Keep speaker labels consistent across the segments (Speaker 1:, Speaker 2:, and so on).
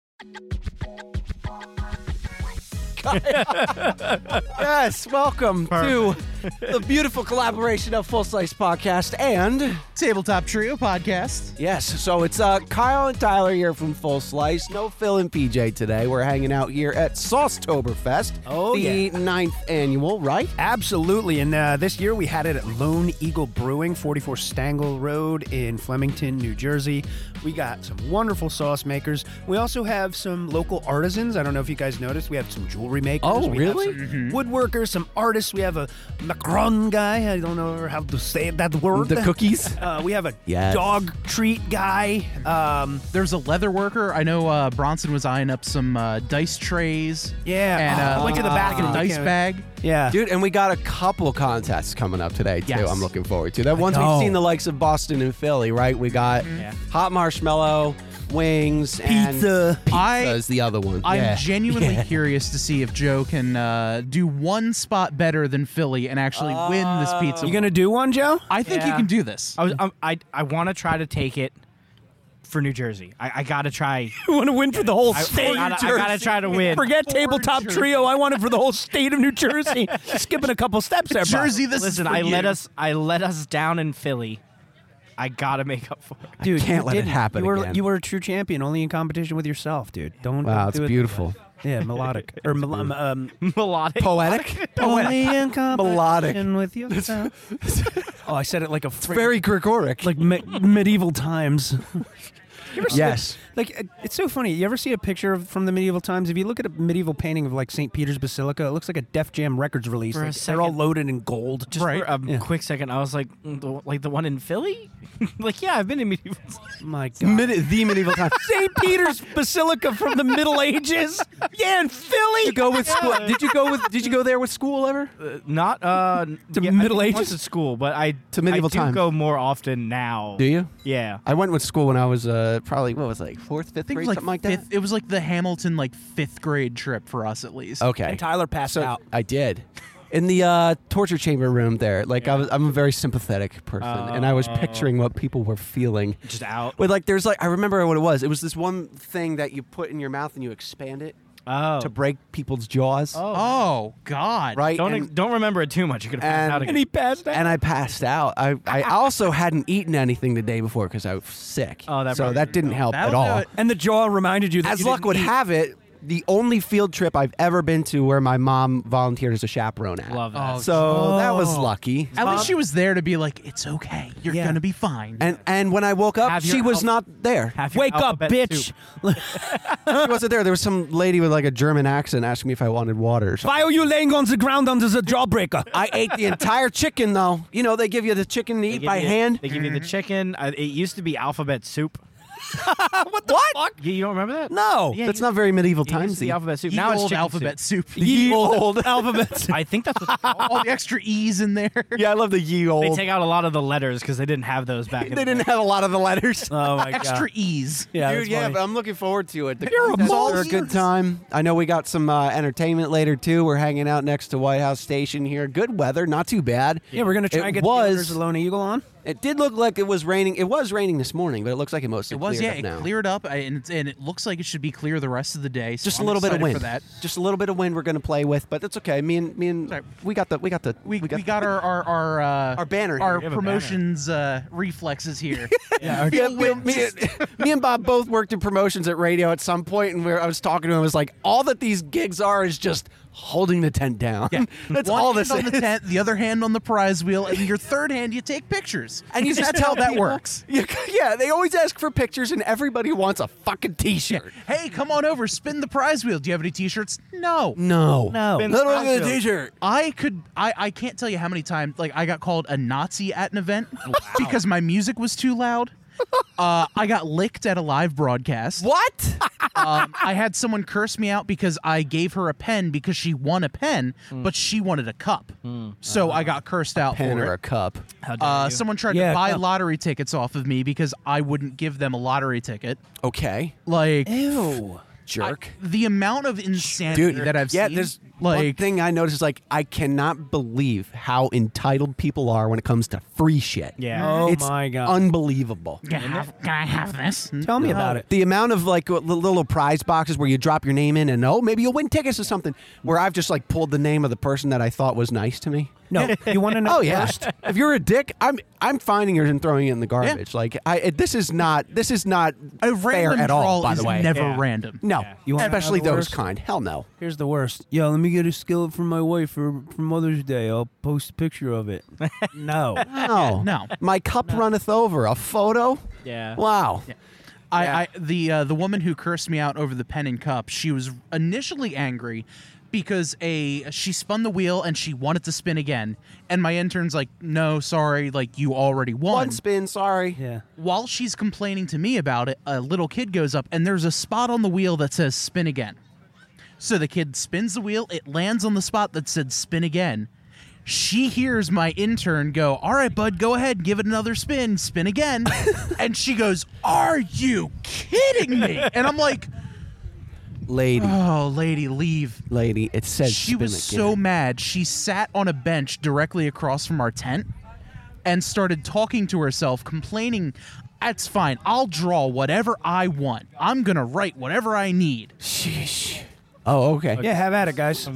Speaker 1: yes, welcome to the beautiful collaboration of Full Slice Podcast and
Speaker 2: Tabletop Trio podcast.
Speaker 1: yes, so it's uh, Kyle and Tyler here from Full Slice. No Phil and PJ today. We're hanging out here at Saucetoberfest.
Speaker 3: Oh,
Speaker 1: the
Speaker 3: yeah.
Speaker 1: ninth annual, right?
Speaker 3: Absolutely. And uh, this year we had it at Lone Eagle Brewing, 44 Stangle Road in Flemington, New Jersey. We got some wonderful sauce makers. We also have some local artisans. I don't know if you guys noticed. We have some jewelry makers.
Speaker 1: Oh,
Speaker 3: we have
Speaker 1: really?
Speaker 3: some Woodworkers, some artists. We have a macaron guy. I don't know how to say that word.
Speaker 1: The cookies.
Speaker 3: Uh, we have a
Speaker 1: Yes.
Speaker 3: dog treat guy. Um,
Speaker 2: There's a leather worker. I know uh, Bronson was eyeing up some uh, dice trays.
Speaker 3: Yeah.
Speaker 2: And
Speaker 3: Oh,
Speaker 2: uh,
Speaker 3: I went to the back and
Speaker 2: a
Speaker 3: looked
Speaker 2: dice
Speaker 3: at it.
Speaker 2: bag.
Speaker 3: yeah.
Speaker 1: Dude, and we got a couple contests coming up today too.
Speaker 2: Yes.
Speaker 1: I'm looking forward to that. Once we've
Speaker 3: know.
Speaker 1: seen the likes of Boston and Philly, right? We got
Speaker 2: Yeah.
Speaker 1: hot marshmallow, wings,
Speaker 3: Pizza.
Speaker 1: And
Speaker 2: I-
Speaker 1: pizza is the other one.
Speaker 2: I'm
Speaker 1: yeah.
Speaker 2: genuinely curious to see if Joe can uh, do one spot better than Philly and actually win this pizza.
Speaker 3: Uh, You going to do one, Joe?
Speaker 2: I think you
Speaker 4: Yeah.
Speaker 2: can do this.
Speaker 4: I was, I'm, I I want to try to take it for New Jersey. I, I got to try.
Speaker 3: I want to win for the whole
Speaker 4: I, I, gotta- I got to try to win.
Speaker 3: Forget tabletop trio. I want it for the whole state of New Jersey. Skipping a couple steps there. Bob.
Speaker 2: Jersey, this
Speaker 4: Listen,
Speaker 2: is for
Speaker 4: I let
Speaker 2: you.
Speaker 4: us I let us down in Philly. I got to make up for it.
Speaker 3: Dude,
Speaker 1: can't
Speaker 3: you
Speaker 1: let it
Speaker 3: didn't.
Speaker 1: happen
Speaker 3: You were
Speaker 1: again.
Speaker 3: you were a true champion, only in competition with yourself, dude. Don't.
Speaker 1: Wow,
Speaker 3: don't
Speaker 1: it's
Speaker 3: do it-
Speaker 1: beautiful.
Speaker 3: Yeah, melodic or mel- um,
Speaker 4: Melodic.
Speaker 1: Poetic.
Speaker 3: only in
Speaker 1: Melodic.
Speaker 3: competition with yourself. oh, I said it like a fr-
Speaker 1: Very Gregoric.
Speaker 3: like me- medieval times.
Speaker 1: yes.
Speaker 3: Like it- it's so funny. You ever see a picture of, from the medieval times? If you look at a medieval painting of like St. Peter's Basilica, it looks like a Def Jam Records release.
Speaker 4: For a
Speaker 3: Like, they're all
Speaker 4: second-
Speaker 3: loaded in gold.
Speaker 4: Just
Speaker 2: Right.
Speaker 4: for a
Speaker 3: Yeah.
Speaker 4: quick second, I was like, "Mm, the- like the one in Philly? like, yeah, I've been in medieval.
Speaker 3: my God.
Speaker 1: Mid- the medieval time.
Speaker 3: St. Peter's Basilica from the Middle Ages. Yeah, in Philly.
Speaker 1: Did you go with school? Did you go with? Did you go there with school ever?
Speaker 4: Uh, not uh, n-
Speaker 3: To
Speaker 4: I
Speaker 3: Middle
Speaker 4: think
Speaker 3: Ages?
Speaker 4: Once at school, but I
Speaker 1: To medieval
Speaker 4: I do
Speaker 1: times.
Speaker 4: go more often now.
Speaker 1: Do you?
Speaker 4: Yeah.
Speaker 1: I went with school when I was uh, probably what was it, like fourth, fifth
Speaker 2: I think it
Speaker 1: grade,
Speaker 2: was like,
Speaker 1: something like
Speaker 2: fifth, it was like the Hamilton like fifth grade trip for us at least.
Speaker 1: that. Okay.
Speaker 3: And Tyler passed
Speaker 1: So
Speaker 3: out.
Speaker 1: I did. In the uh, torture chamber room there, like I was, I'm a very sympathetic person, and I was picturing what people were feeling.
Speaker 4: Just out.
Speaker 1: With like, there's like, I remember what it was. It was this one thing that you put in your mouth and you expand it
Speaker 4: Oh.
Speaker 1: to break people's jaws,
Speaker 2: Oh God.
Speaker 1: right?
Speaker 4: Don't
Speaker 1: and,
Speaker 4: ex- don't remember it too much. You're gonna
Speaker 1: and-
Speaker 4: pass out
Speaker 1: And
Speaker 4: again.
Speaker 3: And he passed out.
Speaker 1: and I passed out. I, I also hadn't eaten anything the day before because I was sick.
Speaker 4: Oh, that
Speaker 1: so
Speaker 4: probably
Speaker 1: that didn't help
Speaker 2: That'll
Speaker 1: at
Speaker 2: do
Speaker 1: all.
Speaker 2: it.
Speaker 3: And the jaw reminded you that
Speaker 1: As
Speaker 3: you
Speaker 1: luck
Speaker 3: didn't
Speaker 1: would
Speaker 3: eat.
Speaker 1: have it, the only field trip I've ever been to where my mom volunteered as a chaperone at.
Speaker 4: Love that.
Speaker 2: Oh,
Speaker 1: So that was lucky.
Speaker 2: At least she was there to be like, it's okay. You're
Speaker 3: Yeah.
Speaker 2: gonna be fine.
Speaker 1: And and when I woke up,
Speaker 4: Have
Speaker 1: she
Speaker 4: your
Speaker 1: was
Speaker 4: al-
Speaker 1: not there.
Speaker 4: Have your
Speaker 3: Wake up,
Speaker 4: alphabet
Speaker 3: bitch.
Speaker 4: soup.
Speaker 1: She wasn't there. There was some lady with like a German accent asking me if I wanted water. or something.
Speaker 3: Why are you laying on the ground under the jawbreaker?
Speaker 1: I ate the entire chicken though. You know they give you the chicken to
Speaker 4: They
Speaker 1: eat
Speaker 4: give
Speaker 1: by
Speaker 4: you-
Speaker 1: hand.
Speaker 4: They give you the chicken. Uh, it used to be alphabet soup.
Speaker 3: what the fuck?
Speaker 4: You, you don't remember that?
Speaker 3: No.
Speaker 4: Yeah,
Speaker 1: That's
Speaker 4: you-
Speaker 1: not very medieval
Speaker 4: it used
Speaker 1: times. eh?
Speaker 4: to be alphabet soup.
Speaker 2: Ye
Speaker 4: Now it's
Speaker 2: old
Speaker 4: chicken
Speaker 2: alphabet
Speaker 4: soup.
Speaker 2: soup.
Speaker 3: Ye old alphabet.
Speaker 4: I think that's what
Speaker 2: All the extra E's in there.
Speaker 1: yeah, I love the ye
Speaker 4: they
Speaker 1: old.
Speaker 4: take out a lot of the letters because they didn't have those back. in
Speaker 1: They
Speaker 4: the
Speaker 1: didn't have a lot of the letters.
Speaker 3: oh my
Speaker 2: Extra
Speaker 3: god.
Speaker 2: E's.
Speaker 3: Yeah,
Speaker 1: Dude,
Speaker 3: that's
Speaker 1: yeah,
Speaker 3: funny.
Speaker 1: but I'm looking forward to it. The
Speaker 3: You're a
Speaker 1: contests are a
Speaker 3: monster.
Speaker 1: good time. I know we got some uh, entertainment later too. We're hanging out next to White House Station here. Good weather, not too bad.
Speaker 3: yeah, we're gonna try
Speaker 1: it
Speaker 3: and get the
Speaker 1: was,
Speaker 3: owners of Lone Eagle on.
Speaker 1: It did look like it was raining. It was raining this morning, but it looks like it mostly
Speaker 2: It was, yeah.
Speaker 1: cleared
Speaker 2: It
Speaker 1: up now.
Speaker 2: cleared up, I- and it's, and it looks like it should be clear the rest of the day. so
Speaker 1: Just
Speaker 2: I'm
Speaker 1: a little bit of
Speaker 2: excited
Speaker 1: wind.
Speaker 2: for that.
Speaker 1: Just a little bit of wind. We're gonna play with, but it's okay. Me and me and
Speaker 2: Sorry.
Speaker 1: we got the we got the
Speaker 2: We, we, got, our our our, uh,
Speaker 1: Our banner here.
Speaker 2: our
Speaker 1: We
Speaker 4: have a
Speaker 2: promotions uh, reflexes here.
Speaker 3: Yeah,
Speaker 1: Yeah, me, me, me and Bob both worked in promotions at radio at some point, and we were, I was talking to him. I was like, all that these gigs are is just holding the tent down. That's
Speaker 2: One
Speaker 1: all
Speaker 2: hand
Speaker 1: this
Speaker 2: on the
Speaker 1: is.
Speaker 2: tent, the other hand on the prize wheel, and your third hand you take pictures.
Speaker 1: And you just
Speaker 2: That's
Speaker 1: tell
Speaker 2: how that
Speaker 1: people-
Speaker 2: works.
Speaker 1: Yeah, yeah, they always ask for pictures, and everybody wants a fucking T-shirt.
Speaker 2: Hey, come on over, spin the prize wheel. Do you have any T-shirts? No.
Speaker 1: No,
Speaker 3: No. Spin
Speaker 1: literally
Speaker 4: the
Speaker 1: a
Speaker 4: prize
Speaker 1: T-shirt.
Speaker 2: I could I, I can't tell you how many times like I got called a Nazi at an event because my music was too loud. Uh, I got licked at a live broadcast.
Speaker 1: What?
Speaker 2: Um, I had someone curse me out because I gave her a pen because she won a pen, but she wanted a cup. So I got cursed out
Speaker 1: Pen or Mm.
Speaker 2: for
Speaker 1: Ah. a
Speaker 2: it.
Speaker 1: cup?
Speaker 4: How dare
Speaker 2: Uh,
Speaker 4: you.
Speaker 2: someone tried
Speaker 3: Yeah,
Speaker 2: to buy
Speaker 3: cup.
Speaker 2: lottery tickets off of me because I wouldn't give them a lottery ticket.
Speaker 1: Okay,
Speaker 2: Like
Speaker 3: Ew.
Speaker 1: jerk.
Speaker 2: the amount of insanity
Speaker 1: Dude,
Speaker 2: that I've
Speaker 1: yeah,
Speaker 2: seen.
Speaker 1: there's One
Speaker 2: Like,
Speaker 1: thing I noticed is like I cannot believe how entitled people are when it comes to free shit.
Speaker 4: Yeah.
Speaker 3: Oh
Speaker 1: it's
Speaker 3: my god!
Speaker 1: unbelievable.
Speaker 2: can I, have, can I have this?
Speaker 3: Tell me about it.
Speaker 1: The amount of like li- little prize boxes where you drop your name in and oh maybe you'll win tickets or something. Where I've just like pulled the name of the person that I thought was nice to me.
Speaker 3: No, you want to know?
Speaker 1: Oh yeah.
Speaker 3: first?
Speaker 1: if you're a dick, I'm I'm finding her and throwing it in the garbage. Like I it- this is not this is not
Speaker 2: A
Speaker 1: fair
Speaker 2: random
Speaker 1: at all.
Speaker 2: drawl
Speaker 1: By
Speaker 2: is
Speaker 1: the way,
Speaker 2: never
Speaker 4: Yeah.
Speaker 2: random.
Speaker 1: no,
Speaker 3: You wanna know
Speaker 1: especially
Speaker 3: the
Speaker 1: those
Speaker 3: worst?
Speaker 1: kind. Hell no.
Speaker 3: Here's the worst. Yo, let me get a skillet for my wife for, for Mother's Day. I'll post a picture of it. no.
Speaker 1: No,
Speaker 2: No.
Speaker 1: Oh, My cup runneth over. A photo.
Speaker 4: Yeah.
Speaker 1: Wow.
Speaker 2: I,
Speaker 1: Yeah.
Speaker 2: I the uh, the woman who cursed me out over the pen and cup. She was initially angry because a she spun the wheel and she wanted to spin again, and my intern's like, "No, sorry, like you already won."
Speaker 1: One spin. Sorry.
Speaker 3: Yeah.
Speaker 2: While she's complaining to me about it, a little kid goes up and there's a spot on the wheel that says "spin again." So the kid spins the wheel. It lands on the spot that said "spin again." She hears my intern go, "All right, bud, go ahead, give it another spin, spin again," and she goes, "Are you kidding me?" And I'm like,
Speaker 1: Lady,
Speaker 2: "Oh, lady, leave."
Speaker 1: lady, it says
Speaker 2: She was
Speaker 1: spin
Speaker 2: so
Speaker 1: again.
Speaker 2: mad. She sat on a bench directly across from our tent and started talking to herself, complaining, That's fine. I'll draw whatever I want. I'm going to write whatever I need.
Speaker 1: Sheesh. Oh, okay.
Speaker 3: Yeah, have at it, guys.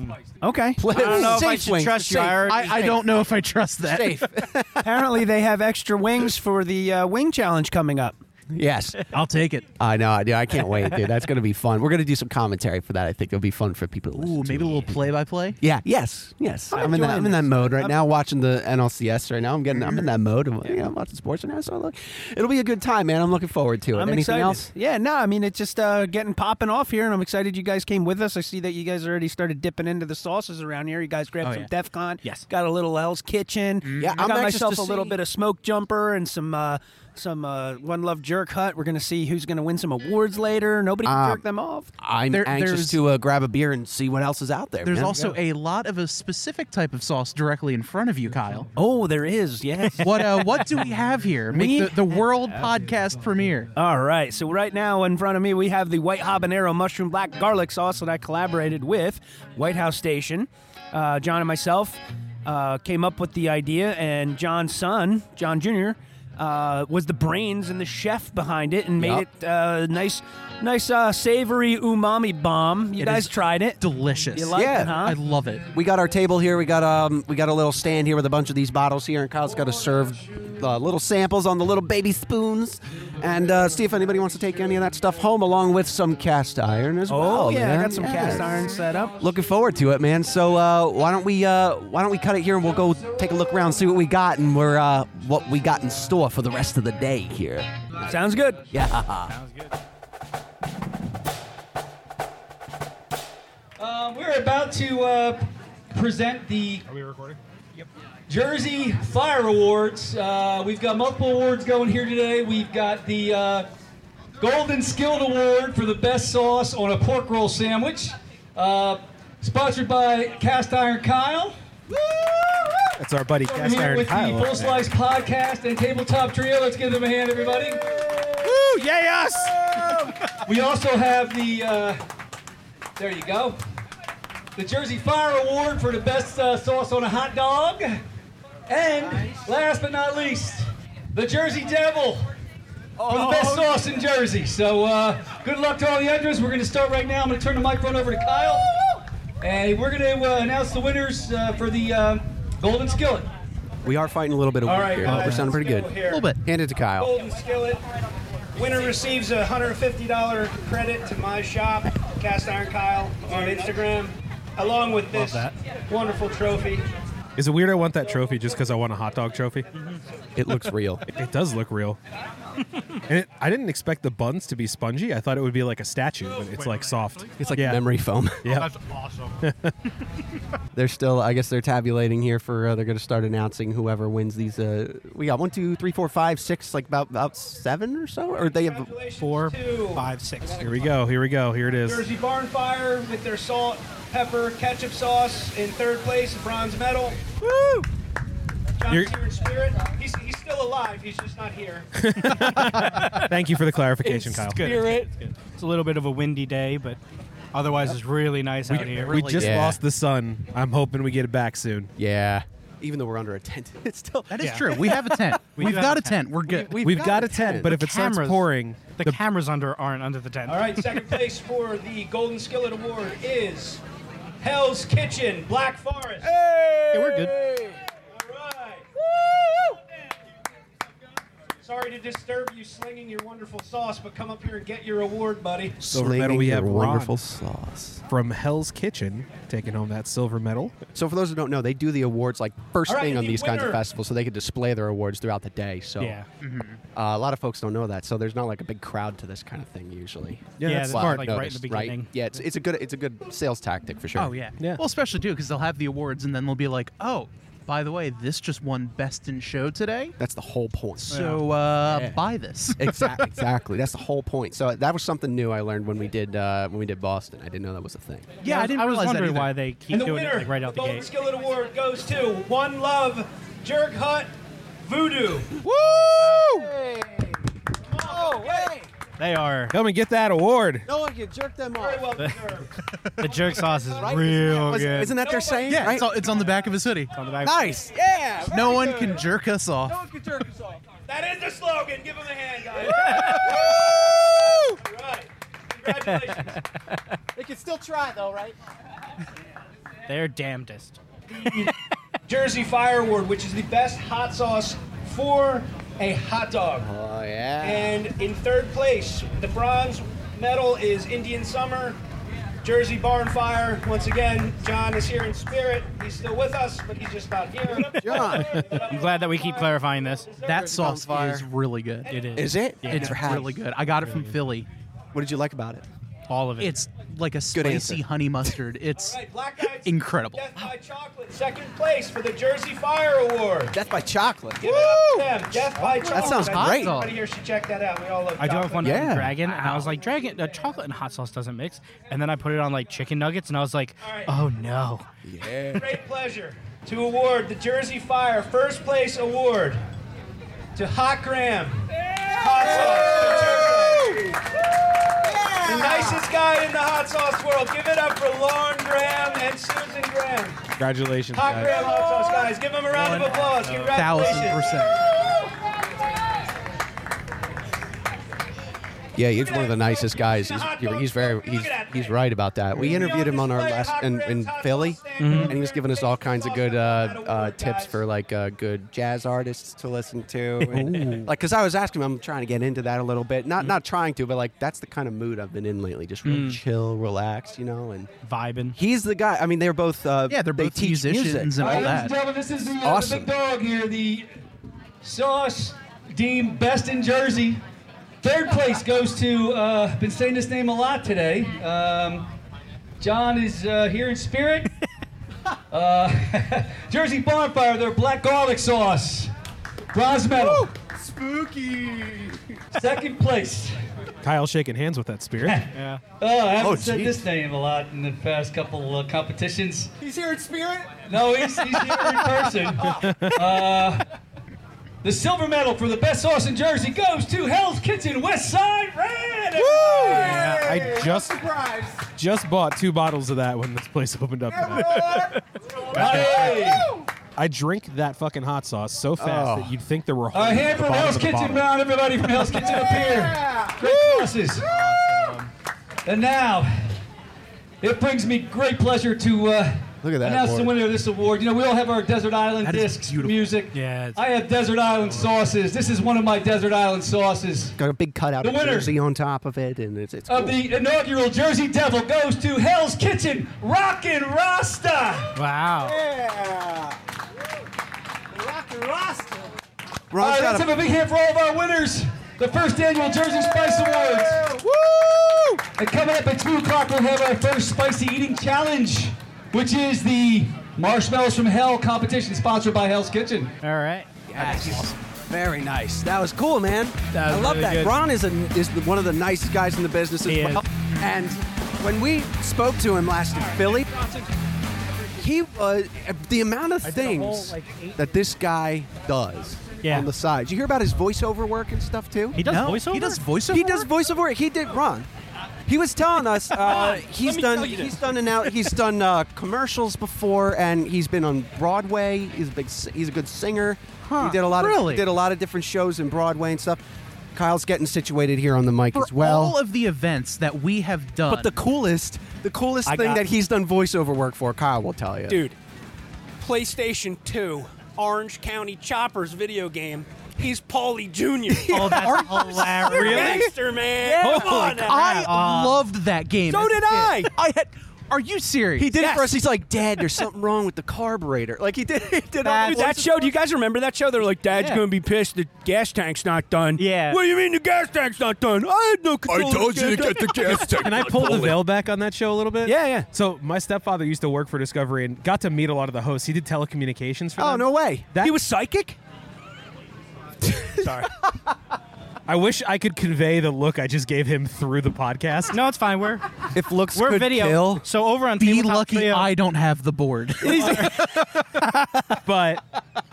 Speaker 3: Okay.
Speaker 1: I
Speaker 4: I don't know if I should trust you. I already-
Speaker 2: I, I don't know if I trust that.
Speaker 1: Safe.
Speaker 3: Apparently, they have extra wings for the uh, wing challenge coming up.
Speaker 1: yes.
Speaker 2: I'll take it.
Speaker 1: I know, dude. I can't wait, dude. That's gonna be fun. We're gonna do some commentary for that. I think it'll be fun for people. To listen
Speaker 2: Ooh,
Speaker 1: to.
Speaker 2: maybe a little play by play.
Speaker 1: Yeah. Yes. Yes. I'm, in that.
Speaker 3: enjoying
Speaker 1: I'm in that
Speaker 3: this.
Speaker 1: mode right now. Watching the NLCS right now. I'm getting. I'm in that mode. I'm, yeah, I'm watching sports right now. So look, it'll be a good time, man. I'm looking forward to it.
Speaker 3: I'm
Speaker 1: Anything
Speaker 3: excited.
Speaker 1: else?
Speaker 3: Yeah, no, I mean it's just uh, getting popping off here, and I'm excited you guys came with us. I see that you guys already started dipping into the sauces around here. You guys grabbed
Speaker 2: Oh,
Speaker 3: some
Speaker 2: yeah.
Speaker 3: DEF CON.
Speaker 4: Yes.
Speaker 3: Got a little Hell's Kitchen.
Speaker 1: Yeah,
Speaker 3: I
Speaker 1: Mm-hmm. I'm
Speaker 3: got
Speaker 1: anxious to
Speaker 3: myself a little
Speaker 1: see-
Speaker 3: bit of smoke jumper and some uh, some uh, One Love Jerk Hut. We're gonna see who's gonna win some awards later. Nobody can jerk them off.
Speaker 1: Ah, I'm
Speaker 2: There-
Speaker 1: anxious
Speaker 2: there's-
Speaker 1: to uh, grab a beer and see what else is out there.
Speaker 2: There's
Speaker 1: man.
Speaker 2: also a lot of a specific type of sauce directly in front of you, Kyle.
Speaker 3: Oh, there is. Yes.
Speaker 2: What uh, what do we have here?
Speaker 3: We
Speaker 2: Make the, the world podcast premiere.
Speaker 3: All right, so right now in front of me we have the white habanero mushroom black garlic sauce that I collaborated with White House Station. Uh, John and myself uh, came up with the idea, and John's son, John Jr., uh, was the brains and the chef behind it, and made
Speaker 1: Yup.
Speaker 3: it uh, nice, nice uh, savory umami bomb. You guys
Speaker 2: is
Speaker 3: tried it?
Speaker 2: Delicious.
Speaker 3: You like
Speaker 1: Yeah.
Speaker 3: it, huh?
Speaker 2: I love it.
Speaker 1: We got our table here. We got um, we got a little stand here with a bunch of these bottles here, and Kyle's got to serve uh, little samples on the little baby spoons, and uh, see if anybody wants to take any of that stuff home, along with some cast iron as well.
Speaker 3: oh yeah,
Speaker 1: man.
Speaker 3: I got some cast
Speaker 1: Yes.
Speaker 3: iron set up.
Speaker 1: Looking forward to it, man. So uh, why don't we uh, why don't we cut it here and we'll go take a look around, see what we got, and we're uh, what we got in store for the rest of the day here.
Speaker 3: Sounds good.
Speaker 1: Yeah.
Speaker 5: Um, we're about to uh, present the. Are we recording? Yep. Jersey Fire Awards. Uh, we've got multiple awards going here today. We've got the uh, Golden Skilled Award for the best sauce on a pork roll sandwich, uh, sponsored by Cast Iron Kyle.
Speaker 6: That's our buddy
Speaker 5: Over
Speaker 6: Cast
Speaker 5: here
Speaker 6: Iron
Speaker 5: with
Speaker 6: Kyle.
Speaker 5: the Full Slice Podcast and Tabletop Trio. Let's give them a hand, everybody.
Speaker 6: Woo! Yay us!
Speaker 5: We also have the, uh, there you go, the Jersey Fire Award for the best uh, sauce on a hot dog. And last but not least, the Jersey Devil for
Speaker 6: Oh.
Speaker 5: the best sauce in Jersey. So uh, good luck to all the entrants. We're going to start right now. I'm going to turn the microphone over to Kyle. And we're going to uh, announce the winners uh, for the uh, Golden Skillet.
Speaker 1: we are fighting a little bit of
Speaker 5: All
Speaker 1: weed
Speaker 5: right,
Speaker 1: here.
Speaker 5: guys.
Speaker 1: We're sounding pretty
Speaker 5: Let's go
Speaker 1: good.
Speaker 5: here.
Speaker 2: A little bit.
Speaker 1: Hand it to Kyle.
Speaker 6: Golden skillet. Winner receives a $150 credit to my shop, Cast Iron Kyle, on Instagram, along with this wonderful trophy.
Speaker 7: Is it weird I want that trophy just because I want a hot dog trophy?
Speaker 1: Mm-hmm. It looks real.
Speaker 7: It does look real. and it, I didn't expect the buns to be spongy. I thought it would be like a statue, but it's like soft.
Speaker 1: It's like
Speaker 7: yeah.
Speaker 1: memory foam.
Speaker 5: Oh,
Speaker 7: Yeah.
Speaker 1: they're still I guess they're tabulating here for uh, they're going to start announcing whoever wins these. Uh, we got one, two, three, four, five, six, like about about seven or so. Or they have
Speaker 6: Four,
Speaker 7: Two.
Speaker 6: five, six.
Speaker 7: Here we go. Oh, Here we go. Here it is.
Speaker 6: Jersey Barn Fire with their salt, pepper, ketchup sauce in third place, bronze medal. Woo!
Speaker 7: You're-
Speaker 6: John's here in spirit. He's, he's still alive. He's just not here.
Speaker 7: Thank you for the clarification, Kyle.
Speaker 6: Good.
Speaker 4: It's a little bit of a windy day, but Otherwise, it's really nice out here.
Speaker 7: we just
Speaker 1: Yeah.
Speaker 7: lost the sun. I'm hoping we get it back soon.
Speaker 1: Yeah. Even though we're under a tent, it's still.
Speaker 2: That is true. We have a tent. we have
Speaker 4: do
Speaker 2: got
Speaker 4: have
Speaker 2: a
Speaker 4: a
Speaker 2: tent. We're good.
Speaker 1: We've
Speaker 7: We've,
Speaker 1: got
Speaker 7: got,
Speaker 1: a
Speaker 7: a tent,
Speaker 1: tent.
Speaker 7: but if it starts
Speaker 4: cameras-
Speaker 7: pouring,
Speaker 4: the, cameras under aren't under the tent.
Speaker 3: All right, second place for the Golden Skillet Award is Hell's Kitchen, Black Forest.
Speaker 4: Yeah, we're good.
Speaker 3: All right. Sorry to disturb you slinging your wonderful sauce, but come up here and get your award, buddy.
Speaker 7: Silver medal, we
Speaker 1: slinging
Speaker 7: have
Speaker 1: your
Speaker 7: Ron.
Speaker 1: wonderful sauce.
Speaker 7: from Hell's Kitchen taking home that silver medal.
Speaker 1: So for those who don't know, they do the awards like first
Speaker 3: All right,
Speaker 1: thing on
Speaker 3: the
Speaker 1: these kinds of
Speaker 3: winner.
Speaker 1: festivals, so they can display their awards throughout the day. So
Speaker 4: Yeah.
Speaker 1: uh, a lot of folks don't know that. So there's not like a big crowd to this kind of thing usually.
Speaker 7: Yeah,
Speaker 4: Yeah,
Speaker 7: that's
Speaker 4: that's
Speaker 7: smart.
Speaker 4: like right in the
Speaker 1: Noticed,
Speaker 4: beginning.
Speaker 1: Yeah, it's, it's a good it's a good sales tactic for sure.
Speaker 2: Oh yeah.
Speaker 7: Yeah.
Speaker 2: Well, especially too because they'll have the awards and then they'll be like, oh, by the way, this just won best in show today.
Speaker 1: That's the whole point.
Speaker 2: So uh, buy this.
Speaker 1: exactly, exactly. That's the whole point. So that was something new I learned when we did uh, when we did Boston. I didn't know that was a thing.
Speaker 2: yeah, I didn't
Speaker 4: I was
Speaker 2: realize
Speaker 4: wondering
Speaker 2: that
Speaker 4: why
Speaker 2: either.
Speaker 4: they keep
Speaker 3: And the
Speaker 4: doing
Speaker 3: winner
Speaker 4: it like, right out
Speaker 3: of the
Speaker 4: the
Speaker 3: Golden
Speaker 4: gate.
Speaker 3: Skillet Award goes to One Love, Jerk Hut, Voodoo.
Speaker 4: They are.
Speaker 7: Come and get that award.
Speaker 1: Oh, No one can jerk them
Speaker 3: Very well deserved.
Speaker 4: The jerk sauce is real good.
Speaker 1: Isn't that their saying?
Speaker 2: Yeah,
Speaker 1: right?
Speaker 2: it's, all, it's on the back of his hoodie.
Speaker 4: On the back-
Speaker 1: nice. Yeah.
Speaker 2: No one can jerk us off.
Speaker 3: Don't get jerk us off. That is the slogan. Give him a hand, guys. All right. Congratulations.
Speaker 1: They can still try though, right?
Speaker 4: They're damnedest.
Speaker 3: Jersey Fire Award, which is the best hot sauce for a hot dog.
Speaker 1: Oh yeah.
Speaker 3: And in third place, the bronze medal is Indian Summer. Jersey Barn Fire. Once again, John is here in spirit. He's still with us, but he's just not here.
Speaker 1: John.
Speaker 3: I'm
Speaker 4: I'm glad that we keep clarifying this.
Speaker 2: That sauce
Speaker 1: fire.
Speaker 2: is really good.
Speaker 4: It is.
Speaker 1: Is it?
Speaker 2: It's really good. I got it from Philly.
Speaker 1: What did you like about it?
Speaker 4: All of it.
Speaker 2: It's like a
Speaker 1: answer.
Speaker 2: spicy honey mustard. It's
Speaker 3: All right, Black Eyed Peas,
Speaker 2: Incredible.
Speaker 3: Death by Chocolate, second place for the Jersey Fire Award.
Speaker 1: Death by chocolate.
Speaker 3: Give it up to them. Death by Chocolate.
Speaker 1: sounds
Speaker 3: I think
Speaker 1: great.
Speaker 3: Everybody here should check that out. We all love
Speaker 4: I do have
Speaker 3: chocolate.
Speaker 4: one
Speaker 1: Yeah.
Speaker 4: on dragon, and I was like, dragon, uh, chocolate and hot sauce doesn't mix. And then I put it on like chicken nuggets, and I was like,
Speaker 3: All right.
Speaker 4: oh no.
Speaker 3: Great pleasure to award the Jersey Fire First Place Award to Hot Graham. Hot sauce. The nicest guy in the hot sauce world. Give it up for Lauren Graham and Susan Graham.
Speaker 7: Congratulations,
Speaker 3: Hot
Speaker 7: guys.
Speaker 3: Graham hot sauce guys. Give them a round of applause.
Speaker 2: thousand
Speaker 3: Congratulations.
Speaker 2: percent.
Speaker 1: Yeah, he's one of the nicest guys. He's, he's very he's he's right about that. We interviewed him on our last in, in Philly, and he was giving us all kinds of good uh, uh, tips for like uh, good jazz artists to listen to. And, like, cause I was asking him, I'm trying to get into that a little bit. Not not trying to, but like that's the kind of mood I've been in lately. Just
Speaker 2: Mm.
Speaker 1: really chill, relax, you know. And
Speaker 4: Vibing.
Speaker 1: he's the guy. I mean, they're both uh,
Speaker 2: Yeah, they're
Speaker 1: they
Speaker 2: both
Speaker 1: teach
Speaker 2: musicians
Speaker 1: music.
Speaker 2: and all
Speaker 5: Ladies and
Speaker 2: that.
Speaker 5: gentlemen, this is the, uh, the
Speaker 1: Awesome.
Speaker 5: big dog here, the sauce deemed best in Jersey. Third place goes to, uh, been saying this name a lot today. Um, John is uh, here in spirit. Uh, Jersey Bonfire, their black garlic sauce. Bronze medal. Spooky. Second place.
Speaker 7: Kyle shaking hands with that spirit.
Speaker 5: Oh, I haven't
Speaker 1: Oh,
Speaker 5: said
Speaker 1: geez.
Speaker 5: this name a lot in the past couple uh, competitions.
Speaker 1: He's here in spirit.
Speaker 5: No, he's, he's here in person. Uh, the silver medal for the best sauce in Jersey goes to Hell's Kitchen West Side Red.
Speaker 7: Yeah, I just just bought two bottles of that when this place opened up.
Speaker 5: Hey.
Speaker 7: I drink that fucking hot sauce so fast
Speaker 1: Oh.
Speaker 7: that you'd think there were holes
Speaker 5: A
Speaker 7: at
Speaker 5: hand
Speaker 7: the
Speaker 5: from
Speaker 7: bottom
Speaker 5: Hell's
Speaker 7: of the
Speaker 5: Kitchen
Speaker 7: bottle.
Speaker 5: round, everybody from Hell's Kitchen up here. Great sauces. And now, it brings me great pleasure to uh,
Speaker 1: Look at that
Speaker 5: announce the
Speaker 1: award.
Speaker 5: winner of this award. You know, we all have our Desert Island
Speaker 2: That is
Speaker 5: discs,
Speaker 2: beautiful.
Speaker 5: music.
Speaker 4: Yeah, it's-
Speaker 5: I have Desert Island sauces. This is one of my Desert Island sauces.
Speaker 1: Got a big cutout
Speaker 5: The
Speaker 1: of
Speaker 5: winner.
Speaker 1: jersey on top of it, and it's it's
Speaker 5: of
Speaker 1: cool.
Speaker 5: the inaugural Jersey Devil goes to Hell's Kitchen Rockin' Rasta.
Speaker 4: Wow.
Speaker 5: All
Speaker 1: Ron's
Speaker 5: right,
Speaker 1: got
Speaker 5: let's
Speaker 1: a
Speaker 5: have a big hand for all of our winners. The first annual Jersey Spice Awards. Woo! And coming up at 2 o'clock, we'll have our first spicy eating challenge, which is the Marshmallows from Hell competition sponsored by Hell's Kitchen.
Speaker 4: All right.
Speaker 1: Very nice. That was cool, man.
Speaker 4: That was
Speaker 1: I love
Speaker 4: really
Speaker 1: that.
Speaker 4: good.
Speaker 1: Ron is a, is the- one of the nicest guys in the business as
Speaker 4: He is.
Speaker 1: well. And when we spoke to him last in Philly, he uh, the amount of things that this guy does
Speaker 4: Yeah.
Speaker 1: on the side. You hear about his voiceover work and stuff too.
Speaker 4: He does
Speaker 2: No,
Speaker 4: voiceover?
Speaker 2: He does voiceover.
Speaker 1: He does voiceover work. He did Ron. He was telling us uh, he's
Speaker 8: me
Speaker 1: done
Speaker 8: tell you this.
Speaker 1: he's done an out, he's done uh, commercials before and he's been on Broadway. He's a big si- he's a good singer. he did a lot
Speaker 2: really?
Speaker 1: of did a lot of different shows in Broadway and stuff. Kyle's getting situated here on the mic
Speaker 2: For
Speaker 1: as well.
Speaker 2: all of the events that we have done.
Speaker 1: but the coolest the coolest
Speaker 3: I
Speaker 1: thing
Speaker 3: got-
Speaker 1: that he's done voiceover work for, Kyle will tell you.
Speaker 8: Dude, PlayStation 2, Orange County Choppers video game. He's Paulie Jr.
Speaker 4: Oh, that's hilarious.
Speaker 8: Gangster man. Come on now.
Speaker 2: I
Speaker 4: Uh,
Speaker 2: loved that game.
Speaker 8: So
Speaker 2: as a
Speaker 8: did
Speaker 2: kid.
Speaker 8: I.
Speaker 2: I had. Are you serious?
Speaker 1: He did it for us. He's like, Dad, there's something wrong with the carburetor. Like he did, he did. all
Speaker 8: Dude,
Speaker 1: these-
Speaker 8: that show, do you guys remember that show? They were like, Dad's
Speaker 2: Yeah.
Speaker 8: gonna be pissed. The gas tank's not done.
Speaker 4: Yeah.
Speaker 8: What do you mean the gas tank's not done? I had no control. of the gas tank.
Speaker 9: the gas tank.
Speaker 7: Can I pull the veil back on that show a little bit?
Speaker 8: Yeah, yeah.
Speaker 7: So my stepfather used to work for Discovery and got to meet a lot of the hosts. He did telecommunications for
Speaker 1: oh
Speaker 7: them.
Speaker 1: no way!
Speaker 7: That-
Speaker 8: He was psychic.
Speaker 7: I wish I could convey the look I just gave him through the podcast.
Speaker 4: No, it's fine. We're
Speaker 1: If looks
Speaker 4: we're
Speaker 1: could
Speaker 4: video.
Speaker 1: kill,
Speaker 4: So over on
Speaker 2: Be
Speaker 4: Tabletop
Speaker 2: lucky
Speaker 4: Video-
Speaker 2: I don't have the board.
Speaker 7: but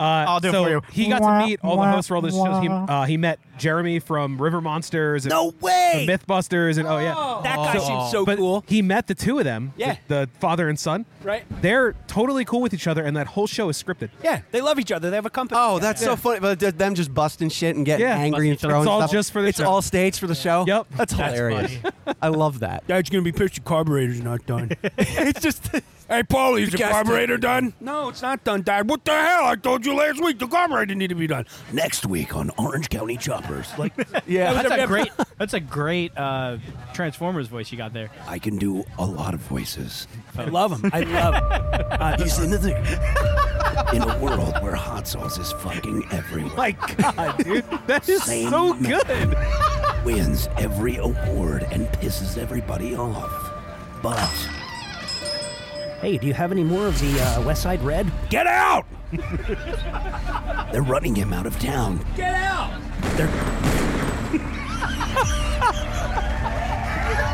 Speaker 7: uh, I'll
Speaker 4: do it
Speaker 7: so
Speaker 4: for you.
Speaker 7: He got to meet all the hosts for all this shows. He, uh, he met Jeremy from River Monsters. And
Speaker 8: No way!
Speaker 7: The MythBusters and oh yeah,
Speaker 8: That guy seems so
Speaker 7: but
Speaker 8: cool.
Speaker 7: he met the two of them.
Speaker 8: Yeah.
Speaker 7: the, the father and son.
Speaker 8: Right.
Speaker 7: They're totally cool with each other, and that whole show is scripted.
Speaker 8: Yeah, they love each other. They have a company.
Speaker 1: Oh, that's so funny! But th- them just busting shit and getting
Speaker 7: Yeah.
Speaker 1: angry and
Speaker 7: Busting each other.
Speaker 1: throwing
Speaker 7: It's all
Speaker 1: stuff.
Speaker 7: just for the
Speaker 1: it's
Speaker 7: show.
Speaker 1: all staged for the show.
Speaker 7: Yep.
Speaker 1: that's hilarious. I love that.
Speaker 8: Dad's gonna be pissed. The carburetor's not done. it's just. Hey, Paulie, is the
Speaker 1: gas
Speaker 8: carburetor done? No, it's not done, Dad. What the hell? I told you last week the carburetor needed to be done. Next week on Orange County Choppers. Like,
Speaker 1: Yeah,
Speaker 4: That's a great. That's a great uh, Transformers voice you got there.
Speaker 8: I can do a lot of voices. I love him. I love him. Uh, He's in the in a world where hot sauce is fucking everywhere.
Speaker 7: My God, dude, that is
Speaker 8: Same
Speaker 7: so
Speaker 8: man.
Speaker 7: good.
Speaker 8: wins every award and pisses everybody off. But
Speaker 3: Hey, do you have any more of the uh, West Side Red?
Speaker 8: get out! They're running him out of town. Get out! They're.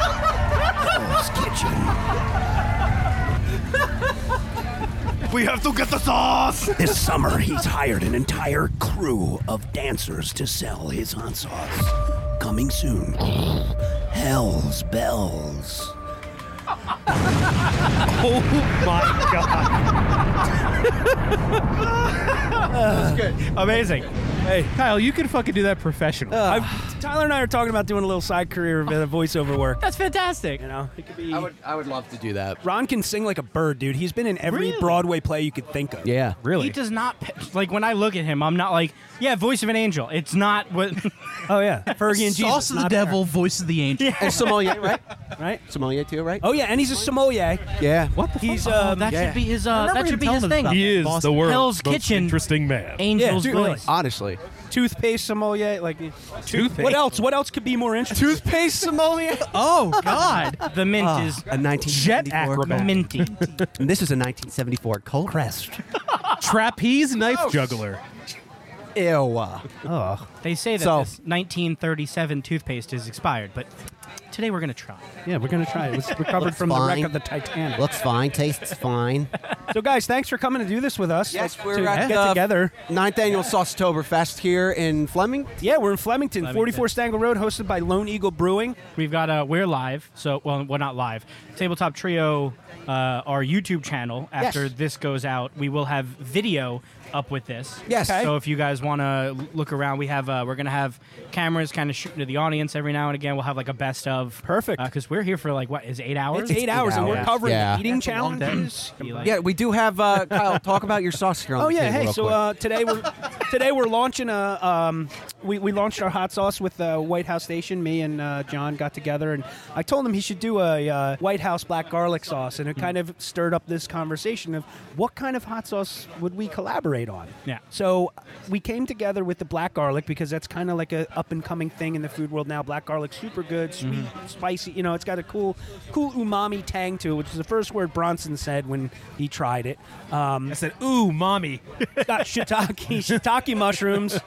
Speaker 8: Hell's Kitchen.
Speaker 3: We have to get the sauce!
Speaker 8: This summer, he's hired an entire crew of dancers to sell his hot sauce. Coming soon. Hell's Bells.
Speaker 7: Oh my God.
Speaker 4: Amazing.
Speaker 7: Hey, Kyle, you can fucking do that professionally.
Speaker 3: I've, Tyler and I are talking about doing a little side career of uh, voiceover work.
Speaker 4: That's fantastic.
Speaker 3: You know, it could be.
Speaker 1: I would, I would love to do that.
Speaker 3: Ron can sing like a bird, dude. He's been in every
Speaker 4: Really?
Speaker 3: Broadway play you could think of.
Speaker 1: Yeah,
Speaker 7: really?
Speaker 4: He does not pe- like when I look at him. I'm not like, yeah, voice of an angel. It's not what.
Speaker 3: Oh yeah, Fergie and Jesus.
Speaker 2: Sauce of the
Speaker 3: not there,
Speaker 2: devil, voice of the angel.
Speaker 1: and sommelier, right?
Speaker 3: right?
Speaker 1: Sommelier too, right?
Speaker 3: Oh yeah, and he's a sommelier.
Speaker 1: yeah.
Speaker 7: what the
Speaker 3: He's
Speaker 7: fuck?
Speaker 3: um,
Speaker 4: that
Speaker 1: yeah.
Speaker 4: should be his. Uh, that
Speaker 2: remember
Speaker 4: should
Speaker 2: him
Speaker 4: be
Speaker 2: telling
Speaker 4: his
Speaker 2: us
Speaker 4: thing.
Speaker 2: about
Speaker 7: He is the world's
Speaker 4: Hell's
Speaker 7: most
Speaker 4: Kitchen.
Speaker 7: interesting man.
Speaker 4: Angel's
Speaker 3: dude,
Speaker 4: voice.
Speaker 3: really.
Speaker 1: Honestly,
Speaker 3: toothpaste sommelier. Like
Speaker 7: Toothpaste.
Speaker 3: what else? What else could be more interesting?
Speaker 1: toothpaste sommelier.
Speaker 4: Oh God. the mint is
Speaker 1: Ah, A 1974
Speaker 7: Jet acrobat.
Speaker 4: minty.
Speaker 1: And this is a 1974 Colt Crest.
Speaker 7: Trapeze knife juggler.
Speaker 1: Ew.
Speaker 4: They say that
Speaker 1: So-
Speaker 4: this 1937 toothpaste is expired, but today we're gonna try.
Speaker 3: Yeah, we're gonna try it. It's recovered from the wreck
Speaker 1: fine.
Speaker 3: of the Titanic.
Speaker 1: Looks fine. Tastes fine.
Speaker 3: So guys, thanks for coming to do this with us.
Speaker 1: Yes,
Speaker 3: to-
Speaker 1: we're
Speaker 3: to
Speaker 1: at
Speaker 3: get
Speaker 1: the-
Speaker 3: together.
Speaker 1: Ninth annual Saucetoberfest here in Fleming.
Speaker 3: Yeah, we're in Flemington, 44 Stangle Road, hosted by Lone Eagle Brewing.
Speaker 4: We've got uh, we're live, so well, we're not live. Tabletop Trio, uh, our YouTube channel. After
Speaker 1: Yes.
Speaker 4: this goes out, we will have video up with this.
Speaker 1: Yes. Okay.
Speaker 4: So if you guys want to look around, we have uh, we're gonna have cameras kind of shooting to the audience every now and again. We'll have like a best of.
Speaker 3: Perfect.
Speaker 4: Because we're here for like what is it, eight hours?
Speaker 3: It's eight hours, and we're
Speaker 1: hours.
Speaker 3: covering
Speaker 1: Yeah.
Speaker 3: the eating
Speaker 4: That's a long day.
Speaker 3: challenges.
Speaker 4: Be like-
Speaker 1: Yeah, we do have uh, Kyle. Talk about your sauce here on
Speaker 3: Oh
Speaker 1: the
Speaker 3: yeah,
Speaker 1: table
Speaker 3: hey.
Speaker 1: real
Speaker 3: So
Speaker 1: quick.
Speaker 3: uh, today we're today we're launching a um, we, we launched our hot sauce with uh, White House Station. Me and uh, John got together, and I told him he should do a uh, White House black garlic sauce,
Speaker 1: Hmm.
Speaker 3: and it kind of stirred up this conversation of what kind of hot sauce would we collaborate on.
Speaker 4: Yeah.
Speaker 3: So we came together with the black garlic because that's kind of like a up and coming thing in the food world now. Black garlic, super good, sweet,
Speaker 7: Mm-hmm.
Speaker 3: spicy. You know, it's got a cool cool umami tang to it, which is the first word Bronson said when he tried it. Um,
Speaker 7: I said, ooh, mommy.
Speaker 3: got shiitake, shiitake mushrooms,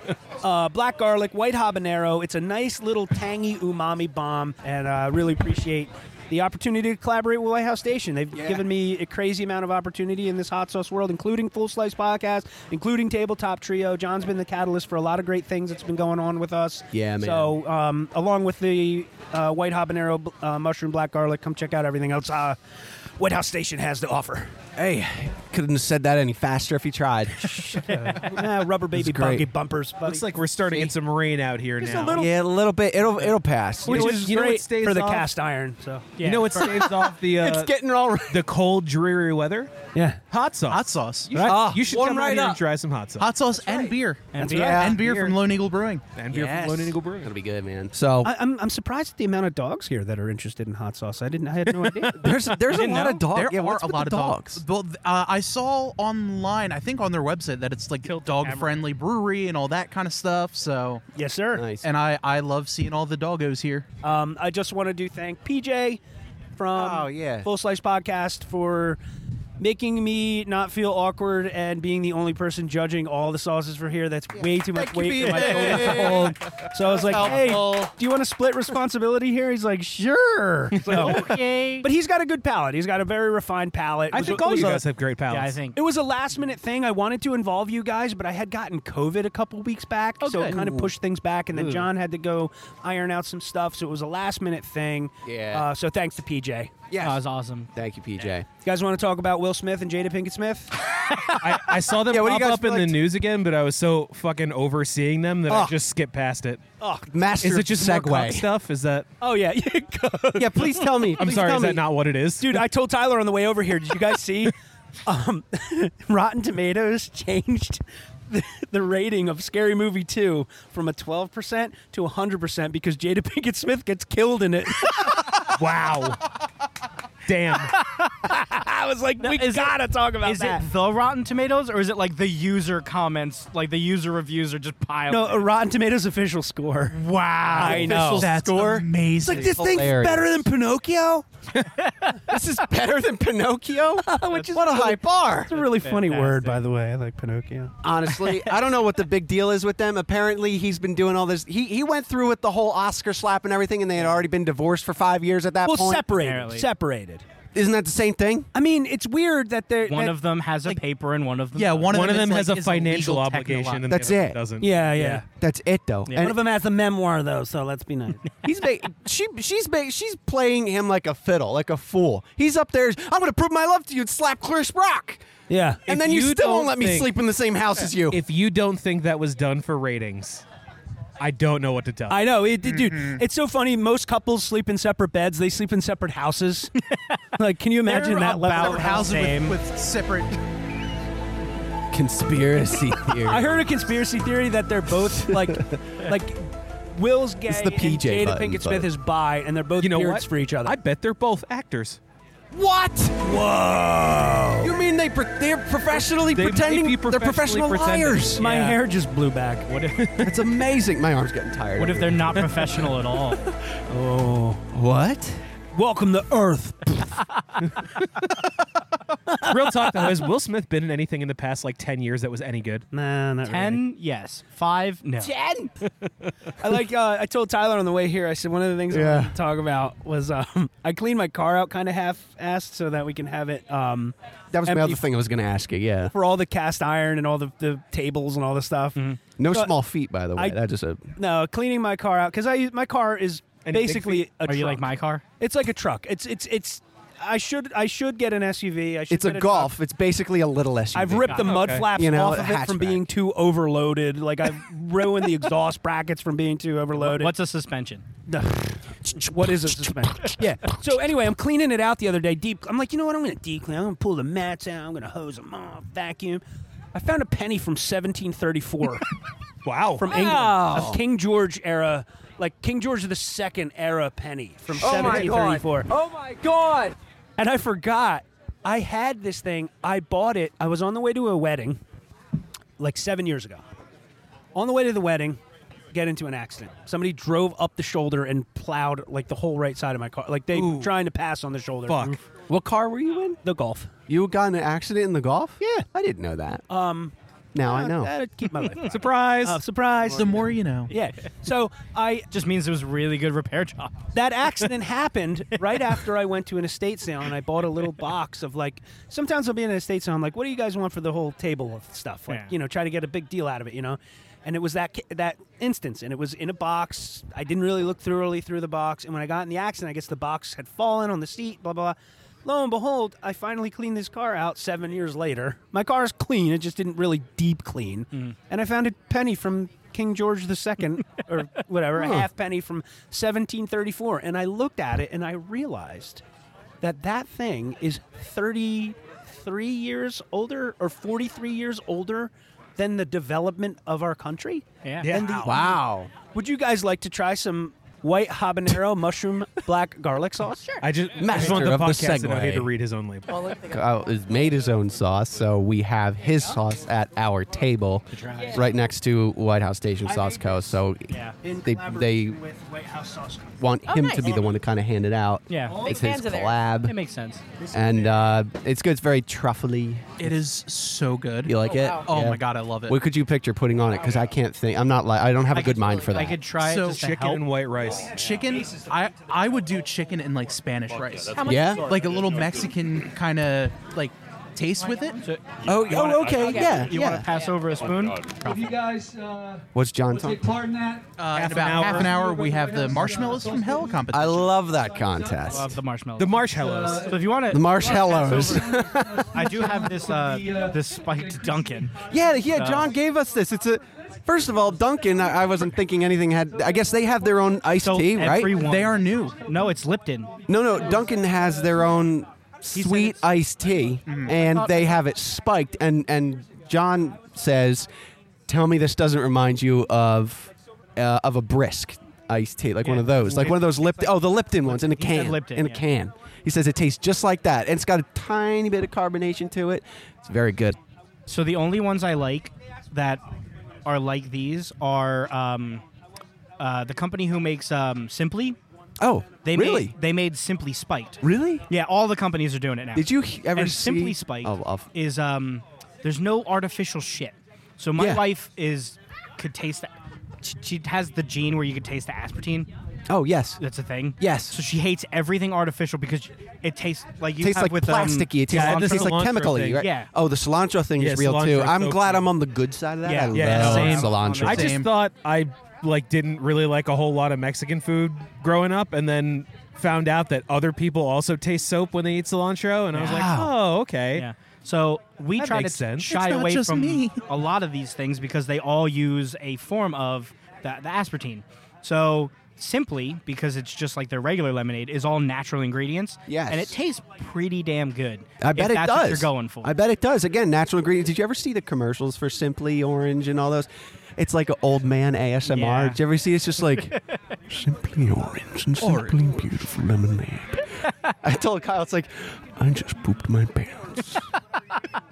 Speaker 3: uh, black garlic, white habanero. It's a nice little tangy umami bomb, and I uh, really appreciate the opportunity to collaborate with White House Station. They've given me a crazy amount of opportunity in this hot sauce world, including Full Slice Podcast, including Tabletop Trio. John's been the catalyst for a lot of great things that's been going on with us.
Speaker 1: Yeah, man.
Speaker 3: So, um, along with the uh, white habanero, uh, mushroom, black garlic, come check out everything else. Uh, White House Station has to offer.
Speaker 1: Hey, couldn't have said that any faster if he tried.
Speaker 3: Ah, rubber baby
Speaker 1: great.
Speaker 3: bunky bumpers. buddy.
Speaker 7: Looks like we're starting to get some rain out here now.
Speaker 1: yeah, a little bit. It'll it'll pass.
Speaker 3: Which
Speaker 7: know what-
Speaker 3: is
Speaker 7: you know what
Speaker 3: great
Speaker 7: stays
Speaker 3: for the
Speaker 7: off?
Speaker 3: cast iron. So
Speaker 7: You know what staves off the uh,
Speaker 1: it's getting all right.
Speaker 7: the cold, dreary weather?
Speaker 3: yeah,
Speaker 7: Hot sauce.
Speaker 2: Hot sauce.
Speaker 7: You should,
Speaker 1: Ah,
Speaker 7: you should
Speaker 1: warm
Speaker 7: come
Speaker 1: right
Speaker 7: out here
Speaker 1: up.
Speaker 7: and try some hot sauce.
Speaker 2: Hot sauce and beer.
Speaker 4: And
Speaker 3: That's
Speaker 4: beer.
Speaker 1: right.
Speaker 2: And beer from Lone Eagle Brewing.
Speaker 7: and beer
Speaker 1: Yes.
Speaker 7: from Lone Eagle Brewing.
Speaker 1: Gonna be good, man. So
Speaker 3: I, I'm, I'm surprised at the amount of dogs here that are interested in hot sauce. I didn't. I had no idea.
Speaker 1: there's there's a lot
Speaker 2: No,
Speaker 1: of dogs.
Speaker 2: There
Speaker 1: yeah,
Speaker 2: are
Speaker 1: what's
Speaker 2: a
Speaker 1: with
Speaker 2: lot
Speaker 1: the
Speaker 2: of dogs. Well, uh, I saw online, I think on their website, that it's like dog friendly brewery and all that kind of stuff. So,
Speaker 3: yes, sir.
Speaker 1: Nice.
Speaker 2: and I, I love seeing all the doggos here.
Speaker 3: Um, I just want to do thank PJ from
Speaker 1: Oh, yeah.
Speaker 3: Full Slice Podcast for making me not feel awkward and being the only person judging all the sauces for here. That's way too much
Speaker 1: Thank
Speaker 3: weight
Speaker 1: you,
Speaker 3: for my
Speaker 1: PJ.
Speaker 3: shoulders to hold. So I was like, hey,
Speaker 1: helpful.
Speaker 3: do you want to split responsibility here? He's like, sure. It's like,
Speaker 4: Okay.
Speaker 3: But he's got a good palate. He's got a very refined palate. It
Speaker 7: I
Speaker 3: was-
Speaker 7: think
Speaker 3: it
Speaker 7: all
Speaker 3: was
Speaker 7: you
Speaker 3: a-
Speaker 7: guys have great palates.
Speaker 4: yeah, I think.
Speaker 3: It was a last minute thing. I wanted to involve you guys, but I had gotten COVID a couple weeks back, so it
Speaker 2: good.
Speaker 3: kind of pushed things back. And then John had to go iron out some stuff, so it was a last minute thing.
Speaker 1: Yeah.
Speaker 3: Uh, so thanks to PJ. You
Speaker 1: Yes.
Speaker 4: That was Oh, awesome.
Speaker 1: Thank you, PJ.
Speaker 3: guys want to talk about Will Smith and Jada Pinkett Smith?
Speaker 7: I, I saw them
Speaker 1: Yeah, what do you
Speaker 7: pop
Speaker 1: guys
Speaker 7: up in
Speaker 1: feel
Speaker 7: the
Speaker 1: like-
Speaker 7: news again, but I was so fucking overseeing them that I
Speaker 1: Ugh.
Speaker 7: just skipped past it.
Speaker 1: Oh, Master
Speaker 7: Is it just more cock
Speaker 1: segue.
Speaker 7: stuff? Is that?
Speaker 3: oh yeah,
Speaker 1: yeah, please tell me.
Speaker 7: I'm
Speaker 1: please
Speaker 7: sorry.
Speaker 1: tell
Speaker 7: Is
Speaker 1: me.
Speaker 7: that not what it is?
Speaker 3: dude. I told Tyler on the way over here. Did you guys see? um, Rotten Tomatoes changed. The, the rating of Scary Movie 2 from a 12% to 100% because Jada Pinkett Smith gets killed in it.
Speaker 7: wow. Damn.
Speaker 3: I was like, we
Speaker 4: is it-
Speaker 3: gotta talk about
Speaker 4: Is
Speaker 3: that.
Speaker 4: it the Rotten Tomatoes or is it like the user comments, like the user reviews are just piled?
Speaker 3: No, uh, a Rotten Tomatoes official score.
Speaker 4: Wow.
Speaker 3: I know.
Speaker 2: That's amazing.
Speaker 1: Like this thing's
Speaker 8: Hilarious.
Speaker 1: better than Pinocchio. this is better than Pinocchio.
Speaker 3: Which is
Speaker 1: what a
Speaker 3: really-
Speaker 1: high bar.
Speaker 3: It's a really funny word, by the way. I like Pinocchio.
Speaker 1: Honestly, I don't know what the big deal is with them. Apparently, he's been doing all this. He he went through with the whole Oscar slap and everything, and they had already been divorced for five years at that
Speaker 3: Well,
Speaker 1: point.
Speaker 3: separated.
Speaker 4: Apparently.
Speaker 3: Separated.
Speaker 1: Isn't that the same thing?
Speaker 3: I mean, it's weird that they're
Speaker 4: One
Speaker 3: that-
Speaker 4: of them has a paper and one of them.
Speaker 2: yeah, one of
Speaker 7: One of
Speaker 2: them,
Speaker 7: them has
Speaker 2: is, like,
Speaker 7: a
Speaker 2: is legal
Speaker 7: financial obligation,
Speaker 2: technolo-
Speaker 7: and
Speaker 1: That's
Speaker 7: the other
Speaker 1: it.
Speaker 7: doesn't.
Speaker 3: Yeah, yeah.
Speaker 1: That's it, though.
Speaker 4: Yeah.
Speaker 1: And
Speaker 3: One of them has a memoir though, so let's be nice.
Speaker 1: He's ma- she she's ma- she's playing him like a fiddle, like a fool. He's up there. I'm gonna prove my love to you and slap Chris Rock,
Speaker 3: yeah.
Speaker 1: and
Speaker 7: If
Speaker 1: then you,
Speaker 7: you
Speaker 1: still won't
Speaker 7: don't
Speaker 1: let me
Speaker 7: think-
Speaker 1: sleep in the same house as you.
Speaker 7: If you don't think that was done for ratings, I don't know what to tell. you.
Speaker 3: I know, it, it- dude.
Speaker 1: Mm-hmm.
Speaker 3: It's so funny. Most couples sleep in separate beds. They sleep in separate houses. like, can you imagine that level
Speaker 2: About
Speaker 3: of
Speaker 2: houses
Speaker 3: fame?
Speaker 2: with, with separate.
Speaker 1: Conspiracy theory.
Speaker 3: I heard a conspiracy theory that they're both like, like Will's gay
Speaker 1: the
Speaker 3: and
Speaker 1: PJ
Speaker 3: Jada
Speaker 1: button,
Speaker 3: Pinkett
Speaker 1: bud.
Speaker 3: Smith is bi, and they're both
Speaker 7: you know
Speaker 3: parents
Speaker 7: what?
Speaker 3: for each other.
Speaker 7: I bet they're both actors.
Speaker 1: what? Whoa! You mean they pre- they're professionally
Speaker 7: They might
Speaker 1: pretending?
Speaker 7: be
Speaker 1: they're professional
Speaker 7: professionally pretending.
Speaker 1: liars.
Speaker 3: My
Speaker 4: Yeah.
Speaker 3: hair just blew back.
Speaker 4: What if,
Speaker 1: It's amazing. My arm's getting tired.
Speaker 4: what if they're
Speaker 1: over
Speaker 4: not professional at all?
Speaker 7: Oh.
Speaker 1: here. what?
Speaker 3: Welcome to Earth.
Speaker 7: Real talk though, has Will Smith been in anything in the past like ten years that was any good?
Speaker 3: Nah, not
Speaker 4: Ten, yes. Five, no.
Speaker 3: I like. Uh, I told Tyler on the way here. I said one of the things I wanted to talk about was um, I cleaned my car out kind of half-assed so that we can have it um,
Speaker 1: That was my
Speaker 3: Empty-
Speaker 1: other thing I was gonna ask you. Yeah.
Speaker 3: for all the cast iron and all the, the tables and all the stuff.
Speaker 4: Mm-hmm.
Speaker 1: No
Speaker 3: But
Speaker 1: small feet, by the way.
Speaker 3: I-
Speaker 1: that just a
Speaker 3: No, cleaning my car out because I my car is
Speaker 7: Any big
Speaker 3: basically a
Speaker 4: Are
Speaker 3: truck.
Speaker 4: you like my car?
Speaker 3: It's like a truck. It's it's it's. I should I should get an SUV. I should
Speaker 1: it's a
Speaker 3: get truck.
Speaker 1: golf. It's basically a little SUV.
Speaker 3: I've ripped the mud
Speaker 7: Oh, Okay.
Speaker 3: flaps
Speaker 1: You know,
Speaker 3: off of it from
Speaker 1: hatchback.
Speaker 3: being too overloaded. Like I've ruined the exhaust brackets from being too overloaded.
Speaker 4: What's a suspension?
Speaker 3: what is a suspension? yeah. So anyway, I'm cleaning it out the other day. Deep. I'm like, you know what? I'm gonna deep clean. I'm gonna pull the mats out. I'm gonna hose them off. Vacuum. I found a penny from 1734
Speaker 7: Wow.
Speaker 3: from England, a King George era, like King George the Second era penny from
Speaker 1: Oh my god!
Speaker 3: 1734.
Speaker 1: Oh my god!
Speaker 3: And I forgot I had this thing. I bought it. I was on the way to a wedding like seven years ago. On the way to the wedding, get into an accident. Somebody drove up the shoulder and plowed like the whole right side of my car. Like they were trying to pass on the shoulder.
Speaker 7: Fuck.
Speaker 1: What car were you in?
Speaker 3: The golf.
Speaker 1: You got in an accident in the golf? Yeah, I didn't know that. Now I know.
Speaker 3: Mm-hmm. Um, Uh, That'd keep my life.
Speaker 4: Surprise!
Speaker 3: Uh, surprise.
Speaker 2: The more you know.
Speaker 3: yeah. So I
Speaker 4: just means it was a really good repair job.
Speaker 3: that accident happened right after I went to an estate sale and I bought a little box of like sometimes I'll be in an estate sale I'm like what do you guys want for the whole table of stuff like
Speaker 4: Yeah.
Speaker 3: you know try to get a big deal out of it you know and it was that ki- that instance and it was in a box I didn't really look thoroughly through the box and when I got in the accident I guess the box had fallen on the seat blah blah, blah. Lo and behold, I finally cleaned this car out seven years later. My car is clean; it just didn't really deep clean. And I found a penny from King George II, or whatever, a half penny from 1734. And I looked at it and I realized that that thing is 33 years older or 43 years older than the development of our country.
Speaker 4: Yeah.
Speaker 3: And the-
Speaker 1: Wow.
Speaker 3: would you guys like to try some white habanero mushroom black garlic sauce? Sure.
Speaker 7: I just, I just
Speaker 1: Master
Speaker 7: want the
Speaker 1: of the
Speaker 7: podcast to know
Speaker 1: segue.
Speaker 7: he had to read his own label.
Speaker 1: uh, has made his own sauce, so we have his sauce at our table, right next to White House Station Sauce Co. So
Speaker 4: Yeah.
Speaker 1: they they
Speaker 3: with White House sauce. Company.
Speaker 1: want
Speaker 10: Oh,
Speaker 1: him to
Speaker 10: nice.
Speaker 1: be the one to kind of hand it out.
Speaker 4: Yeah.
Speaker 1: it's
Speaker 10: Big
Speaker 1: his
Speaker 10: fans of theirs.
Speaker 4: It
Speaker 1: collab,
Speaker 4: makes sense.
Speaker 1: and uh, it's good. It's very truffly.
Speaker 2: It is so good.
Speaker 1: You like
Speaker 10: Oh,
Speaker 1: it?
Speaker 10: wow.
Speaker 2: Oh
Speaker 1: Yeah.
Speaker 2: my god, I love it.
Speaker 1: What could you picture putting on it? Because I can't think. I'm not like I don't have a
Speaker 4: I
Speaker 1: good
Speaker 4: could-
Speaker 1: mind for that.
Speaker 4: I could try
Speaker 2: So
Speaker 4: it just to
Speaker 7: Chicken
Speaker 4: help.
Speaker 7: and white rice.
Speaker 2: chicken? I I would do chicken and like Spanish rice.
Speaker 10: How much
Speaker 1: Yeah?
Speaker 2: Like a little Mexican kind of like taste with it.
Speaker 4: So
Speaker 1: oh, oh, okay,
Speaker 10: okay.
Speaker 1: yeah,
Speaker 4: you want
Speaker 1: yeah.
Speaker 4: to pass over a spoon?
Speaker 11: If you guys uh,
Speaker 1: What's John
Speaker 11: will take
Speaker 1: talking?
Speaker 11: part in that,
Speaker 2: Uh, in
Speaker 7: Half an
Speaker 2: about half
Speaker 7: hour.
Speaker 2: an hour, we have the marshmallows from hell
Speaker 1: I
Speaker 2: competition.
Speaker 1: love that contest.
Speaker 4: Love the marshmallow.
Speaker 7: The marshmallows.
Speaker 4: so if you want to,
Speaker 1: the marshmallows.
Speaker 4: I do have this uh, this spiked Dunkin'.
Speaker 1: Yeah, yeah. John gave us this. It's a first of all, Duncan. I, I wasn't thinking anything had. I guess they have their own iced
Speaker 4: So
Speaker 1: tea, right?
Speaker 4: everyone,
Speaker 2: They are new.
Speaker 4: no, it's Lipton.
Speaker 1: No, no. Duncan has their own sweet
Speaker 4: it's- Mm-hmm.
Speaker 1: iced tea, and they have it spiked. And and John says, "Tell me this doesn't remind you of uh, of a brisk." Iced tea, like one of those, like one of those Lipton. Oh, the Lipton ones in a
Speaker 4: said
Speaker 1: can.
Speaker 4: Lipton,
Speaker 1: in a
Speaker 4: yeah.
Speaker 1: can. He says it tastes just like that, and it's got a tiny bit of carbonation to it. It's very good.
Speaker 4: So the only ones I like that are like these are um, uh, the company who makes um, Simply.
Speaker 1: Oh,
Speaker 4: They
Speaker 1: really,
Speaker 4: made, they made Simply Spiked.
Speaker 1: really?
Speaker 4: Yeah, all the companies are doing it now.
Speaker 1: Did you he- ever
Speaker 4: and
Speaker 1: see
Speaker 4: Simply Spiked
Speaker 1: Oh, I'll-
Speaker 4: is um, there's no artificial shit. So my
Speaker 1: Yeah.
Speaker 4: wife is could taste that. She, she has the gene where you could taste the aspartame.
Speaker 1: Oh yes,
Speaker 4: That's a thing.
Speaker 1: Yes.
Speaker 4: So she hates everything artificial because it tastes like you
Speaker 1: tastes
Speaker 4: have
Speaker 1: like
Speaker 4: with um,
Speaker 1: plasticky. It tastes,
Speaker 7: yeah,
Speaker 1: like,
Speaker 7: the
Speaker 1: tastes like
Speaker 7: cilantro
Speaker 1: chemically.
Speaker 7: thing.
Speaker 1: Right?
Speaker 4: Yeah.
Speaker 1: Oh, the cilantro thing
Speaker 7: Yeah,
Speaker 1: is real too.
Speaker 7: cilantro
Speaker 1: I'm
Speaker 7: soaks
Speaker 1: glad
Speaker 7: in.
Speaker 1: I'm on the good side of that.
Speaker 4: Yeah.
Speaker 1: I
Speaker 7: Yeah,
Speaker 1: love
Speaker 7: same.
Speaker 1: cilantro.
Speaker 7: I just
Speaker 2: Same.
Speaker 7: thought I like didn't really like a whole lot of Mexican food growing up, and then found out that other people also taste soap when they eat cilantro, and I was like,
Speaker 1: Wow.
Speaker 7: oh, okay.
Speaker 4: Yeah. So we
Speaker 7: That
Speaker 4: try to
Speaker 7: makes sense.
Speaker 4: shy
Speaker 2: It's not
Speaker 4: away
Speaker 2: just
Speaker 4: from
Speaker 2: me.
Speaker 4: a lot of these things because they all use a form of the, the aspartame. So simply because it's just like their regular lemonade is all natural ingredients.
Speaker 1: Yes.
Speaker 4: And it tastes pretty damn good.
Speaker 1: I
Speaker 4: if
Speaker 1: bet it
Speaker 4: that's
Speaker 1: does.
Speaker 4: What you're going for.
Speaker 1: I bet it does. Again, natural ingredients. Did you ever see the commercials for Simply Orange and all those? It's like an old man ASMR.
Speaker 4: Yeah.
Speaker 1: Did you ever see? It's just like
Speaker 8: Simply orange and simply beautiful lemonade.
Speaker 1: I told Kyle. It's like I just pooped my pants.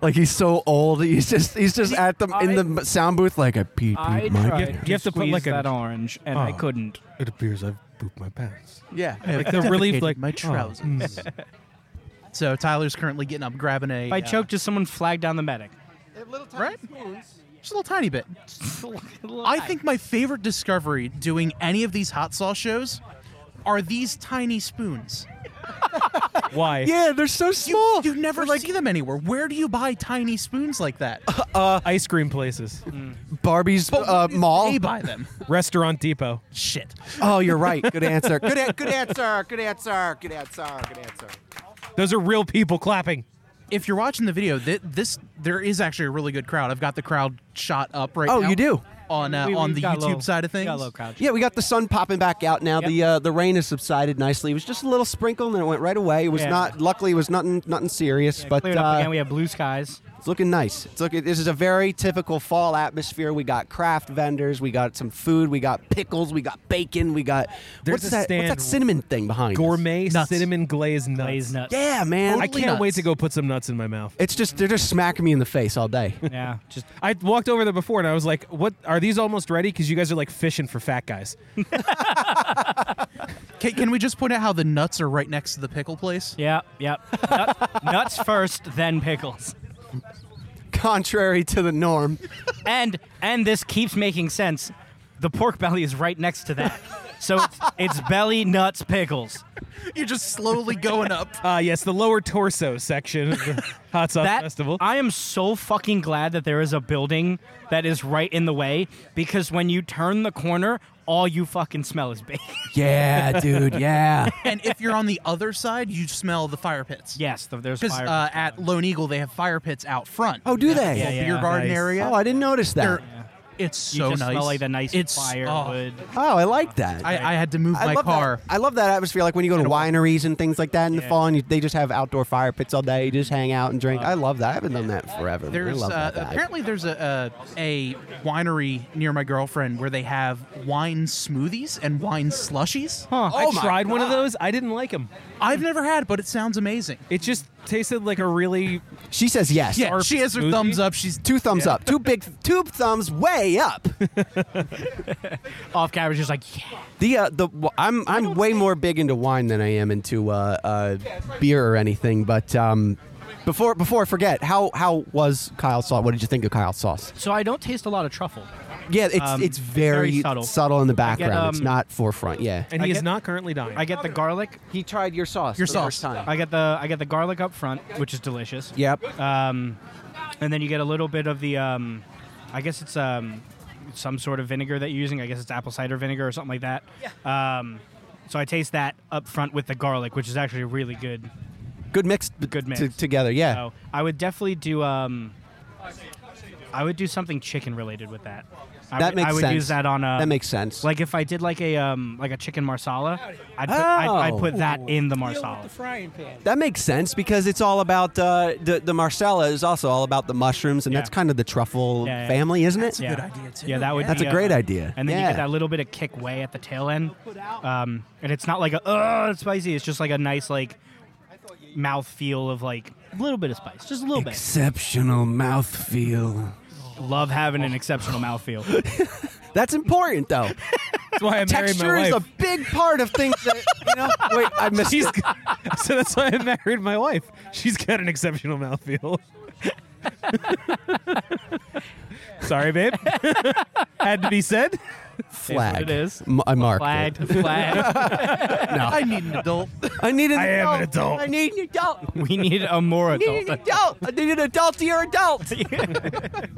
Speaker 1: like he's so old. He's just he's just at the in the sound booth. Like I peed,
Speaker 4: I
Speaker 1: peed my
Speaker 4: tried
Speaker 1: pants.
Speaker 7: you have to put
Speaker 4: squeeze
Speaker 7: like a-
Speaker 4: that orange, and I
Speaker 7: Oh.
Speaker 4: couldn't.
Speaker 7: It appears I've pooped my pants.
Speaker 1: Yeah.
Speaker 7: Like they're really
Speaker 2: Dedicated
Speaker 7: like
Speaker 2: my
Speaker 7: oh,
Speaker 2: trousers.
Speaker 7: mm.
Speaker 2: So Tyler's currently getting up, grabbing a.
Speaker 4: If I
Speaker 2: uh,
Speaker 4: choked, just someone flagged down the medic.
Speaker 2: right? Just a little tiny bit. I think my favorite discovery doing any of these hot sauce shows are these tiny spoons.
Speaker 7: Why?
Speaker 1: Yeah, they're so small.
Speaker 2: You never see them anywhere. Where do you buy tiny spoons like that?
Speaker 7: Uh, Ice cream places,
Speaker 1: Mm. Barbie's uh, mall.
Speaker 2: They buy them.
Speaker 7: Restaurant Depot.
Speaker 2: Shit.
Speaker 1: Oh, you're right. Good answer. Good, a- good answer. Good answer. Good answer. Good answer.
Speaker 7: Those are real people clapping.
Speaker 2: If you're watching the video, th- this there is actually a really good crowd. I've got the crowd shot up right
Speaker 1: Oh,
Speaker 2: now.
Speaker 1: you do?
Speaker 2: on uh,
Speaker 4: We-
Speaker 2: on
Speaker 4: we've
Speaker 2: the
Speaker 4: got
Speaker 2: YouTube
Speaker 4: low-
Speaker 2: side of
Speaker 4: we
Speaker 2: things.
Speaker 4: got low crowd.
Speaker 1: Yeah, we got the sun popping back out now. The
Speaker 4: Yep.
Speaker 1: uh, the rain has subsided nicely. It was just a little sprinkle, and then it went right away. It was
Speaker 4: Yeah.
Speaker 1: not. Luckily, it was nothing nothing serious, but
Speaker 4: Cleared up again.
Speaker 1: uh,
Speaker 4: We have blue skies.
Speaker 1: it's looking nice. It's looking. This is a very typical fall atmosphere. We got craft vendors. We got some food. We got pickles. We got bacon. We got
Speaker 7: There's
Speaker 1: what's
Speaker 7: a
Speaker 1: that?
Speaker 7: stand-
Speaker 1: What's that cinnamon thing behind? us?
Speaker 7: Gourmet
Speaker 2: Nuts.
Speaker 7: cinnamon glazed nuts.
Speaker 4: Glazed nuts.
Speaker 1: Yeah, man.
Speaker 7: I
Speaker 2: Totally
Speaker 7: can't
Speaker 2: nuts.
Speaker 7: wait to go put some nuts in my mouth.
Speaker 1: it's just they're just smacking me in the face all day.
Speaker 4: Yeah. Just
Speaker 7: I walked over there before and I was like, "What are these almost ready?" Because you guys are like fishing for fat guys.
Speaker 2: Can, can we just point out how the nuts are right next to the pickle place?
Speaker 4: yeah. Yeah. Nut- nuts first, then pickles.
Speaker 1: contrary to the norm.
Speaker 4: and and this keeps making sense. The pork belly is right next to that, so it's, it's belly nuts pickles.
Speaker 2: You're just slowly going up.
Speaker 7: Uh, yes, the lower torso section of the Hot Sauce
Speaker 4: That
Speaker 7: Festival.
Speaker 4: I am so fucking glad that there is a building that is right in the way because when you turn the corner, all you fucking smell is bacon.
Speaker 1: Yeah, dude. Yeah.
Speaker 2: and if you're on the other side, you smell the fire pits.
Speaker 4: yes, th- there's
Speaker 2: Because
Speaker 4: fire.
Speaker 2: uh, at Lone Eagle, they have fire pits out front.
Speaker 1: Oh, do they?
Speaker 4: Yeah, yeah.
Speaker 2: beer garden
Speaker 7: Nice.
Speaker 2: area.
Speaker 1: Oh, I didn't notice that.
Speaker 2: They're- It's
Speaker 4: you
Speaker 2: so
Speaker 4: just
Speaker 2: nice.
Speaker 4: smell like the nice
Speaker 2: it's, oh,
Speaker 4: firewood.
Speaker 1: Oh, I like that.
Speaker 2: I, I had to move
Speaker 1: I
Speaker 2: my
Speaker 1: love
Speaker 2: car.
Speaker 1: That. I love that atmosphere. Like when you go to wineries and things like that in the fall, and you, they just have outdoor fire pits all day. You just hang out and drink. I love that. I haven't done that forever. man. I
Speaker 2: There's
Speaker 1: love
Speaker 2: uh,
Speaker 1: that. vibe.
Speaker 2: apparently there's a, a a winery near my girlfriend where they have wine smoothies and wine slushies.
Speaker 7: Huh,
Speaker 1: Oh my
Speaker 7: I tried one of those. I didn't like them.
Speaker 2: I've never had, but it sounds amazing.
Speaker 7: It just tasted like a really
Speaker 1: she says yes.
Speaker 2: Yeah,
Speaker 7: Or
Speaker 2: she has her
Speaker 7: smoothie?
Speaker 2: thumbs up. She's
Speaker 1: Two thumbs up. Two big, two thumbs way up.
Speaker 4: Off camera, just like yeah.
Speaker 1: The uh, the w- I'm I'm way more big into wine than I am into uh, uh, beer or anything. But um, before before I forget, how how was Kyle's sauce? What did you think of Kyle's sauce?
Speaker 4: So I don't taste a lot of truffle.
Speaker 1: Yeah, it's
Speaker 4: Um,
Speaker 1: it's very,
Speaker 4: very subtle.
Speaker 1: in the background. it's
Speaker 4: um,
Speaker 1: not forefront. Yeah.
Speaker 7: and
Speaker 4: I
Speaker 7: he is
Speaker 4: get-
Speaker 7: not currently dying.
Speaker 4: I get the garlic.
Speaker 1: He tried your sauce.
Speaker 2: Your
Speaker 1: for the
Speaker 2: sauce.
Speaker 1: first time.
Speaker 4: I get the I get the garlic up front, which is delicious.
Speaker 1: Yep.
Speaker 4: Um, and then you get a little bit of the, um, I guess it's um, some sort of vinegar that you're using. I guess it's apple cider vinegar or something like that. Yeah. Um, so I taste that up front with the garlic, which is actually really good.
Speaker 1: Good mix.
Speaker 4: Good
Speaker 1: t-
Speaker 4: mix.
Speaker 1: together. Yeah.
Speaker 4: So I would definitely do. Um, I would do something chicken related with that. I
Speaker 1: That
Speaker 4: would-
Speaker 1: makes
Speaker 4: I would
Speaker 1: sense.
Speaker 4: use that on a.
Speaker 1: That makes sense.
Speaker 4: Like if I did like a um like a chicken marsala, I'd put, I'd, I'd
Speaker 1: Oh.
Speaker 4: put that in the
Speaker 10: Deal with
Speaker 4: marsala.
Speaker 10: the frying pan.
Speaker 1: that makes sense because it's all about uh, the the Marcella is also all about the mushrooms, and
Speaker 4: Yeah.
Speaker 1: that's kind of the truffle
Speaker 4: Yeah, yeah.
Speaker 1: family, isn't it?
Speaker 4: yeah.
Speaker 2: good idea, too.
Speaker 4: Yeah, that would.
Speaker 1: That's
Speaker 4: be,
Speaker 1: a great
Speaker 4: uh,
Speaker 1: idea.
Speaker 4: And then you
Speaker 1: Yeah.
Speaker 4: get that little bit of kick way at the tail end, um, and it's not like a oh it's spicy. It's just like a nice like mouth feel of like a little bit of spice, just a little bit.
Speaker 1: Exceptional mouthfeel.
Speaker 4: Love having an exceptional mouth feel.
Speaker 1: That's important though.
Speaker 7: That's why I married
Speaker 1: Texture
Speaker 7: my
Speaker 1: is a
Speaker 7: wife.
Speaker 1: big part of things that you know. Wait, I missed.
Speaker 7: She's, so that's why I married my wife. She's got an exceptional mouthfeel. Sorry, babe. Had to be said.
Speaker 1: flag.
Speaker 4: it is.
Speaker 1: M- I marked
Speaker 4: Flagged,
Speaker 1: it.
Speaker 4: flagged.
Speaker 2: I need an adult.
Speaker 1: I need an
Speaker 7: I
Speaker 1: adult.
Speaker 7: am an adult.
Speaker 1: I need an adult.
Speaker 4: we need a more
Speaker 1: I need an adult.
Speaker 4: adult.
Speaker 1: I need an adult. You're adult.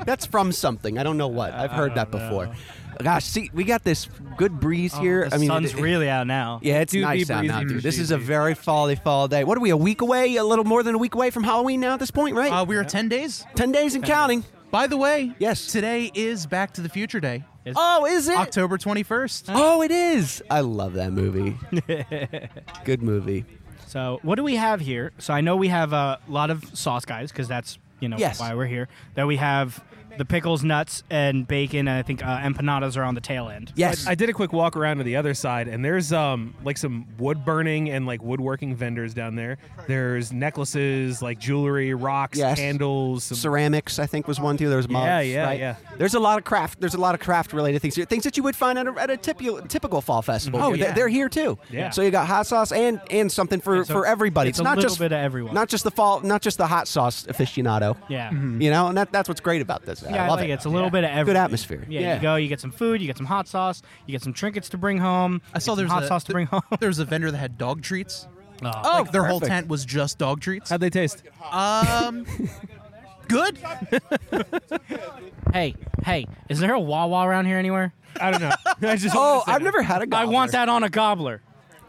Speaker 1: That's from something. I don't know what. I've heard that before. Gosh, see, we got this good breeze here.
Speaker 4: The
Speaker 1: I mean,
Speaker 4: sun's
Speaker 1: it-
Speaker 4: really out now.
Speaker 1: Yeah, it's
Speaker 7: Do be
Speaker 1: nice out now,
Speaker 7: breezy,
Speaker 1: dude. This is a
Speaker 7: breezy.
Speaker 1: very folly fall day. What are we, a week away? A little more than a week away from Halloween now at this point, right?
Speaker 2: Uh, we are 10 days.
Speaker 1: 10 days and counting.
Speaker 2: By the way,
Speaker 1: Yes.
Speaker 2: today is Back to the Future Day,
Speaker 1: Oh, is it?
Speaker 2: October 21st.
Speaker 1: Oh, it is. I love that movie. Good movie.
Speaker 4: So what do we have here? So I know we have a lot of sauce guys because that's you know
Speaker 1: Yes.
Speaker 4: why we're here. That we have the pickles, nuts, and bacon, and I think uh, empanadas are on the tail end.
Speaker 1: Yes.
Speaker 7: I did a quick walk around to the other side, and there's um like some wood burning and like woodworking vendors down there. There's necklaces, like jewelry, rocks,
Speaker 1: Yes.
Speaker 7: candles, some
Speaker 1: ceramics i think was one too there was mugs
Speaker 7: Yeah, yeah,
Speaker 1: right?
Speaker 7: yeah.
Speaker 1: there's a lot of craft there's a lot of craft related things here. things that you would find at a, at a typical, typical fall festival
Speaker 7: Oh,
Speaker 1: They're-
Speaker 7: yeah.
Speaker 1: they're here too
Speaker 7: Yeah.
Speaker 1: so you got hot sauce and and something for
Speaker 4: It's a-
Speaker 1: for everybody
Speaker 4: it's
Speaker 1: it's,
Speaker 4: a
Speaker 1: not
Speaker 4: little
Speaker 1: just
Speaker 4: bit of everyone.
Speaker 1: not just the fall not just the hot sauce aficionado
Speaker 4: Yeah. Mm-hmm.
Speaker 1: you know and that, that's what's great about this
Speaker 4: Yeah,
Speaker 1: i
Speaker 4: I
Speaker 1: love
Speaker 4: think
Speaker 1: it
Speaker 4: it's a little bit of everything.
Speaker 1: good atmosphere
Speaker 4: Yeah, you go, you get some food, you get some hot sauce, you get some trinkets to bring home.
Speaker 2: I saw
Speaker 4: some
Speaker 2: there's
Speaker 4: hot
Speaker 2: a,
Speaker 4: sauce to bring home.
Speaker 2: There was a vendor that had dog treats.
Speaker 4: Oh,
Speaker 2: Oh, their whole
Speaker 1: perfect.
Speaker 2: tent was just dog treats.
Speaker 7: How'd they taste?
Speaker 2: Um, good.
Speaker 4: hey, hey, is there a Wawa around here anywhere?
Speaker 7: I don't know. I just
Speaker 1: oh i've never had a
Speaker 4: I
Speaker 1: gobbler
Speaker 4: want that on a gobbler.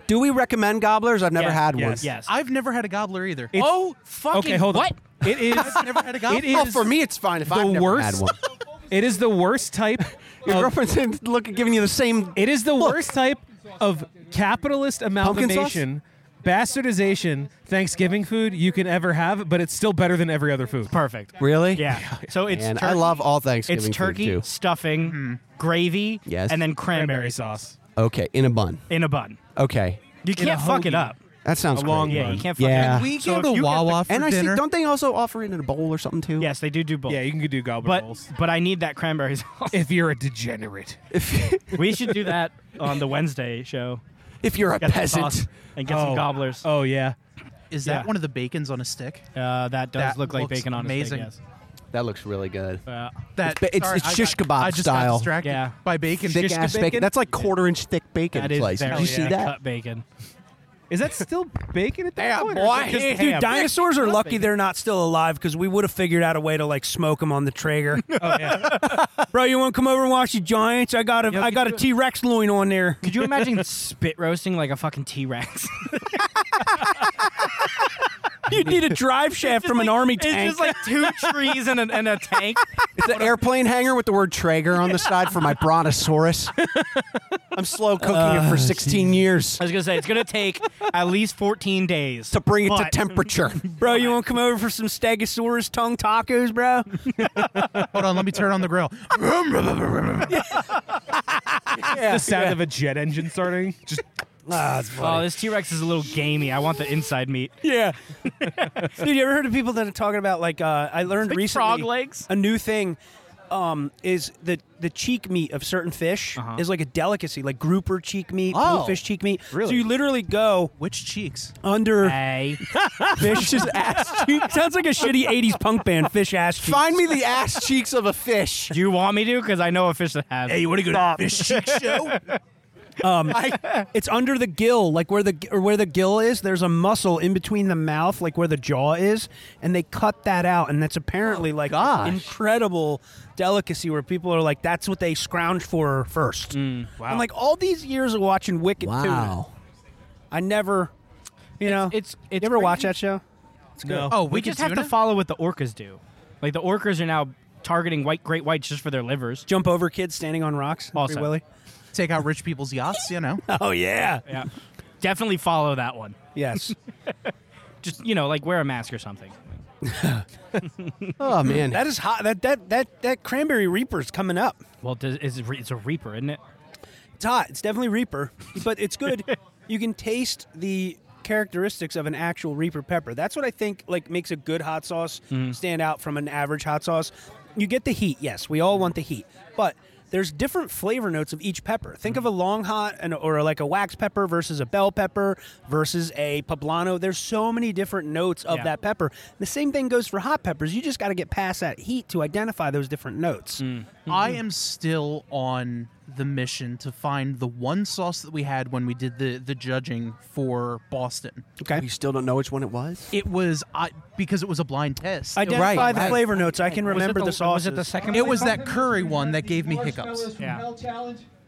Speaker 1: do we recommend gobblers i've never
Speaker 4: Yes,
Speaker 1: had
Speaker 7: yes,
Speaker 1: one
Speaker 4: Yes.
Speaker 2: I've never had a gobbler either.
Speaker 4: oh, fucking
Speaker 7: okay. Hold
Speaker 4: what?
Speaker 7: on. It is.
Speaker 2: I've never had a gobbler.
Speaker 7: It is
Speaker 1: Oh, for me, it's fine if
Speaker 7: the
Speaker 1: I've never had
Speaker 7: worst.
Speaker 1: one.
Speaker 7: It is the worst type.
Speaker 1: Your
Speaker 7: of-
Speaker 1: girlfriend's in- look giving you the same.
Speaker 7: It is the worst type of capitalist amalgamation, bastardization, Thanksgiving food you can ever have, but it's still better than every other food.
Speaker 4: Perfect.
Speaker 1: Really?
Speaker 4: Yeah. So it's
Speaker 1: And
Speaker 4: turkey.
Speaker 1: I love all Thanksgiving
Speaker 4: It's turkey,
Speaker 1: food too.
Speaker 4: stuffing, gravy,
Speaker 1: Yes.
Speaker 4: and then
Speaker 7: Cranberry
Speaker 4: cranberry
Speaker 7: sauce.
Speaker 1: Okay, in a bun.
Speaker 4: in a bun.
Speaker 1: Okay,
Speaker 4: You
Speaker 7: a
Speaker 4: can't fuck it
Speaker 7: hoagie.
Speaker 4: up.
Speaker 1: that sounds
Speaker 7: A long
Speaker 1: great.
Speaker 4: Yeah,
Speaker 7: bun.
Speaker 4: you can't fuck
Speaker 1: Yeah.
Speaker 4: it up.
Speaker 2: we
Speaker 4: So
Speaker 2: go
Speaker 4: if
Speaker 2: to
Speaker 4: you get
Speaker 2: Wawa for
Speaker 1: And I
Speaker 2: dinner.
Speaker 1: see. Don't they also offer it in a bowl or something too?
Speaker 4: The, yes, they do do both.
Speaker 7: Yeah, you can do goblin
Speaker 4: but
Speaker 7: rolls.
Speaker 4: but I need that cranberry sauce.
Speaker 7: If you're a degenerate,
Speaker 1: If,
Speaker 4: we should do that on the Wednesday show.
Speaker 1: if you're a
Speaker 4: Get the
Speaker 1: peasant,
Speaker 4: sauce and get some gobblers.
Speaker 7: Oh yeah,
Speaker 2: Is that
Speaker 4: Yeah.
Speaker 2: one of the bacons on a stick?
Speaker 4: Uh, that does
Speaker 2: That
Speaker 4: look like
Speaker 2: looks
Speaker 4: bacon on
Speaker 2: amazing.
Speaker 4: a steak. Yes.
Speaker 1: That looks really good.
Speaker 4: Uh,
Speaker 2: That
Speaker 1: It's ba- it's-
Speaker 2: sorry,
Speaker 1: it's
Speaker 2: I
Speaker 1: shish
Speaker 2: got-
Speaker 1: kebab
Speaker 2: I just
Speaker 1: style.
Speaker 2: Got distracted
Speaker 4: Yeah.
Speaker 2: by bacon.
Speaker 1: thick ass bacon? That's like quarter inch thick bacon
Speaker 4: that is
Speaker 1: slice. Did
Speaker 4: very-
Speaker 1: you see
Speaker 4: yeah,
Speaker 1: that?
Speaker 4: cut bacon.
Speaker 7: Is that still bacon at that point? or is it just
Speaker 3: Dude,
Speaker 7: ham?
Speaker 3: dinosaurs are lucky they're not still alive because we would have figured out a way to like smoke them on the Traeger.
Speaker 7: Oh, yeah.
Speaker 3: Bro, you want to come over and watch the Giants? I got a I got a T Rex loin on there.
Speaker 4: Could you imagine spit roasting like a fucking T Rex?
Speaker 3: You'd need a drive shaft from an army tank.
Speaker 4: It's just like two trees and a, and a tank.
Speaker 1: It's an airplane hanger with the word Traeger on the side for my brontosaurus. I'm slow cooking it for 16 years
Speaker 4: Uh, I was gonna say it's gonna take at least 14 days
Speaker 1: to bring it to
Speaker 4: but-
Speaker 1: temperature.
Speaker 3: Bro, you want to come over for some Stegosaurus tongue tacos, bro?
Speaker 2: Hold on, let me turn on the grill.
Speaker 7: the sound of a jet engine starting. Just
Speaker 4: Oh, this T Rex is a little gamey. I want the inside meat.
Speaker 3: Yeah. Dude, you ever heard of people that are talking about like uh, I learned
Speaker 4: Like
Speaker 3: recently
Speaker 4: frog legs?
Speaker 3: a new thing um, is the the cheek meat of certain fish is like a delicacy, like grouper cheek meat,
Speaker 1: Oh.
Speaker 3: bluefish cheek meat. So
Speaker 1: Really?
Speaker 3: you literally go
Speaker 2: Which cheeks?
Speaker 3: under
Speaker 4: Hey,
Speaker 3: fish's ass cheek. Sounds like a shitty '80s punk band, fish ass cheek.
Speaker 1: Find me the ass cheeks of a fish.
Speaker 4: do you want me to? Because I know a fish that has.
Speaker 2: you want to go to fish cheek show?
Speaker 3: Um, It's under the gill, like where the or where the gill is. There's a muscle in between the mouth, like where the jaw is, and they cut that out, and that's apparently
Speaker 4: Oh,
Speaker 3: like
Speaker 1: gosh.
Speaker 3: incredible delicacy where people are like, that's what they scrounge for first.
Speaker 4: Mm,
Speaker 3: wow. I'm like all these years of watching Wicked Tuna,
Speaker 1: Wow.
Speaker 3: I never, you know,
Speaker 4: it's- it's
Speaker 3: you ever watch
Speaker 4: crazy.
Speaker 3: that show?
Speaker 7: no.
Speaker 2: Oh,
Speaker 4: we just have to follow what the orcas do. Like the orcas are now targeting white great whites just for their livers.
Speaker 3: Jump over kids standing on rocks. in Free
Speaker 4: Also.
Speaker 3: Willy.
Speaker 2: take out rich people's yachts. You know,
Speaker 3: Oh yeah.
Speaker 4: Yeah, definitely follow that one.
Speaker 3: Yes.
Speaker 4: Just you know, like wear a mask or something.
Speaker 1: Oh, man.
Speaker 3: that is hot. That that that that cranberry reaper's coming up.
Speaker 4: Well, does, is it re- it's a reaper, isn't it?
Speaker 3: It's hot. It's definitely Reaper, but it's good. you can taste the characteristics of an actual Reaper pepper. That's what I think like makes a good hot sauce stand out from an average hot sauce. You get the heat. Yes, we all want the heat, but there's different flavor notes of each pepper. Think of a long hot and or like a wax pepper versus a bell pepper versus a poblano. There's so many different notes of
Speaker 4: Yeah.
Speaker 3: that pepper. The same thing goes for hot peppers. You just got to get past that heat to identify those different notes.
Speaker 2: I
Speaker 4: Mm-hmm.
Speaker 2: am still on the mission to find the one sauce that we had when we did the the judging for Boston.
Speaker 1: You still don't know which one it was?
Speaker 2: It was I because it was a blind test. It-
Speaker 3: Identify
Speaker 1: Right,
Speaker 3: the
Speaker 1: right.
Speaker 3: flavor notes. I can
Speaker 4: Was it
Speaker 3: remember the, sauce.
Speaker 4: Was it the second?
Speaker 2: It was that curry one that gave me hiccups.
Speaker 4: Yeah.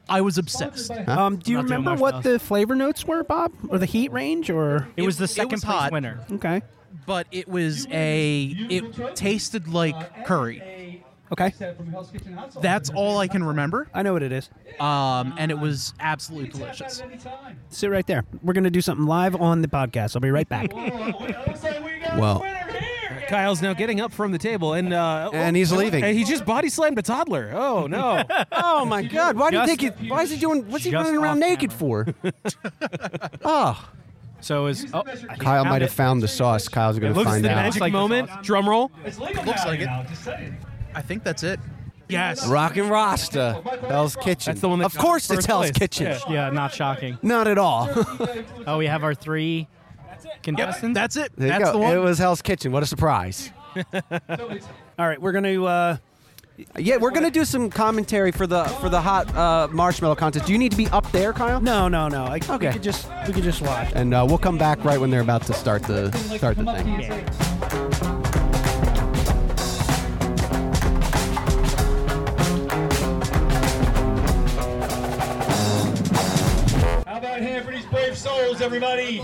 Speaker 2: I was obsessed.
Speaker 3: Um, do you
Speaker 4: Not doing
Speaker 3: remember
Speaker 4: much
Speaker 3: what
Speaker 4: else.
Speaker 3: the flavor notes were, Bob, or the heat range, or
Speaker 4: It was
Speaker 2: It-
Speaker 4: the
Speaker 2: it
Speaker 4: second
Speaker 2: was
Speaker 4: place
Speaker 2: hot.
Speaker 4: winner.
Speaker 3: okay,
Speaker 2: but it was a it tasted like curry.
Speaker 3: okay,
Speaker 2: That's all I can remember.
Speaker 3: I know what it is.
Speaker 2: Um, and it was absolutely delicious.
Speaker 3: Sit right there. We're gonna do something live on the podcast. I'll be right back.
Speaker 1: Well.
Speaker 7: Kyle's now getting up from the table and uh,
Speaker 1: And he's leaving.
Speaker 7: And he just body slammed a toddler. Oh no!
Speaker 1: Oh, my God. Why, do you
Speaker 4: Just-
Speaker 1: think he, why is he doing, what's he
Speaker 4: just
Speaker 1: running around
Speaker 4: off
Speaker 1: naked for? oh,
Speaker 4: So is oh,
Speaker 1: Kyle might have found the sauce. Kyle's going to
Speaker 7: Looks at
Speaker 1: find
Speaker 7: the
Speaker 1: out.
Speaker 7: magic
Speaker 4: like the
Speaker 7: moment. Drum roll.
Speaker 11: It's legal
Speaker 2: Looks
Speaker 11: now,
Speaker 2: like
Speaker 11: you
Speaker 2: it.
Speaker 11: know, just saying.
Speaker 2: I think that's it.
Speaker 7: Yes.
Speaker 1: Rock and Rasta, Hell's Kitchen.
Speaker 7: That's the one that
Speaker 1: of course,
Speaker 7: got
Speaker 1: it's
Speaker 7: first
Speaker 1: Hell's
Speaker 7: place.
Speaker 1: Kitchen.
Speaker 7: Yeah.
Speaker 4: yeah, not shocking.
Speaker 1: Not at all.
Speaker 4: Oh, we have our three contestants.
Speaker 2: That's it.
Speaker 1: There you
Speaker 2: that's
Speaker 1: go.
Speaker 2: the one.
Speaker 1: It was Hell's Kitchen. What a surprise.
Speaker 3: All right, we're gonna. Uh,
Speaker 1: Yeah, we're gonna do some commentary for the for the hot uh, marshmallow contest. Do you need to be up there, Kyle?
Speaker 3: no, no, no. I, okay.
Speaker 1: Okay.
Speaker 3: We could just we could just watch.
Speaker 1: And uh, we'll come back right when they're about to start the start the thing.
Speaker 11: How about hand for these brave souls, everybody?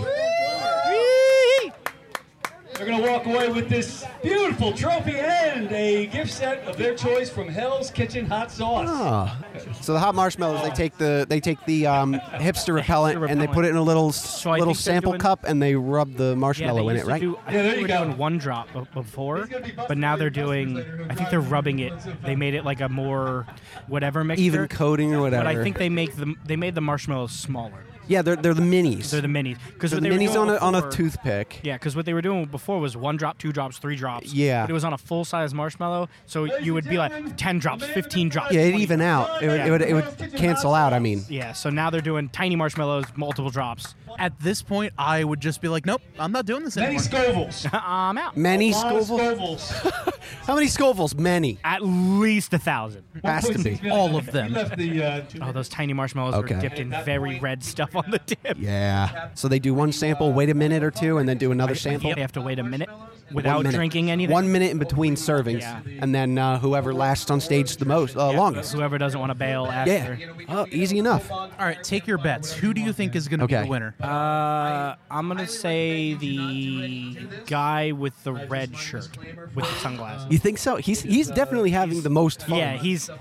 Speaker 11: They're going to walk away with this beautiful trophy and a gift set of their choice from Hell's Kitchen Hot Sauce.
Speaker 1: Ah. So the hot marshmallows, they take the they take the um, hipster repellent and they put it in a little s
Speaker 4: I
Speaker 1: little
Speaker 4: think they're
Speaker 1: sample
Speaker 4: doing-
Speaker 1: cup and they rub the
Speaker 4: Yeah,
Speaker 1: marshmallow
Speaker 4: they
Speaker 1: in
Speaker 4: used
Speaker 1: it,
Speaker 4: to
Speaker 1: right?
Speaker 4: do- I
Speaker 11: Yeah,
Speaker 4: think
Speaker 11: there
Speaker 4: they
Speaker 11: you
Speaker 4: were
Speaker 11: go.
Speaker 4: doing one drop be- before,
Speaker 11: gonna be busting
Speaker 4: but now
Speaker 11: for
Speaker 4: they're
Speaker 11: your
Speaker 4: doing.
Speaker 11: customers later who
Speaker 4: I think they're
Speaker 11: drive
Speaker 4: rubbing it.
Speaker 11: through the-
Speaker 4: They made it like a more whatever mixture.
Speaker 1: Even coating or whatever.
Speaker 4: But I think they make them. They made the marshmallows smaller.
Speaker 1: Yeah, they're they're the minis.
Speaker 4: They're the minis. Because
Speaker 1: They're the minis on a on a toothpick.
Speaker 4: Yeah, because what they were doing before was one drop, two drops, three drops.
Speaker 1: Yeah.
Speaker 4: But it was on a full size marshmallow, so you would be like 10 drops, 15 drops.
Speaker 1: Yeah, it'd even out. It would, it would it would cancel out. I mean,
Speaker 4: Yeah, so now they're doing tiny marshmallows, multiple drops.
Speaker 2: At this point, I would just be like, nope, I'm not doing this
Speaker 9: Many
Speaker 2: anymore.
Speaker 9: Scovilles.
Speaker 4: I'm out.
Speaker 1: many
Speaker 9: Lot of
Speaker 1: Scovilles.
Speaker 9: Scovilles.
Speaker 1: How many Scovilles? Many.
Speaker 4: At least a thousand.
Speaker 1: Has to be.
Speaker 2: All of them.
Speaker 9: You left the, uh, two-
Speaker 4: Oh, those tiny marshmallows
Speaker 1: Okay.
Speaker 4: were dipped in
Speaker 9: that
Speaker 4: very
Speaker 9: point-
Speaker 4: red stuff on the tip.
Speaker 1: Yeah. So they do one sample, wait a minute or two, and then do another sample.
Speaker 4: They have to wait a minute
Speaker 1: One
Speaker 4: without
Speaker 1: minute.
Speaker 4: drinking anything.
Speaker 1: One minute in between servings,
Speaker 4: Yeah.
Speaker 1: and then uh, whoever lasts on stage the most, uh, longest.
Speaker 4: Whoever doesn't want to bail after.
Speaker 1: Yeah. Oh, easy enough.
Speaker 2: All right, take your bets. Who do you think is going to be
Speaker 1: Okay.
Speaker 2: the winner?
Speaker 4: Uh, I'm gonna say the guy with the red shirt with the sunglasses.
Speaker 1: You think so? He's he's definitely having the most fun.
Speaker 4: Yeah, he's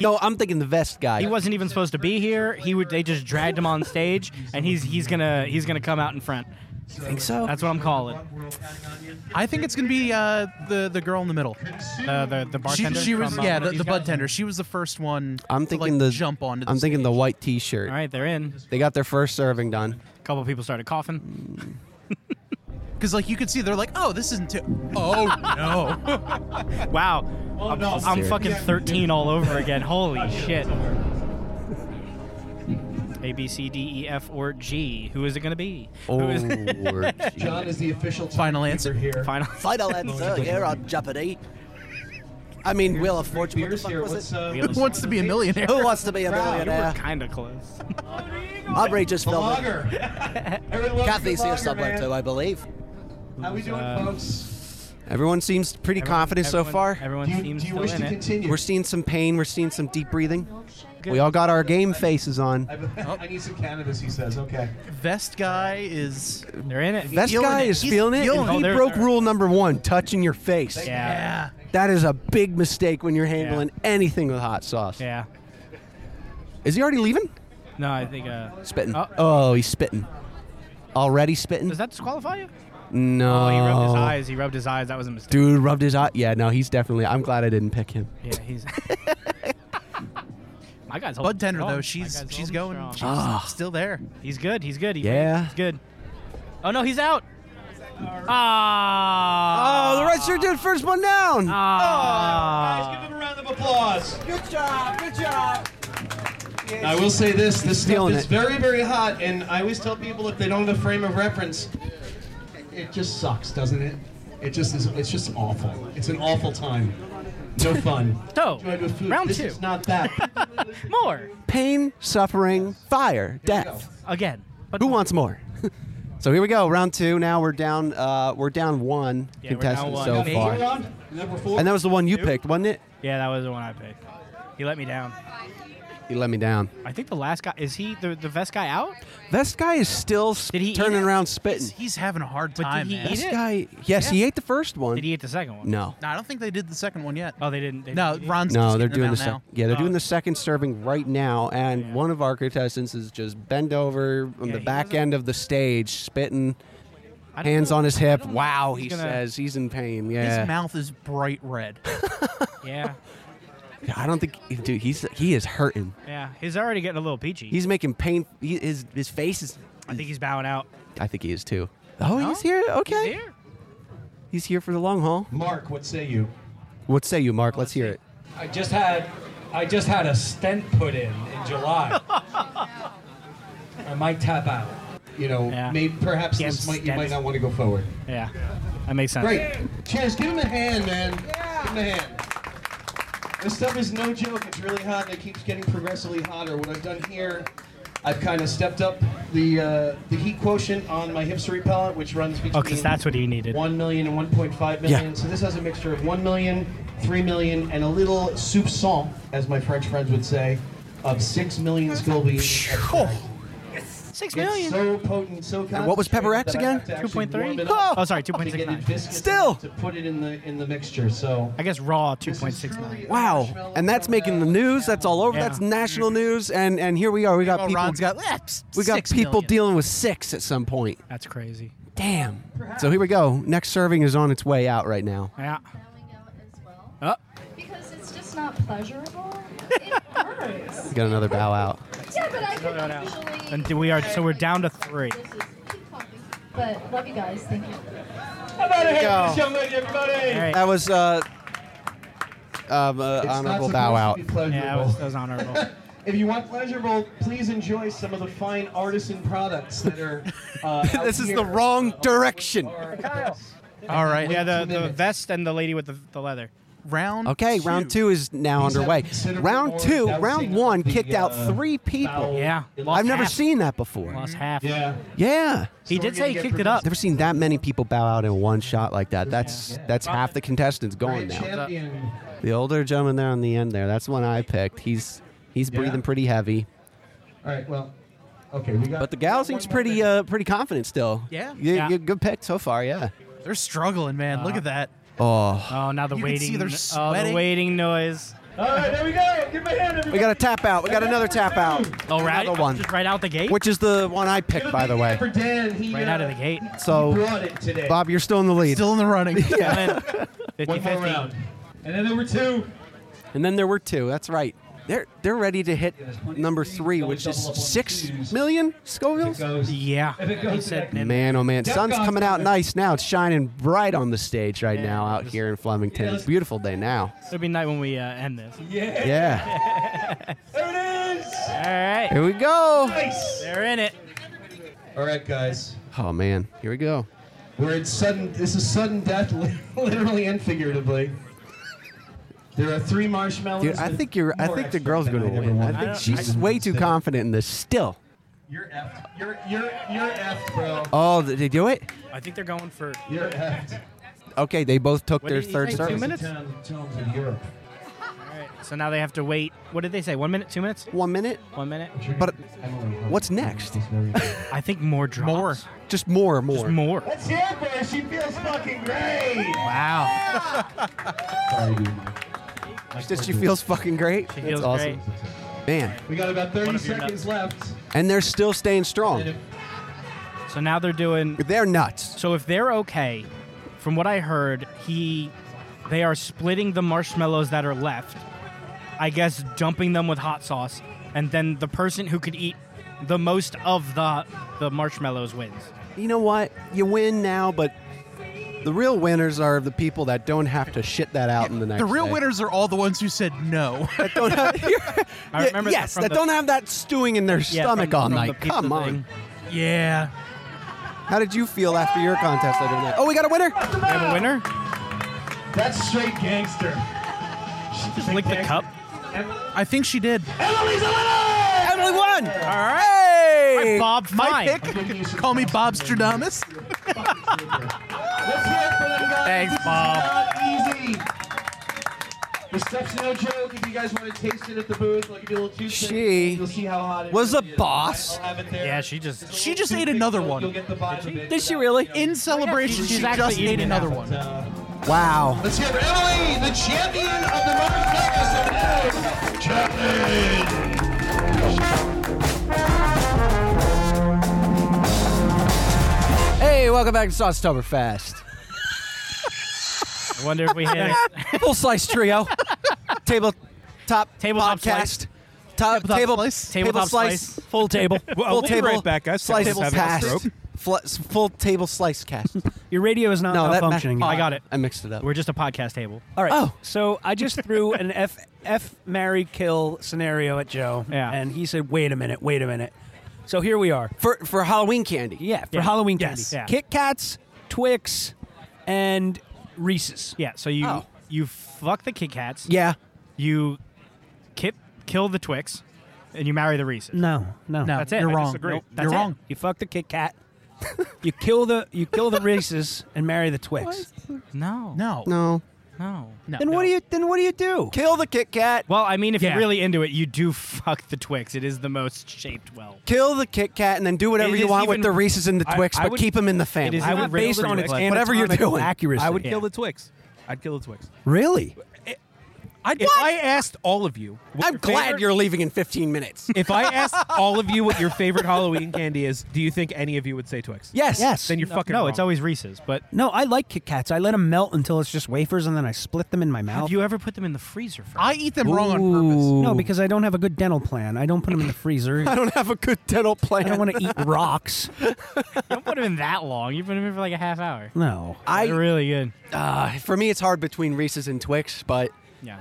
Speaker 1: no, I'm thinking the vest guy.
Speaker 4: he wasn't even supposed to be here. He would they just dragged him on stage, and he's he's gonna he's gonna come out in front.
Speaker 1: think so.
Speaker 4: That's what I'm calling
Speaker 2: I think it's going to be uh, the the girl in the middle.
Speaker 4: uh, the
Speaker 2: She,
Speaker 4: the bartender.
Speaker 2: she was
Speaker 4: from, uh,
Speaker 2: yeah the, the
Speaker 4: these
Speaker 2: bud
Speaker 4: guys.
Speaker 2: tender. She was the first one.
Speaker 1: I'm
Speaker 2: to,
Speaker 1: thinking
Speaker 2: like,
Speaker 1: the
Speaker 2: jump onto. The
Speaker 1: I'm thinking the
Speaker 2: stage.
Speaker 1: white T-shirt.
Speaker 4: All right, they're in.
Speaker 1: They got their first serving done.
Speaker 4: A couple people started coughing.
Speaker 2: because like you could see they're like oh this isn't too oh no
Speaker 4: Wow,
Speaker 1: Oh,
Speaker 4: I'm, I'm fucking 13 all over again. Holy shit. A B C D E F or G. Who is it gonna be? Who is-
Speaker 1: Oh, Lord.
Speaker 11: John is the official
Speaker 2: final answer
Speaker 11: here.
Speaker 4: Final.
Speaker 8: Final answer, you're on Jeopardy.
Speaker 1: Oh, I mean, Wheel of Fortune. What the
Speaker 11: Beers
Speaker 1: fuck
Speaker 11: here.
Speaker 1: was
Speaker 11: What's
Speaker 1: it?
Speaker 11: uh,
Speaker 4: Wheel of
Speaker 2: who wants to be a millionaire
Speaker 1: Who wants to be a millionaire?
Speaker 4: Kind of close.
Speaker 8: Aubrey just
Speaker 11: the
Speaker 8: filmed it.
Speaker 11: lager? Everyone loves
Speaker 8: Kathy's
Speaker 11: the
Speaker 8: here
Speaker 11: lager,
Speaker 8: somewhere
Speaker 11: man.
Speaker 8: too, I believe.
Speaker 11: How we doing,
Speaker 1: Uh,
Speaker 11: folks?
Speaker 1: Everyone seems pretty confident so
Speaker 4: Everyone-
Speaker 1: far.
Speaker 4: Everyone
Speaker 11: Do you,
Speaker 4: seems
Speaker 11: do you
Speaker 4: still
Speaker 11: wish
Speaker 4: in
Speaker 11: to
Speaker 4: it.
Speaker 11: continue?
Speaker 1: We're seeing some pain. We're seeing some deep breathing. We all got our game faces on.
Speaker 11: I, I need some cannabis, he says. Okay.
Speaker 2: vest guy is
Speaker 4: They're in it.
Speaker 1: That
Speaker 2: Feeling
Speaker 1: guy
Speaker 2: it.
Speaker 1: is
Speaker 2: He's
Speaker 1: feeling it.
Speaker 2: feeling
Speaker 1: and
Speaker 4: it.
Speaker 1: he
Speaker 4: Oh, there-
Speaker 1: broke
Speaker 4: there.
Speaker 1: rule number one: touching your face.
Speaker 4: yeah.
Speaker 2: yeah
Speaker 1: That is a big mistake when you're handling anything with hot sauce.
Speaker 4: Yeah.
Speaker 1: Is he already leaving?
Speaker 4: No, I think. Uh,
Speaker 1: Spitting.
Speaker 4: Oh.
Speaker 1: Oh, he's spitting. Already spitting?
Speaker 4: does that disqualify you?
Speaker 1: no.
Speaker 4: Oh, he rubbed his eyes. He rubbed his eyes. That was a mistake.
Speaker 1: Dude rubbed his eye. Yeah, no, he's definitely. I'm glad I didn't pick him.
Speaker 4: Yeah, he's. My guy's holding
Speaker 2: bud tender
Speaker 4: strong.
Speaker 2: though
Speaker 4: My
Speaker 2: she's
Speaker 4: guy's
Speaker 2: she's
Speaker 4: holding
Speaker 2: going
Speaker 4: strong.
Speaker 2: she's
Speaker 1: Ah.
Speaker 2: still there
Speaker 4: He's good. He's good. He
Speaker 1: Yeah.
Speaker 4: He's good. Oh no, he's out. Ah.
Speaker 1: Oh, the red shirt did first one down. Oh,
Speaker 4: Ah.
Speaker 9: Guys, give him a round of applause.
Speaker 8: Good job, good job.
Speaker 11: I will say this: this stuff
Speaker 1: Feeling
Speaker 11: is
Speaker 1: it.
Speaker 11: very, very hot, and I always tell people if they don't have a frame of reference, it just sucks, doesn't it? It just is. It's just awful. It's an awful time. No fun.
Speaker 4: So,
Speaker 11: Joined with food.
Speaker 4: round
Speaker 11: this
Speaker 4: two.
Speaker 11: is not that.
Speaker 4: More.
Speaker 1: Pain, suffering, fire, death.
Speaker 4: Again. But
Speaker 1: Who wants more? so here we go, round two. Now we're down. Uh, we're down one
Speaker 4: Yeah, we're down
Speaker 1: contestant
Speaker 4: one.
Speaker 1: so
Speaker 4: Me.
Speaker 1: far,
Speaker 11: Number one, Number four.
Speaker 1: and that was the one you picked, wasn't it?
Speaker 4: Yeah, that was the one I picked. He let me down.
Speaker 1: You let me down.
Speaker 4: I think the last guy is he the the vest guy out?
Speaker 1: This guy is still
Speaker 4: Did he eat
Speaker 1: turning
Speaker 4: it?
Speaker 1: around spitting.
Speaker 2: he's having a hard
Speaker 4: did
Speaker 2: time
Speaker 4: he
Speaker 2: man.
Speaker 4: eat
Speaker 1: This
Speaker 4: it?
Speaker 1: guy, yes, he ate the first one.
Speaker 4: Did he hit the second one?
Speaker 1: no,
Speaker 2: no i don't think they did the second one yet
Speaker 4: Oh, they didn't. They
Speaker 2: no
Speaker 4: didn't.
Speaker 2: ron's
Speaker 1: no,
Speaker 2: just
Speaker 1: they're
Speaker 2: getting
Speaker 1: doing the
Speaker 2: them out
Speaker 1: second. Yeah, they're
Speaker 4: Oh.
Speaker 1: doing the second serving right now, and
Speaker 4: Yeah.
Speaker 1: one of our contestants is just bent over on
Speaker 4: Yeah,
Speaker 1: the
Speaker 4: he
Speaker 1: back
Speaker 4: doesn't-
Speaker 1: end of the stage, spitting,
Speaker 4: I don't
Speaker 1: hands
Speaker 4: know.
Speaker 1: on his hip.
Speaker 4: don't know
Speaker 1: Wow,
Speaker 4: if
Speaker 1: he
Speaker 4: he's gonna-
Speaker 1: says he's in pain.
Speaker 2: now
Speaker 1: Yeah,
Speaker 2: his mouth is bright red
Speaker 4: Yeah,
Speaker 1: I don't think, dude, he's he is hurting.
Speaker 4: yeah. He's already getting a little peachy.
Speaker 1: He's making pain. He, his his face is.
Speaker 4: I think he's bowing out.
Speaker 1: I think he is too. Oh, he's here. Okay,
Speaker 4: He's here.
Speaker 1: He's here for the long haul.
Speaker 11: Mark, what say you?
Speaker 1: What say you, Mark? Let's hear it.
Speaker 10: I just had I just had a stent put in in July. I might tap out.
Speaker 11: You know,
Speaker 4: Yeah.
Speaker 11: maybe perhaps
Speaker 4: Damn
Speaker 11: this might you might
Speaker 4: Stennis.
Speaker 11: not want to go forward.
Speaker 4: Yeah, that makes sense.
Speaker 11: Great. Cheers. Give him a hand, man. Give him a hand. This stuff is no joke. It's really hot, and it keeps getting progressively hotter. What I've done here, I've kind of stepped up the uh, the heat quotient on my hipster repellent, which runs between
Speaker 4: Oh, because that's what he needed.
Speaker 11: 1 million and 1.5 million. So this has a mixture of 1 million, 3 million, and a little soupçon, as my French friends would say, of 6 million Scoville.
Speaker 4: Six
Speaker 11: It's
Speaker 4: million.
Speaker 11: so potent, so concentrated.
Speaker 1: what was Pepper X
Speaker 11: that I have
Speaker 1: again?
Speaker 11: to actually
Speaker 4: 2.3?
Speaker 11: warm it
Speaker 1: Oh!
Speaker 11: up
Speaker 4: Oh, sorry,
Speaker 11: to get it
Speaker 4: 2.69.
Speaker 11: viscous
Speaker 1: Still!
Speaker 11: enough To put it in the in the mixture. So
Speaker 4: I guess raw
Speaker 11: This is
Speaker 4: 2.69.
Speaker 11: truly a
Speaker 1: Wow,
Speaker 11: marshmallow
Speaker 1: and that's
Speaker 11: from,
Speaker 1: making
Speaker 11: uh,
Speaker 1: the news. That's all over.
Speaker 4: Yeah.
Speaker 1: That's national news. And and here we are. We got
Speaker 2: oh
Speaker 1: people.
Speaker 2: ron's got
Speaker 1: we got people dealing with six at some point.
Speaker 4: That's crazy.
Speaker 1: Damn. So here we go. Next serving is on its way out right now.
Speaker 4: Yeah.
Speaker 12: selling out as well
Speaker 4: Oh.
Speaker 12: because it's just not pleasurable. It hurts.
Speaker 1: We got another bow out.
Speaker 12: Yeah, but I can
Speaker 4: No, no, no.
Speaker 12: usually.
Speaker 4: And we are so we're down to three.
Speaker 12: This is keep talking. But love you guys. Thank you.
Speaker 11: How about a hand
Speaker 1: go.
Speaker 11: for this young lady, everybody?
Speaker 4: right.
Speaker 1: That was uh, um, uh, honorable bow out.
Speaker 4: Yeah, that was, that was honorable.
Speaker 11: If you want pleasurable, please enjoy some of the fine artisan products that are. Uh,
Speaker 1: This is the wrong direction.
Speaker 2: All right.
Speaker 4: yeah, the, the vest and the lady with the, the leather.
Speaker 2: round.
Speaker 1: Okay, round two is now
Speaker 11: These have
Speaker 1: underway.
Speaker 11: considerable
Speaker 1: Round
Speaker 11: more
Speaker 1: two,
Speaker 11: dousing
Speaker 1: round
Speaker 11: of
Speaker 1: one
Speaker 11: the,
Speaker 1: kicked
Speaker 11: uh,
Speaker 1: out three people.
Speaker 11: foul.
Speaker 4: Yeah,
Speaker 1: I've
Speaker 4: lost
Speaker 1: never
Speaker 4: half.
Speaker 1: seen that before.
Speaker 4: Lost half.
Speaker 11: Yeah.
Speaker 1: Yeah.
Speaker 4: He did say he kicked it up.
Speaker 1: Never seen that many people bow out in one shot like that. That's that's half the contestants
Speaker 11: Grand
Speaker 1: going now.
Speaker 11: champion.
Speaker 1: The older gentleman there on the end there, that's one I picked. He's he's breathing pretty heavy,
Speaker 11: All right. Well. Okay. We got.
Speaker 1: but the gal seems pretty uh pretty confident still.
Speaker 2: Yeah.
Speaker 1: You-
Speaker 4: Yeah.
Speaker 1: you- good pick so far. Yeah.
Speaker 2: They're struggling,
Speaker 4: Uh,
Speaker 2: man. Look at that.
Speaker 1: Oh,
Speaker 4: Oh, now the
Speaker 2: You can
Speaker 4: waiting.
Speaker 2: see they're
Speaker 4: Oh,
Speaker 2: sweating.
Speaker 4: the waiting noise.
Speaker 11: All right. There we go. Give him a hand, everybody.
Speaker 1: we got a tap out. We got another tap out,
Speaker 4: Oh, right,
Speaker 1: Another one.
Speaker 4: Just right out the gate.
Speaker 1: which is the one I picked,
Speaker 11: Give a
Speaker 1: by
Speaker 11: big
Speaker 1: the way.
Speaker 11: hand For Dan. He,
Speaker 4: right
Speaker 11: uh,
Speaker 4: out of the gate.
Speaker 11: He
Speaker 1: So,
Speaker 11: brought it today.
Speaker 1: Bob, you're still in the lead.
Speaker 2: Still in the running.
Speaker 4: Yeah. 50
Speaker 11: One more round. And then there were two.
Speaker 1: And then there were two. That's right. They're they're ready to hit number three, which is six million Scovilles.
Speaker 11: Goes.
Speaker 4: Yeah.
Speaker 11: If it goes
Speaker 4: He
Speaker 11: to
Speaker 4: said,
Speaker 11: that man.
Speaker 1: Man, oh man,
Speaker 11: That
Speaker 1: sun's
Speaker 11: guy's
Speaker 1: coming out
Speaker 11: good.
Speaker 1: nice now. It's shining bright on the stage right now out here in Flemington. It's a beautiful day now.
Speaker 4: it'll be night when we uh, end this.
Speaker 11: Yeah.
Speaker 1: Yeah.
Speaker 11: There it is.
Speaker 4: All right.
Speaker 1: Here we go.
Speaker 11: Nice.
Speaker 4: They're in it.
Speaker 11: All right, guys.
Speaker 1: Oh man, here we go.
Speaker 11: We're in sudden. This is sudden death, li- literally and figuratively. There are three marshmallows.
Speaker 1: Dude, I
Speaker 11: with
Speaker 1: think you're. I
Speaker 11: more
Speaker 1: think the
Speaker 11: extra
Speaker 1: girl's
Speaker 11: than
Speaker 1: going to
Speaker 11: I'd ever
Speaker 1: win.
Speaker 11: wanted.
Speaker 1: I think
Speaker 4: don't-
Speaker 1: she's
Speaker 11: I-
Speaker 1: way too confident in this. Still.
Speaker 11: You're effed. You're you're you're effed, bro.
Speaker 1: Oh, did they do it?
Speaker 4: I think they're going for.
Speaker 11: You're effed.
Speaker 1: Okay, they both took
Speaker 4: What
Speaker 1: their
Speaker 4: did he
Speaker 1: third
Speaker 4: say, two
Speaker 1: service.
Speaker 4: minutes?
Speaker 11: Town- towns of Europe.
Speaker 4: So now they have to wait. What did they say? One minute? Two minutes?
Speaker 1: One minute.
Speaker 4: One minute?
Speaker 1: But
Speaker 11: Emily Hunt.
Speaker 1: what's next?
Speaker 4: I think more drops.
Speaker 2: More.
Speaker 1: Just more, more.
Speaker 4: Just more.
Speaker 11: That's it, bro. She feels fucking great.
Speaker 4: Wow.
Speaker 11: Sorry, dude. Like,
Speaker 1: Just she feels fucking great.
Speaker 4: She
Speaker 1: That's
Speaker 4: feels
Speaker 1: awesome.
Speaker 4: great.
Speaker 1: Man.
Speaker 11: We got about
Speaker 4: One
Speaker 11: 30
Speaker 4: of your
Speaker 11: seconds left.
Speaker 1: And they're still staying
Speaker 11: And
Speaker 1: strong.
Speaker 11: if-
Speaker 4: So now they're doing.
Speaker 1: They're nuts.
Speaker 4: So if they're okay, from what I heard, he, they are splitting the marshmallows that are left. I guess dumping them with hot sauce, and then the person who could eat the most of the the marshmallows wins.
Speaker 1: You know what? You win now, but the real winners are the people that don't have to shit that out in the next
Speaker 2: The real
Speaker 1: day.
Speaker 2: winners are all the ones who said no.
Speaker 1: That don't have,
Speaker 4: I remember that
Speaker 1: yes,
Speaker 4: from
Speaker 1: that
Speaker 4: the-
Speaker 1: don't have that stewing in their
Speaker 4: Yeah,
Speaker 1: stomach
Speaker 4: from-
Speaker 1: all
Speaker 4: from the
Speaker 1: night.
Speaker 4: pizza
Speaker 1: Come on.
Speaker 4: thing.
Speaker 2: yeah.
Speaker 1: How did you feel after your contest the other night? Oh, we got a winner?
Speaker 4: We have a winner.
Speaker 11: That's straight gangster.
Speaker 4: Just lick the cup.
Speaker 2: I think she did.
Speaker 11: Emily's a winner!
Speaker 1: Emily won! All right!
Speaker 4: Hi, Bob,
Speaker 2: My
Speaker 4: fine.
Speaker 2: pick. Call me Bob Stradamus.
Speaker 11: Let's hear it for them, guys.
Speaker 4: Thanks,
Speaker 11: This is
Speaker 4: Bob.
Speaker 11: not easy. The stuff's no joke. If you guys want to taste it at the booth, I'll give you a little toothpick.
Speaker 1: She
Speaker 11: You'll see how hot it
Speaker 1: was a
Speaker 11: really is.
Speaker 1: boss.
Speaker 11: I'll have it there.
Speaker 4: Yeah, she just.
Speaker 2: She just ate
Speaker 11: Toothpick,
Speaker 2: another
Speaker 11: you'll- You'll
Speaker 2: one.
Speaker 11: get the vibe of it.
Speaker 1: Did she really?
Speaker 2: In celebration, she just ate another one.
Speaker 1: Wow.
Speaker 11: Let's hear it for Emily, the champion of the Marvel Champion!
Speaker 1: Hey, welcome back to Saucetoberfest.
Speaker 4: I wonder if we hit. it.
Speaker 1: Full slice trio. table top
Speaker 4: Tabletop
Speaker 1: podcast. Top,
Speaker 2: Tabletop
Speaker 1: table
Speaker 2: slice.
Speaker 1: Table
Speaker 4: Tabletop
Speaker 1: slice.
Speaker 4: slice.
Speaker 1: Full table.
Speaker 7: Well,
Speaker 1: full
Speaker 7: we'll be
Speaker 1: table.
Speaker 7: right back, guys.
Speaker 1: Slice
Speaker 7: Someone's having a
Speaker 1: cast.
Speaker 7: stroke.
Speaker 1: Fl- full table slice cast.
Speaker 3: Your radio is not
Speaker 1: No, that
Speaker 3: malfunctioning.
Speaker 1: ma-
Speaker 4: I got it.
Speaker 1: I mixed it up.
Speaker 4: We're just a podcast table.
Speaker 3: All right.
Speaker 1: Oh.
Speaker 3: So I just threw an F F Mary kill scenario at Joe.
Speaker 4: Yeah.
Speaker 3: And he said, "Wait a minute. Wait a minute." So here we are.
Speaker 1: for for Halloween candy.
Speaker 3: Yeah. For
Speaker 4: Yeah.
Speaker 3: Halloween candy,
Speaker 4: Yes. Yeah.
Speaker 3: Kit Kats, Twix, and Reese's.
Speaker 4: Yeah. So you
Speaker 1: Oh.
Speaker 4: you fuck the Kit Kats.
Speaker 1: Yeah.
Speaker 4: You kip, kill the Twix, and you marry the Reese's.
Speaker 3: No. No.
Speaker 2: No,
Speaker 4: That's it.
Speaker 2: You're
Speaker 4: I
Speaker 2: wrong.
Speaker 4: disagree.
Speaker 2: Nope,
Speaker 4: That's
Speaker 2: you're
Speaker 4: it.
Speaker 2: wrong.
Speaker 3: You fuck the Kit Kat. you kill the you kill the Reese's and marry the Twix.
Speaker 4: No.
Speaker 2: No.
Speaker 1: No.
Speaker 4: No.
Speaker 2: No.
Speaker 3: Then what do you then what do you do?
Speaker 1: Kill the Kit Kat.
Speaker 4: Well, I mean, if
Speaker 2: Yeah.
Speaker 4: you're really into it, you do fuck the Twix. It is the most shaped well.
Speaker 1: Kill the Kit Kat and then do whatever
Speaker 4: It
Speaker 1: you
Speaker 4: is
Speaker 1: want with
Speaker 4: even-
Speaker 1: the Reeses and the
Speaker 7: I-
Speaker 1: Twix,
Speaker 7: I
Speaker 1: but
Speaker 7: would-
Speaker 1: keep them in the family.
Speaker 4: is
Speaker 3: I
Speaker 4: even
Speaker 3: would base it on its
Speaker 4: Like,
Speaker 3: anatomical
Speaker 1: whatever you're doing.
Speaker 3: accuracy.
Speaker 7: I would
Speaker 4: Yeah.
Speaker 7: kill the Twix. I'd kill the Twix.
Speaker 3: really.
Speaker 7: I'd, if I asked all of you, what
Speaker 1: I'm
Speaker 7: your
Speaker 1: glad
Speaker 7: favorite-
Speaker 1: you're leaving in 15 minutes.
Speaker 7: If I asked all of you what your favorite Halloween candy is, do you think any of you would say Twix?
Speaker 1: yes.
Speaker 3: Yes.
Speaker 7: Then you're fucking
Speaker 4: no,
Speaker 7: wrong.
Speaker 4: it's always Reese's. But
Speaker 3: No, I like Kit Kats. I let them melt until it's just wafers, and then I split them in my mouth.
Speaker 4: have you ever put them in the freezer? For
Speaker 2: I eat them wrong on purpose.
Speaker 3: no, because I don't have a good dental plan. I don't put them in the freezer.
Speaker 1: I
Speaker 3: I
Speaker 1: don't have a good dental plan.
Speaker 3: don't want to eat rocks.
Speaker 4: don't put them in that long. You've put them in for like a half hour.
Speaker 3: No.
Speaker 1: I-
Speaker 4: They're really good.
Speaker 1: Uh, for me, it's hard between Reese's and Twix, but
Speaker 4: Yeah.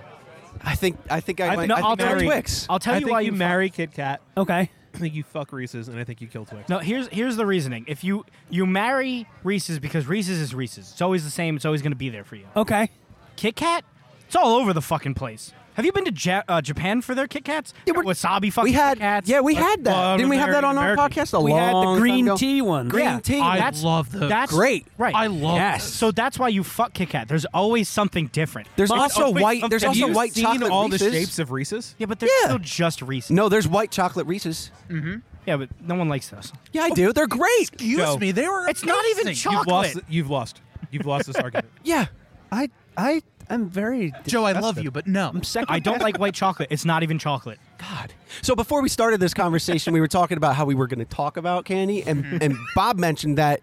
Speaker 1: I think I think I,
Speaker 7: I-
Speaker 1: might.
Speaker 7: no,
Speaker 1: I think
Speaker 7: I'll
Speaker 1: I'm
Speaker 7: marry-
Speaker 1: Twix.
Speaker 4: I'll tell
Speaker 7: I
Speaker 4: you
Speaker 7: think
Speaker 4: why
Speaker 7: you
Speaker 4: you
Speaker 7: marry Kit Kat.
Speaker 3: Okay.
Speaker 7: I think you fuck Reese's, and I think you kill Twix.
Speaker 4: No, here's here's the reasoning. If you you marry Reese's because Reese's is Reese's. It's always the same. It's always going to be there for you.
Speaker 3: Okay.
Speaker 4: Kit Kat, it's all over the fucking place. Have you been to ja- uh, Japan for their Kit Kats?
Speaker 1: Yeah, we're-
Speaker 4: Wasabi fucking
Speaker 1: we had
Speaker 4: Kit Kats.
Speaker 1: yeah, we had that.
Speaker 7: Well,
Speaker 1: Didn't we have that on our
Speaker 7: American.
Speaker 1: podcast? A
Speaker 3: We
Speaker 1: long
Speaker 3: had the
Speaker 1: time
Speaker 3: green
Speaker 1: ago?
Speaker 3: tea one.
Speaker 1: Green
Speaker 3: Yeah.
Speaker 1: tea.
Speaker 2: I
Speaker 4: That's-
Speaker 2: love those.
Speaker 4: That's
Speaker 1: Great.
Speaker 4: Right.
Speaker 2: I love
Speaker 1: Yes.
Speaker 2: those.
Speaker 4: So that's why you fuck Kit Kat. There's always something different.
Speaker 1: There's
Speaker 4: It's
Speaker 1: also
Speaker 4: always
Speaker 1: white. There's
Speaker 4: something-
Speaker 1: also
Speaker 7: You've
Speaker 1: white
Speaker 7: um, seen
Speaker 1: chocolate
Speaker 7: all
Speaker 1: Reese's.
Speaker 7: the shapes of Reeses.
Speaker 4: Yeah, but they're
Speaker 1: Yeah.
Speaker 4: still just Reese's.
Speaker 1: No, there's white chocolate Reese's.
Speaker 3: Mm-hmm.
Speaker 4: Yeah, but no one likes those.
Speaker 1: Yeah, I do. They're great.
Speaker 2: Excuse me, they were.
Speaker 4: It's not even
Speaker 2: amazing.
Speaker 4: chocolate.
Speaker 7: You've lost. You've lost. You've lost this argument.
Speaker 1: Yeah.
Speaker 3: I I am very
Speaker 2: Joe, I love you, but no.
Speaker 4: I don't like white chocolate. It's not even chocolate.
Speaker 1: God. So before we started this conversation, we were talking about how we were going to talk about candy, and
Speaker 7: Hmm.
Speaker 1: and Bob mentioned that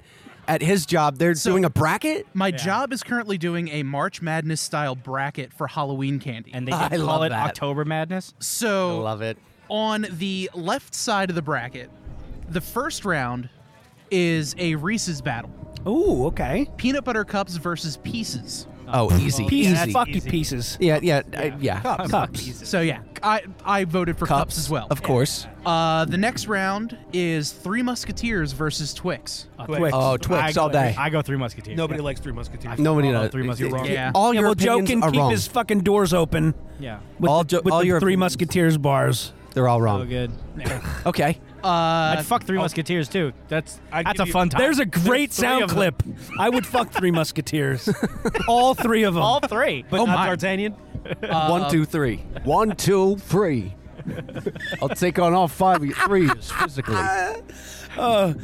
Speaker 1: at his job they're doing a bracket.
Speaker 2: My job is currently doing a March Madness style bracket for Halloween candy.
Speaker 4: And they
Speaker 1: I
Speaker 4: did
Speaker 1: love
Speaker 4: call it
Speaker 1: that.
Speaker 4: October Madness.
Speaker 2: so
Speaker 1: it.
Speaker 2: on the left side of the bracket, the first round is a Reese's battle.
Speaker 3: Ooh, okay.
Speaker 2: Peanut butter cups versus pieces.
Speaker 1: Oh, easy,
Speaker 3: Pieces.
Speaker 1: easy.
Speaker 3: Fuck you, pieces.
Speaker 1: Yeah, yeah, I- yeah.
Speaker 3: Cups. Cups.
Speaker 2: So yeah, I I voted for cups, as well.
Speaker 1: Of course.
Speaker 2: Uh, the next round is Three Musketeers versus Twix.
Speaker 3: Twix.
Speaker 1: Oh, Twix
Speaker 4: I,
Speaker 1: all day.
Speaker 4: I go through Musketeers.
Speaker 7: Nobody
Speaker 4: yeah.
Speaker 7: likes Three Musketeers.
Speaker 1: Nobody
Speaker 4: All
Speaker 1: knows.
Speaker 4: three must be wrong.
Speaker 2: Yeah.
Speaker 1: All
Speaker 3: yeah,
Speaker 1: your
Speaker 3: well, Joe
Speaker 1: opinions
Speaker 3: can
Speaker 1: are
Speaker 3: keep
Speaker 1: wrong.
Speaker 3: his fucking doors open
Speaker 4: Yeah.
Speaker 3: with
Speaker 1: All
Speaker 3: the,
Speaker 1: Jo-
Speaker 3: with
Speaker 1: all
Speaker 3: the
Speaker 1: your
Speaker 3: three
Speaker 1: opinions.
Speaker 3: Musketeers bars.
Speaker 1: They're all wrong. Uh,
Speaker 4: So good.
Speaker 1: Okay.
Speaker 4: I'd fuck Three Musketeers too. That's
Speaker 7: I'd
Speaker 4: that's
Speaker 7: give
Speaker 4: a
Speaker 7: you-
Speaker 4: fun time.
Speaker 3: There's a great
Speaker 4: three
Speaker 3: sound
Speaker 4: of them.
Speaker 3: clip. I would fuck three Musketeers. All three of them.
Speaker 4: All three. Oh But
Speaker 7: But not
Speaker 2: my.
Speaker 7: D'Artagnan. Uh,
Speaker 1: One, two, three. One, two, three. I'll take on all five of you. Three is physically. Uh,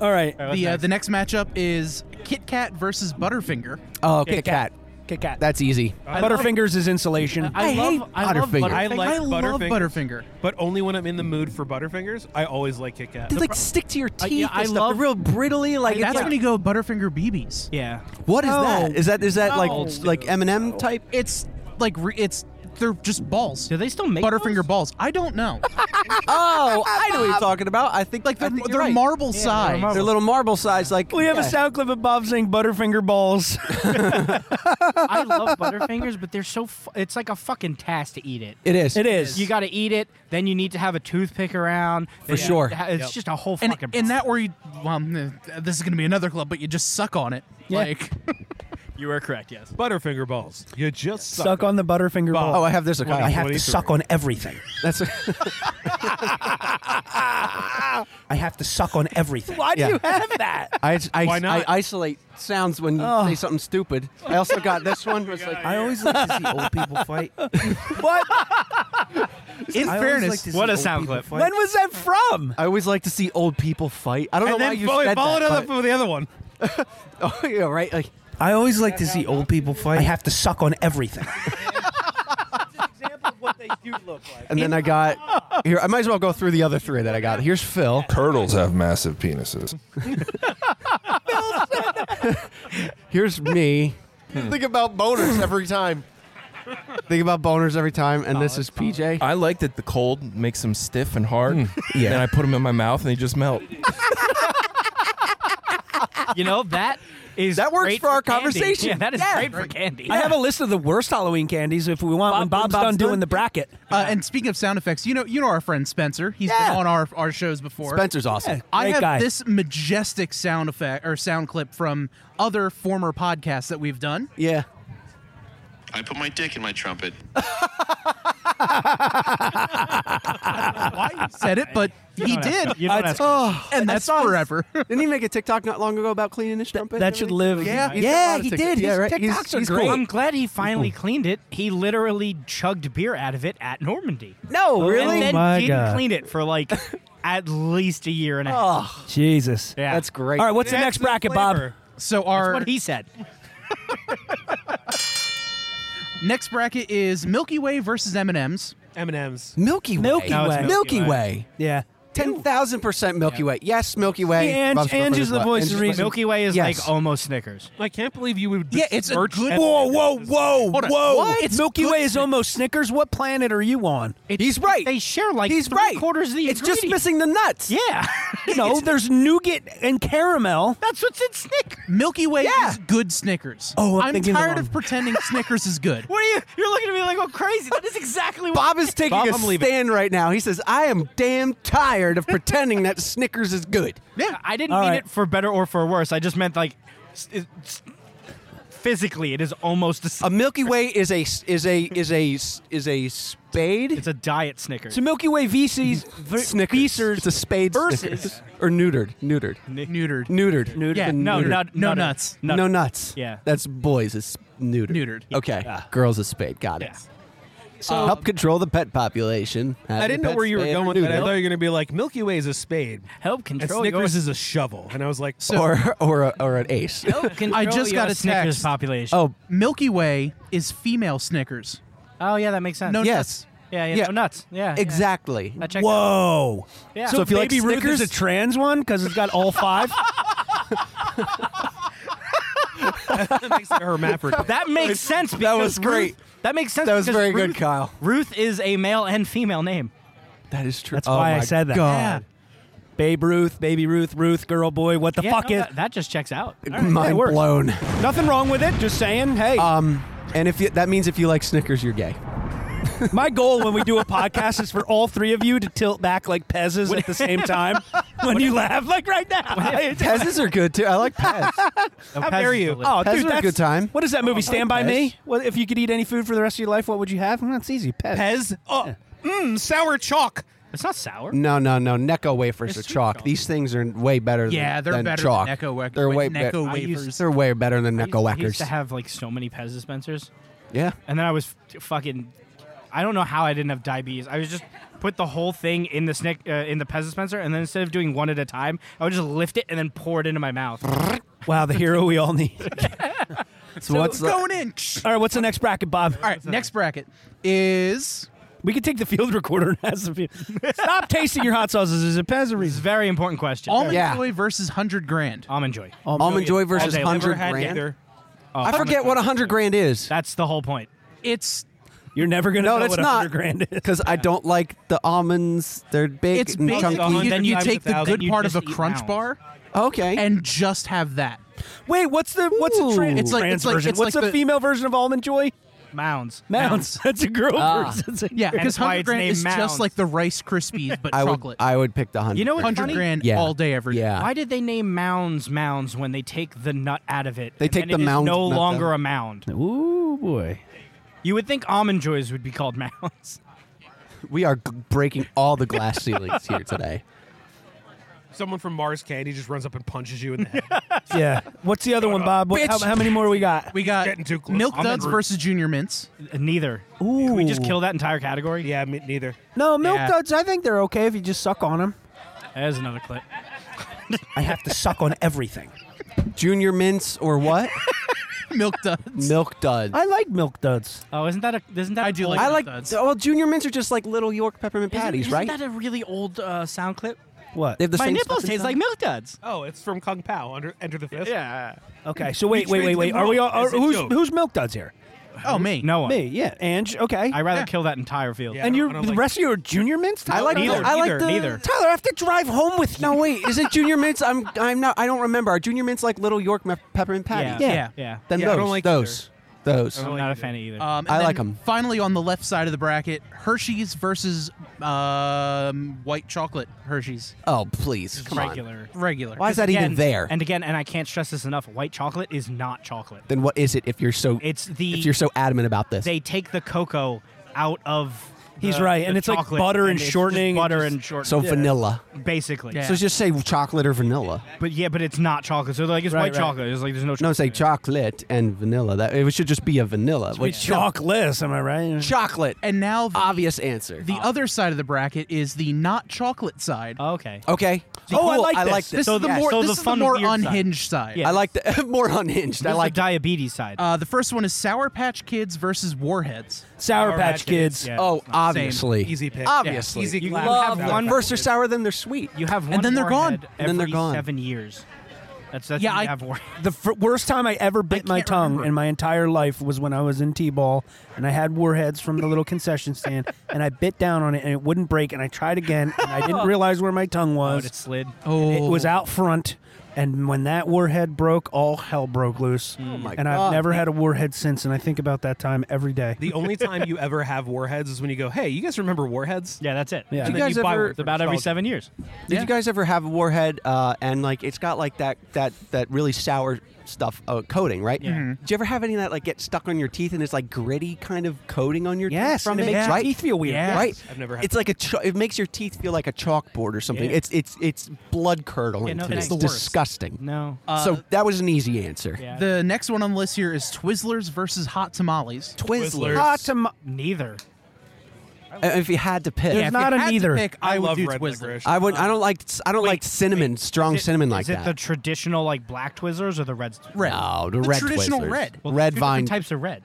Speaker 3: All right.
Speaker 2: The uh, the next matchup is Kit Kat versus Butterfinger.
Speaker 1: Oh, Kit Kat.
Speaker 3: Kit Kat.
Speaker 1: That's easy.
Speaker 3: Butterfingers is insulation.
Speaker 1: I
Speaker 4: I, love
Speaker 1: hate
Speaker 4: I love
Speaker 1: Butterfinger.
Speaker 7: I
Speaker 4: Butterfinger.
Speaker 7: like
Speaker 2: I love
Speaker 7: Butterfingers,
Speaker 2: Butterfinger.
Speaker 7: but only when I'm in the mood for Butterfingers. I always like Kit Kat.
Speaker 1: They like stick to your teeth.
Speaker 4: yeah,
Speaker 1: and
Speaker 4: I
Speaker 1: stuff. They're
Speaker 4: love-
Speaker 1: real brittly. Like it's
Speaker 2: That's
Speaker 1: like-
Speaker 2: when you go Butterfinger BBs.
Speaker 4: Yeah.
Speaker 1: What is that?
Speaker 3: No.
Speaker 1: Is that is that like
Speaker 2: No.
Speaker 1: like Eminem type?
Speaker 2: It's like re- it's they're just balls.
Speaker 4: Do they still make
Speaker 2: Butterfinger
Speaker 4: those?
Speaker 2: balls. I don't know.
Speaker 1: Oh, I know what you're talking about. I think
Speaker 2: Like
Speaker 1: I
Speaker 2: they're,
Speaker 1: think
Speaker 2: they're
Speaker 1: you're right.
Speaker 2: marble size.
Speaker 4: marble.
Speaker 1: They're little marble size. Like
Speaker 3: we have a
Speaker 1: yeah.
Speaker 3: sound clip of Bob saying Butterfinger balls.
Speaker 4: I love Butterfingers, but they're so. Fu- it's like a fucking task to eat it.
Speaker 1: It is.
Speaker 3: It is.
Speaker 4: You got to eat it. Then you need to have a toothpick around. For
Speaker 1: sure.
Speaker 4: it's just a whole
Speaker 2: and
Speaker 4: fucking.
Speaker 2: and that where you well n- this is gonna be another club, but you just suck on it. Like
Speaker 4: you were correct. Yes.
Speaker 7: Butterfinger balls. You just suck,
Speaker 3: Suck on the Butterfinger
Speaker 7: Bob.
Speaker 1: Oh,
Speaker 3: ball.
Speaker 1: I have this. Okay.
Speaker 7: Wow.
Speaker 3: I have to
Speaker 7: 23.
Speaker 3: suck on everything.
Speaker 1: That's.
Speaker 3: I have to suck on everything. Why
Speaker 1: do you
Speaker 3: have that?
Speaker 1: I, I,
Speaker 7: Why not?
Speaker 1: I isolate sounds when you say something stupid. I also got this one. It's like
Speaker 13: Oh. I always like to see old people fight.
Speaker 3: What?
Speaker 2: in
Speaker 13: I always
Speaker 2: fairness,
Speaker 13: like to see
Speaker 4: what a
Speaker 13: old
Speaker 4: sound
Speaker 13: people
Speaker 4: clip.
Speaker 13: fight.
Speaker 3: When was that from?
Speaker 1: I always like to see old people fight. I don't
Speaker 7: and
Speaker 1: know
Speaker 7: then
Speaker 1: why you
Speaker 7: follow,
Speaker 1: said
Speaker 7: follow
Speaker 1: that.
Speaker 7: it up
Speaker 1: but-
Speaker 7: with the other one.
Speaker 1: oh, yeah, right. Like
Speaker 13: I always like to see old people fight.
Speaker 3: I have to suck on everything.
Speaker 13: example of what they do look like.
Speaker 1: And then I got here. I might as well go through the other three that I got. Here's Phil.
Speaker 14: Turtles have massive penises.
Speaker 1: Here's me. Think about boners every time. Think about boners every time. And this is PJ.
Speaker 14: I like that the cold makes them stiff and hard.
Speaker 3: Hmm.
Speaker 14: Yeah. And I put them in my mouth and they just melt.
Speaker 4: You know that is
Speaker 1: That works
Speaker 4: great
Speaker 1: for our
Speaker 4: candy.
Speaker 1: conversation.
Speaker 4: Yeah, that is
Speaker 1: Yeah.
Speaker 4: great for candy.
Speaker 3: I have a list of the worst Halloween candies if we want when
Speaker 1: Bob- when
Speaker 3: Bob's,
Speaker 1: Bob's
Speaker 3: done doing
Speaker 1: done?
Speaker 3: the bracket.
Speaker 2: uh, and speaking of sound effects, you know you know our friend Spencer. He's
Speaker 1: Yeah.
Speaker 2: been on our, our shows before.
Speaker 1: Spencer's awesome.
Speaker 2: I
Speaker 3: Great
Speaker 2: have
Speaker 3: guy.
Speaker 2: this majestic sound effect or sound clip from other former podcasts that we've done.
Speaker 1: Yeah.
Speaker 15: I put my dick in my trumpet.
Speaker 2: Said it, but he did.
Speaker 4: You don't have to-
Speaker 1: Oh,
Speaker 2: and that's
Speaker 1: saw his-
Speaker 2: forever.
Speaker 1: Didn't he make a TikTok not long ago about cleaning his trumpet?
Speaker 3: That should live.
Speaker 1: Yeah,
Speaker 3: yeah, he did.
Speaker 1: Yeah,
Speaker 3: His
Speaker 1: right. He's-
Speaker 3: TikToks are
Speaker 1: he's
Speaker 3: great.
Speaker 1: cool.
Speaker 4: I'm glad he finally cleaned it. He literally chugged beer out of it at Normandy.
Speaker 1: No, really. Oh
Speaker 4: And then
Speaker 3: my
Speaker 4: didn't
Speaker 3: God.
Speaker 4: clean it for like at least a year and a half.
Speaker 1: Oh,
Speaker 3: Jesus.
Speaker 4: yeah.
Speaker 1: that's great.
Speaker 3: All right, what's the next bracket, Bob?
Speaker 2: So our
Speaker 4: what he said.
Speaker 2: Next bracket is Milky Way versus M&M's.
Speaker 7: M&M's.
Speaker 1: Milky Way.
Speaker 2: Milky No, it's Way.
Speaker 1: Milky
Speaker 2: Milky
Speaker 1: Way.
Speaker 2: Way.
Speaker 3: Yeah.
Speaker 1: Ten thousand percent Milky Way. Yes, Milky Way.
Speaker 4: Yeah, Ange-
Speaker 1: Bob's
Speaker 4: Ange is the
Speaker 1: Burgers.
Speaker 4: voice
Speaker 1: Ange's
Speaker 4: of
Speaker 1: Burgers.
Speaker 4: reason. Milky Way is
Speaker 1: Yes.
Speaker 4: like almost Snickers.
Speaker 7: I can't believe you would.
Speaker 3: Yeah, it's a
Speaker 7: besmirch
Speaker 3: good-
Speaker 7: M-
Speaker 3: Whoa, whoa,
Speaker 7: whoa,
Speaker 3: Hold on. What?
Speaker 1: It's
Speaker 3: Milky
Speaker 1: good
Speaker 3: Way is
Speaker 1: Snickers.
Speaker 3: almost Snickers. What planet are you on?
Speaker 1: He's right.
Speaker 4: They share like
Speaker 1: He's
Speaker 4: three
Speaker 1: right.
Speaker 4: quarters of the
Speaker 1: It's just
Speaker 4: ingredients.
Speaker 1: missing the nuts.
Speaker 4: Yeah.
Speaker 3: You know, there's nougat and caramel.
Speaker 4: That's what's in Snickers.
Speaker 2: Milky Way
Speaker 1: Yeah.
Speaker 2: is good Snickers.
Speaker 3: Oh, I'm
Speaker 2: I'm,
Speaker 3: thinking the
Speaker 2: tired
Speaker 3: wrong-
Speaker 2: of pretending Snickers is good.
Speaker 4: What are you? You're looking at me like I'm crazy. That is exactly what
Speaker 1: Bob is taking
Speaker 7: Bob,
Speaker 1: a
Speaker 7: I'm leaving.
Speaker 1: stand right now. He says, "I am damn tired of pretending that Snickers is good."
Speaker 4: Yeah, I didn't
Speaker 3: All
Speaker 4: mean
Speaker 3: right.
Speaker 4: it for better or for worse. I just meant like s- it's- physically, it is almost a, s-
Speaker 1: A Milky Way is a is a is a is a spade
Speaker 4: it's a diet Snickers.
Speaker 3: So Milky Way VCs, v-
Speaker 1: Snickers. It's a spade
Speaker 3: versus-
Speaker 1: Snickers. or neutered, neutered,
Speaker 2: Neutered.
Speaker 1: neutered,
Speaker 2: Yeah,
Speaker 1: Neutered.
Speaker 4: no,
Speaker 1: Neutered.
Speaker 4: nut-
Speaker 2: No
Speaker 4: nutted.
Speaker 2: nuts.
Speaker 4: Nut-
Speaker 1: no nuts.
Speaker 4: Yeah.
Speaker 1: that's boys. It's neutered.
Speaker 2: Neutered.
Speaker 1: Okay, girls is spade. Got it.
Speaker 4: Yeah.
Speaker 1: So help control the pet population. Have
Speaker 7: I didn't
Speaker 1: your
Speaker 7: know where
Speaker 1: pets
Speaker 7: you were
Speaker 1: spayed
Speaker 7: going
Speaker 1: or
Speaker 7: with that. I
Speaker 1: neutered.
Speaker 7: thought you were going to be like, Milky Way is a spade.
Speaker 4: Help
Speaker 7: And
Speaker 4: control your
Speaker 7: Snickers is a shovel. And I was like,
Speaker 2: So-
Speaker 1: or or uh, a, or an ace.
Speaker 4: Help control
Speaker 2: I just got
Speaker 4: your
Speaker 2: a
Speaker 4: Snickers
Speaker 2: text.
Speaker 4: population.
Speaker 1: Oh
Speaker 2: Milky Way is female Snickers.
Speaker 4: oh yeah, that makes sense.
Speaker 2: No
Speaker 1: yes,
Speaker 4: yeah, yeah,
Speaker 1: Yeah.
Speaker 4: no nuts. Yeah,
Speaker 1: exactly.
Speaker 4: Yeah. I checked that.
Speaker 3: Whoa.
Speaker 4: Yeah.
Speaker 3: Oh. So, if you like
Speaker 1: Baby Ruth is
Speaker 3: Snickers,
Speaker 1: a
Speaker 3: a trans one because it's got all five.
Speaker 7: that makes it a hermaphrodite.
Speaker 4: that makes sense.
Speaker 1: That was
Speaker 4: because
Speaker 1: great.
Speaker 4: Ruth- that makes sense.
Speaker 1: That was
Speaker 4: because
Speaker 1: very good,
Speaker 4: Ruth-
Speaker 1: Kyle.
Speaker 4: Ruth is a male and female name.
Speaker 1: That is true.
Speaker 3: That's
Speaker 1: Oh
Speaker 3: why I
Speaker 1: my
Speaker 3: said that.
Speaker 1: God.
Speaker 3: Babe Ruth, Baby Ruth, Ruth, girl, boy. What the
Speaker 4: Yeah,
Speaker 3: fuck
Speaker 4: no,
Speaker 3: is?
Speaker 4: that, that just checks out.
Speaker 1: Mind
Speaker 3: works.
Speaker 1: blown.
Speaker 3: Nothing wrong with it. Just saying. Hey,
Speaker 1: Um, and if you, that means if you like Snickers, you're gay.
Speaker 3: my goal when we do a podcast is for all three of you to tilt back like Pez's at the same time when you laugh, like right now.
Speaker 1: Pez's are good too. I like Pez.
Speaker 4: How dare you?
Speaker 3: Oh,
Speaker 1: Pez
Speaker 3: dude,
Speaker 1: are a
Speaker 3: that's
Speaker 1: good time.
Speaker 3: What is that movie? Stand by
Speaker 1: Pez.
Speaker 3: Me. What if you could eat any food for the rest of your life? What would you have? Well, it's easy. Pez.
Speaker 7: Pez. Oh, mmm, sour chalk.
Speaker 4: it's not sour.
Speaker 1: No, no, no. Necco wafers
Speaker 4: They're
Speaker 1: are
Speaker 4: sweet
Speaker 1: chalk.
Speaker 4: chalk.
Speaker 1: These things are way better.
Speaker 2: Yeah,
Speaker 1: than,
Speaker 2: they're
Speaker 1: than
Speaker 2: better than
Speaker 1: chalk.
Speaker 2: Necco wafer-
Speaker 1: They're way
Speaker 2: Necco
Speaker 1: better.
Speaker 2: I used- wafers.
Speaker 1: They're way better than
Speaker 4: I used,
Speaker 1: Necco
Speaker 4: I used to
Speaker 1: wackers.
Speaker 4: have like so many Pez dispensers,
Speaker 1: Yeah.
Speaker 4: and then I was f- fucking. I don't know how I didn't have diabetes. I was just put the whole thing in the Snick uh, in the Pez dispenser, and then instead of doing one at a time, I would just lift it and then pour it into my mouth.
Speaker 3: Wow, the hero we all need.
Speaker 1: So, what's the-
Speaker 2: Going in.
Speaker 3: all right, what's the next bracket, Bob?
Speaker 2: All right, next bracket is
Speaker 3: We could take the field recorder and ask the field. Stop tasting your hot sauces. Is it Pez or
Speaker 4: It's a
Speaker 3: Reese's?
Speaker 4: very important question.
Speaker 2: Almond
Speaker 1: Yeah.
Speaker 2: Joy versus 100 Grand.
Speaker 4: Almond joy.
Speaker 1: almond joy versus
Speaker 4: day. Never
Speaker 1: hundred
Speaker 7: had
Speaker 1: grand?
Speaker 7: either.
Speaker 1: I forget what hundred grand is
Speaker 4: Uh, That's the whole point.
Speaker 2: It's
Speaker 3: You're never gonna
Speaker 1: No,
Speaker 3: know
Speaker 1: that's
Speaker 3: what
Speaker 1: not.
Speaker 3: 100 grand is.
Speaker 1: because I don't like the almonds. They're big
Speaker 2: it's
Speaker 1: and
Speaker 2: basically
Speaker 1: chunky.
Speaker 2: you,
Speaker 4: Then
Speaker 2: you
Speaker 4: you
Speaker 2: take the
Speaker 4: times a
Speaker 2: good
Speaker 4: thousand.
Speaker 2: part
Speaker 4: You
Speaker 2: of a
Speaker 4: just eat
Speaker 2: crunch
Speaker 4: pounds.
Speaker 2: bar
Speaker 1: Okay.
Speaker 2: and just have that.
Speaker 3: Wait, what's the what's the
Speaker 1: Ooh.
Speaker 3: trans,
Speaker 1: It's
Speaker 2: like-
Speaker 3: trans
Speaker 2: it's like-
Speaker 3: version?
Speaker 2: it's
Speaker 3: what's
Speaker 2: like
Speaker 3: the,
Speaker 2: the-
Speaker 3: female version of almond joy?
Speaker 4: Mounds.
Speaker 3: Mounds. That's a girl
Speaker 1: Ah.
Speaker 3: version.
Speaker 2: Yeah, because
Speaker 4: That's why
Speaker 2: 100
Speaker 4: it's
Speaker 2: Grand
Speaker 4: named
Speaker 2: is just
Speaker 4: Mounds.
Speaker 2: like the Rice Krispies but
Speaker 1: I would.
Speaker 2: chocolate.
Speaker 1: I would pick the hundred.
Speaker 4: You know what's
Speaker 2: 100
Speaker 4: funny?
Speaker 2: Grand
Speaker 1: Yeah.
Speaker 2: all day every day.
Speaker 1: Yeah.
Speaker 4: Why did they name mounds mounds when they take the nut out of it?
Speaker 1: They
Speaker 4: and
Speaker 1: take
Speaker 4: then
Speaker 1: the
Speaker 4: it is
Speaker 1: mound
Speaker 4: No
Speaker 1: nut
Speaker 4: longer
Speaker 1: out.
Speaker 4: a mound.
Speaker 3: Ooh boy.
Speaker 4: You would think almond joys would be called mounds.
Speaker 1: We are g- breaking all the glass ceilings here today.
Speaker 7: Someone from Mars Candy just runs up and punches you in the head.
Speaker 3: Yeah. What's the other one, Bob? What, how,
Speaker 2: Bitch.
Speaker 3: how many more we got?
Speaker 2: We got
Speaker 7: Getting too close.
Speaker 2: Milk
Speaker 7: Almond
Speaker 2: Duds
Speaker 7: Root.
Speaker 2: versus Junior Mints.
Speaker 4: Uh, Neither.
Speaker 3: Ooh.
Speaker 4: Can we just kill that entire category?
Speaker 7: yeah, me neither.
Speaker 3: No, milk
Speaker 4: Yeah.
Speaker 3: duds. I think they're okay if you just suck on them.
Speaker 4: There's another clip.
Speaker 3: I have to suck on everything.
Speaker 1: Junior mints or what?
Speaker 2: Milk Duds.
Speaker 1: Milk duds.
Speaker 3: I like milk duds.
Speaker 4: Oh, isn't that a isn't that
Speaker 2: I
Speaker 4: a
Speaker 2: do
Speaker 4: old-
Speaker 2: like
Speaker 1: I
Speaker 2: Milk
Speaker 1: like
Speaker 2: Duds.
Speaker 1: well, junior mints are just like little York peppermint
Speaker 4: isn't,
Speaker 1: patties,
Speaker 4: isn't
Speaker 1: right?
Speaker 4: that a really old uh, sound clip?
Speaker 3: What?
Speaker 1: they have the
Speaker 4: My
Speaker 1: same
Speaker 4: nipples
Speaker 1: stuff
Speaker 4: taste
Speaker 1: inside?
Speaker 4: like milk duds.
Speaker 7: Oh, it's from Kung Pao. Under, enter the fist.
Speaker 4: Yeah.
Speaker 3: Okay. So wait, wait,
Speaker 7: treated
Speaker 3: wait, wait.
Speaker 7: them
Speaker 3: Are we all?
Speaker 7: wrong
Speaker 3: Are,
Speaker 7: as a
Speaker 3: who's
Speaker 7: joke.
Speaker 3: who's milk duds here?
Speaker 2: Oh, me.
Speaker 4: No one.
Speaker 3: Me. Yeah. Ange. Okay.
Speaker 4: I'd rather
Speaker 2: Yeah.
Speaker 4: kill that entire field.
Speaker 7: Yeah.
Speaker 3: and
Speaker 7: I
Speaker 3: you
Speaker 7: don't- I
Speaker 3: are
Speaker 7: don't
Speaker 3: the
Speaker 7: like-
Speaker 3: rest of you are junior mints.
Speaker 1: I like
Speaker 4: Neither,
Speaker 1: the, I like
Speaker 4: neither,
Speaker 1: the,
Speaker 4: neither.
Speaker 1: Tyler. I have to drive home with you. No, wait. Isn't junior mints? I'm I'm not. I don't remember. Are junior mints like little York me- peppermint
Speaker 4: Yeah.
Speaker 1: patties?
Speaker 2: Yeah.
Speaker 4: Yeah.
Speaker 1: Then
Speaker 7: Yeah, I
Speaker 1: those.
Speaker 7: don't like
Speaker 1: those. Those.
Speaker 4: I'm not a fan of either.
Speaker 2: Um, and
Speaker 1: I
Speaker 2: then
Speaker 1: like 'em.
Speaker 2: Finally, on the left side of the bracket, Hershey's versus um, white chocolate Hershey's.
Speaker 1: Oh please. Come on.
Speaker 4: regular.
Speaker 2: Regular.
Speaker 1: Why is that even
Speaker 4: Again-
Speaker 1: there?
Speaker 4: And again, and I can't stress this enough, white chocolate is not chocolate.
Speaker 1: Then what is it? If you're so
Speaker 4: It's the
Speaker 1: if you're so adamant about this.
Speaker 4: they take the cocoa out of
Speaker 3: He's right, and it's like butter and shortening and
Speaker 4: butter
Speaker 3: just-
Speaker 4: and shortening.
Speaker 1: So vanilla.
Speaker 4: basically.
Speaker 1: So just say chocolate or vanilla.
Speaker 4: But yeah, but it's not chocolate. So like it's
Speaker 1: Right,
Speaker 4: white
Speaker 1: right.
Speaker 4: chocolate. It's like there's no
Speaker 1: No, say chocolate and vanilla. That it should just be a vanilla. Wait,
Speaker 3: am I right?
Speaker 1: Chocolate.
Speaker 2: And now the,
Speaker 1: obvious answer.
Speaker 2: The other side of the bracket is the not chocolate side.
Speaker 4: Okay.
Speaker 1: Okay. Oh,
Speaker 2: Cool.
Speaker 1: this.
Speaker 2: This is the more, this is the more unhinged side.
Speaker 1: I like the more unhinged. I like
Speaker 4: diabetes side.
Speaker 2: Uh, the first one is Sour Patch Kids versus Warheads.
Speaker 3: Sour Sour Patch Patch Kids. Kids. Yeah,
Speaker 1: Oh,
Speaker 2: Same.
Speaker 1: obviously. Obviously.
Speaker 2: Yeah.
Speaker 1: You love one verse are sour, then they're sweet.
Speaker 4: You have one
Speaker 1: And then they're
Speaker 4: warhead
Speaker 1: gone.
Speaker 4: Every
Speaker 1: And then they're gone.
Speaker 4: Seven years. That's that's
Speaker 3: Yeah,
Speaker 4: what you
Speaker 3: I-
Speaker 4: have warhead.
Speaker 3: The f- worst time I ever bit my tongue in my entire life was when I was in T-ball and I had warheads from the little concession stand and I bit down on it and it wouldn't break and I tried again and I didn't realize where my tongue was.
Speaker 4: Oh. it slid. Oh.
Speaker 3: And It was out front and when that warhead broke, all hell broke loose.
Speaker 7: Oh my
Speaker 3: and
Speaker 7: God.
Speaker 3: I've never had a warhead since and I think about that time every day.
Speaker 7: The only time you ever have warheads is when you go, "Hey, you guys remember warheads?"
Speaker 4: Yeah, that's it.
Speaker 3: Yeah.
Speaker 7: And
Speaker 1: Did you
Speaker 7: then
Speaker 1: guys
Speaker 7: buy
Speaker 1: ever-
Speaker 7: one for
Speaker 1: About every
Speaker 7: nostalgia.
Speaker 4: seven years.
Speaker 1: Did you guys ever have a warhead uh, and like it's got like that that that really sour stuff uh, coating, right?
Speaker 4: Yeah.
Speaker 3: Mm-hmm.
Speaker 4: Mhm.
Speaker 1: Did you ever have any of that like get stuck on your teeth and it's like gritty kind of coating on your
Speaker 3: Yes,
Speaker 1: teeth from
Speaker 3: and it makes your
Speaker 1: right?
Speaker 3: teeth feel weird. Yes.
Speaker 1: Right?
Speaker 3: I've never had
Speaker 1: It's like a cho- it makes your teeth feel like a chalkboard or something.
Speaker 3: Yeah.
Speaker 1: It's it's it's blood curdling.
Speaker 2: Yeah, no,
Speaker 1: to me.
Speaker 2: it's
Speaker 1: it's
Speaker 2: the worst.
Speaker 1: disgusting.
Speaker 4: No.
Speaker 1: so that was an easy answer.
Speaker 2: The next one on the list here is Twizzlers versus Hot Tamales.
Speaker 1: Twizzlers.
Speaker 3: Hot tam-
Speaker 4: Neither.
Speaker 1: And Uh, If you had to pick,
Speaker 2: Yeah, if you had to pick, I, would
Speaker 4: love
Speaker 2: do
Speaker 4: red
Speaker 2: Twizzlers.
Speaker 1: I would. I don't like. I don't like cinnamon, strong cinnamon like
Speaker 4: Is it
Speaker 1: that.
Speaker 4: the traditional like black Twizzlers or the red?
Speaker 2: Red.
Speaker 1: No, the The red traditional Twizzlers. red.
Speaker 4: Well,
Speaker 1: Red
Speaker 4: there's two different
Speaker 1: vine-
Speaker 4: types of red.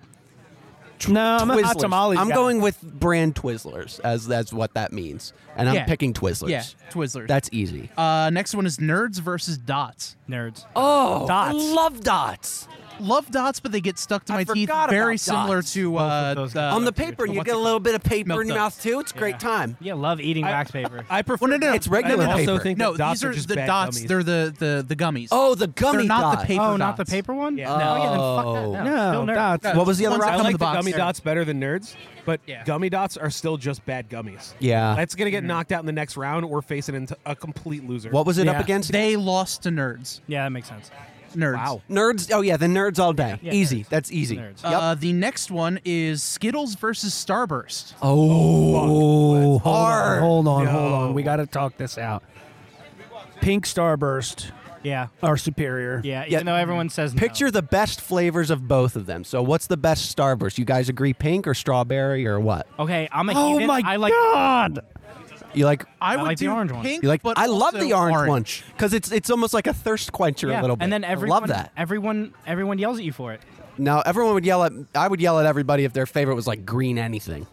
Speaker 3: no, I'm a hot
Speaker 1: Twizzlers.
Speaker 3: tamales
Speaker 1: I'm
Speaker 3: guy.
Speaker 1: going with brand Twizzlers as that's what that means, and I'm
Speaker 2: Yeah.
Speaker 1: picking Twizzlers.
Speaker 2: Yeah, Twizzlers.
Speaker 1: That's easy.
Speaker 2: Uh, next one is Nerds versus Dots.
Speaker 4: Nerds.
Speaker 1: Oh,
Speaker 2: Dots.
Speaker 1: love dots.
Speaker 2: Love dots, but they get stuck to my teeth.
Speaker 1: forgot
Speaker 2: Very
Speaker 1: about
Speaker 2: similar
Speaker 1: dots.
Speaker 2: to uh, the,
Speaker 1: on the paper, and you get a little bit of paper in your mouth too. It's a great time.
Speaker 4: Yeah, love eating wax paper.
Speaker 7: I prefer
Speaker 2: Well, no, no, no.
Speaker 1: It's regular
Speaker 2: I
Speaker 1: paper.
Speaker 2: no, these are, the dots. They're the, the the gummies.
Speaker 1: Oh, the gummy
Speaker 2: They're not
Speaker 1: dots.
Speaker 2: the paper.
Speaker 4: Oh,
Speaker 2: dots.
Speaker 4: not the paper one.
Speaker 2: Yeah. No.
Speaker 4: Oh, yeah, then fuck that.
Speaker 3: No,
Speaker 4: still nerds.
Speaker 3: dots.
Speaker 4: No,
Speaker 3: What was the
Speaker 4: it's
Speaker 3: other
Speaker 4: one
Speaker 7: I
Speaker 4: side
Speaker 7: like
Speaker 4: of
Speaker 7: the,
Speaker 4: box.
Speaker 7: gummy
Speaker 4: Nerds.
Speaker 7: dots better than nerds, but
Speaker 4: Yeah.
Speaker 7: gummy dots are still just bad gummies.
Speaker 1: Yeah.
Speaker 7: that's gonna
Speaker 2: Mm.
Speaker 7: get knocked out in the next round or face an int- a complete loser.
Speaker 1: What was it up Yeah. against?
Speaker 2: They lost to nerds.
Speaker 4: Yeah, that makes sense.
Speaker 2: Nerds.
Speaker 1: Nerds. Oh yeah, the nerds all day.
Speaker 2: Yeah,
Speaker 1: easy. That's easy.
Speaker 2: Uh, the next one is Skittles versus Starburst.
Speaker 1: Oh,
Speaker 3: hold on,
Speaker 2: Hard.
Speaker 3: hold on, hold on. We got to talk this out. Pink Starburst.
Speaker 4: Yeah.
Speaker 3: Are superior.
Speaker 4: Yeah, even though everyone says no.
Speaker 1: Picture the best flavors of both of them. So, what's the best Starburst? You guys agree pink or strawberry or what?
Speaker 4: Okay, I'm a
Speaker 1: Oh
Speaker 4: heathen.
Speaker 1: my
Speaker 4: I like
Speaker 3: god.
Speaker 1: You like?
Speaker 4: I would like the do orange one. pink,
Speaker 1: You like?
Speaker 4: but
Speaker 1: I love
Speaker 4: also
Speaker 1: the orange,
Speaker 4: orange.
Speaker 1: one because it's it's almost like a thirst quencher
Speaker 4: Yeah,
Speaker 1: a little bit.
Speaker 4: And then
Speaker 1: I
Speaker 4: everyone,
Speaker 1: love that.
Speaker 4: Everyone, everyone yells at you for it.
Speaker 1: Now everyone would yell at I would yell at everybody if their favorite was like green anything.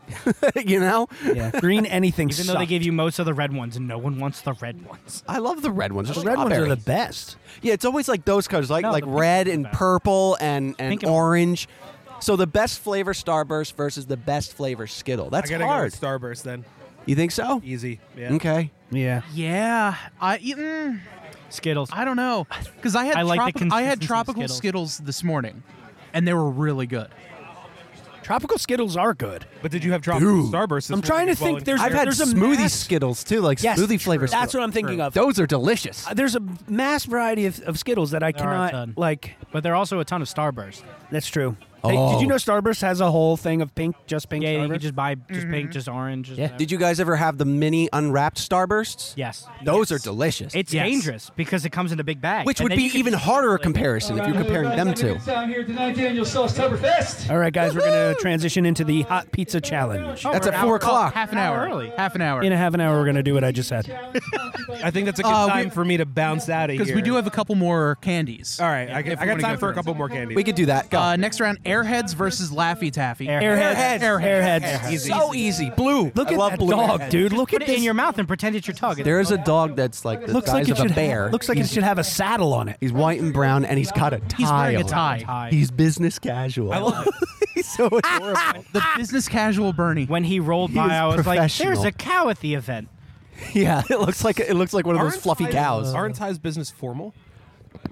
Speaker 1: you know?
Speaker 3: Yeah. Green anything.
Speaker 4: Even though they gave you most of the red ones, and no one wants the red ones.
Speaker 1: I love the red ones.
Speaker 3: The
Speaker 1: They're
Speaker 3: red ones are
Speaker 1: strawberry.
Speaker 3: the best.
Speaker 1: Yeah, it's always like those colors, like
Speaker 3: No,
Speaker 1: like
Speaker 3: the pink
Speaker 1: red
Speaker 3: ones are
Speaker 1: and
Speaker 3: the best.
Speaker 1: purple and and
Speaker 3: Pink and-
Speaker 1: orange. So the best flavor Starburst versus the best flavor Skittle. That's
Speaker 7: I gotta
Speaker 1: hard.
Speaker 7: go with Starburst then.
Speaker 1: you think so?
Speaker 7: Easy. Yeah.
Speaker 1: Okay.
Speaker 3: Yeah.
Speaker 2: Yeah, I mm,
Speaker 4: Skittles.
Speaker 2: I don't know because I had
Speaker 4: I like the
Speaker 2: tropi- I had
Speaker 4: consistency of
Speaker 2: tropical Skittles.
Speaker 4: Skittles.
Speaker 2: this morning, and they were really good.
Speaker 3: Tropical Skittles are good.
Speaker 7: But did you have tropical Starburst?
Speaker 3: I'm trying to think. There's
Speaker 1: I've had
Speaker 3: there's a
Speaker 1: smoothie
Speaker 3: mass-
Speaker 1: Skittles too, like
Speaker 3: Yes,
Speaker 1: smoothie flavor.
Speaker 3: That's
Speaker 1: Skittles.
Speaker 3: what I'm thinking of.
Speaker 1: Those are delicious.
Speaker 3: Uh, there's a mass variety of, of Skittles that I
Speaker 4: There are
Speaker 3: cannot
Speaker 4: a ton.
Speaker 3: like.
Speaker 4: But there are also a ton of Starburst.
Speaker 3: That's true. Hey, did you know Starburst has a whole thing of pink, just pink?
Speaker 4: Yeah, you
Speaker 3: Starburst?
Speaker 4: can just buy just pink, just orange. Just
Speaker 1: Did you guys ever have the mini unwrapped Starbursts?
Speaker 4: Yes.
Speaker 1: Those are delicious.
Speaker 4: It's dangerous because it comes in a big bag,
Speaker 1: Which
Speaker 4: and
Speaker 1: would
Speaker 4: then
Speaker 1: be
Speaker 4: you can
Speaker 1: even
Speaker 4: just-
Speaker 1: harder a comparison if you're comparing them two.
Speaker 11: Time here tonight, Daniel Saucetuberfest.
Speaker 3: All right, guys, we're gonna transition into the hot pizza challenge.
Speaker 4: Oh,
Speaker 1: That's
Speaker 4: we're
Speaker 1: at
Speaker 4: an
Speaker 1: four
Speaker 4: hour-
Speaker 1: o'clock.
Speaker 2: Half an hour
Speaker 4: early.
Speaker 2: Half an hour.
Speaker 3: In a half an hour, we're gonna do what I just said.
Speaker 7: I think that's a good
Speaker 2: Uh, we-
Speaker 7: time for me to bounce out of here.
Speaker 2: Because we do have a couple more candies. All
Speaker 7: right, I, got- I got time for a couple more candies.
Speaker 1: We could do that. Go.
Speaker 2: Uh, next round, Airheads versus Laffy Taffy.
Speaker 3: Airheads.
Speaker 2: Airheads.
Speaker 3: Airheads.
Speaker 1: So easy. Blue.
Speaker 3: Look
Speaker 1: I
Speaker 3: at
Speaker 1: love
Speaker 3: that
Speaker 1: blue
Speaker 3: dog,
Speaker 1: Airheads.
Speaker 3: dude. Look
Speaker 4: Put
Speaker 3: at
Speaker 4: it in
Speaker 3: this.
Speaker 4: your mouth and pretend it's your tongue.
Speaker 1: There is a dog that's like the
Speaker 3: Looks like
Speaker 1: size
Speaker 3: it
Speaker 1: of
Speaker 3: should.
Speaker 1: a bear.
Speaker 3: Looks like it
Speaker 1: he's,
Speaker 3: should have a saddle on it.
Speaker 1: he's white and brown, and he's got a tie.
Speaker 2: He's wearing a
Speaker 1: on.
Speaker 2: tie.
Speaker 1: He's business casual. I love it. he's so adorable.
Speaker 2: the business casual Bernie.
Speaker 4: When he rolled by,
Speaker 1: is
Speaker 4: I was like, "There's
Speaker 1: professional.
Speaker 4: a cow at the event."
Speaker 1: yeah, it looks like it looks like one of those fluffy cows.
Speaker 7: Aren't ties business formal?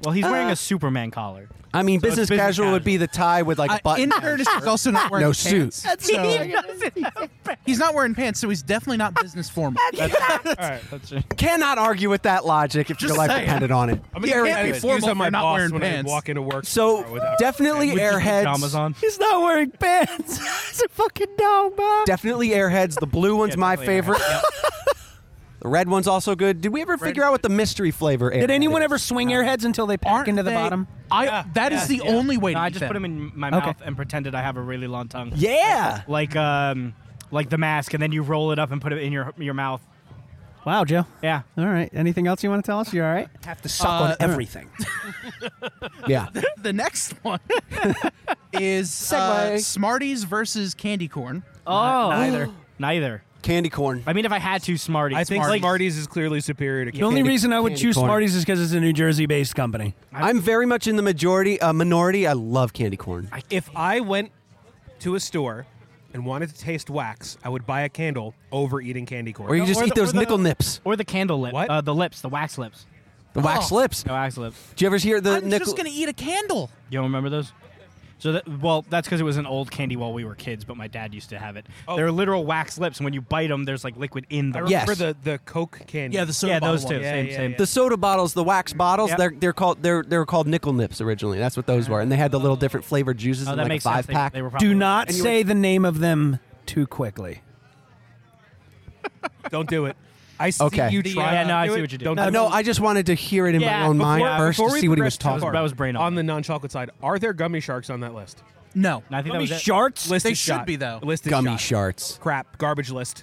Speaker 4: Well, he's wearing
Speaker 1: Uh,
Speaker 4: a Superman collar.
Speaker 1: I mean,
Speaker 4: So it's
Speaker 1: business,
Speaker 4: business
Speaker 1: casual, would be the tie with like a
Speaker 2: Uh,
Speaker 1: button.
Speaker 2: in fairness, he's also not wearing
Speaker 1: no
Speaker 2: pants.
Speaker 1: suits.
Speaker 2: That's he's not wearing pants, so he's definitely not business formal.
Speaker 1: All
Speaker 4: right, that's it.
Speaker 1: Cannot argue with that logic if
Speaker 2: Just
Speaker 1: your life
Speaker 2: saying.
Speaker 1: depended on it.
Speaker 2: I mean, you can't be
Speaker 1: it is.
Speaker 2: formal for not wearing
Speaker 7: when
Speaker 2: pants.
Speaker 7: I walk into work.
Speaker 1: So definitely
Speaker 7: With just
Speaker 1: airheads.
Speaker 7: pajamas on.
Speaker 1: He's not wearing pants. He's a fucking dog, man. Definitely airheads. The blue one's my favorite. the red one's also good. Did we ever figure out what the mystery flavor?
Speaker 3: Did
Speaker 1: Airhead
Speaker 3: anyone
Speaker 1: is?
Speaker 3: ever swing airheads until they pack into the
Speaker 1: they-
Speaker 3: bottom?
Speaker 2: I.
Speaker 4: That is
Speaker 3: yeah, yeah.
Speaker 4: No, I just put them in my
Speaker 3: Okay.
Speaker 4: mouth and pretended I have a really long tongue.
Speaker 1: Yeah.
Speaker 4: Like um, like the mask, and then you roll it up and put it in your your mouth.
Speaker 3: Wow, Joe.
Speaker 4: Yeah.
Speaker 3: All right. Anything else you want to tell us? You all right? Have to
Speaker 2: suck on Uh, everything.
Speaker 4: Oh,
Speaker 1: yeah.
Speaker 2: the next one is uh,
Speaker 4: Segway.
Speaker 2: Smarties versus candy corn.
Speaker 4: Oh. Neither. Neither.
Speaker 1: Candy corn.
Speaker 4: I mean, if I had to, Smarties.
Speaker 7: I think
Speaker 4: Smarties.
Speaker 7: Smarties is clearly superior to.
Speaker 3: The only reason I would choose Smarties is because it's a New Jersey-based company.
Speaker 1: I'm very much in the majority, uh, minority. I love candy corn.
Speaker 7: If I went to a store and wanted to taste wax, I would buy a candle over eating candy corn.
Speaker 1: Or you just eat those nickel nips.
Speaker 4: Or the candle lip.
Speaker 7: What?
Speaker 4: Uh, the lips, the wax lips.
Speaker 1: The wax
Speaker 4: Oh.
Speaker 1: lips.
Speaker 4: The wax lips.
Speaker 1: Do you ever hear the
Speaker 4: I'm
Speaker 1: nickel?
Speaker 4: just
Speaker 2: gonna eat a candle.
Speaker 4: You don't remember those? So that, well, that's because it was an old candy while we were kids, but my dad used to have it. They're literal wax lips, and when you bite them, there's like liquid in
Speaker 7: Oh. I
Speaker 4: them.
Speaker 7: remember the, the Coke candy.
Speaker 4: Yeah, the soda Yeah, bottle those two. one. Same, same.
Speaker 1: The soda bottles, the wax bottles,
Speaker 4: Yep.
Speaker 1: they're they're called they're they were called nickel nips originally. That's what those were, and they had the little different flavored juices
Speaker 4: Oh,
Speaker 1: in
Speaker 4: that
Speaker 1: like
Speaker 4: makes
Speaker 1: a
Speaker 4: sense.
Speaker 1: five
Speaker 4: They-
Speaker 1: pack.
Speaker 4: they were probably-
Speaker 3: Do not
Speaker 4: And you
Speaker 3: say the name of them too quickly.
Speaker 7: Don't do it. I see
Speaker 1: Okay.
Speaker 7: you
Speaker 1: Yeah,
Speaker 7: try.
Speaker 4: yeah,
Speaker 7: to
Speaker 4: no, I
Speaker 7: do
Speaker 4: see
Speaker 7: it.
Speaker 4: what you did.
Speaker 7: Don't
Speaker 1: No,
Speaker 7: do
Speaker 1: no,
Speaker 7: it.
Speaker 1: I just wanted to hear it in my own mind
Speaker 7: Before-
Speaker 1: first to
Speaker 7: before we
Speaker 1: see what he
Speaker 7: progress
Speaker 1: was
Speaker 7: too
Speaker 1: talking.
Speaker 7: far,
Speaker 1: about.
Speaker 7: on the non-chocolate side. Are there gummy sharks on that list?
Speaker 2: No,
Speaker 4: I think that
Speaker 7: gummy
Speaker 4: was it.
Speaker 7: sharks. Listed
Speaker 2: They should
Speaker 7: shot.
Speaker 2: be, though.
Speaker 7: Listed
Speaker 1: Gummy
Speaker 7: shot.
Speaker 1: sharts.
Speaker 7: Crap. Garbage list.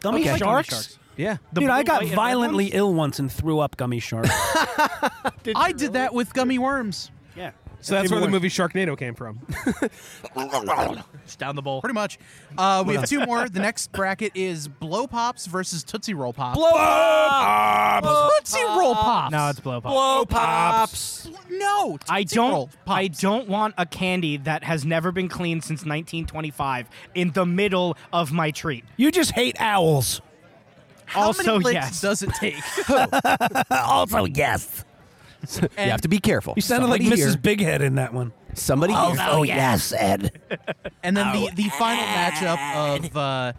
Speaker 3: Gummy
Speaker 7: Okay.
Speaker 3: sharks?
Speaker 7: Yeah.
Speaker 3: Dude, I got violently ill once and threw up gummy sharks.
Speaker 2: I did that with gummy worms.
Speaker 3: yeah.
Speaker 7: So that's where the movie Sharknado came from.
Speaker 4: It's down the bowl.
Speaker 2: Pretty much. Uh, we have two more. The next bracket is Blow Pops versus Tootsie Roll Pops.
Speaker 1: Blow
Speaker 2: Pops! Tootsie Roll Pops!
Speaker 4: No, it's blow pops.
Speaker 1: Blow pops.
Speaker 2: No,
Speaker 4: I
Speaker 2: Tootsie
Speaker 4: don't.
Speaker 2: Roll
Speaker 4: I don't want a candy that has never been cleaned since 1925 in the middle of my treat.
Speaker 3: You just hate owls.
Speaker 2: How
Speaker 4: also,
Speaker 2: many licks
Speaker 4: yes.
Speaker 2: does it take?
Speaker 3: also, yes.
Speaker 1: you have to be careful.
Speaker 3: You sounded like
Speaker 1: Somebody
Speaker 3: Mrs.
Speaker 1: here-
Speaker 3: Bighead in that one.
Speaker 1: Somebody.
Speaker 3: Oh,
Speaker 1: here-
Speaker 3: oh, yes,
Speaker 1: Ed.
Speaker 2: And then the, the final matchup of uh,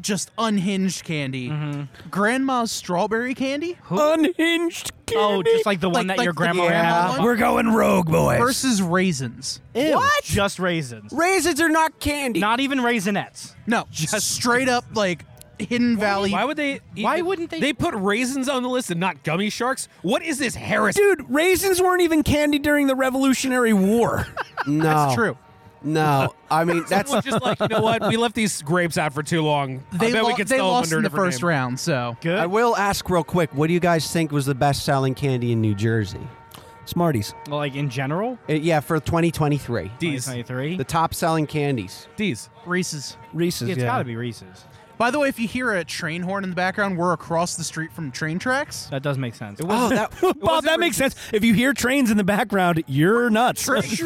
Speaker 2: just unhinged candy.
Speaker 4: Mm-hmm.
Speaker 2: Grandma's strawberry candy?
Speaker 3: Unhinged
Speaker 4: Oh, just like the one that your grandma had.
Speaker 3: We're going rogue, boys.
Speaker 2: Versus raisins.
Speaker 1: What?
Speaker 4: Just raisins.
Speaker 1: Raisins are not candy.
Speaker 4: Not even raisinettes.
Speaker 2: No, just straight up like Hidden Valley.
Speaker 7: Why would they? Eat
Speaker 4: Why wouldn't they-
Speaker 7: E, They put raisins on the list and not gummy sharks. What is this heresy?
Speaker 3: Dude, raisins weren't even candy during the Revolutionary War.
Speaker 1: No.
Speaker 2: That's true.
Speaker 1: No, I mean that's
Speaker 7: Someone just like you know what? We left these grapes out for too long. I
Speaker 2: They,
Speaker 7: bet
Speaker 2: lo-
Speaker 7: we could
Speaker 2: they
Speaker 7: sell them
Speaker 2: lost
Speaker 7: under
Speaker 2: in
Speaker 7: a
Speaker 2: the
Speaker 7: different
Speaker 2: first
Speaker 7: name.
Speaker 2: round, so.
Speaker 4: Good.
Speaker 1: I will ask real quick. What do you guys think was the best-selling candy in New Jersey?
Speaker 3: Smarties.
Speaker 4: like in general.
Speaker 1: Uh, yeah, for 2023,
Speaker 7: D's,
Speaker 4: 23.
Speaker 1: the top-selling candies.
Speaker 7: D's.
Speaker 2: Reese's.
Speaker 3: Reese's.
Speaker 4: It's
Speaker 3: yeah.
Speaker 4: got to be Reese's.
Speaker 2: By the way, if you hear a train horn in the background, we're across the street from train tracks.
Speaker 4: That does make sense.
Speaker 1: Oh, that
Speaker 3: Bob, that makes sense. If you hear trains in the background, you're nuts.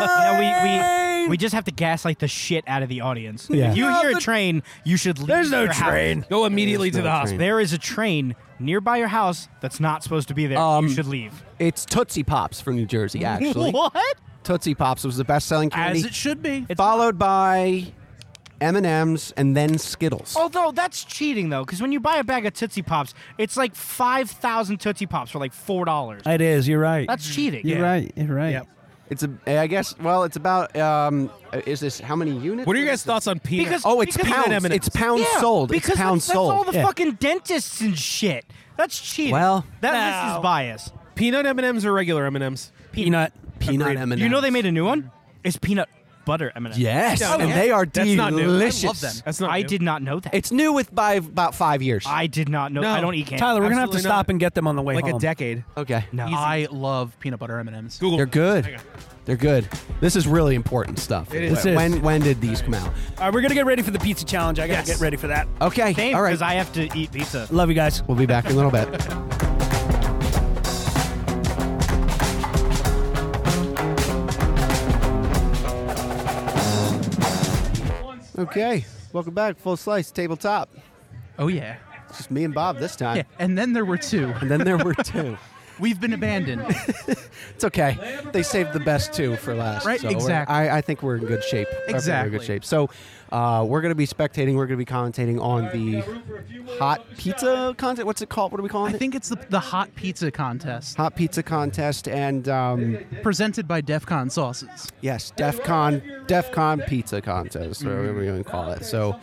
Speaker 4: Yeah, we, we, we just have to gaslight the shit out of the audience.
Speaker 3: Yeah.
Speaker 4: If you hear a train, you should leave.
Speaker 3: There's no
Speaker 4: your house.
Speaker 3: train.
Speaker 7: Go immediately to the hospital.
Speaker 4: There is a train nearby your house that's not supposed to be there.
Speaker 1: Um,
Speaker 4: you should leave.
Speaker 1: It's Tootsie Pops from New Jersey, actually.
Speaker 4: What?
Speaker 1: Tootsie Pops was the best-selling candy,
Speaker 2: As it should be.
Speaker 1: followed by M and M's and then Skittles.
Speaker 4: Although that's cheating though, because when you buy a bag of Tootsie Pops, it's like five thousand Tootsie Pops for like four dollars.
Speaker 3: It is. You're right.
Speaker 4: That's cheating.
Speaker 3: you're right. You're right.
Speaker 7: Yep.
Speaker 1: It's a, I guess. Well, it's about. Um, is this how many units?
Speaker 7: What are your
Speaker 1: is
Speaker 7: guys'
Speaker 1: it?
Speaker 7: thoughts on peanut?
Speaker 4: Because-
Speaker 1: Oh, it's
Speaker 4: Because-
Speaker 1: pounds.
Speaker 7: Peanut M&Ms.
Speaker 1: It's pounds
Speaker 4: Yeah,
Speaker 1: sold.
Speaker 4: Because
Speaker 1: it's pounds
Speaker 4: that's, that's
Speaker 1: sold.
Speaker 4: all the
Speaker 3: Yeah.
Speaker 4: fucking dentists and shit. That's cheating.
Speaker 1: Well-
Speaker 4: that this is bias.
Speaker 7: peanut M and M's or regular M and M's?
Speaker 3: Peanut.
Speaker 1: Peanut M&Ms.
Speaker 4: You know they made a new one? It's peanut butter M&Ms.
Speaker 1: Yes,
Speaker 7: No,
Speaker 1: and
Speaker 7: yeah.
Speaker 1: they are
Speaker 7: That's not new. I love
Speaker 1: delicious.
Speaker 2: them.
Speaker 7: That's not.
Speaker 4: I
Speaker 7: new.
Speaker 4: did not know that.
Speaker 1: It's new with by about five years.
Speaker 4: I did not know.
Speaker 7: No.
Speaker 4: I don't eat candy.
Speaker 3: Tyler, we're going to have to
Speaker 7: Absolutely
Speaker 3: stop
Speaker 7: not.
Speaker 3: and get them on the way
Speaker 7: like
Speaker 3: home.
Speaker 7: a decade.
Speaker 1: okay,
Speaker 4: no.
Speaker 2: I love peanut butter M&Ms.
Speaker 7: Google.
Speaker 1: they're good. They're good. This is really important stuff.
Speaker 7: It is.
Speaker 1: When-
Speaker 3: This is.
Speaker 1: When when did these come out?
Speaker 3: All right, we're going to get ready for the pizza challenge. I got to
Speaker 4: Yes.
Speaker 3: get ready for that.
Speaker 1: Okay,
Speaker 4: Same,
Speaker 1: all right.
Speaker 4: because I have to eat pizza.
Speaker 3: Love you guys.
Speaker 1: we'll be back in a little bit. Okay, welcome back. Full slice, tabletop.
Speaker 2: Oh, yeah.
Speaker 1: It's just me and Bob this time.
Speaker 2: Yeah, and then there were two.
Speaker 1: And then there were two.
Speaker 2: We've been abandoned.
Speaker 1: It's okay. They saved the best two for last.
Speaker 2: Right,
Speaker 1: so we're-
Speaker 2: exactly.
Speaker 1: I, I think we're in good shape. I think We're in
Speaker 2: Exactly.
Speaker 1: good shape. So uh, we're going to be spectating. We're going to be commentating on the hot pizza contest. What's it called? What are we calling it?
Speaker 2: I think it's the, the hot pizza contest
Speaker 1: hot pizza contest and um,
Speaker 2: presented by DEF CON Sauces.
Speaker 1: Yes, DEF CON, DEF CON Pizza Contest, or whatever you want to call it. So,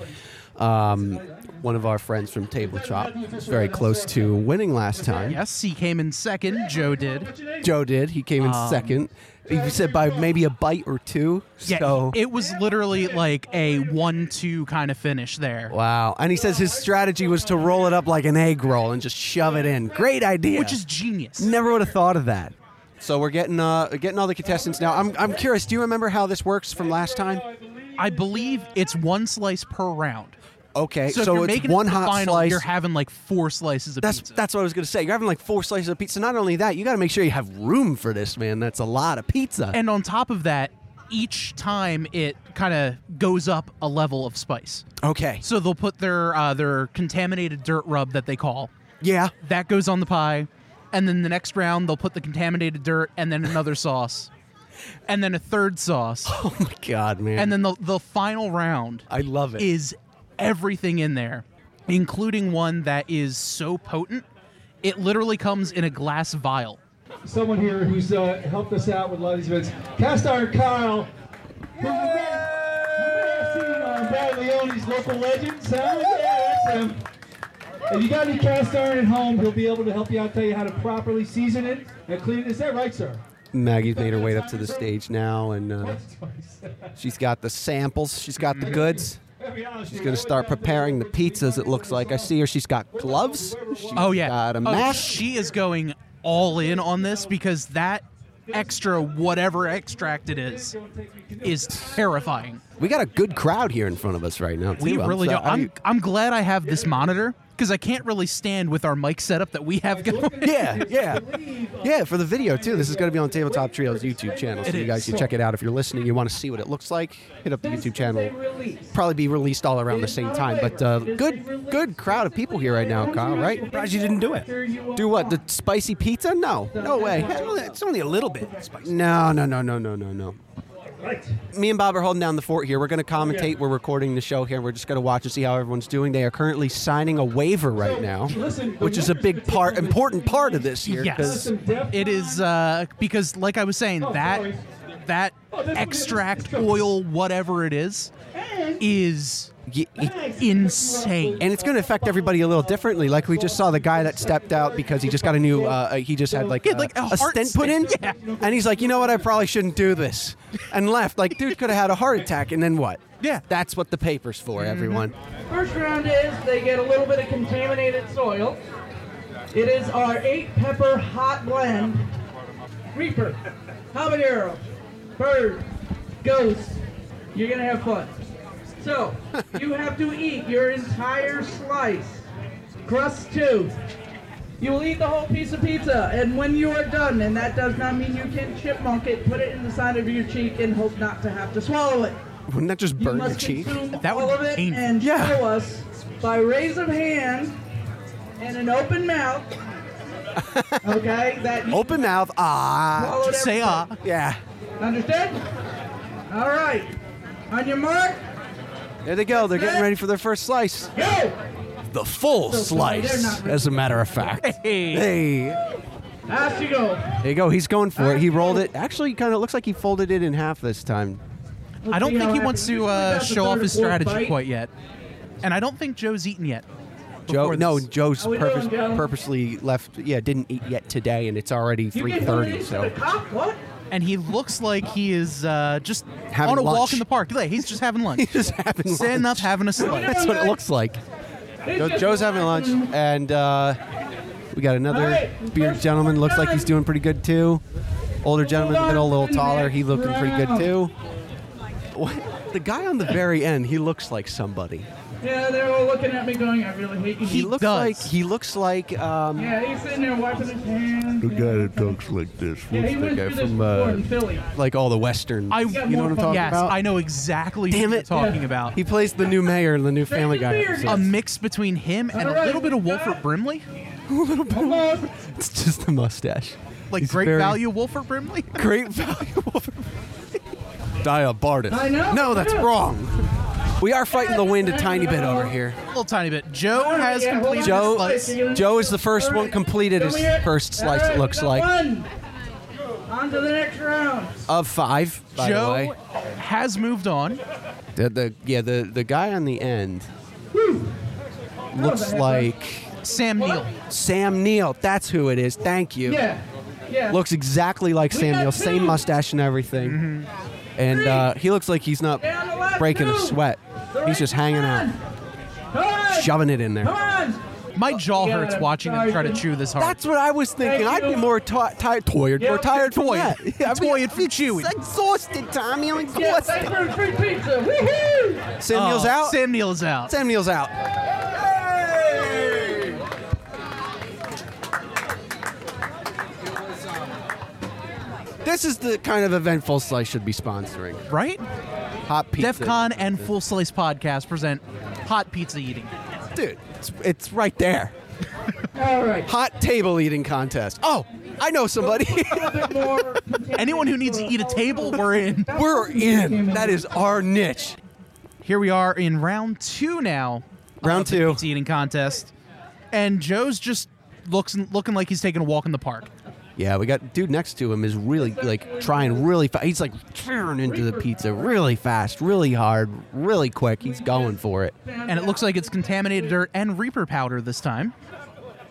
Speaker 1: um, one of our friends from Table Chop was very close to winning last time.
Speaker 2: Yes, he came in second. Joe did.
Speaker 1: Joe did. He came in
Speaker 2: Um,
Speaker 1: second. He said by maybe a bite or two.
Speaker 2: Yeah,
Speaker 1: so,
Speaker 2: it was literally like a one-two kind of finish there,
Speaker 1: wow. And he says his strategy was to roll it up like an egg roll and just shove it in. Great idea.
Speaker 2: which is genius.
Speaker 1: Never would have thought of that. So we're getting uh, getting all the contestants now. I'm, I'm curious. Do you remember how this works from last time?
Speaker 2: I believe it's one slice per round.
Speaker 1: Okay,
Speaker 2: so, if
Speaker 1: so
Speaker 2: you're
Speaker 1: it's
Speaker 2: making
Speaker 1: one
Speaker 2: it to the
Speaker 1: hot
Speaker 2: final,
Speaker 1: slice.
Speaker 2: You're having like four slices of
Speaker 1: that's
Speaker 2: pizza.
Speaker 1: that's what I was gonna say. You're having like four slices of pizza. Not only that, you got to make sure you have room for this, man. That's a lot of pizza.
Speaker 2: And on top of that, each time it kind of goes up a level of spice.
Speaker 1: okay,
Speaker 2: So they'll put their uh, their contaminated dirt rub that they call.
Speaker 1: Yeah.
Speaker 2: That goes on the pie, and then the next round they'll put the contaminated dirt, and then another sauce, and then a third sauce. Oh
Speaker 1: my God, man!
Speaker 2: And then the the final round.
Speaker 1: I love it.
Speaker 2: Is everything in there, including one that is so potent, it literally comes in a glass vial.
Speaker 11: Someone here who's uh, helped us out with a lot of these events, Cast Iron Kyle, who you may have seen on Brad Leone's Local Legends. Huh? Yeah, that's him. If you got any cast iron at home, he'll be able to help you out, tell you how to properly season it and clean it. Is that right, sir?
Speaker 1: Maggie's made her way up to the stage now, and uh, she's got the samples. She's got the goods. She's gonna start preparing the pizzas. It looks like I see her. She's got gloves. She's
Speaker 2: oh yeah,
Speaker 1: got a
Speaker 2: Oh,
Speaker 1: mask.
Speaker 2: she is going all in on this because that extra whatever extract it is is terrifying.
Speaker 1: We got a good crowd here in front of us right now.
Speaker 2: We
Speaker 1: too. I'm
Speaker 2: really
Speaker 1: so-
Speaker 2: don't. I'm, I'm glad I have this monitor because I can't really stand with our mic setup that we have going.
Speaker 1: Yeah, yeah, yeah. For the video too. This is going to be on Tabletop Trio's YouTube channel, so
Speaker 2: It
Speaker 1: you guys
Speaker 2: is.
Speaker 1: can check it out if you're listening. You want to see what it looks like? Hit up the YouTube channel. Probably be released all around the same time. But uh, good, good crowd of people here right now, Kyle. Right? Surprised you didn't do it. Do what? The spicy pizza? No, no way.
Speaker 3: It's only, it's only a little bit spicy.
Speaker 1: No, no, no, no, no, no, no.
Speaker 3: Right.
Speaker 1: Me and Bob are holding down the fort here. We're going to commentate. We're recording the show here. We're just going to watch and see how everyone's doing. They are currently signing a waiver right now,
Speaker 2: listen, the
Speaker 1: which is a big part, important part of this here. 'cause-
Speaker 2: Yes, it is uh, because, like I was saying,
Speaker 16: Oh,
Speaker 2: that that extract oil, whatever it is, is insane.
Speaker 1: And it's going to affect everybody a little differently. Like we just saw the guy that stepped out because he just got a new, uh, he just had like,
Speaker 2: Yeah,
Speaker 1: uh,
Speaker 2: like a
Speaker 1: a,
Speaker 2: heart
Speaker 1: stent put in,
Speaker 2: stent. Yeah.
Speaker 1: and he's like, you know what, I probably shouldn't do this, and left. Like, dude could have had a heart attack, and then what? Yeah, that's what the papers for, everyone.
Speaker 16: First round is they get a little bit of contaminated soil. It is our eight pepper hot blend. Reaper, habanero, bird, ghost. You're gonna have fun. So you have to eat your entire slice, crust two. You will eat the whole piece of pizza, and when you are done, and that does not mean you can chipmunk it, put it in the side of your cheek and hope not to have to swallow it.
Speaker 1: Wouldn't that just burn
Speaker 16: you
Speaker 1: your
Speaker 16: must
Speaker 1: cheek?
Speaker 16: consume all of it and show us by raise of hand and an open mouth. okay, that you
Speaker 1: Open mouth, ah.
Speaker 16: Swallowed Say ah.
Speaker 1: Yeah.
Speaker 16: understood? All right, on your mark,
Speaker 1: There they go. They're getting ready for their first slice.
Speaker 16: go.
Speaker 1: The full
Speaker 16: So sorry, they're not
Speaker 1: slice, as a matter of fact.
Speaker 2: Hey.
Speaker 1: Hey.
Speaker 16: As you go.
Speaker 1: There you go. He's going for it. He rolled it. Actually, kind of looks like he folded it in half this time.
Speaker 2: I don't
Speaker 16: see
Speaker 2: think
Speaker 16: how
Speaker 2: he
Speaker 16: it
Speaker 2: wants to
Speaker 16: happens.
Speaker 2: uh,
Speaker 16: That's the
Speaker 2: show off
Speaker 16: third
Speaker 2: his
Speaker 16: or fourth
Speaker 2: strategy
Speaker 16: bite.
Speaker 2: quite yet, and I don't think Joe's eaten yet.
Speaker 1: Joe,
Speaker 2: before
Speaker 1: no,
Speaker 2: this.
Speaker 1: Joe's
Speaker 2: How we
Speaker 1: purpose,
Speaker 2: doing, Joe?
Speaker 1: purposely left. Yeah, didn't eat yet today, and it's already three thirty. So
Speaker 2: And he looks like he is uh, just
Speaker 1: Having
Speaker 2: on a walk
Speaker 1: lunch.
Speaker 2: in the park. Like, he's just having lunch. he's
Speaker 1: just having
Speaker 2: Standing up, having a slice.
Speaker 1: that's what it looks like. Joe, Joe's having lunch, and uh, we got another bearded gentleman. Looks like he's doing pretty good too. Older gentleman, in the middle, a little taller. He looking pretty good too. What? The guy on the very end, he looks like somebody.
Speaker 16: Yeah, they're all looking at me going, I really hate you.
Speaker 1: He, looks like he looks like um,
Speaker 16: Yeah, he's sitting there wiping his hands.
Speaker 17: The guy that talks like this.
Speaker 16: Yeah,
Speaker 17: What's
Speaker 16: he
Speaker 17: the
Speaker 16: went
Speaker 17: guy
Speaker 16: through this
Speaker 17: from?
Speaker 16: before
Speaker 17: Uh,
Speaker 16: in Philly.
Speaker 1: like all the western.
Speaker 2: I,
Speaker 1: you know what I'm talking
Speaker 2: yes,
Speaker 1: about?
Speaker 2: I know exactly
Speaker 1: Damn
Speaker 2: what you're
Speaker 1: it.
Speaker 2: talking about.
Speaker 1: He plays the new mayor in the new Family Guy.
Speaker 2: A
Speaker 1: episode.
Speaker 2: mix between him and a little bit of Wolfert Brimley.
Speaker 1: a little bit. It's just a mustache.
Speaker 2: Like
Speaker 1: He's
Speaker 2: great
Speaker 1: very-
Speaker 2: value, Wolford Brimley.
Speaker 1: Great value, Wolford Brimley. Diabardus.
Speaker 2: I know.
Speaker 1: No, that's
Speaker 2: Yeah.
Speaker 1: wrong. We are fighting the wind a tiny bit over here.
Speaker 2: A little tiny bit. Joe has
Speaker 1: Yeah,
Speaker 2: completed.
Speaker 1: Joe,
Speaker 2: his slice.
Speaker 1: Joe is the first one completed his
Speaker 16: Come here.
Speaker 1: first slice.
Speaker 16: All
Speaker 1: It
Speaker 16: right,
Speaker 1: looks
Speaker 16: got
Speaker 1: like
Speaker 16: One. On to the next round.
Speaker 1: of five. By the
Speaker 2: Joe
Speaker 1: way,
Speaker 2: has moved on.
Speaker 1: the, the yeah the the guy on the end
Speaker 2: Oh,
Speaker 1: looks like
Speaker 2: Sam Neil.
Speaker 1: Sam Neil. That's who it is. Thank you.
Speaker 16: Yeah. Yeah.
Speaker 1: Looks exactly like Sam Neil. Same mustache and everything. And uh, he looks like he's not
Speaker 16: Mm-hmm. Down the left,
Speaker 1: breaking a
Speaker 16: two.
Speaker 1: sweat. He's just hanging out,
Speaker 16: Come on.
Speaker 1: shoving it in
Speaker 16: Come
Speaker 1: there.
Speaker 16: on.
Speaker 2: My jaw
Speaker 16: Yeah,
Speaker 2: hurts
Speaker 16: I'm
Speaker 2: watching him
Speaker 16: sorry.
Speaker 2: try to chew this hard.
Speaker 1: That's what I was thinking.
Speaker 16: Thank
Speaker 1: I'd be
Speaker 16: you.
Speaker 1: more ti- tired, tired, more
Speaker 16: Yeah,
Speaker 1: tired from
Speaker 2: toy.
Speaker 1: that. Yeah, I'd be-
Speaker 2: Toy and chewy.
Speaker 1: exhausted, Tommy. I'm
Speaker 16: Yeah, thanks for the free pizza. Woohoo!
Speaker 1: Sam Neil's
Speaker 2: Oh,
Speaker 1: out.
Speaker 2: Sam Neil is out.
Speaker 1: Sam Neil's out. This is the kind of event Full Slice should be sponsoring.
Speaker 2: Right?
Speaker 1: Hot pizza.
Speaker 2: DEF CON and Full Slice Podcast present hot pizza eating.
Speaker 1: Dude, it's, it's right there.
Speaker 16: All right.
Speaker 1: Hot table eating contest. Oh, I know somebody.
Speaker 2: Anyone who needs to eat a table, we're in.
Speaker 1: We're in. That is our niche.
Speaker 2: Here we are in round two now.
Speaker 1: Round
Speaker 2: of the
Speaker 1: two.
Speaker 2: pizza eating contest, and Joe's just looks looking like he's taking a walk in the park.
Speaker 1: Yeah, we got dude next to him is really like trying really fast. He's like tearing into the pizza really fast, really hard, really quick. He's going for it.
Speaker 2: And it looks like it's contaminated dirt and Reaper powder this time.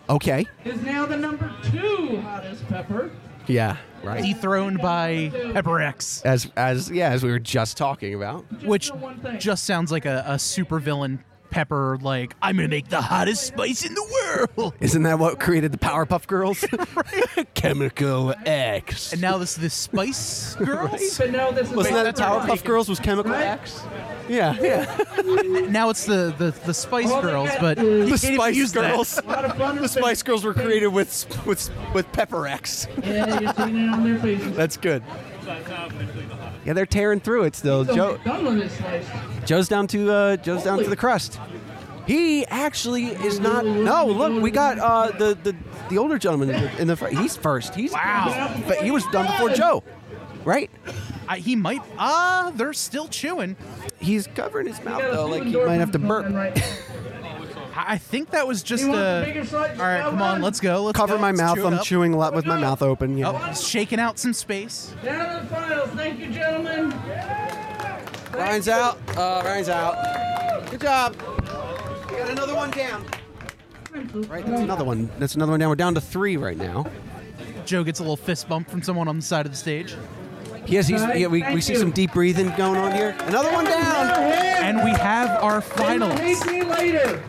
Speaker 1: Okay.
Speaker 16: Is now the number two hottest pepper.
Speaker 1: Yeah. Right.
Speaker 2: Dethroned by Pepper X,
Speaker 1: As as yeah, as we were just talking about.
Speaker 2: which just sounds like a, a supervillain Pepper, like, I'm going to make the hottest spice in the world.
Speaker 1: Isn't that what created the Powerpuff Girls? Chemical X.
Speaker 2: And now this is the Spice Girls?
Speaker 16: But now this is
Speaker 1: Wasn't that
Speaker 2: that's right.
Speaker 1: Powerpuff Girls was Chemical
Speaker 16: Right?
Speaker 1: X? Yeah, yeah.
Speaker 2: now it's the, the, the Spice
Speaker 16: Well, they
Speaker 2: Girls,
Speaker 16: got
Speaker 2: but
Speaker 16: the
Speaker 2: you
Speaker 1: The
Speaker 2: can't even
Speaker 1: Spice
Speaker 2: use that.
Speaker 1: Girls.
Speaker 16: a lot of fun.
Speaker 1: The Spice Girls were created with with with Pepper X.
Speaker 16: Yeah, you're seeing it on their faces.
Speaker 1: That's good. Yeah, they're tearing through it still. Joe,
Speaker 16: Done with this slice.
Speaker 1: Joe's down to uh, Joe's down to the crust. He actually is not. No, look, we got uh, the the the older gentleman in the, in the fr- he's first. He's
Speaker 2: Wow.
Speaker 1: he's- but he was done before Joe, Oh, right?
Speaker 2: I, he might. Ah, they're still chewing.
Speaker 1: He's covering his mouth
Speaker 16: Got a
Speaker 1: though,
Speaker 16: few
Speaker 1: like he
Speaker 16: endorphins
Speaker 1: might have to
Speaker 16: going
Speaker 1: burp.
Speaker 16: Right.
Speaker 2: I I think that was just
Speaker 16: You want the
Speaker 2: a.
Speaker 16: bigger slice?
Speaker 2: All right, come on, let's go. Let's
Speaker 1: Cover
Speaker 2: go,
Speaker 1: my
Speaker 2: let's
Speaker 1: mouth.
Speaker 2: chew it
Speaker 1: I'm
Speaker 2: up.
Speaker 1: chewing a lot with my mouth open. Yeah.
Speaker 2: Oh, it's shaking out some space.
Speaker 16: Down to the finals. Thank you, gentlemen.
Speaker 1: Ryan's out. Uh, Ryan's out. Good job. We got another one down. Right, that's another one. That's another one down. We're down to three right now.
Speaker 2: Joe gets a little fist bump from someone on the side of the stage.
Speaker 1: Yes, he's, yeah, we, we
Speaker 16: Thank
Speaker 1: see
Speaker 16: you.
Speaker 1: some deep breathing going on here. Another one down.
Speaker 2: And we have our
Speaker 16: Meet
Speaker 2: finalists.
Speaker 16: me later.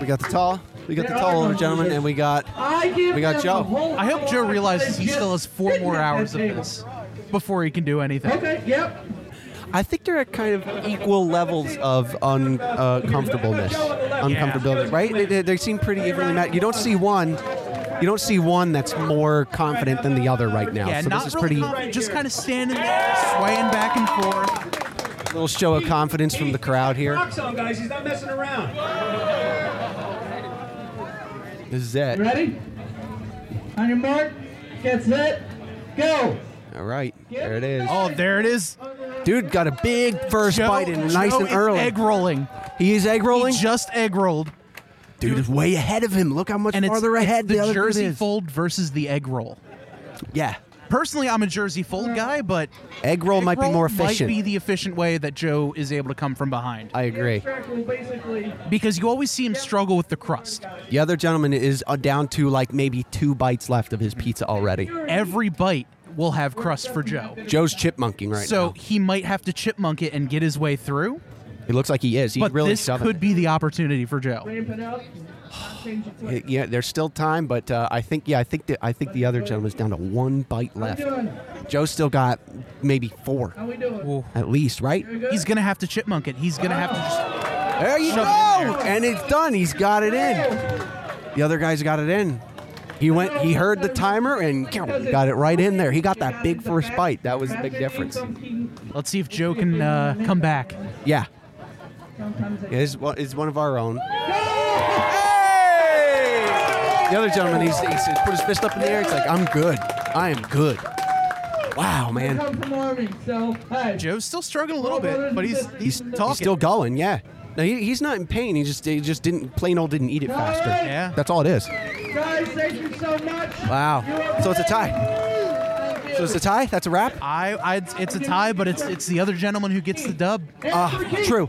Speaker 1: We got the tall. We got the tall older gentleman, and we got
Speaker 16: I give
Speaker 1: We got
Speaker 16: them
Speaker 1: Joe.
Speaker 16: a whole
Speaker 2: I hope Joe
Speaker 16: lot
Speaker 2: realizes he
Speaker 16: just
Speaker 2: still has four
Speaker 16: sitting
Speaker 2: more
Speaker 16: at that
Speaker 2: hours of
Speaker 16: table.
Speaker 2: this before he can do anything.
Speaker 16: Okay, yep.
Speaker 1: I think they're at kind of equal levels of uncomfortableness, uh, comfortableness, uncomfortability, right? They- They, they seem pretty evenly matched. You don't see one, you don't see one that's more confident than the other right now.
Speaker 2: Yeah,
Speaker 1: so
Speaker 2: not
Speaker 1: this is
Speaker 2: really
Speaker 1: pretty
Speaker 2: confident, just kind of standing there, swaying back and forth.
Speaker 1: little show of confidence from the crowd here.
Speaker 10: Rocks on, guys. He's not messing around.
Speaker 1: This is it.
Speaker 16: You ready? On your mark, get set, go.
Speaker 1: All right, there it is.
Speaker 2: Oh, there it is.
Speaker 1: Dude got a big first
Speaker 2: Joe,
Speaker 1: bite in nice
Speaker 2: Joe
Speaker 1: and
Speaker 2: is
Speaker 1: early.
Speaker 2: Egg rolling.
Speaker 1: he is egg rolling.
Speaker 2: He just egg rolled,
Speaker 1: Dude is way ahead of him. Look how much
Speaker 2: and it's,
Speaker 1: farther
Speaker 2: it's
Speaker 1: ahead
Speaker 2: the,
Speaker 1: other dude
Speaker 2: Jersey
Speaker 1: is.
Speaker 2: fold versus the egg roll.
Speaker 1: Yeah,
Speaker 2: Personally, I'm a Jersey fold guy, but
Speaker 1: egg roll
Speaker 2: egg
Speaker 1: might
Speaker 2: roll
Speaker 1: be more efficient.
Speaker 2: Might be the efficient way that Joe is able to come from behind.
Speaker 1: I agree.
Speaker 16: Track will basically
Speaker 2: because you always see him struggle with the crust.
Speaker 1: The other gentleman is uh, down to like maybe two bites left of his pizza already.
Speaker 2: Every bite will have crust for Joe.
Speaker 1: Joe's chipmunking right
Speaker 2: So
Speaker 1: now.
Speaker 2: he might have to chipmunk it and get his way through.
Speaker 1: He looks like he is. He's
Speaker 2: but
Speaker 1: really
Speaker 2: this
Speaker 1: shoving
Speaker 2: could
Speaker 1: it.
Speaker 2: be the opportunity for Joe.
Speaker 16: ramp it up. Change it
Speaker 1: Y- Yeah, there's still time, but uh, I think yeah, I think the, I think the other gentleman's down to one bite
Speaker 16: How we
Speaker 1: left.
Speaker 16: doing?
Speaker 1: Joe's still got maybe four
Speaker 16: How we doing?
Speaker 1: at least, right?
Speaker 2: He's gonna have to chipmunk it. He's gonna have to. Just,
Speaker 1: There you go,
Speaker 2: Shove it in there.
Speaker 1: and it's done. He's got it in. The other guy's got it in. He went. He heard the timer and got it right in there. He got that big first bite. That was the big difference.
Speaker 2: let's see if Joe can uh, come back.
Speaker 1: Yeah. Is one is one of our own. Hey! The other gentleman, he's, he's he's put his fist up in the air. He's like, I'm good. I am good. Wow,
Speaker 16: I
Speaker 1: man.
Speaker 16: come from Army, so hey.
Speaker 2: Joe's still struggling a little bit, but he's
Speaker 1: He's, he's still going, yeah. No, he, he's not in pain. He just he just didn't plain old didn't eat it faster.
Speaker 16: Yeah.
Speaker 1: That's all it is.
Speaker 16: Guys, thank you so much.
Speaker 1: Wow. So it's a tie. So it's a tie. That's a wrap.
Speaker 2: I, I it's a tie, but it's it's the other gentleman who gets the dub.
Speaker 1: Ah, true.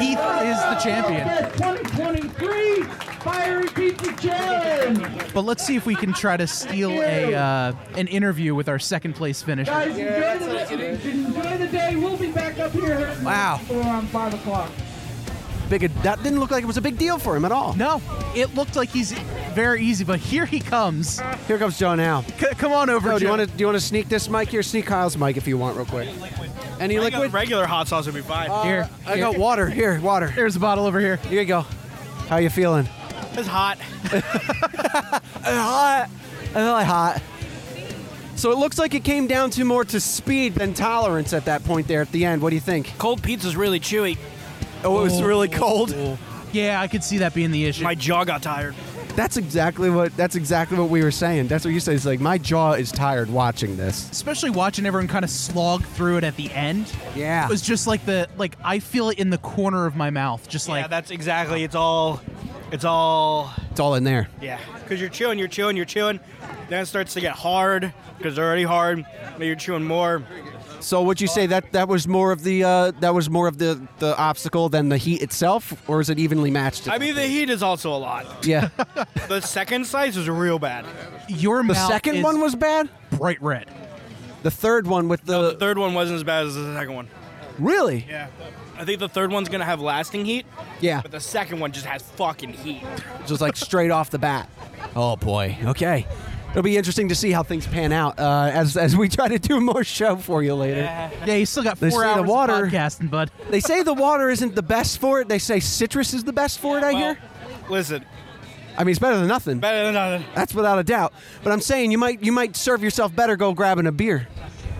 Speaker 2: Heath is the champion.
Speaker 16: 2023 Fiery Pizza Challenge.
Speaker 2: But let's see if we can try to steal a uh, an interview with our second place finisher.
Speaker 16: Guys, enjoy, the, enjoy the day. We'll be back up here.
Speaker 1: Wow.
Speaker 16: Around 5 o'clock.
Speaker 1: Big. That didn't look like it was a big deal for him at all.
Speaker 2: No, it looked like he's very easy, but here he comes.
Speaker 1: Here comes Joe now.
Speaker 2: come on over.
Speaker 1: Joe, do you
Speaker 2: Joe.
Speaker 1: want to do you want to sneak this mic here? Sneak Kyle's mic if you want, real quick. Any liquid?
Speaker 18: Regular hot sauce would be fine.
Speaker 1: Uh, I got water. Here, water.
Speaker 2: There's a bottle over here.
Speaker 1: Here you go. How you feeling?
Speaker 18: It's hot.
Speaker 1: hot. I really hot. So it looks like it came down to more to speed than tolerance at that point there at the end. What do you think?
Speaker 18: Cold pizza's really chewy.
Speaker 1: Oh, it was really cold.
Speaker 2: Yeah, I could see that being the issue.
Speaker 18: My jaw got tired.
Speaker 1: That's exactly what that's exactly what we were saying. That's what you said. It's like my jaw is tired watching this.
Speaker 2: especially watching everyone kind of slog through it at the end.
Speaker 1: Yeah.
Speaker 2: It was just like the like I feel it in the corner of my mouth, just
Speaker 18: yeah,
Speaker 2: like
Speaker 18: that's exactly. It's all. It's all.
Speaker 1: It's all in there.
Speaker 18: Yeah, because you're chewing, you're chewing, you're chewing. Then it starts to get hard because they're already hard. Then you're chewing more.
Speaker 1: So would you say that that was more of the uh, that was more of the the obstacle than the heat itself, or is it evenly matched?
Speaker 18: I mean, the heat is also a lot.
Speaker 1: yeah.
Speaker 18: the second slice was real bad.
Speaker 2: your
Speaker 1: The
Speaker 2: mouth
Speaker 1: second
Speaker 2: is
Speaker 1: one was bad.
Speaker 2: bright red.
Speaker 1: The third one with the,
Speaker 18: The third one wasn't as bad as the second one.
Speaker 1: really
Speaker 18: Yeah. I think the third one's gonna have lasting heat.
Speaker 1: Yeah.
Speaker 18: But the second one just has fucking heat.
Speaker 1: just like straight off the bat. Oh boy. Okay. It'll be interesting to see how things pan out uh, as as we try to do more show for you later.
Speaker 2: Yeah, you still got
Speaker 1: They
Speaker 2: four
Speaker 1: say
Speaker 2: hours
Speaker 1: the water.
Speaker 2: of podcasting, bud.
Speaker 1: They say the water isn't the best for it. They say citrus is the best for it. I hear.
Speaker 18: Listen,
Speaker 1: I mean, it's better than nothing.
Speaker 18: better than nothing.
Speaker 1: That's without a doubt. But I'm saying you might you might serve yourself better. Go grabbing a beer.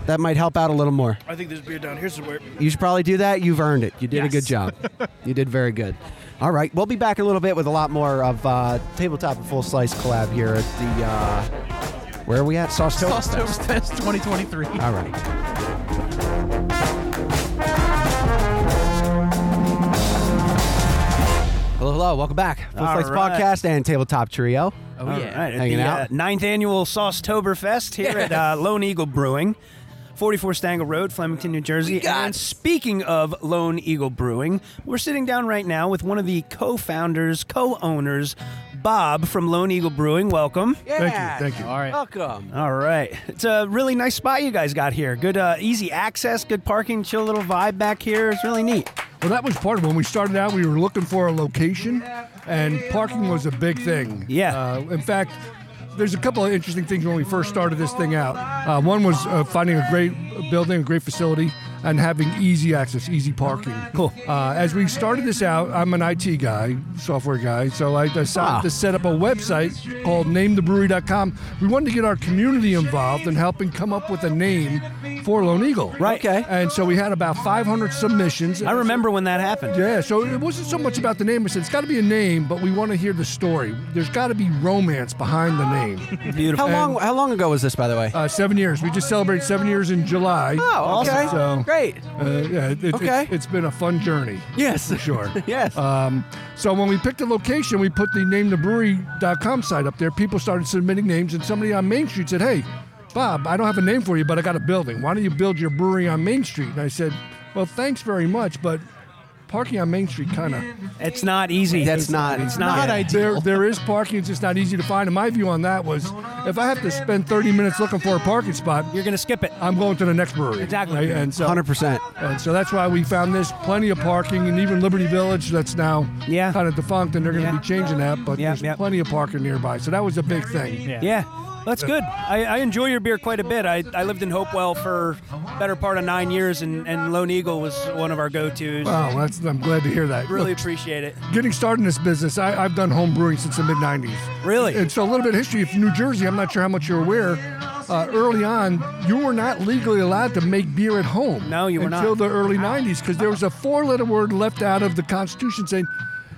Speaker 1: That might help out a little more.
Speaker 18: I think there's beer down here somewhere.
Speaker 1: You should probably do that. You've earned it. You did a
Speaker 18: Yes.
Speaker 1: good job. you did very good. All right, we'll be back in a little bit with a lot more of uh, tabletop and full slice collab here at the uh, where are we at? Sauce
Speaker 2: Saucetoberfest 2023.
Speaker 1: All right. Hello, hello. Welcome back. Full
Speaker 3: All
Speaker 1: Slice
Speaker 3: right.
Speaker 1: Podcast and Tabletop Trio.
Speaker 3: Oh, yeah. Right, at
Speaker 1: Hanging
Speaker 3: the,
Speaker 1: out.
Speaker 3: Uh, ninth annual Saucetoberfest here at uh, Lone Eagle Brewing, 44 Stangle Road, Flemington, New Jersey. And speaking of Lone Eagle Brewing, we're sitting down right now with one of the co-founders, co-owners, Bob from Lone Eagle Brewing. Welcome.
Speaker 1: Thank you. All right. Welcome.
Speaker 3: All right. It's a really nice spot you guys got here. Good, uh, easy access, good parking, chill little vibe back here. It's really neat.
Speaker 19: Well, that was part of it. when we started out. We were looking for a location, and parking was a big thing. Yeah. Uh, in fact, there's a couple of interesting things when we first started this thing out. Uh, one was uh, finding a great building, a great facility, and having easy access, easy parking. Cool. Uh, as we started this out, I'm an IT guy, software guy, so I decided
Speaker 20: Wow.
Speaker 19: to set up a website called namethebrewery.com. We wanted to get our community involved in helping come up with a name for Lone Eagle. Right. Okay. And so we had about 500 submissions. I remember
Speaker 3: when that happened.
Speaker 19: Yeah, so it wasn't so much about the name. We said it's got to be a name, but we want to hear the story. There's got to be romance behind the name.
Speaker 1: Beautiful. How long-
Speaker 19: How
Speaker 1: long ago was this, by the way?
Speaker 19: Uh, seven years. We just celebrated seven years in July.
Speaker 1: Oh, okay.
Speaker 19: So,
Speaker 1: Great.
Speaker 19: Uh, yeah, it, it-
Speaker 1: Okay.
Speaker 19: it's- it's been a fun journey.
Speaker 1: Yes.
Speaker 19: for sure.
Speaker 1: yes.
Speaker 19: Um, so when we picked a location, we put the namethebrewery.com site up there. People started submitting names, and somebody on Main Street said, "Hey, Bob, I don't have a name for you, but I got a building. Why don't you build your brewery on Main Street?" And I said, "Well, thanks very much, but." Parking on Main Street, kind of.
Speaker 3: It's not easy. That's not. It's not.
Speaker 19: There, there is parking. It's just not easy to find. And my view on that was, if I have to spend 30 minutes looking for a parking spot,
Speaker 3: you're going to skip it.
Speaker 19: I'm going to the next brewery. Exactly. And so,
Speaker 1: 100%.
Speaker 19: And so that's why we found this plenty of parking, and even Liberty Village, that's now yeah. kind of defunct, and they're going to be changing that. But there's plenty of parking nearby, so that was a big thing.
Speaker 3: Yeah. That's good. I, I enjoy your beer quite a bit. I, I lived in Hopewell for better part of nine years, and, and Lone Eagle was one of our go-tos.
Speaker 19: Wow, that's, I'm glad to hear that.
Speaker 3: Really
Speaker 19: Look,
Speaker 3: appreciate it.
Speaker 19: Getting started in this business, I, I've done home brewing since the mid 90s.
Speaker 3: Really?
Speaker 19: And so a little bit of history. If New Jersey, I'm not sure how much you're aware, uh, early on, you were not legally allowed to make beer at home. No,
Speaker 3: you were
Speaker 19: until
Speaker 3: not.
Speaker 19: the early 90s because there was a four letter word left out of the Constitution saying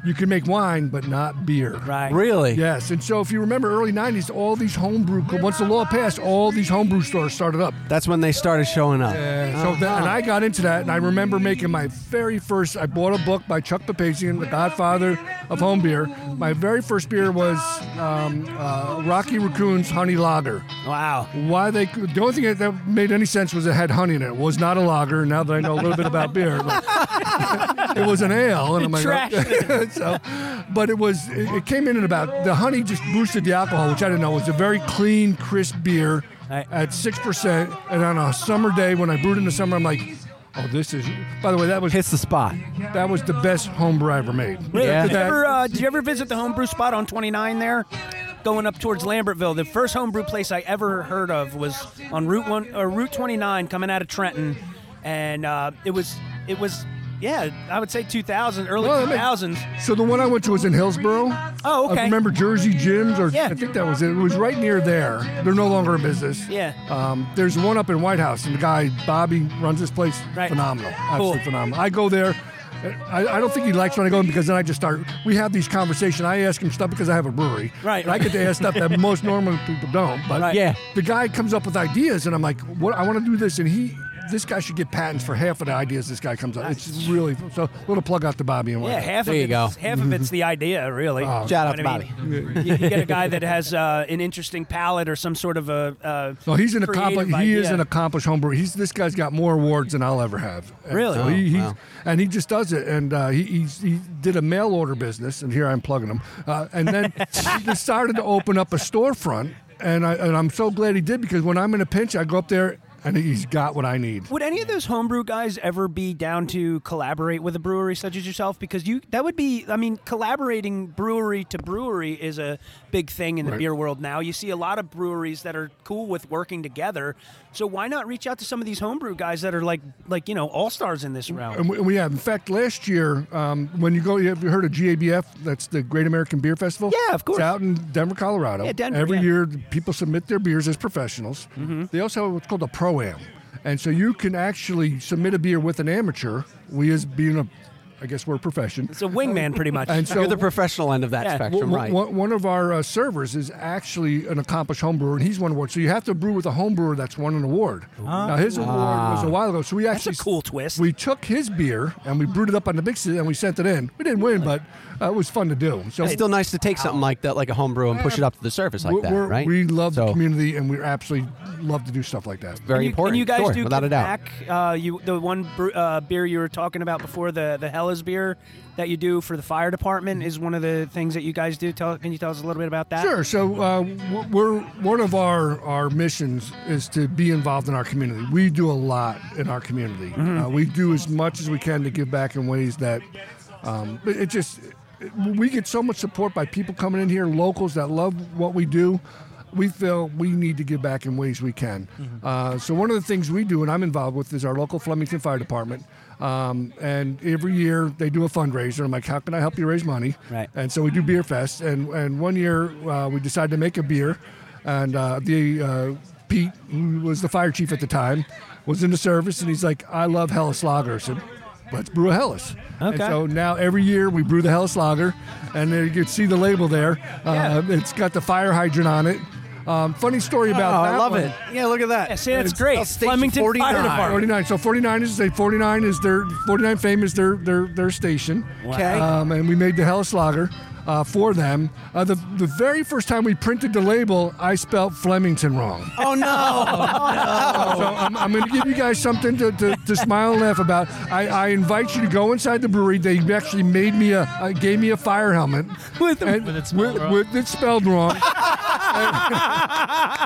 Speaker 19: you can make wine, but not beer. Right.
Speaker 1: Really?
Speaker 19: Yes. And so if you remember early 90s, all these homebrew, co- once the law passed, all these homebrew stores started up.
Speaker 1: That's when they started showing up.
Speaker 19: And so that, and I got into that, and I remember making my very first. I bought a book by Chuck Papazian, the Godfather of home beer. My very first beer was um, uh, Rocky Raccoon's Honey Lager. Wow. Why they? The only thing that made any sense was it had honey in it. it was not a lager. Now that I know a little bit about beer, but it was an ale, and I'm like, okay. so, but it was it, it came in at about the honey just boosted the alcohol, which I didn't know. It was a very clean, crisp beer at six percent, and on a summer day when I brewed in the summer, I'm like. Oh, this is. By the way, that was hits
Speaker 1: the spot.
Speaker 19: That was the best homebrew I ever made.
Speaker 3: Really? Did, you
Speaker 19: That-
Speaker 3: ever, uh, did you ever visit the homebrew spot on 29 there? Going up towards Lambertville. The first homebrew place I ever heard of was on Route 1 or Route 29 coming out of Trenton. And uh, it was it was yeah, I would say 2000, early
Speaker 19: Well, that makes-
Speaker 3: 2000s.
Speaker 19: So the one I went to was in Hillsboro.
Speaker 3: Oh, okay.
Speaker 19: I remember Jersey Jim's, or
Speaker 3: Yeah.
Speaker 19: I think that was it. It was right near there. They're no longer in business.
Speaker 3: Yeah.
Speaker 19: Um, there's one up in White House, and the guy Bobby runs this place.
Speaker 3: Right.
Speaker 19: Phenomenal, absolutely
Speaker 3: Cool.
Speaker 19: phenomenal. I go there. I, I don't think he likes when I go in because then I just start. We have these conversations. I ask him stuff because I have a brewery.
Speaker 3: Right.
Speaker 19: And I get to ask stuff that most normal people don't. But
Speaker 1: Right. Yeah.
Speaker 19: the guy comes up with ideas, and I'm like, "What? I want to do this." And he, this guy should get patents for half of the ideas this guy comes up. It's really so. Little plug out to Bobby and Mm-hmm.
Speaker 3: Yeah, half of it's, half of it's the idea, really.
Speaker 19: Oh, Shout out
Speaker 3: But
Speaker 19: to
Speaker 3: I mean, you, you get a guy that has uh, an interesting palate or some sort of a. Uh,
Speaker 19: So Oh, he's an
Speaker 3: creative
Speaker 19: accomplished. He is
Speaker 3: idea.
Speaker 19: an accomplished homebrewer. He's this guy's got more awards than I'll ever have. And
Speaker 3: Really?
Speaker 19: so he,
Speaker 3: Oh,
Speaker 19: he's,
Speaker 3: wow.
Speaker 19: And he just does it. And uh, he he's, he did a mail order business, and here I'm plugging him. Uh, and then he decided to open up a storefront, and I and I'm so glad he did because when I'm in a pinch, I go up there and he's got what I need.
Speaker 3: Would any of those homebrew guys ever be down to collaborate with a brewery such as yourself? Because you that would be I mean, collaborating brewery to brewery is a big thing in the
Speaker 19: Right.
Speaker 3: beer world now. You see a lot of breweries that are cool with working together. So why not reach out to some of these homebrew guys that are like like, you know, all stars in this realm?
Speaker 19: And we, we have, in fact, last year, um, when you go, you have you heard of GABF? That's the Great American Beer Festival. Yeah, of course. It's out in Denver, Colorado.
Speaker 3: Yeah, Denver,
Speaker 19: Every
Speaker 3: yeah.
Speaker 19: year, people submit their beers as professionals. They also have what's called a pro am, and so you can actually submit a beer with an amateur. We, as being a, I guess we're a profession.
Speaker 3: It's a wingman pretty much.
Speaker 19: And so
Speaker 1: You're the professional end of that spectrum,
Speaker 19: one-
Speaker 1: right?
Speaker 19: One, one of our uh, servers is actually an accomplished home brewer, and he's won an award. So you have to brew with a home brewer that's won an award. Now his award
Speaker 1: Ah.
Speaker 19: was a while ago, so we actually
Speaker 3: cool twist.
Speaker 19: We took his beer and we brewed it up on the mixes and we sent it in. We didn't win, but uh, it was fun to do. So
Speaker 1: it's still nice to take something like that, like a homebrew, and push it up to the surface like
Speaker 19: we're,
Speaker 1: that,
Speaker 19: we're-
Speaker 1: right?
Speaker 19: we love
Speaker 1: So-
Speaker 19: the community, and we absolutely love to do stuff like that.
Speaker 1: oh. Very And you- and important,
Speaker 3: And you guys
Speaker 1: sure,
Speaker 3: do
Speaker 1: without a doubt.
Speaker 3: Knack, uh, you the one bre- uh, beer you were talking about before the the Hellas beer that you do for the fire department is one of the things that you guys do. Tell can you tell us a little bit about that?
Speaker 19: Sure. So uh, w- we're one of our our missions is to be involved in our community. We do a lot in our community.
Speaker 17: Mhm.
Speaker 19: Uh, we do as much as we can to give back in ways that um, but it just we get so much support by people coming in here, locals that love what we do. We feel we need to give back in ways we can.
Speaker 3: Mm-hmm.
Speaker 19: Uh, so one of the things we do, and I'm involved with, is our local Flemington Fire Department. Um, and every year they do a fundraiser. I'm like, how can I help you raise money?
Speaker 3: Right.
Speaker 19: And so we do beer fest. And and one year uh, we decided to make a beer, and uh, the uh, Pete, who was the fire chief at the time, was in the service, and he's like, I love Hellas Lager. I said, let's brew a Hellas. And
Speaker 3: Okay.
Speaker 19: so now every year we brew the Hellas Lager, and there you can see the label there. Uh, it's got the fire hydrant on it. Um, funny story about
Speaker 1: Oh, I
Speaker 19: that.
Speaker 1: love
Speaker 19: one.
Speaker 1: it. Yeah, look at that. Yeah, see, that's
Speaker 19: It's-
Speaker 1: great. Flemington Fire Department.
Speaker 19: 49. So 49 is they 49 is their 49 Fame is their their their station.
Speaker 1: Wow. Okay.
Speaker 19: Um, and we made the Hellas Lager uh, for them. Uh, the the very first time we printed the label, I spelled Flemington wrong.
Speaker 1: Oh no!
Speaker 16: Oh,
Speaker 19: So I'm, I'm going to give you guys something to, to, to smile and laugh about. I, I invite you to go inside the brewery. They actually made me a uh, gave me a fire helmet with, and, with, it spelled wrong. with it spelled wrong. and,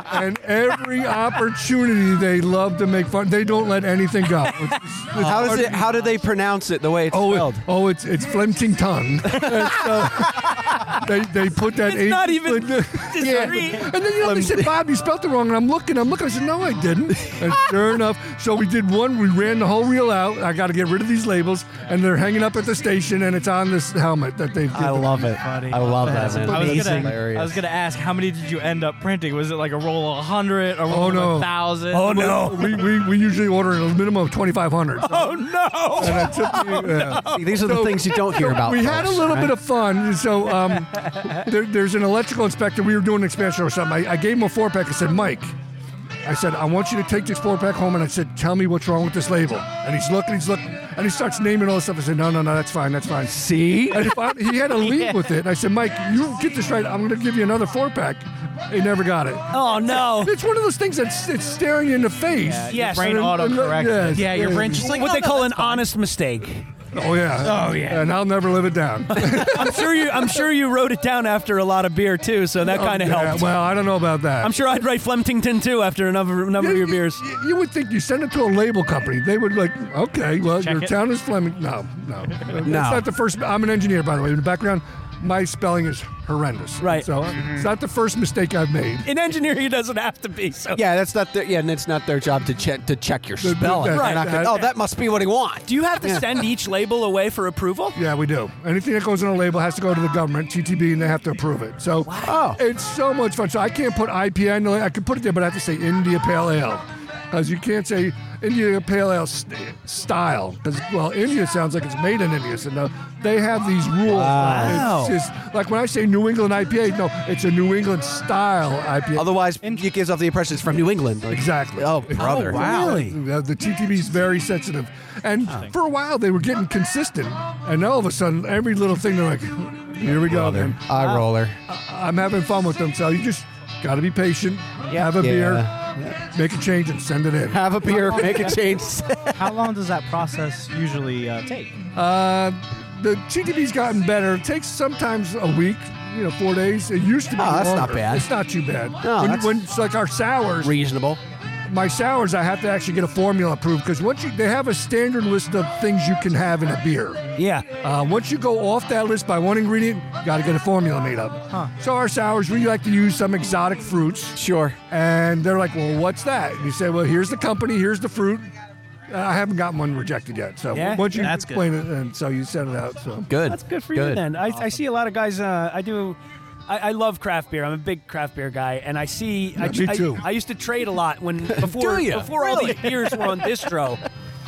Speaker 19: and every opportunity they love to make fun. They don't let anything go. It's- it's-
Speaker 1: how does it? How do they pronounce it the way it's
Speaker 19: oh, it-
Speaker 1: spelled?
Speaker 19: oh, it's it's Flemington. they, they put that
Speaker 3: It's
Speaker 19: eight.
Speaker 3: not even Um, discreet.
Speaker 19: And then you know they said, Bob, you spelt it wrong, and I'm looking, I'm looking. I said, No, I didn't. And sure enough, so we did one. We ran the whole reel out. I got to get rid of these labels, and they're hanging up at the station, and it's on this helmet that they've.
Speaker 1: I love it. I love that. Man.
Speaker 21: I was, gonna,
Speaker 1: Hilarious.
Speaker 21: I was gonna ask how many did you end up printing? Was it like a roll of hundred, a roll
Speaker 19: Oh no!
Speaker 21: of thousand?
Speaker 19: We, we, we usually order a minimum of twenty five hundred.
Speaker 21: Oh no! Oh,
Speaker 19: And that took me, yeah. So- We had a little bit of fun. So um, there, there's an electrical inspector. We were doing an expansion or something. I, I gave him a four pack. I said, Mike, I said, I want you to take this four pack home. And I said, tell me what's wrong with this label. And he's looking, he's looking, and he starts naming all this stuff. I said, no, no, no, that's fine, that's fine. See? And if I, he had a leap
Speaker 3: Yeah.
Speaker 19: with it. And I said, Mike, you get this right. I'm going to give you another four pack. He never got it.
Speaker 3: Oh, no.
Speaker 19: It's one of those things that's it's staring you in the face.
Speaker 3: Yeah, your Yes. brain
Speaker 19: And- and-
Speaker 3: autocorrects
Speaker 19: yes,
Speaker 3: it. Yeah, your brain's just like, What they "Oh, no, call that's an fine." honest mistake.
Speaker 19: Oh yeah.
Speaker 3: Oh, yeah.
Speaker 19: And I'll never live it down.
Speaker 3: I'm sure you. I'm sure you wrote it down after a lot of beer too, so that
Speaker 19: Oh,
Speaker 3: kind of
Speaker 19: yeah.
Speaker 3: helped.
Speaker 19: Well, I don't know about that.
Speaker 3: I'm sure I'd write Flemington too after another number of your beers.
Speaker 19: You, would think you send it to a label company. They would like, okay, well,
Speaker 3: Check
Speaker 19: your
Speaker 3: it.
Speaker 19: town is Fleming. No, no, It's
Speaker 3: No.
Speaker 19: not the first. I'm an engineer, by the way. In the background, my spelling is horrendous. Right. So
Speaker 3: Mm-hmm.
Speaker 19: it's not the first mistake I've made.
Speaker 3: In engineering, it doesn't have to be. So
Speaker 1: Yeah, that's not their. Yeah, and it's not their job to check to check your spelling. They're
Speaker 3: Right.
Speaker 1: not gonna- oh, that must be what he wants.
Speaker 3: Do you have to
Speaker 1: Yeah.
Speaker 3: send each label away for approval?
Speaker 19: Yeah, we do. Anything that goes on a label has to go to the government, TTB, and they have to approve it. So oh, it's so much fun. So I can't put IPA. in the la- I could put it there, but I have to say India Pale Ale because you can't say India Pale Ale st- style because well, India sounds like it's made in India. So no, they have these rules.
Speaker 1: Wow.
Speaker 19: It's just like when I say New England IPA, no, it's a New England style IPA.
Speaker 1: Otherwise, it gives off the impression it's from New England. Like,
Speaker 19: exactly.
Speaker 1: Oh, brother.
Speaker 19: Yeah, Uh, The TTB is very sensitive. And for a while, they were getting consistent. And now all of a sudden, every little thing, they're like, here we go. Uh,
Speaker 1: Brother. Eye roller.
Speaker 19: I- I'm having fun with them. So you just got to be patient, have a
Speaker 1: Yeah.
Speaker 19: beer, make a change, and send it in.
Speaker 1: Have a beer, make a change.
Speaker 4: How long does that process usually uh, take?
Speaker 19: Uh, the TTB's gotten better. It takes sometimes a week, you know, four days. It used to be.
Speaker 1: Oh, that's not
Speaker 19: longer.
Speaker 1: bad.
Speaker 19: It's not too bad.
Speaker 1: No,
Speaker 19: when,
Speaker 1: that's-
Speaker 19: when it's like our sours.
Speaker 1: Reasonable.
Speaker 19: My sours, I have to actually get a formula approved because once you, they have a standard list of things you can have in a beer.
Speaker 3: Yeah.
Speaker 19: Uh, once you go off that list by one ingredient, you got to get a formula made up. So our sours, we like to use some exotic fruits.
Speaker 1: Sure.
Speaker 19: And they're like, well, what's that? And you say, well, here's the company, here's the fruit. Uh, I haven't gotten one rejected yet. So
Speaker 5: Yeah?
Speaker 19: once you
Speaker 5: That's good.
Speaker 19: explain it, and so you send it out. So
Speaker 1: Good.
Speaker 5: That's good
Speaker 3: for you then. I, I see a lot of guys. Uh, I do. I, I love craft beer. I'm a big craft beer guy, and I see. I,
Speaker 19: me
Speaker 3: I-
Speaker 19: too.
Speaker 3: I, used to trade a lot when before
Speaker 19: Do ya?
Speaker 3: before all
Speaker 19: Really?
Speaker 3: these beers were on distro,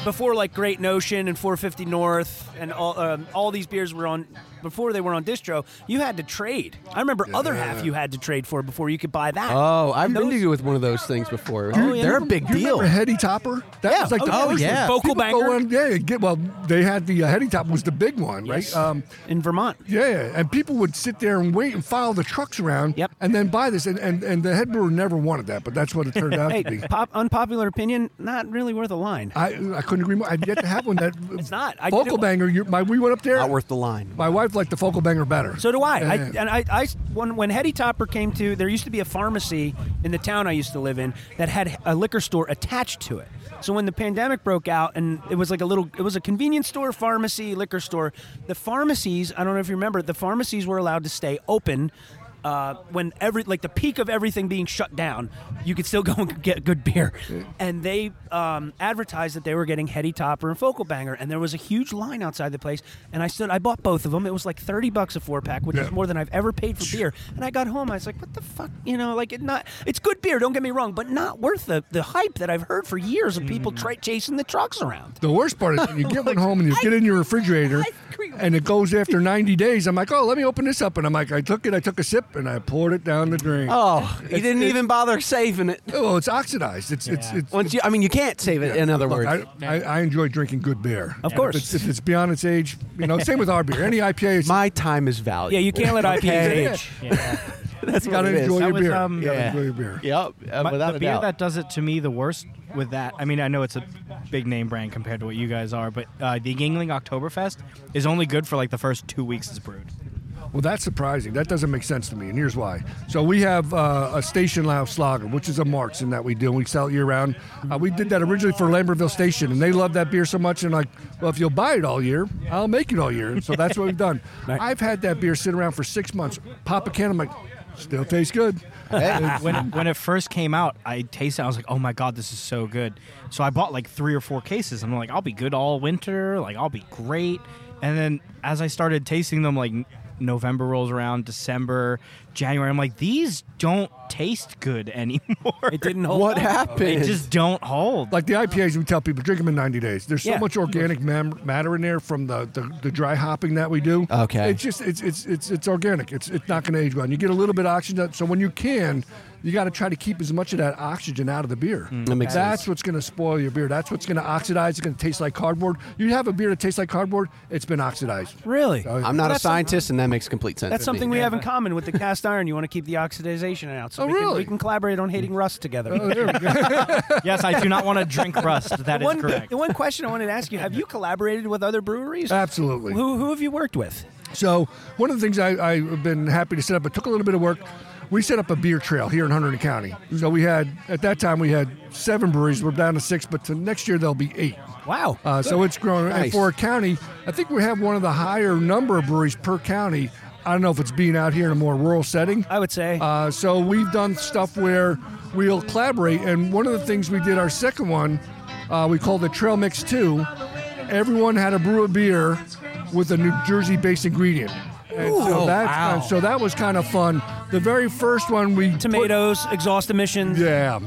Speaker 3: before like Great Notion and 450 North and all um, all these beers were on before they were on distro. You had to trade. I remember other half you had to trade for before you could buy that.
Speaker 1: Oh, I've been to you with one of those things before.
Speaker 3: Oh, yeah.
Speaker 1: They're a big
Speaker 19: you
Speaker 1: deal.
Speaker 19: Remember Heady Topper? That
Speaker 1: Yeah.
Speaker 19: was like the
Speaker 1: Oh,
Speaker 19: first
Speaker 1: yeah.
Speaker 19: one.
Speaker 1: Vocal
Speaker 19: People go
Speaker 1: banker?
Speaker 19: on- yeah, get, well, they had the uh, Heady Top was the big one,
Speaker 3: Yes.
Speaker 19: right? Um,
Speaker 3: In Vermont.
Speaker 19: Yeah, and people would sit there and wait and file the trucks around yep. and then buy this. And, and, and the head brewer never wanted that, but that's what it turned out
Speaker 3: hey,
Speaker 19: to be.
Speaker 3: pop, unpopular opinion, not really worth a line.
Speaker 19: I, I couldn't agree more. I've yet to have one that
Speaker 3: it's not. I did
Speaker 19: focal
Speaker 3: it-
Speaker 19: banger. You, my, we went up there. Not
Speaker 1: worth the line.
Speaker 19: My wife liked the focal banger better.
Speaker 3: So do I. I
Speaker 19: Yeah.
Speaker 3: and I, I when when Hetty Topper came to, there used to be a pharmacy in the town I used to live in that had a liquor store attached to it. So when the pandemic broke out, and it was like a little, it was a convenience store, pharmacy, liquor store. The pharmacies, I don't know if you remember, the pharmacies were allowed to stay open. Uh, when every like the peak of everything being shut down, you could still go and get good beer, and they um, advertised that they were getting Heady Topper and Focal Banger, and there was a huge line outside the place. And I stood, I bought both of them. It was like thirty bucks a four pack, which is more than I've ever paid for beer. And I got home, I was like, "What the fuck?" You know, like it not. It's good beer, don't get me wrong, but not worth the the hype that I've heard for years of people tra- chasing the trucks around.
Speaker 19: The worst part is when you get one home and you get it in your refrigerator and it goes after 90 days. I'm like, oh, let me open this up. And I'm like, I took it, I took a sip, and I poured it down the drain.
Speaker 1: Oh, you
Speaker 19: It's-
Speaker 1: didn't
Speaker 19: it-
Speaker 1: even bother saving it.
Speaker 19: Oh, it's oxidized. It's it's, it's
Speaker 1: Once you, I mean, you can't save it.
Speaker 19: Yeah.
Speaker 1: In other
Speaker 19: Look,
Speaker 1: words,
Speaker 19: I, I, I enjoy drinking good beer.
Speaker 1: Of
Speaker 19: If
Speaker 1: course.
Speaker 19: it's- if it's beyond its age, you know, same with our beer. Any IPA. Is,
Speaker 1: My time is
Speaker 19: Oh,
Speaker 1: valuable.
Speaker 3: Yeah, you can't let IPAs
Speaker 1: Okay.
Speaker 3: age.
Speaker 1: That's
Speaker 19: You gotta
Speaker 1: what it is.
Speaker 19: enjoy
Speaker 4: That
Speaker 19: your
Speaker 4: was,
Speaker 19: beer.
Speaker 4: um,
Speaker 19: You gotta
Speaker 4: yeah.
Speaker 19: enjoy your beer.
Speaker 1: Yep, uh,
Speaker 4: My-
Speaker 1: without
Speaker 4: the
Speaker 1: a
Speaker 4: beer
Speaker 1: doubt.
Speaker 4: that does it to me the worst with that. I mean, I know it's a big name brand compared to what you guys are, but uh, the Yingling Oktoberfest is only good for like the first two weeks it's brewed.
Speaker 19: Well, that's surprising. That doesn't make sense to me, and here's why. So we have uh, a station louse lager, which is a Markson that we do, and we sell it year round. Uh, we did that originally for Lambertville Station, and they love that beer so much, and like, well, if you'll buy it all year, I'll make it all year. And so that's what we've done. I've had that beer sit around for six months. Pop a can, I'm like, still tastes good.
Speaker 4: when, it, when it first came out, I tasted. it. I was like, "Oh my god, this is so good!" So I bought like three or four cases. I'm like, "I'll be good all winter. Like, I'll be great." And then as I started tasting them, like November rolls around, December, January, I'm like, "These don't taste good anymore." It didn't
Speaker 19: hold What up. happened?
Speaker 4: They just don't hold.
Speaker 19: Like the IPAs, we tell people drink them in 90 days. There's so
Speaker 4: Yeah.
Speaker 19: much organic mam- matter in there from the, the, the dry hopping that we do.
Speaker 1: Okay.
Speaker 19: it's just it's it's it's, it's organic. It's it's not going to age well. And you get a little bit of oxygen. out- So when you can, you got to try to keep as much of that oxygen out of the beer.
Speaker 4: Mm,
Speaker 1: That makes
Speaker 19: That's what's going to spoil your beer. That's what's going to oxidize. It's going to taste like cardboard. You have a beer that tastes like cardboard. It's been oxidized.
Speaker 20: Really?
Speaker 1: I'm not a
Speaker 20: That's some-
Speaker 1: scientist, and that makes complete sense.
Speaker 20: That's
Speaker 1: to me.
Speaker 20: something we have in common with the cast iron. You want to keep the oxidization out. So
Speaker 19: Oh,
Speaker 20: we can,
Speaker 19: really?
Speaker 20: we can collaborate on hating rust together.
Speaker 19: Oh, there we go.
Speaker 4: yes, I do not want to drink rust. That
Speaker 20: the
Speaker 4: is
Speaker 20: one,
Speaker 4: correct.
Speaker 20: The one question I wanted to ask you: Have you collaborated with other breweries?
Speaker 19: Absolutely.
Speaker 20: Who, who have you worked with?
Speaker 19: So one of the things I, I've been happy to set up, it took a little bit of work. We set up a beer trail here in Hunterdon County. So we had at that time we had seven breweries. We're down to six, but to next year there'll be eight.
Speaker 20: Wow!
Speaker 19: Uh, so it's growing. And
Speaker 1: Nice.
Speaker 19: for a county, I think we have one of the higher number of breweries per county. I don't know if it's being out here in a more rural setting.
Speaker 20: I would say.
Speaker 19: Uh, so we've done stuff where we'll collaborate, and one of the things we did our second one, uh, we called the Trail Mix Two. Everyone had a brew of beer with a New Jersey-based ingredient. And so,
Speaker 20: Ooh.
Speaker 19: that's,
Speaker 20: Wow.
Speaker 19: and so that was kind of fun. The very first one we
Speaker 20: tomatoes exhaust emissions.
Speaker 19: Yeah,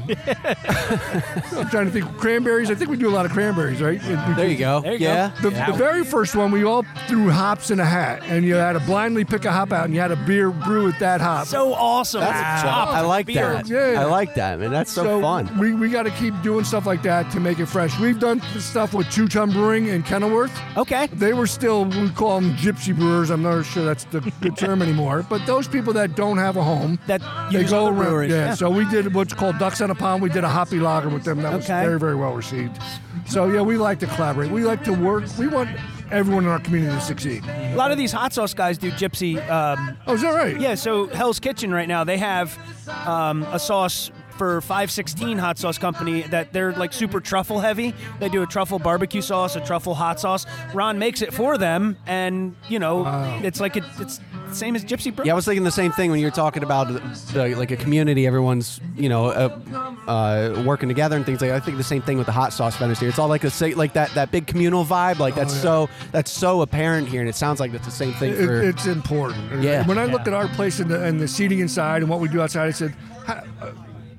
Speaker 19: I'm trying to think cranberries. I think we do a lot of cranberries, right?
Speaker 1: There you go. There you Yeah. go.
Speaker 19: The,
Speaker 1: Yeah.
Speaker 19: the very first one, we all threw hops in a hat, and you had to blindly pick a hop out, and you had a beer brew with that hop.
Speaker 20: So awesome!
Speaker 1: That's I like that. I like that, man. That's so, fun.
Speaker 19: We, we got to keep doing stuff like that to make it fresh. We've done stuff with Chuchum Brewing in Kenilworth.
Speaker 20: Okay.
Speaker 19: They were still, we call them gypsy brewers. I'm not sure that's the good term anymore. But those people that don't have a home,
Speaker 20: that
Speaker 19: they
Speaker 20: use
Speaker 19: go
Speaker 20: other
Speaker 19: around.
Speaker 20: breweries,
Speaker 19: Yeah,
Speaker 20: yeah.
Speaker 19: So we did what's called Ducks on a Pond. We did a hoppy lager with them. That was
Speaker 20: Okay.
Speaker 19: very, very well received. So yeah, we like to collaborate. We like to work. We want everyone in our community to succeed.
Speaker 20: A lot of these hot sauce guys do gypsy. Um,
Speaker 19: oh, is that right?
Speaker 20: Yeah. So Hell's Kitchen right now they have um, a sauce for 516 hot sauce company that they're like super truffle heavy. They do a truffle barbecue sauce, a truffle hot sauce. Ron makes it for them, and you know it's like it, it's same as gypsy. Brew.
Speaker 1: Yeah, I was thinking the same thing when you were talking about the, like a community. Everyone's you know uh, uh, working together and things like. That. I think the same thing with the hot sauce vendors here. It's all like a sa- like that that big communal vibe. Like that's so that's so apparent here, and it sounds like that's the same thing
Speaker 19: Oh, It-
Speaker 1: for.
Speaker 19: it's important.
Speaker 1: Yeah.
Speaker 19: When I look at our place and the, and the seating inside and what we do outside, I said, how, uh,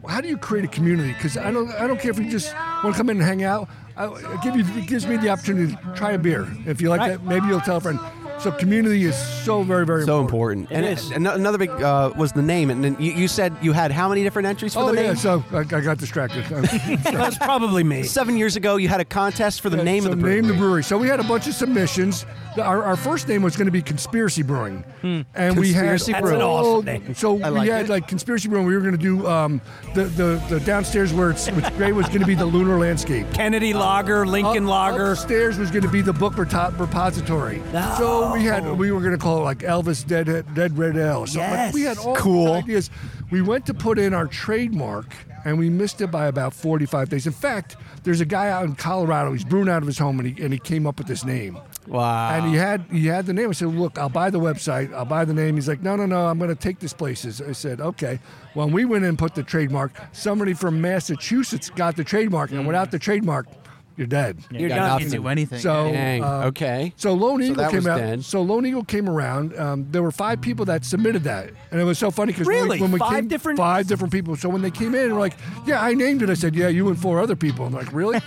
Speaker 19: how do you create a community? Because I don't, I don't care if you just want to come in and hang out. I, it, give you, it gives me the opportunity to try a beer. If you like that, maybe you'll tell a friend. So community is so very, very
Speaker 1: so
Speaker 19: important.
Speaker 1: important.
Speaker 19: It
Speaker 1: and
Speaker 19: is.
Speaker 1: an- another big uh, was the name, and then you, you said you had how many different entries for
Speaker 19: Oh
Speaker 1: the
Speaker 19: yeah,
Speaker 1: name?
Speaker 19: so I, I got distracted. Uh,
Speaker 20: That's probably me.
Speaker 1: Seven years ago, you had a contest for the
Speaker 19: Yeah,
Speaker 1: name
Speaker 19: so
Speaker 1: of the brewery.
Speaker 19: Name the brewery. So we had a bunch of submissions. The- Our, our first name was going to be Conspiracy Brewing,
Speaker 4: Hmm.
Speaker 19: and we had
Speaker 1: Conspiracy That's Brewing. an awesome name.
Speaker 19: Oh, So
Speaker 1: I
Speaker 19: we
Speaker 1: like
Speaker 19: had
Speaker 1: it.
Speaker 19: like Conspiracy Brewing. We were going to do um, the, the the downstairs where it's which Gray was going to be the Lunar Landscape.
Speaker 20: Kennedy Lager, Lincoln Lager. Ah.
Speaker 19: Upstairs was going to be the book reto- repository. So we had we were going to call it like Elvis Dead Dead Red Ale. So
Speaker 20: Yes.
Speaker 19: we had all
Speaker 20: Cool.
Speaker 19: these ideas. We went to put in our trademark and we missed it by about 45 days. In fact, there's a guy out in Colorado. He's brewing out of his home and he, and he came up with this name.
Speaker 1: Wow.
Speaker 19: And he had he had the name. I said, "Look, I'll buy the website. I'll buy the name." He's like, "No, no, no. I'm going to take this places." I said, "Okay." When we went in and put the trademark, somebody from Massachusetts got the trademark, and without the trademark, you're dead.
Speaker 1: You're Mm. Got done. nothing. Can't do anything.
Speaker 19: So
Speaker 1: Dang.
Speaker 19: uh,
Speaker 1: Okay.
Speaker 19: So Lone
Speaker 1: So
Speaker 19: Eagle
Speaker 1: that
Speaker 19: came
Speaker 1: was
Speaker 19: out.
Speaker 1: dead.
Speaker 19: So Lone Eagle came around. Um, there were five people that submitted that, and it was so funny because
Speaker 20: Really?
Speaker 19: when we
Speaker 20: Five
Speaker 19: came,
Speaker 20: different-
Speaker 19: five different people. So when they came in, they were like, "Yeah, I named it." I said, "Yeah, you and four other people." I'm like, "Really?"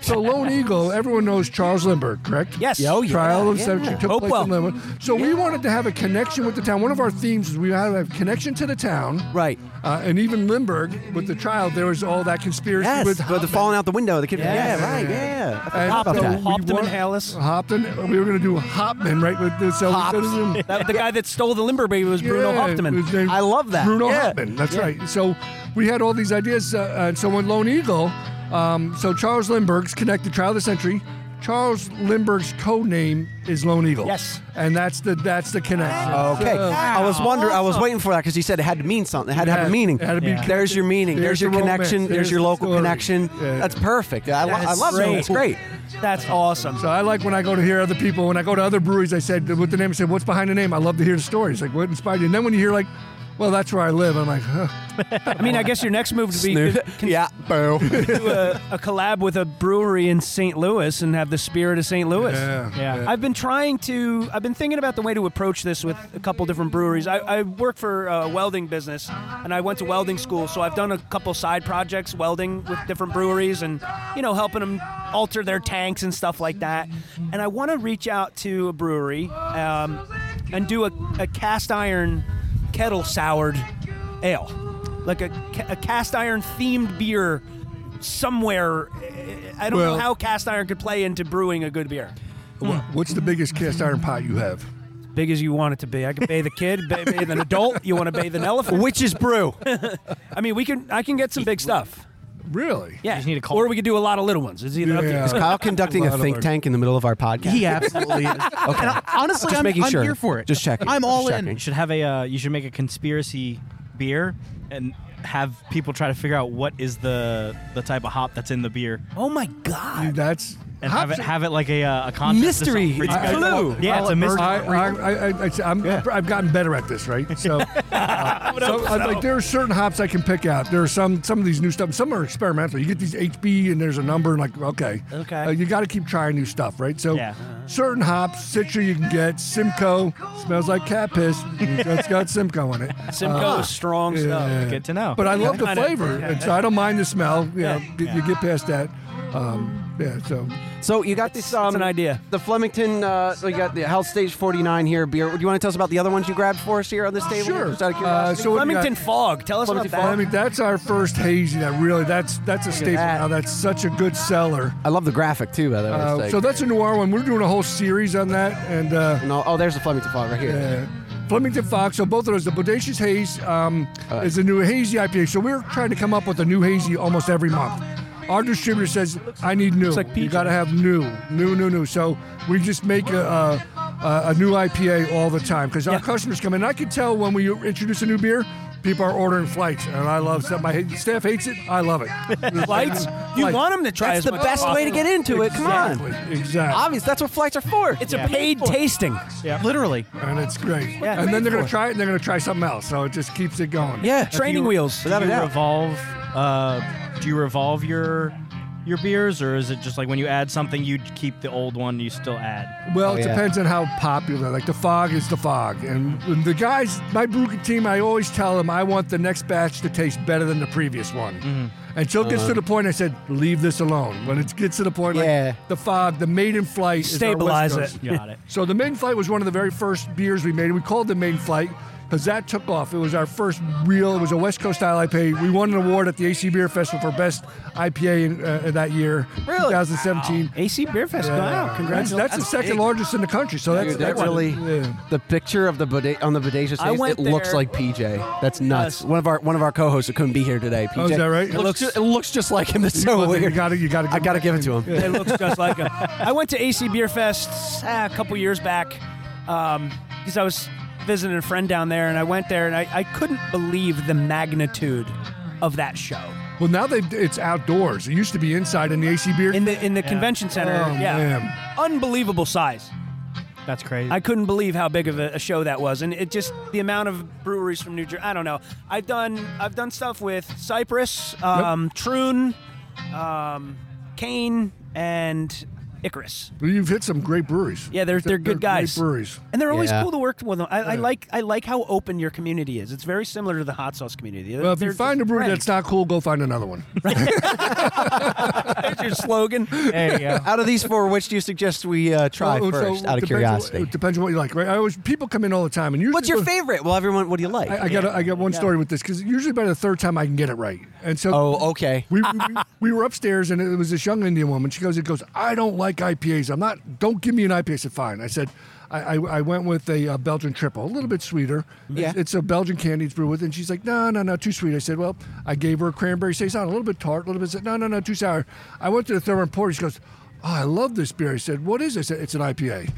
Speaker 19: so Lone Eagle, everyone knows Charles Lindbergh, correct?
Speaker 20: Yes. Yeah, oh,
Speaker 19: Yo,
Speaker 20: yeah,
Speaker 19: Trial of
Speaker 20: yeah.
Speaker 19: Seventy took
Speaker 20: Hopewell.
Speaker 19: place in Lindbergh. So we wanted to have a connection with the town. One of our themes is we had to have connection to the town.
Speaker 1: Right.
Speaker 19: Uh, and even Lindbergh with the trial, there was all that conspiracy
Speaker 1: Yes,
Speaker 19: with
Speaker 1: but the falling out the window, the kid. Yeah, right. Yeah. I forgot about that.
Speaker 19: Hopton and Hallis. Hopton. We were going to do Hopman, right? With this, so
Speaker 20: Hops.
Speaker 19: Hopton.
Speaker 20: That- the guy that stole the limber baby was Bruno Hauptmann.
Speaker 1: I love that.
Speaker 19: Bruno
Speaker 1: Yeah.
Speaker 19: Hopman. That's
Speaker 1: Yeah.
Speaker 19: right. So we had all these ideas, uh, and so when Lone Eagle, um, so Charles Lindbergh's connected Trial of the Century. Charles Lindbergh's code name is Lone Eagle.
Speaker 5: Yes.
Speaker 19: and that's the that's the connection.
Speaker 1: Okay,
Speaker 19: So-
Speaker 1: I was wondering. I was waiting for that because you said it had to mean something. It had to have
Speaker 19: Yeah,
Speaker 1: a meaning.
Speaker 19: it had to be Yeah.
Speaker 1: There's your meaning.
Speaker 19: There's
Speaker 1: There's, your
Speaker 19: the
Speaker 1: connection.
Speaker 19: romance.
Speaker 1: There's,
Speaker 19: There's
Speaker 1: your
Speaker 19: the
Speaker 1: local
Speaker 19: story.
Speaker 1: connection. That's perfect. I, lo- I love it. It's great.
Speaker 19: That's awesome. So I like when I go to hear other people. When I go to other breweries, I said with the name. I said, "What's behind the name?" I love to hear the stories. Like what inspired you. And then when you hear like, "Well, that's where I live," I'm like, huh.
Speaker 3: I mean, I guess your next move would be
Speaker 19: Snoop.
Speaker 3: yeah,
Speaker 1: boo.
Speaker 3: do a, a collab with a brewery in St. Louis and have the spirit of St. Louis.
Speaker 19: Yeah, yeah.
Speaker 3: I've been trying to. I've been thinking about the way to approach this with a couple different breweries. I, I work for a welding business, and I went to welding school, so I've done a couple side projects welding with different breweries, and you know, helping them alter their tanks and stuff like that. And I want to reach out to a brewery um, and do a, a cast iron kettle soured ale, like a, ca- a cast iron themed beer. Somewhere, eh, I don't
Speaker 19: Well-
Speaker 3: know how cast iron could play into brewing a good beer.
Speaker 19: Wha- "What's the biggest cast iron pot you have?"
Speaker 3: Hmm. Big as you want it to be. I can bathe a kid, ba- bathe an adult. You want to bathe an elephant?
Speaker 1: Which is brew.
Speaker 3: I mean, we can. I can get some big stuff.
Speaker 19: Really?
Speaker 3: Yeah. Or we could do a lot of little ones. It's either up to-
Speaker 1: Is Kyle conducting a think tank in the middle of our podcast?
Speaker 3: He absolutely is.
Speaker 1: Okay.
Speaker 22: And I- honestly,
Speaker 1: just
Speaker 22: I'm-
Speaker 1: making
Speaker 22: I'm
Speaker 1: sure.
Speaker 22: here for it.
Speaker 1: Just checking.
Speaker 22: I'm all
Speaker 1: Just
Speaker 22: in.
Speaker 1: checking.
Speaker 4: You should have a. Uh, you should make a conspiracy beer and have people try to figure out what is the the type of hop that's in the beer.
Speaker 3: Oh my god.
Speaker 19: that's
Speaker 4: and have it
Speaker 19: hops-
Speaker 4: have it like a uh, a contest or something
Speaker 19: Mystery.
Speaker 4: for you
Speaker 19: It's
Speaker 4: guys.
Speaker 19: a clue.
Speaker 4: Yeah, it's a mystery.
Speaker 19: I, have gotten better at this, right? So, uh,
Speaker 4: would
Speaker 19: so,
Speaker 4: hope
Speaker 19: I'm
Speaker 4: so.
Speaker 19: like, there are certain hops I can pick out. There are some some of these new stuff. Some are experimental. You get these HB, and there's a number, and like, okay,
Speaker 3: Okay.
Speaker 19: Uh, you got to keep trying new stuff, right? So, certain hops, Citra you can get. Simcoe smells like cat piss. it's got Simcoe in it. Uh,
Speaker 3: Simcoe
Speaker 1: Uh,
Speaker 3: is strong stuff. Good to know.
Speaker 19: But I
Speaker 3: Yeah.
Speaker 19: love the
Speaker 3: Kinda-
Speaker 19: flavor,
Speaker 3: yeah.
Speaker 19: and so I don't mind the smell. You know,
Speaker 3: Yeah.
Speaker 19: you- you get past that. Um, yeah. So.
Speaker 1: So you got this. Um,
Speaker 3: an idea.
Speaker 1: The Flemington. Uh, so you got the Health Stage 49 here beer. Do you want to tell us about the other ones you grabbed for us here on this table?
Speaker 19: Sure.
Speaker 1: Just out of
Speaker 19: Uh,
Speaker 1: curiosity?
Speaker 19: so what we got- Flemington
Speaker 3: Fog. Tell
Speaker 19: I mean, that's our first hazy. That really, that's that's a
Speaker 1: Look at
Speaker 19: staple.
Speaker 1: that.
Speaker 19: Now that's such a good seller.
Speaker 1: I love the graphic too, by the way.
Speaker 19: Uh,
Speaker 1: It's like-
Speaker 19: so that's a noir one. We're doing a whole series on that, and uh,
Speaker 1: no, oh, there's the Flemington Fog right here.
Speaker 19: Yeah. Flemington Fox. So both of those, the Bodacious Haze um, is a new hazy IPA. So we're trying to come up with a new hazy almost every month. Our distributor says I need new. you got to have new, new, new, new. So we just make a. a a new IPA all the time because our customers come in. I can tell when we introduce a new beer, people are ordering flights, and I love stuff. My staff hates it. I love it.
Speaker 3: Flights? You want 'em to try
Speaker 1: That's
Speaker 3: as
Speaker 1: the
Speaker 3: much
Speaker 1: best
Speaker 3: as
Speaker 1: way to
Speaker 3: possible.
Speaker 1: get into it. Come
Speaker 19: Exactly,
Speaker 1: on.
Speaker 19: exactly.
Speaker 1: Obvious. That's what flights are for.
Speaker 3: It's a Yeah. paid tasting.
Speaker 4: Yeah.
Speaker 22: Literally.
Speaker 19: And it's great.
Speaker 3: Yeah.
Speaker 19: and then they're going to
Speaker 3: For.
Speaker 19: try it and they're going to try something else. So it just keeps it going. If you-
Speaker 4: Do you revolve? Uh, do you revolve your your beers, or is it just like when you add something, you keep the old one, you still add?
Speaker 1: Oh,
Speaker 3: Oh,
Speaker 19: Well, it depends on how popular. Like the fog is the fog, and when the guys, my Brewing team, I always tell them I want the next batch to taste better than the previous one. Until it gets to
Speaker 3: Uh-huh.
Speaker 19: the point, I said leave this alone. When it gets to the point, like
Speaker 3: Yeah.
Speaker 19: the fog, the maiden flight, is our West
Speaker 3: Stabilize it.
Speaker 19: Coast.
Speaker 3: Got it.
Speaker 19: So the maiden flight was one of the very first beers we made. We called the maiden flight because that took off. It was our first real. It was a West Coast style IPA. We won an award at the AC Beer Festival for best IPA in, uh, that year, really? 2017.
Speaker 3: AC Beer Festival. Wow,
Speaker 19: That's,
Speaker 3: congratulations.
Speaker 19: that's the
Speaker 3: That's
Speaker 19: second
Speaker 3: big.
Speaker 19: largest in the country. So
Speaker 1: Dude,
Speaker 19: that's,
Speaker 1: that
Speaker 19: that's
Speaker 1: really the picture of the boda- on the bodacious
Speaker 19: I
Speaker 1: face.
Speaker 19: went
Speaker 1: It looks
Speaker 19: there-
Speaker 1: like PJ. That's nuts. one of our one of our co-hosts who couldn't be here today. PJ,
Speaker 19: Oh, is that right?
Speaker 1: It looks it looks just like him. That's so weird.
Speaker 19: You got to you got to.
Speaker 1: I gotta give it to him.
Speaker 3: It looks just like him. I went to AC Beer Fest ah, a couple years back because I was visiting a friend down there, and I went there, and I, I couldn't believe the magnitude of that show.
Speaker 19: Well, now they it's outdoors. It used to be inside in the AC beer in
Speaker 3: the in the Convention center,
Speaker 1: Oh,
Speaker 3: yeah, unbelievable size.
Speaker 4: That's crazy.
Speaker 3: I couldn't believe how big of a, a show that was, and it just the amount of breweries from New Jersey. I don't know. I've done I've done stuff with Cypress, um, Troon, um, Kane, and Icarus.
Speaker 19: You've hit some great breweries.
Speaker 3: Yeah, they're they're good
Speaker 19: great
Speaker 3: guys.
Speaker 19: breweries,
Speaker 3: and they're always
Speaker 19: Yeah.
Speaker 3: cool to work with. I, I like I like how open your community is. It's very similar to the hot sauce community.
Speaker 19: Well, if you
Speaker 3: They're
Speaker 19: find a
Speaker 3: just
Speaker 19: brewery
Speaker 3: friends.
Speaker 19: that's not cool, go find another one.
Speaker 3: That's your slogan.
Speaker 1: out of these four, which do you suggest we uh, try
Speaker 19: Well, Oh, so
Speaker 1: first?
Speaker 19: it
Speaker 1: out of
Speaker 19: depends
Speaker 1: curiosity.
Speaker 19: what- it depends on what you like, right? I always people come in all the time, and usually
Speaker 1: What's your favorite? Well, everyone, what do you like?
Speaker 19: I, I got a- I got one story with this because usually by the third time I can get it right, and so
Speaker 1: Oh, okay.
Speaker 19: we, we, we- we were upstairs and it was this young Indian woman. She goes, it goes, I don't like IPAs. I'm not. Don't give me an IPA. I said, fine. I said, I, I, I went with a uh, Belgian triple, a little bit sweeter.
Speaker 1: Yeah.
Speaker 19: It's, it's a Belgian candy it's brewed with, and she's like, no, no, no, too sweet. I said, well, I gave her a cranberry saison, a little bit tart, a little bit. No, no, no, too sour. I went to the third one, poured. it. She goes. oh, I love this beer. He said, What is it? I said, It's an IPA.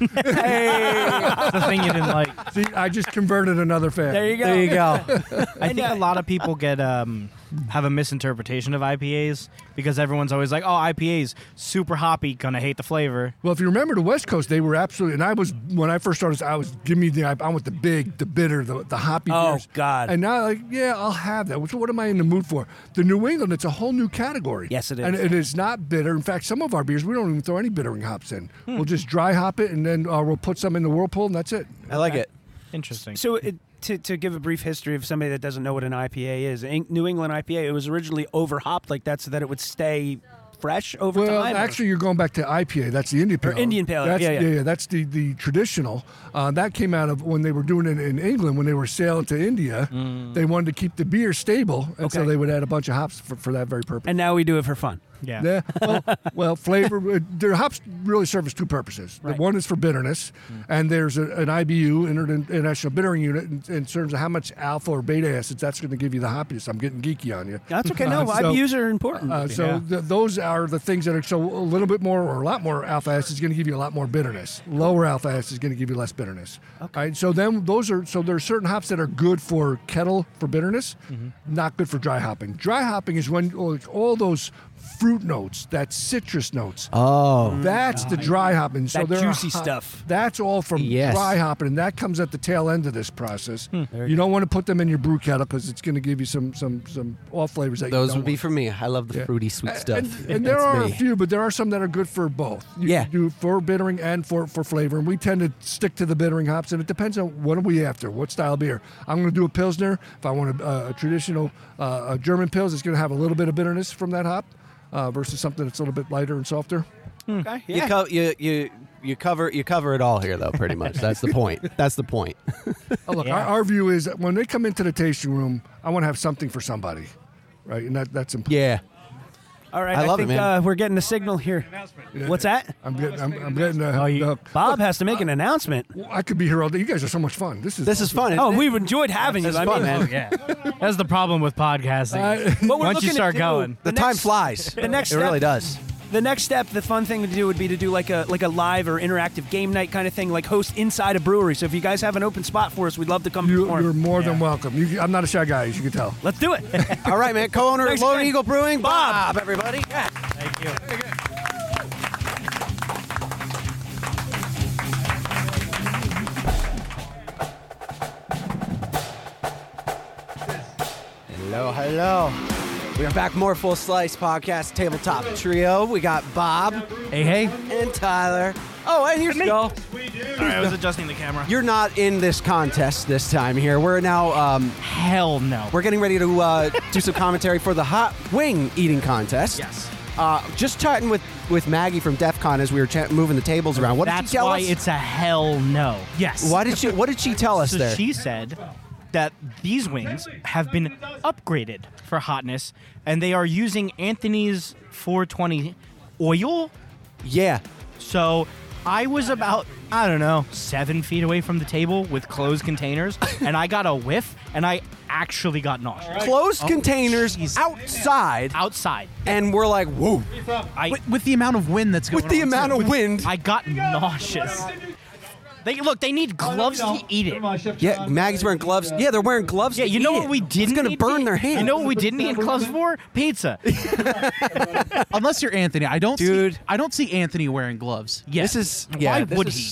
Speaker 4: the thing you didn't like.
Speaker 19: See, I just converted another fan.
Speaker 4: There you go. I think a lot
Speaker 20: uh,
Speaker 4: of people get um, have a misinterpretation of IPAs because everyone's always like, "Oh, IPAs, super hoppy, gonna hate the flavor."
Speaker 19: Well, if you remember the West Coast, they were absolutely. And I was when I first started, I was give me the. I want the big, the bitter, the, the hoppy.
Speaker 20: Oh,
Speaker 19: beers.
Speaker 20: God.
Speaker 19: And now, like, yeah, I'll have that. So what am I in the mood for? The New England, it's a whole new category.
Speaker 20: Yes, it is.
Speaker 19: And it is not bitter. In fact, some of our beers we don't even throw any bittering hops in.
Speaker 20: Hmm.
Speaker 19: We'll just dry hop it, and then uh, we'll put some in the whirlpool, and that's it.
Speaker 1: I like it.
Speaker 4: Interesting.
Speaker 20: So, it, to, to give a brief history of somebody that doesn't know what an IPA is, in- New England IPA, it was originally overhopped like that so that it would stay fresh over
Speaker 19: well,
Speaker 20: time. or-
Speaker 19: actually, you're going back to IPA. That's the Indian Pale.
Speaker 20: Indian Pale Ale,
Speaker 19: That's,
Speaker 20: yeah, yeah.
Speaker 19: That's the the traditional. Uh, that came out of when they were doing it in England when they were sailing to India. They wanted to keep the beer stable, and so
Speaker 20: Mm. Okay.
Speaker 19: they would add a bunch of hops for, for that very purpose.
Speaker 20: and now we do it for fun.
Speaker 19: Yeah. Well, well, flavor. uh, Their hops really serves two purposes. The
Speaker 20: Right. Mm.
Speaker 19: One is for bitterness, and there's a, an IBU, Inter- International Bittering Unit, in, in terms of how much alpha or beta acids that's going to give you the hoppiness. I'm getting geeky on you.
Speaker 20: That's okay. No,
Speaker 19: Uh, so-
Speaker 20: IBUs are important.
Speaker 19: uh, so th- those are the things that are so a little bit more or a lot more alpha acid is going to give you a lot more bitterness. Lower alpha acid is going to give you less bitterness. Okay. so then those are so there are certain hops that are good for kettle for bitterness, not good for dry hopping. Dry hopping is when like, all those fruit notes, that citrus notes.
Speaker 1: Oh.
Speaker 19: That's the dry hopping. So
Speaker 20: Mm. That
Speaker 19: there are
Speaker 20: juicy
Speaker 19: hop-
Speaker 20: stuff.
Speaker 19: That's all from
Speaker 1: Yes.
Speaker 19: dry hopping, and that comes at the tail end of this process.
Speaker 20: Hmm.
Speaker 19: You don't want to put them in your brew kettle because it's going to give you some some some off flavors that you
Speaker 1: Those
Speaker 19: don't
Speaker 1: would be for me. I love the fruity sweet stuff.
Speaker 19: and, and there
Speaker 1: That's
Speaker 19: are
Speaker 1: me.
Speaker 19: a few, but there are some that are good for both. You
Speaker 1: Yeah.
Speaker 19: can do for bittering and for, for flavor. And we tend to stick to the bittering hops, and it depends on what are we after, what style beer. I'm going to do a pilsner. If I want a, a, traditional uh, a German pils, it's going to have a little bit of bitterness from that hop uh, versus something that's a little bit lighter and softer.
Speaker 20: Okay.
Speaker 4: Mm-hmm.
Speaker 1: You, co- you you you cover you cover it all here though, pretty much. That's the point. That's the point.
Speaker 19: Oh, look, our, our view is that when they come into the tasting room, I want to have something for somebody, right? And that, that's important.
Speaker 1: Yeah.
Speaker 20: All right.
Speaker 19: I
Speaker 20: I,
Speaker 19: love it,
Speaker 20: think
Speaker 19: man.
Speaker 20: Uh, we're getting a signal here. What's that?
Speaker 19: I'm getting, I'm, I'm getting the, the hook.
Speaker 20: Bob has to make an announcement.
Speaker 19: I could be here all day. You guys are so much fun. This is
Speaker 1: This is fun.
Speaker 20: Oh,
Speaker 1: isn't it?
Speaker 20: we've enjoyed having
Speaker 1: This
Speaker 20: you.
Speaker 1: is
Speaker 20: I
Speaker 1: fun,
Speaker 20: mean,
Speaker 1: man.
Speaker 4: Yeah, that's the problem with podcasting.
Speaker 19: Uh,
Speaker 20: What we're
Speaker 4: Once
Speaker 20: looking
Speaker 4: you
Speaker 20: to
Speaker 4: start
Speaker 20: do-
Speaker 4: going,
Speaker 1: The time flies.
Speaker 20: The next
Speaker 1: It really
Speaker 20: step-
Speaker 1: does.
Speaker 20: The next step, the fun thing to do would be to do like a like a live or interactive game night kind of thing, like host inside a brewery. So if you guys have an open spot for us, we'd love to come
Speaker 19: You,
Speaker 20: perform.
Speaker 19: you're more than welcome. You, I'm not a shy guy, as you can tell.
Speaker 20: Let's do it.
Speaker 1: All right, man. Co-owner of
Speaker 20: Thanks
Speaker 1: Lone
Speaker 20: again.
Speaker 1: Eagle Brewing,
Speaker 20: Bob.
Speaker 1: Bob. Everybody.
Speaker 4: Thank you.
Speaker 1: Hello, hello. We are back. More Full Slice Podcast Tabletop Trio. We got Bob.
Speaker 4: Hey, hey.
Speaker 1: And Tyler. Oh, and here's Joel.
Speaker 4: All right, I was adjusting the camera.
Speaker 1: You're not in this contest this time here. We're now. Um,
Speaker 4: Hell no.
Speaker 1: We're getting ready to uh, do some commentary for the hot wing eating contest. Yes. Uh, just chatting with, with Maggie from DEF CON as we were chat- moving the tables around. What did
Speaker 4: That's
Speaker 1: she tell
Speaker 4: why
Speaker 1: us?
Speaker 4: it's a hell no. Yes.
Speaker 1: Why did she? What did she tell us
Speaker 4: so
Speaker 1: there?
Speaker 4: she said that these wings have been upgraded for hotness, and they are using Anthony's 420 oil.
Speaker 1: Yeah.
Speaker 4: So I was about I don't know seven feet away from the table with closed containers, and I got a whiff, and I actually got nauseous.
Speaker 1: Closed
Speaker 4: Oh,
Speaker 1: containers outside,
Speaker 4: outside,
Speaker 1: and we're like, whoa.
Speaker 4: I,
Speaker 2: with, with the amount of wind that's going
Speaker 1: With the
Speaker 2: on,
Speaker 1: amount
Speaker 2: too.
Speaker 1: of wind.
Speaker 4: I got nauseous. They look. They need gloves to eat it.
Speaker 1: Yeah, Maggie's wearing gloves. Yeah, they're wearing gloves.
Speaker 4: Yeah,
Speaker 1: to
Speaker 4: you know
Speaker 1: eat
Speaker 4: what
Speaker 1: it.
Speaker 4: we didn't.
Speaker 1: It's gonna
Speaker 4: need
Speaker 1: burn
Speaker 4: eat?
Speaker 1: their hands.
Speaker 4: You know what we didn't need gloves for? Pizza.
Speaker 2: Unless you're Anthony, I don't see I don't see Anthony wearing gloves. Yes.
Speaker 1: This is
Speaker 4: Why would he?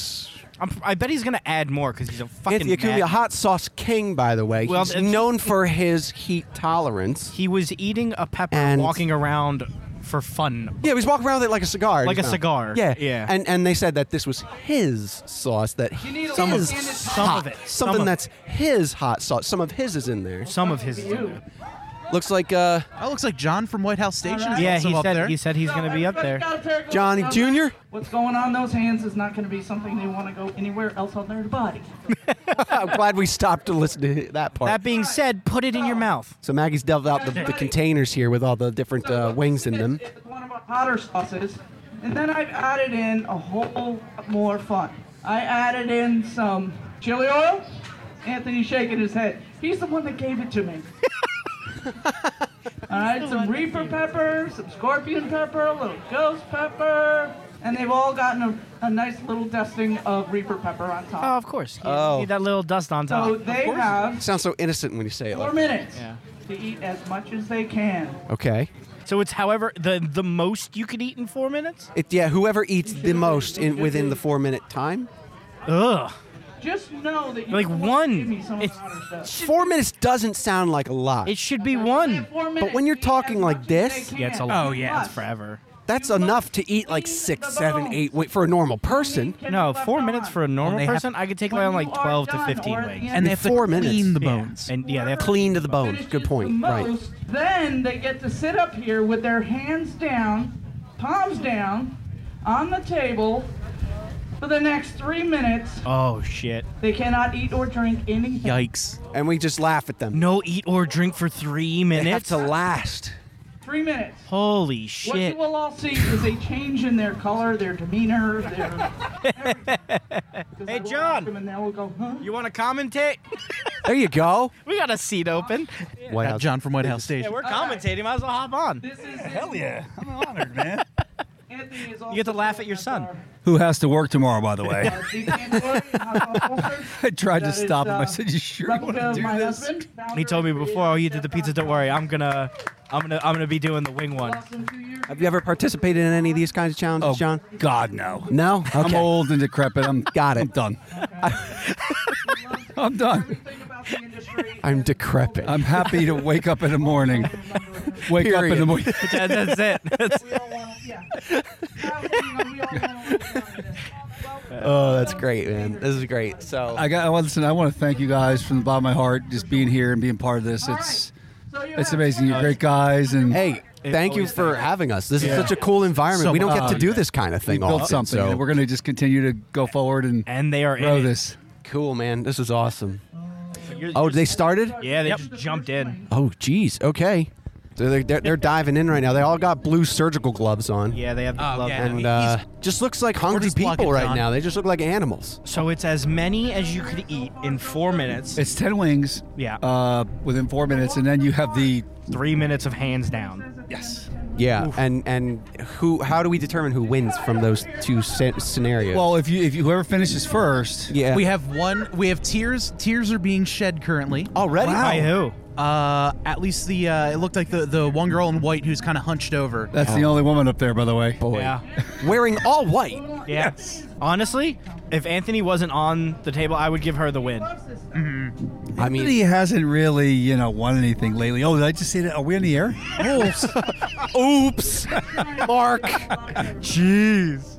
Speaker 4: I'm, I bet he's gonna add more because he's a fucking.
Speaker 1: Anthony Acuna,
Speaker 4: mad-
Speaker 1: hot sauce king, by the way.
Speaker 4: Well,
Speaker 1: He's
Speaker 4: it's-
Speaker 1: known for his heat tolerance.
Speaker 4: He was eating a pepper,
Speaker 1: And-
Speaker 4: walking around for fun.
Speaker 1: Yeah, he was walking around with it like a cigar. in
Speaker 4: Like
Speaker 1: his
Speaker 4: a
Speaker 1: mouth.
Speaker 4: cigar.
Speaker 1: Yeah,
Speaker 4: Yeah.
Speaker 1: And and they said that this was his sauce that
Speaker 4: need a
Speaker 1: some
Speaker 4: little
Speaker 1: is
Speaker 4: skin to-
Speaker 1: hot.
Speaker 4: Some of it. Some
Speaker 1: Something
Speaker 4: of-
Speaker 1: that's his hot sauce. Some of his is in there.
Speaker 4: Some of his. is in there.
Speaker 1: Looks like uh,
Speaker 2: That looks like John from White House Station. is
Speaker 4: Yeah,
Speaker 2: also
Speaker 4: he
Speaker 2: up
Speaker 4: said
Speaker 2: there.
Speaker 4: he said he's gonna be up there.
Speaker 1: Johnny Jr.
Speaker 16: What's going on those hands is not going to be something they want to go anywhere else on their body.
Speaker 1: I'm glad we stopped to listen to that part.
Speaker 4: That being said, put it in your mouth.
Speaker 1: so Maggie's delved out the, the containers here with all the different uh, wings in them.
Speaker 16: It's one of my hotter sauces. And then I've added in a whole lot more fun. I added in some chili oil. Anthony's shaking his head. He's the one that gave it to me. All right, some reaper pepper, some scorpion pepper, a little ghost pepper, And they've all gotten a, a nice little dusting of Reaper pepper on top.
Speaker 4: Oh, of course. You
Speaker 1: Oh.
Speaker 4: Need that little dust on top.
Speaker 16: So Oh, they have
Speaker 1: Sounds so innocent when you say it.
Speaker 16: four
Speaker 1: Like,
Speaker 16: minutes to eat as much as they can.
Speaker 1: okay.
Speaker 4: So it's however the the most you could eat in four minutes.
Speaker 1: It, yeah, whoever eats the most in within the four minute time.
Speaker 4: Ugh.
Speaker 16: Just know that you
Speaker 1: Like
Speaker 16: don't want to
Speaker 1: one.
Speaker 16: give me some of the hotter stuff.
Speaker 1: Four minutes doesn't sound like a lot. It
Speaker 4: should be one.
Speaker 1: But when you're talking like this,
Speaker 4: Yeah, it's a lot. Oh yeah, it's forever.
Speaker 1: that's enough to eat like six, seven, eight wait, for a normal person.
Speaker 4: No, four minutes for a normal
Speaker 1: they have-
Speaker 4: person, I could take around like twelve to fifteen wings.
Speaker 1: And they have to Four minutes. clean the
Speaker 4: Yeah.
Speaker 1: bones.
Speaker 4: And yeah, they have
Speaker 1: clean to the bones. Good point. Right.
Speaker 16: Most, then they get to sit up here with their hands down, palms down, on the table for the next three minutes.
Speaker 4: Oh shit.
Speaker 16: They cannot eat or drink anything.
Speaker 4: Yikes.
Speaker 1: And we just laugh at them.
Speaker 4: No eat or drink for three minutes.
Speaker 1: to last.
Speaker 16: Three minutes. What
Speaker 4: Holy
Speaker 16: you
Speaker 4: shit.
Speaker 16: will all see is a change in their color, their demeanor, their.
Speaker 4: Hey John.
Speaker 16: And they will go, huh?
Speaker 4: You want to commentate?
Speaker 1: There you go.
Speaker 4: We got a seat open.
Speaker 2: White House- John from White House Station.
Speaker 4: Yeah, we're commentating. Might as well hop on.
Speaker 16: This is
Speaker 4: Hell yeah.
Speaker 5: I'm honored, man.
Speaker 4: You get to laugh at your son.
Speaker 5: Who has to work tomorrow, by the way?
Speaker 16: I
Speaker 5: tried to
Speaker 4: That is,
Speaker 5: stop him.
Speaker 4: uh,
Speaker 5: I said, "You sure you want
Speaker 16: Replica
Speaker 5: to
Speaker 16: of
Speaker 5: do
Speaker 16: my
Speaker 5: this?"
Speaker 16: husband.
Speaker 4: He told me before, "Oh, you did the pizza. Don't worry, I'm gonna, I'm gonna, I'm gonna be doing the wing one."
Speaker 1: Have you ever participated in any of these kinds of
Speaker 4: Oh,
Speaker 1: challenges, John?
Speaker 5: God, no.
Speaker 1: No?
Speaker 5: I'm
Speaker 1: Okay.
Speaker 5: old and decrepit. I'm
Speaker 1: got it.
Speaker 5: I'm done. I'm done.
Speaker 1: I'm decrepit.
Speaker 5: I'm happy to wake up in the morning. Wake up in the
Speaker 1: Period.
Speaker 5: morning.
Speaker 1: That- that's it. That's- We all Oh, that's great, man. This is great. So
Speaker 5: I got. I want listen. I want to thank you guys from the bottom of my heart, just being here and being part of this. It's it's amazing. You're great guys, and
Speaker 1: hey, thank you for having us. This is such a cool environment. we don't get to do this kind of thing
Speaker 5: We built
Speaker 1: often,
Speaker 5: something,
Speaker 1: so-
Speaker 5: and we're going to just continue to go forward and
Speaker 4: and they are
Speaker 5: grow
Speaker 4: in it.
Speaker 5: this.
Speaker 1: Cool, man. This is awesome. Oh, they started?
Speaker 4: Yeah, they just jumped in.
Speaker 1: Oh, geez. Okay. So they're, they're, they're diving in right now. They all got blue surgical gloves on.
Speaker 4: Yeah, they have the
Speaker 5: Oh,
Speaker 4: glove.
Speaker 1: And uh, just looks like hungry
Speaker 4: just plugging
Speaker 1: people
Speaker 4: it
Speaker 1: right
Speaker 4: on.
Speaker 1: now. They just look like animals.
Speaker 4: so it's as many as you could eat in four minutes.
Speaker 5: It's ten wings.
Speaker 4: Yeah.
Speaker 5: Uh, within four minutes, and then you have the
Speaker 4: three minutes of hands down.
Speaker 5: Yes.
Speaker 1: Yeah, and and who? How do we determine who wins from those two sce- scenarios?
Speaker 5: Well, Oh, if you if you, whoever finishes first,
Speaker 1: yeah,
Speaker 2: We have one. We have tears. Tears are being shed currently.
Speaker 1: Already? Wow. By who?
Speaker 2: Uh, at least the uh, it looked like the the one girl in white who's kind of hunched over.
Speaker 5: That's the only woman up there, by the way.
Speaker 1: Boy.
Speaker 4: Yeah.
Speaker 1: Wearing all white.
Speaker 4: Yeah. Honestly, if Anthony wasn't on the table, I would give her the win.
Speaker 1: I
Speaker 5: mean, he hasn't really, you know, won anything lately. Oh, did I just say that? Are we on the air?
Speaker 2: Mm-hmm.
Speaker 5: Oops.
Speaker 1: Oops. Mark.
Speaker 5: Jeez.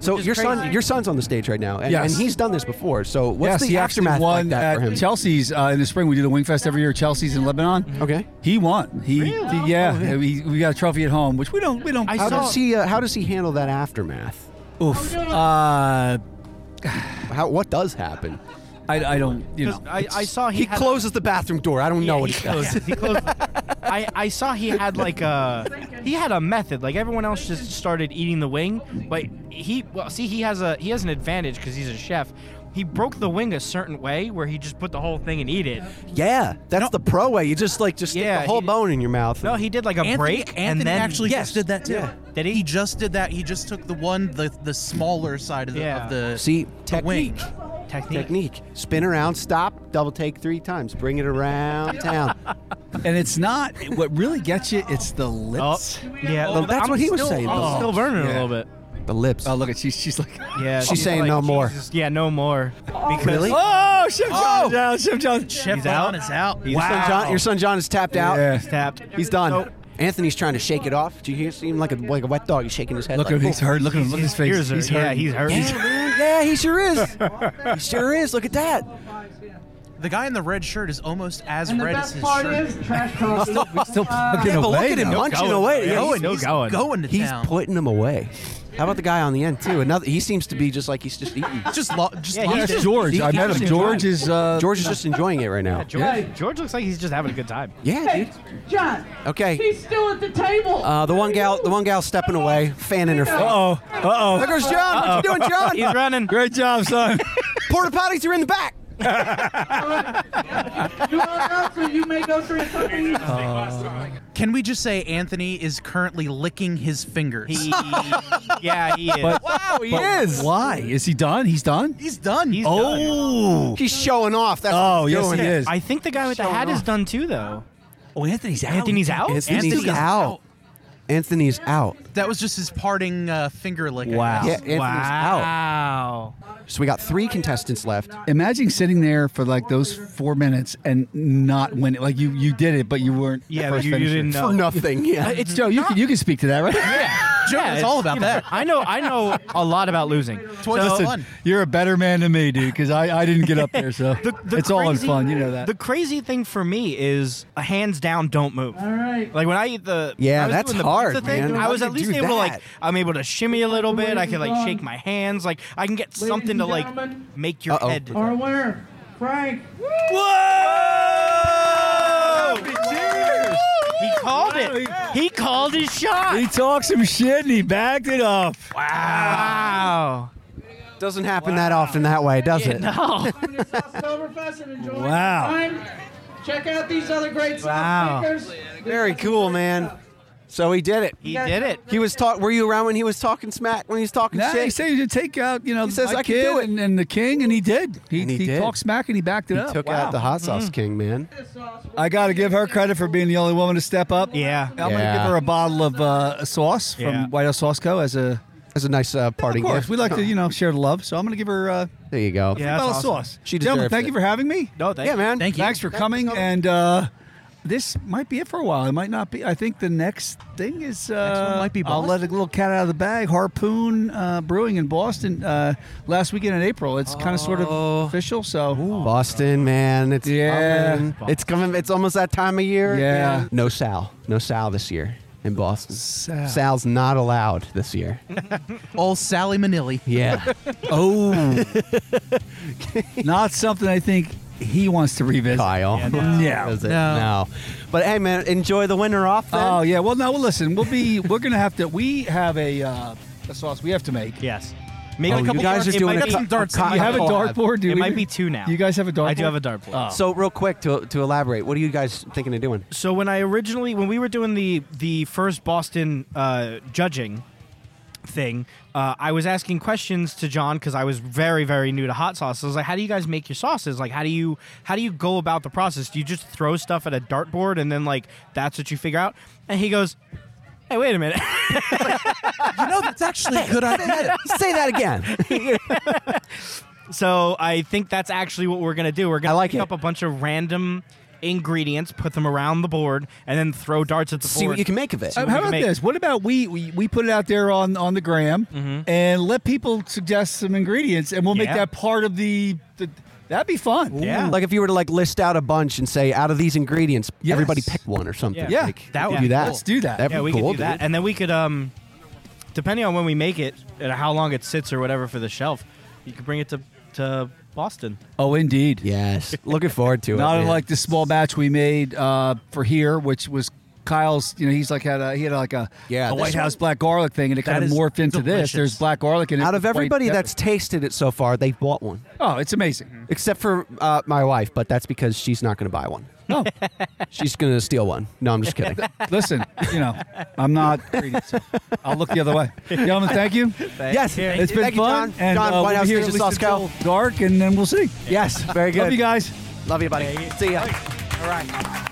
Speaker 1: So
Speaker 5: Which is
Speaker 1: your son,
Speaker 5: crazy.
Speaker 1: your son's on the stage right now, and,
Speaker 5: Yes.
Speaker 1: and he's done this before. So
Speaker 5: yes,
Speaker 1: what's the
Speaker 5: he actually
Speaker 1: aftermath
Speaker 5: won
Speaker 1: like that
Speaker 5: at
Speaker 1: for him?
Speaker 5: Chelsea's uh, in the spring. We do the Wing Fest every year. at Chelsea's in Lebanon.
Speaker 1: Mm-hmm. Okay, Oh,
Speaker 5: he won. He, he- yeah, we, we got a trophy at home, which we don't we don't.
Speaker 1: How does he? Uh, how does he handle that aftermath?
Speaker 5: Oof. Uh,
Speaker 1: how? What does happen?
Speaker 5: I, I don't. You know,
Speaker 4: I, I saw he,
Speaker 1: he
Speaker 4: had-
Speaker 1: closes the bathroom door. I don't know what he, does.
Speaker 4: closes- he closes- I, I saw he had like a he had a method. Like everyone else just started eating the wing, but he well see he has a he has an advantage because he's a chef. He broke the wing a certain way where he just put the whole thing and eat it.
Speaker 1: Yeah, that's the pro way. You just like just stick
Speaker 4: Yeah,
Speaker 1: the whole
Speaker 4: he-
Speaker 1: bone in your mouth.
Speaker 4: No, he did like a
Speaker 2: Anthony,
Speaker 4: break
Speaker 2: Anthony
Speaker 4: and then
Speaker 2: actually just did that too.
Speaker 4: Yeah. Did he?
Speaker 2: He just did that. He just took the one the the smaller side of the
Speaker 4: Yeah.
Speaker 2: of the
Speaker 1: See
Speaker 2: the wing.
Speaker 1: technique. Technique. Spin around, stop, double take three times, bring it around town.
Speaker 5: and it's not what really gets you. It's the lips.
Speaker 4: Oh, yeah,
Speaker 1: Well, that's what he was saying.
Speaker 4: I'm
Speaker 1: the
Speaker 4: still
Speaker 1: lips.
Speaker 4: burning
Speaker 1: Yeah.
Speaker 4: a little bit.
Speaker 1: The lips.
Speaker 5: Oh, look at she's she's like
Speaker 4: Yeah,
Speaker 1: She's saying no more.
Speaker 4: Jesus, Yeah, no more. Because
Speaker 1: Really?
Speaker 5: Oh, Chef John,
Speaker 4: Oh.
Speaker 5: yeah, Chef John,
Speaker 4: Chef John is out.
Speaker 1: Your son John, your son John is tapped out.
Speaker 5: Yeah.
Speaker 4: He's tapped.
Speaker 1: He's done. Anthony's trying to shake it off. Do you hear? See him like a like a wet dog. He's shaking his head.
Speaker 5: Look
Speaker 1: like,
Speaker 5: at him. He's
Speaker 1: "Oh."
Speaker 5: hurt. Look at him. Look at his face.
Speaker 4: He's hurt.
Speaker 5: He's
Speaker 4: Yeah,
Speaker 5: hurt.
Speaker 4: he's hurt.
Speaker 1: Yeah, man. yeah, he sure is. he sure is. Look at that.
Speaker 2: The guy in the red shirt is almost as
Speaker 16: And the
Speaker 2: red
Speaker 16: best
Speaker 2: as his
Speaker 16: part
Speaker 2: shirt.
Speaker 16: is trash talk.
Speaker 1: yeah, but look at him munching away. Yeah,
Speaker 2: Going,
Speaker 1: he's,
Speaker 2: he's going. to
Speaker 1: he's
Speaker 2: town.
Speaker 1: putting him away. How about the guy on the end too? Another. He seems to be just like he's just eating.
Speaker 2: just lo- just
Speaker 4: Yeah,
Speaker 2: lost
Speaker 4: he's
Speaker 2: it.
Speaker 4: just-
Speaker 5: George. I met him. George is. Uh,
Speaker 1: George is just enjoying it right now.
Speaker 4: George, George looks like he's just having a good time.
Speaker 1: Yeah, dude.
Speaker 16: John,
Speaker 1: Okay.
Speaker 16: he's still at the table.
Speaker 1: Uh, the one gal, the one gal stepping away, fanning her.
Speaker 5: Uh oh. Uh oh.
Speaker 1: There goes John. What you doing, John?
Speaker 4: He's running.
Speaker 5: Great job, son.
Speaker 1: Porta potties are in the back. Oh. Uh,
Speaker 16: you are out, so you may go through something.
Speaker 2: Can we just say Anthony is currently licking his fingers?
Speaker 4: yeah, he
Speaker 2: is.
Speaker 1: wow, he
Speaker 2: but
Speaker 1: is.
Speaker 5: Why Oh, is he done? He's done.
Speaker 2: He's done. He's
Speaker 5: oh,
Speaker 1: he's showing off. That's
Speaker 5: oh
Speaker 1: what he's
Speaker 5: yes,
Speaker 1: doing.
Speaker 5: he is.
Speaker 4: I think the guy with the hat is done too, though.
Speaker 5: Oh, Anthony's out.
Speaker 4: Anthony's out.
Speaker 1: Anthony's out. Anthony's out.
Speaker 2: That was just his parting uh, finger lick. I
Speaker 1: Yeah,
Speaker 2: guess.
Speaker 1: Anthony's
Speaker 4: out.
Speaker 1: So we got three contestants left.
Speaker 5: Imagine sitting there for like those four minutes and not winning. Like you, you did it, but you weren't.
Speaker 4: Yeah,
Speaker 5: the
Speaker 4: but
Speaker 5: first
Speaker 4: you- you
Speaker 5: finisher.
Speaker 4: didn't know. For nothing, yeah.
Speaker 5: Uh, It's Joe. You can you can speak to that, right?
Speaker 4: Joe,
Speaker 5: it's all about that.
Speaker 4: I know. I know a lot about losing. It's
Speaker 5: Listen, you're a better man than me, dude, because I, I didn't get up there, so it's all in
Speaker 4: crazy-
Speaker 5: fun. You know that.
Speaker 4: The crazy thing for me is a hands down don't move. All right. Like when I eat the
Speaker 1: Yeah,
Speaker 4: I was
Speaker 1: that's
Speaker 4: doing the
Speaker 1: hard,
Speaker 4: pizza thing,
Speaker 1: man.
Speaker 4: I
Speaker 1: How
Speaker 4: was
Speaker 1: do
Speaker 4: at
Speaker 1: you
Speaker 4: least
Speaker 1: do
Speaker 4: able to
Speaker 1: that?
Speaker 4: like I'm able to shimmy a little bit. I can like
Speaker 16: Ladies and
Speaker 4: shake my hands. Like I can get something
Speaker 16: and
Speaker 4: to like
Speaker 16: gentlemen,
Speaker 4: make your
Speaker 16: Uh-oh.
Speaker 4: head.
Speaker 16: Our winner, Frank.
Speaker 4: Cheers! He called it. He called his shot.
Speaker 5: He talked some shit and he backed it up.
Speaker 4: Wow.
Speaker 1: Doesn't happen that often that way, does it?
Speaker 16: Come to Oktoberfest and enjoy
Speaker 1: Wow.
Speaker 16: the time. Check out these other great soft
Speaker 1: Wow.
Speaker 16: speakers.
Speaker 1: Very cool, man. So he did it.
Speaker 4: He did it.
Speaker 1: He was talk. Were you around when he was talking smack? When he was talking
Speaker 5: Nah,
Speaker 1: shit?
Speaker 5: he said you should take out, you know,
Speaker 1: He says,
Speaker 5: my
Speaker 1: "I can
Speaker 5: kid
Speaker 1: do it."
Speaker 5: And, and the king, and he did. He,
Speaker 1: And he
Speaker 5: he,
Speaker 1: did.
Speaker 5: talked smack and he backed it
Speaker 1: He
Speaker 5: up. Mm-hmm.
Speaker 1: took out the hot sauce king, man.
Speaker 5: I got to give her credit for being the only woman to step up.
Speaker 4: Yeah.
Speaker 5: I'm going to
Speaker 1: Yeah.
Speaker 5: give her a bottle of uh, sauce from
Speaker 1: Yeah.
Speaker 5: White House Sauce Co. as a.
Speaker 1: As a nice uh, party
Speaker 5: Of course,
Speaker 1: gift.
Speaker 5: we like to, you know, share the love. So I'm going to give her uh,
Speaker 1: There you go.
Speaker 5: a bottle of sauce.
Speaker 1: She
Speaker 5: Gentlemen,
Speaker 1: deserves
Speaker 5: thank
Speaker 1: it.
Speaker 5: you for having me.
Speaker 4: No, thank
Speaker 1: Yeah, you. man. Thank you.
Speaker 5: Thanks for
Speaker 1: Thank
Speaker 5: coming.
Speaker 1: you for coming.
Speaker 5: And uh, this might be it for a while. It might not be. I think the next thing is. Uh,
Speaker 2: might be
Speaker 5: I'll let a
Speaker 2: Boston.
Speaker 5: little cat out of the bag. Harpoon uh, Brewing in Boston uh, last weekend in April. It's kind of sort of official. So
Speaker 1: Boston, man. It's
Speaker 5: Yeah.
Speaker 1: coming. It's coming. It's almost that time of year.
Speaker 5: Yeah.
Speaker 1: man. No Sal. No Sal this year in Boston.
Speaker 5: Sal.
Speaker 1: Sal's not allowed this year.
Speaker 2: Old Sally Manilli.
Speaker 1: Yeah.
Speaker 5: oh, not something I think he wants to revisit.
Speaker 1: Kyle.
Speaker 5: Yeah, no.
Speaker 1: Is it?
Speaker 5: No.
Speaker 1: No. But hey, man, enjoy the winter off. Then.
Speaker 5: Oh yeah. Well, no. Well, listen. We'll be. We're gonna have to. We have a uh, a sauce we have to make.
Speaker 4: Yes. Make
Speaker 1: Oh,
Speaker 4: a
Speaker 1: you
Speaker 4: couple
Speaker 1: guys are
Speaker 4: darts. It
Speaker 1: doing
Speaker 4: might
Speaker 1: a
Speaker 4: be
Speaker 1: co-
Speaker 4: some darts.
Speaker 1: a co-
Speaker 5: You have a
Speaker 1: collab.
Speaker 5: dartboard? Do
Speaker 4: It
Speaker 5: we?
Speaker 4: might be two now.
Speaker 5: You guys have a dartboard. Oh.
Speaker 4: I do have a dartboard.
Speaker 1: So real quick to to elaborate, what are you guys thinking of doing?
Speaker 4: So when I originally, when we were doing the the first Boston uh, judging thing, uh, I was asking questions to John because I was very very new to hot sauce. I was like, "How do you guys make your sauces? Like, how do you how do you go about the process? Do you just throw stuff at a dartboard and then like that's what you figure out?" And he goes, "Hey, wait a minute."
Speaker 2: You know, that's actually a good idea.
Speaker 1: Say that again.
Speaker 4: So I think that's actually what we're gonna do. We're gonna pick up a bunch of random ingredients, put them around the board, and then throw darts at the board.
Speaker 1: See what you can make of it.
Speaker 4: See
Speaker 5: Uh,
Speaker 4: what
Speaker 5: how
Speaker 4: you
Speaker 5: about
Speaker 4: can make.
Speaker 5: this? What about we, we we put it out there on on the gram and let people suggest some ingredients, and we'll make
Speaker 4: Mm-hmm. Yeah.
Speaker 5: that part of the. the that'd be fun.
Speaker 4: Yeah.
Speaker 1: Like if you were to like list out a bunch and say out of these ingredients,
Speaker 5: Yes.
Speaker 1: everybody pick one or something.
Speaker 5: Yeah.
Speaker 1: Like,
Speaker 4: That
Speaker 1: we could
Speaker 4: would
Speaker 1: do
Speaker 4: be
Speaker 1: that.
Speaker 4: cool.
Speaker 5: Let's do that.
Speaker 1: That'd
Speaker 4: yeah,
Speaker 1: be
Speaker 4: we
Speaker 1: cool,
Speaker 4: could do that,
Speaker 1: dude.
Speaker 4: and then we could, um, depending on when we make it and how long it sits or whatever for the shelf, you could bring it to to Boston.
Speaker 5: Oh, indeed.
Speaker 1: Yes. Looking forward to it.
Speaker 5: Not
Speaker 1: man.
Speaker 5: unlike the small batch we made uh, for here, which was Kyle's. You know, he's like had a, he had like a,
Speaker 1: Yeah,
Speaker 5: a
Speaker 1: this
Speaker 5: White House
Speaker 1: one-
Speaker 5: black garlic thing, and it
Speaker 1: That
Speaker 5: kind of
Speaker 1: is
Speaker 5: morphed into this.
Speaker 1: delicious.
Speaker 5: There's black garlic in it.
Speaker 1: out
Speaker 5: with
Speaker 1: of
Speaker 5: white
Speaker 1: everybody
Speaker 5: pepper.
Speaker 1: that's tasted it so far, they've bought one.
Speaker 5: oh, it's
Speaker 4: Mm-hmm.
Speaker 5: amazing.
Speaker 1: Except for uh, my wife, but that's because she's not going to buy one.
Speaker 5: No.
Speaker 1: she's going to steal one. No, I'm just kidding.
Speaker 5: Listen, you know, I'm not greedy, so I'll look the other way. Gentlemen, thank you.
Speaker 1: yes,
Speaker 5: It's been
Speaker 1: Thank you,
Speaker 5: fun.
Speaker 1: John.
Speaker 5: And
Speaker 1: John
Speaker 5: uh, we'll
Speaker 1: Whitehouse
Speaker 5: be here at
Speaker 1: Ninja
Speaker 5: least
Speaker 1: Sauce Cow.
Speaker 5: until dark, and then we'll see.
Speaker 1: Yes, very good.
Speaker 5: Love you guys.
Speaker 1: Love you, buddy. See ya. All right.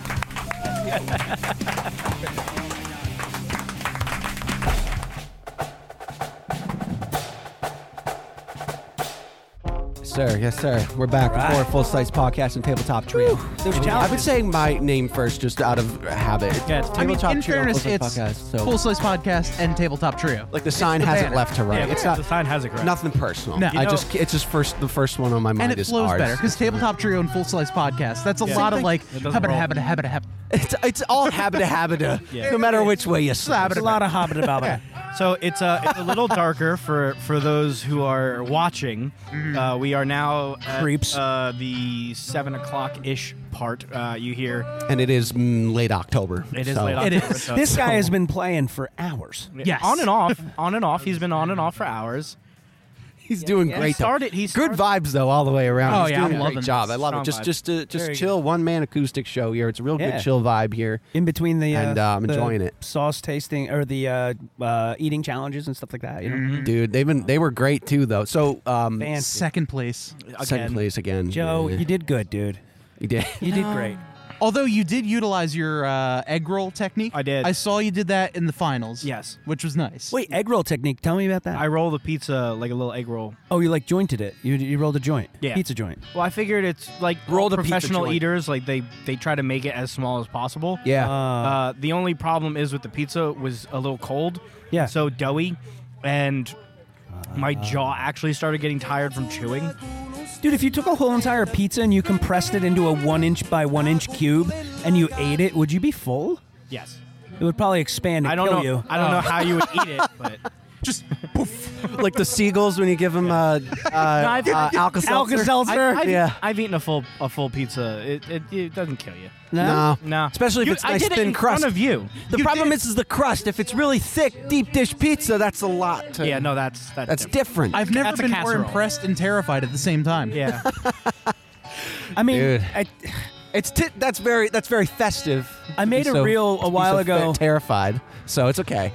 Speaker 1: Sir, yes, sir. We're back with more full size podcast and tabletop trio. I've been saying my name first just out of habit.
Speaker 2: Yeah, I mean,
Speaker 1: Tabletop
Speaker 2: in
Speaker 1: Trio,
Speaker 2: fairness,
Speaker 1: Full
Speaker 2: it's
Speaker 1: Size Podcast, so-
Speaker 2: full size podcast and tabletop trio.
Speaker 1: Like the sign
Speaker 2: the
Speaker 1: hasn't
Speaker 2: banner.
Speaker 1: left to right.
Speaker 4: Yeah,
Speaker 1: it's
Speaker 4: yeah,
Speaker 1: not
Speaker 4: the sign has it correct.
Speaker 1: Nothing personal.
Speaker 2: No.
Speaker 1: I just it's just first the first one on my mind
Speaker 2: and it
Speaker 1: is
Speaker 2: flows
Speaker 1: ours.
Speaker 2: better because tabletop trio and full size podcast. That's a
Speaker 1: Yeah.
Speaker 2: lot
Speaker 1: Same
Speaker 2: of
Speaker 1: thing.
Speaker 2: like
Speaker 1: It doesn't
Speaker 2: habita
Speaker 1: roll.
Speaker 2: habita habita habita.
Speaker 1: It's it's all habita habita.
Speaker 4: Yeah.
Speaker 1: No matter which way you slice.
Speaker 4: It's a lot of hobbit about it. So it's a it's a little darker for for those who are watching. Uh, we are now at,
Speaker 1: Creeps.
Speaker 4: Uh, the seven o'clock ish part. Uh, you hear
Speaker 1: And it is mm, late October.
Speaker 4: It is
Speaker 1: so-
Speaker 4: late October. so-
Speaker 20: This guy has been playing for hours.
Speaker 4: on and off, on and off. He's been on and off for hours.
Speaker 1: He's doing
Speaker 4: Yeah. He
Speaker 1: great. though.
Speaker 4: started- he
Speaker 1: good vibes though all the way around.
Speaker 4: Oh,
Speaker 1: He's
Speaker 4: yeah,
Speaker 1: doing
Speaker 4: I'm
Speaker 1: a
Speaker 4: loving
Speaker 1: great job. I love
Speaker 4: strong
Speaker 1: it. Just
Speaker 4: vibes.
Speaker 1: just uh, just
Speaker 4: Very
Speaker 1: chill one man acoustic show here. It's a real
Speaker 20: Yeah.
Speaker 1: good chill vibe here.
Speaker 20: in between the
Speaker 1: And, uh, I'm
Speaker 20: the
Speaker 1: enjoying it.
Speaker 20: Sauce tasting or the uh, uh, eating challenges and stuff like that. You know?
Speaker 4: Mm-hmm.
Speaker 1: Dude, they've been they were great too though. So um
Speaker 20: Fancy.
Speaker 2: Second place.
Speaker 1: Second place again.
Speaker 20: Joe, you did good, dude.
Speaker 1: You did.
Speaker 20: You did great.
Speaker 2: Although you did utilize your uh, egg roll technique. I did. I saw you did that in the finals. Yes. Which was nice.
Speaker 20: Wait, egg roll technique. Tell me about that.
Speaker 4: I roll the pizza like a little egg roll.
Speaker 20: Oh, you like jointed it. You, you rolled a joint.
Speaker 4: Yeah.
Speaker 20: Pizza joint.
Speaker 4: Well, I figured it's like
Speaker 20: Roll
Speaker 4: all
Speaker 20: the pizza
Speaker 4: professional
Speaker 20: joint.
Speaker 4: eaters, like they they try to make it as small as possible.
Speaker 1: Yeah.
Speaker 4: Uh, the only problem is with the pizza was a little cold.
Speaker 20: Yeah.
Speaker 4: So doughy, and my
Speaker 1: Uh.
Speaker 4: jaw actually started getting tired from chewing.
Speaker 20: Dude, if you took a whole entire pizza and you compressed it into a one inch by one inch cube and you ate it, would you be full?
Speaker 4: Yes.
Speaker 20: It would probably expand and
Speaker 4: I don't
Speaker 20: kill
Speaker 4: know.
Speaker 20: you. Oh.
Speaker 4: I don't know
Speaker 1: Oh.
Speaker 4: how you would eat it, but
Speaker 2: just
Speaker 1: like the seagulls when you give them uh, uh, uh, Alka-Seltzer.
Speaker 4: I, I've,
Speaker 1: yeah.
Speaker 4: I've eaten a full a full pizza. It it, it doesn't kill you.
Speaker 1: No,
Speaker 4: No.
Speaker 1: Especially if
Speaker 4: You-
Speaker 1: it's
Speaker 4: I
Speaker 1: nice
Speaker 4: did it
Speaker 1: thin
Speaker 4: in
Speaker 1: crust.
Speaker 4: Front of you.
Speaker 1: The problem is, is the crust. If it's really thick, deep dish pizza, that's a lot. To,
Speaker 4: Yeah, no, that's that's,
Speaker 1: That's different.
Speaker 2: I've never
Speaker 1: That's a
Speaker 2: been more
Speaker 1: casserole.
Speaker 2: impressed and terrified at the same time.
Speaker 4: Yeah.
Speaker 20: I mean,
Speaker 1: Dude.
Speaker 20: I,
Speaker 1: it's ti that's very that's very festive.
Speaker 20: I made a
Speaker 1: So-
Speaker 20: reel a
Speaker 1: so
Speaker 20: while
Speaker 1: fe-
Speaker 20: ago.
Speaker 1: terrified, so it's okay.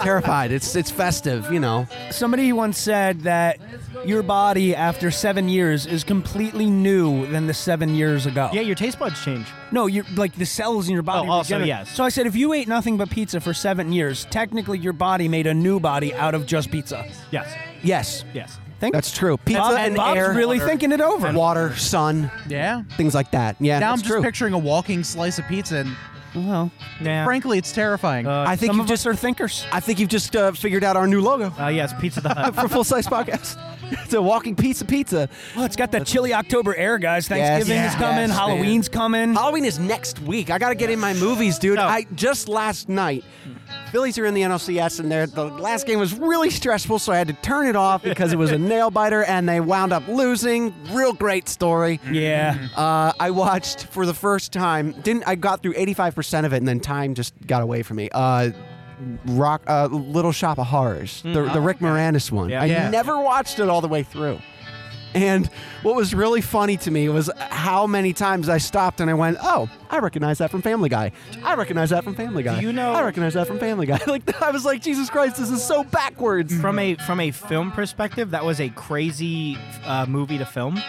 Speaker 1: terrified. It's it's festive, you know.
Speaker 20: Somebody once said that your body after seven years is completely new than the seven years ago.
Speaker 4: Yeah, your taste buds change.
Speaker 20: No, you're like the cells in your body.
Speaker 4: Oh, also,
Speaker 20: regenerate.
Speaker 4: yes.
Speaker 20: So I said, if you ate nothing but pizza for seven years, technically your body made a new body out of just pizza.
Speaker 4: Yes.
Speaker 1: Yes.
Speaker 4: Yes.
Speaker 20: Think
Speaker 1: That's true. Pizza
Speaker 20: Bob-
Speaker 1: and
Speaker 20: Bob's
Speaker 1: air,
Speaker 20: really thinking it over.
Speaker 1: Water, sun,
Speaker 2: Yeah.
Speaker 1: things like that. Yeah,
Speaker 2: now I'm
Speaker 1: that's
Speaker 2: just
Speaker 1: true.
Speaker 2: picturing a walking slice of pizza, and
Speaker 20: well,
Speaker 2: frankly, it's terrifying.
Speaker 20: uh,
Speaker 1: I think you've just
Speaker 20: are thinkers.
Speaker 1: I think you've just uh, figured out our new logo.
Speaker 4: Uh, yes, Pizza the Hut
Speaker 1: for Full Size Podcast. it's a walking pizza pizza.
Speaker 20: Well, Oh, it's got that chilly October air, guys. Thanksgiving is coming. Halloween's coming.
Speaker 1: Halloween is next week. I got to get in my movies, dude. I just last night. Phillies are in the NLCS, and their the last game was really stressful, so I had to turn it off because it was a nail biter, and they wound up losing. Real great story.
Speaker 20: Yeah.
Speaker 1: Uh, I watched for the first time. Didn't I got through eighty five percent of it, and then time just got away from me. Uh, Rock, uh, Little Shop of Horrors, the,
Speaker 20: Mm.
Speaker 1: the Rick Moranis one.
Speaker 20: Yeah.
Speaker 1: I
Speaker 20: Yeah.
Speaker 1: never watched it all the way through. And what was really funny to me was how many times I stopped and I went, "Oh, I recognize that from Family Guy. I recognize that from Family Guy. You know, I recognize that from Family Guy." like I was like, "Jesus Christ, this is so backwards."
Speaker 4: From a from a film perspective, that was a crazy uh, movie to film.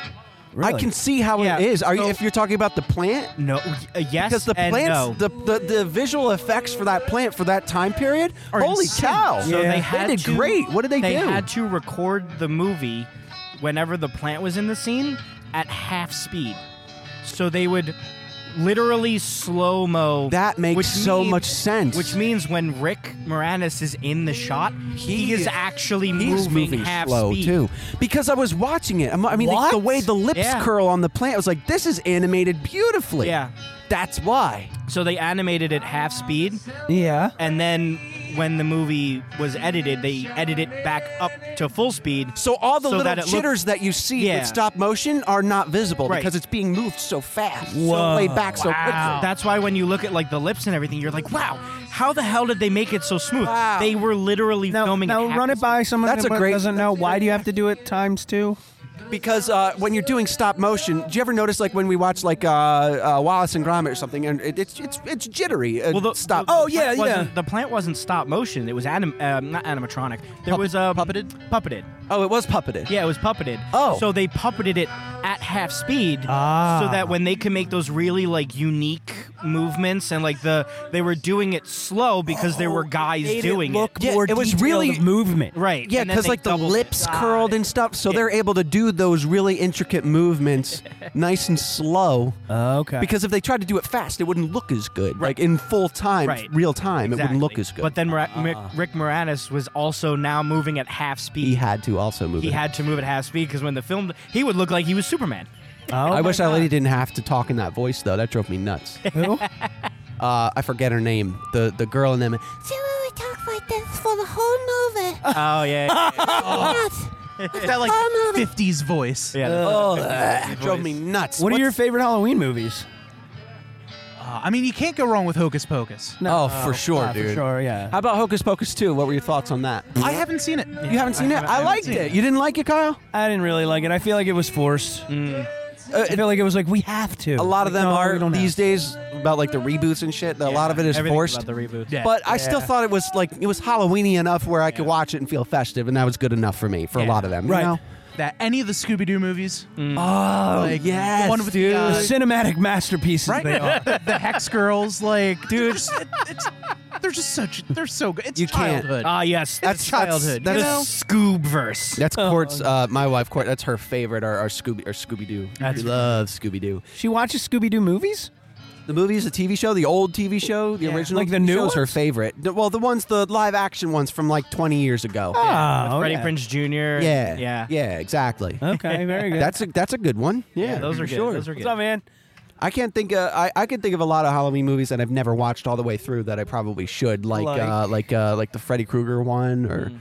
Speaker 1: I can see how
Speaker 4: Yeah,
Speaker 1: it is. Are you,
Speaker 4: so-
Speaker 1: if you're talking about the plant?
Speaker 4: No. Uh, yes.
Speaker 1: Because the
Speaker 4: and
Speaker 1: plants,
Speaker 4: no.
Speaker 1: the, the the visual effects for that plant for that time period,
Speaker 4: are
Speaker 1: holy
Speaker 4: insane.
Speaker 1: cow!
Speaker 4: So they had
Speaker 1: did
Speaker 4: to-
Speaker 1: great. What did they, do?
Speaker 4: They had to record the movie whenever the plant was in the scene at half speed. So they would literally slow mo.
Speaker 1: That makes
Speaker 4: which
Speaker 1: so much sense.
Speaker 4: Which means when Rick Moranis is in the shot, he, is actually
Speaker 1: He's
Speaker 4: moving,
Speaker 1: moving
Speaker 4: half
Speaker 1: slow
Speaker 4: speed.
Speaker 1: too, because I was watching it. I'm- I mean, like, the
Speaker 4: What?
Speaker 1: way the lips
Speaker 4: Yeah.
Speaker 1: curl on the plant, I was like, "This is animated beautifully."
Speaker 4: Yeah.
Speaker 1: that's why.
Speaker 4: So they animated it half speed.
Speaker 20: Yeah.
Speaker 4: And then when the movie was edited, they edited it back up to full speed.
Speaker 1: So all the
Speaker 4: that
Speaker 1: little
Speaker 4: it looked-
Speaker 1: jitters that you see
Speaker 4: Yeah.
Speaker 1: with stop motion are not visible
Speaker 4: Right.
Speaker 1: because it's being moved so fast, so laid back, so quickly.
Speaker 4: That's why when you look at like the lips and everything, you're like, wow, how the hell did they make it so smooth?
Speaker 20: Wow.
Speaker 4: They were literally filming.
Speaker 20: Now
Speaker 4: half
Speaker 20: run
Speaker 4: the
Speaker 20: it by someone
Speaker 1: That's a
Speaker 20: that
Speaker 1: great-
Speaker 20: doesn't know. Why do you have to do it times two?
Speaker 1: because uh, when you're doing stop motion, do you ever notice like when we watch like uh, uh, Wallace and Gromit or something, and it, it's it's it's jittery. Uh,
Speaker 4: Well, the,
Speaker 1: stop.
Speaker 4: the- the plant wasn't- The plant wasn't stop motion. It was anim, um, not animatronic. There was um, puppeted. Puppeted.
Speaker 1: Oh, it was puppeted.
Speaker 4: Yeah, it was puppeted.
Speaker 1: Oh. Ah.
Speaker 4: so they puppeted it at half speed, so that when they can make those really like unique movements and like the they were doing it slow because there were guys
Speaker 20: made it
Speaker 4: doing
Speaker 20: look
Speaker 4: it.
Speaker 1: Yeah, more it was detailed really-
Speaker 20: movement,
Speaker 4: right?
Speaker 1: Yeah,
Speaker 4: and then
Speaker 1: because
Speaker 4: they
Speaker 1: like the
Speaker 4: doubled it.
Speaker 1: lips curled and stuff, so they're able to do those really intricate movements, nice and slow.
Speaker 4: Oh,
Speaker 20: Okay.
Speaker 1: Because if they tried to do it fast, it wouldn't look as good. Like in full time,
Speaker 4: Right.
Speaker 1: real time, it wouldn't look
Speaker 4: Exactly.
Speaker 1: as good.
Speaker 4: But then Mora- Rick-
Speaker 1: Ah.
Speaker 4: Rick Moranis was also now moving at half speed.
Speaker 1: he had to also move.
Speaker 4: He
Speaker 1: it.
Speaker 4: had to move at half speed because when the film, he would look like he was Superman.
Speaker 1: I
Speaker 4: Oh,
Speaker 1: wish that lady didn't have to talk in that voice though. That drove me nuts.
Speaker 20: Who?
Speaker 1: Uh, I forget her name. The the girl in them.
Speaker 23: See, we would talk like this for the whole movie.
Speaker 4: Oh yeah.
Speaker 2: It's that like 50s voice.
Speaker 4: Yeah.
Speaker 1: Uh, Oh, that drove me nuts.
Speaker 20: What are
Speaker 1: What's-
Speaker 20: your favorite Halloween movies?
Speaker 1: Uh,
Speaker 2: I mean, you can't go wrong with Hocus Pocus.
Speaker 1: oh, for sure, dude. yeah. How about Hocus Pocus 2? What were your thoughts on that?
Speaker 2: I haven't seen it.
Speaker 1: You haven't seen it? I, liked it. You didn't like it, Kyle?
Speaker 3: I didn't really like it. I feel like it was forced. I feel like it was like we have to.
Speaker 1: Mm. Uh, A lot of them
Speaker 3: No, we
Speaker 1: are
Speaker 3: don't
Speaker 1: these days about like the reboots and shit. that a lot of it is
Speaker 3: everything's
Speaker 1: forced.
Speaker 3: about the reboots.
Speaker 4: Yeah.
Speaker 1: But I still
Speaker 4: Yeah.
Speaker 1: thought it was like it was Halloweeny enough where I could watch it and feel festive, and that was good enough for me for a lot of them. You know?
Speaker 2: That any of the Scooby Doo movies.
Speaker 1: Oh
Speaker 2: Like,
Speaker 1: yes,
Speaker 2: the one with the,
Speaker 1: dude.
Speaker 2: uh,
Speaker 3: Cinematic masterpieces
Speaker 2: Right?
Speaker 3: they are.
Speaker 2: the, the Hex Girls, like, dude, it's, they're just such, they're so good. It's
Speaker 1: You can't.
Speaker 2: childhood.
Speaker 1: that's
Speaker 2: It's childhood.
Speaker 1: That's,
Speaker 2: you know?
Speaker 1: that's Scoobverse. That's Court's. Uh, my wife, Court. That's her favorite. Our, our Scooby. Our Scooby Doo.
Speaker 3: That's-
Speaker 1: She loves Scooby Doo.
Speaker 3: She watches Scooby Doo movies.
Speaker 1: The movies, the TV show, the old TV show, the original.
Speaker 3: Like the
Speaker 1: TV
Speaker 3: new
Speaker 1: show's her
Speaker 3: ones?
Speaker 1: favorite. The- Well, the ones, the live action ones from like 20 years ago.
Speaker 3: Yeah, with Oh,
Speaker 4: Freddie yeah. Prinze Jr.
Speaker 1: Yeah,
Speaker 4: Yeah.
Speaker 1: yeah, exactly.
Speaker 3: Okay, very good.
Speaker 1: That's a that's a good one. Yeah,
Speaker 4: Yeah, those are
Speaker 1: for
Speaker 4: good.
Speaker 1: Sure.
Speaker 4: Those are good.
Speaker 3: What's up, man?
Speaker 1: I can't think. Uh, I I can think of a lot of Halloween movies that I've never watched all the way through that I probably should, like
Speaker 2: Like?
Speaker 1: like uh, like, uh, like the Freddy Krueger one or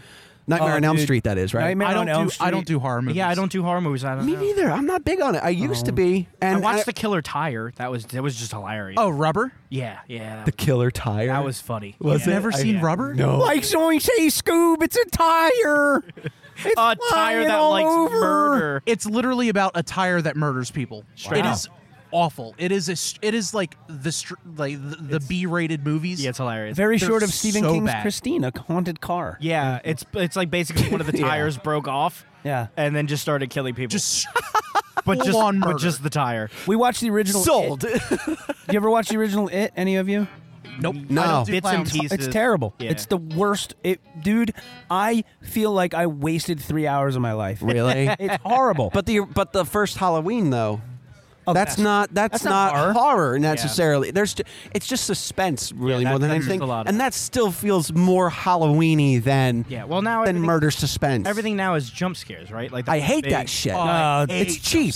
Speaker 1: Nightmare
Speaker 4: Oh,
Speaker 1: on Elm
Speaker 4: dude.
Speaker 1: Street. That is right.
Speaker 4: Nightmare
Speaker 2: Mm. I don't
Speaker 4: on Elm
Speaker 2: do- I don't
Speaker 4: Street.
Speaker 2: do horror movies.
Speaker 4: Yeah, I don't do horror movies. I don't
Speaker 1: Me
Speaker 4: know. Oh.
Speaker 1: neither. I'm not big on it. I used to be. And
Speaker 4: I watched
Speaker 1: I-
Speaker 4: The Killer Tire. That was that was just hilarious.
Speaker 2: Oh, rubber?
Speaker 4: Yeah, yeah.
Speaker 1: the Killer Tire.
Speaker 4: That was funny.
Speaker 1: Was
Speaker 4: You've
Speaker 1: it?
Speaker 4: never seen
Speaker 2: Rubber?
Speaker 1: No.
Speaker 3: Like so when you say Scoob, it's a tire. It's
Speaker 4: A
Speaker 3: flying all over.
Speaker 2: It's literally about a tire that murders people.
Speaker 4: Straight
Speaker 2: It
Speaker 4: up.
Speaker 2: is awful. It is a, str- it is like the str- like the, the B-rated movies. Yeah,
Speaker 4: it's hilarious.
Speaker 3: Very short of Stephen
Speaker 2: so
Speaker 3: King's
Speaker 2: bad.
Speaker 3: Christine, a haunted car.
Speaker 4: Yeah, it's it's like basically one of the
Speaker 3: Yeah.
Speaker 4: tires broke off.
Speaker 3: Yeah.
Speaker 4: and then just started killing people.
Speaker 2: Just
Speaker 4: but just
Speaker 3: full-on
Speaker 4: but
Speaker 3: murder.
Speaker 4: just the tire.
Speaker 3: We watched the original.
Speaker 4: Sold.
Speaker 3: It. you ever watch the original It? Any of you?
Speaker 2: Nope.
Speaker 1: No. don't do
Speaker 3: It's,
Speaker 1: clowns.
Speaker 3: it's terrible. It's the worst. It, dude, I feel like I wasted three hours of my life.
Speaker 1: Really?
Speaker 3: it's horrible.
Speaker 1: But the but the first Halloween though. that's not that's,
Speaker 3: That's
Speaker 1: not,
Speaker 3: not
Speaker 1: horror, necessarily. There's ju- it's just suspense really more than
Speaker 4: that's just
Speaker 1: anything,
Speaker 4: a lot of
Speaker 1: and that still feels more Halloweeny than
Speaker 4: Yeah, well now
Speaker 1: than
Speaker 4: everything-
Speaker 1: murder suspense.
Speaker 4: Everything now is jump scares, right? Like Oh,
Speaker 1: I
Speaker 4: that's
Speaker 1: hate
Speaker 4: big-
Speaker 1: that shit. it's cheap.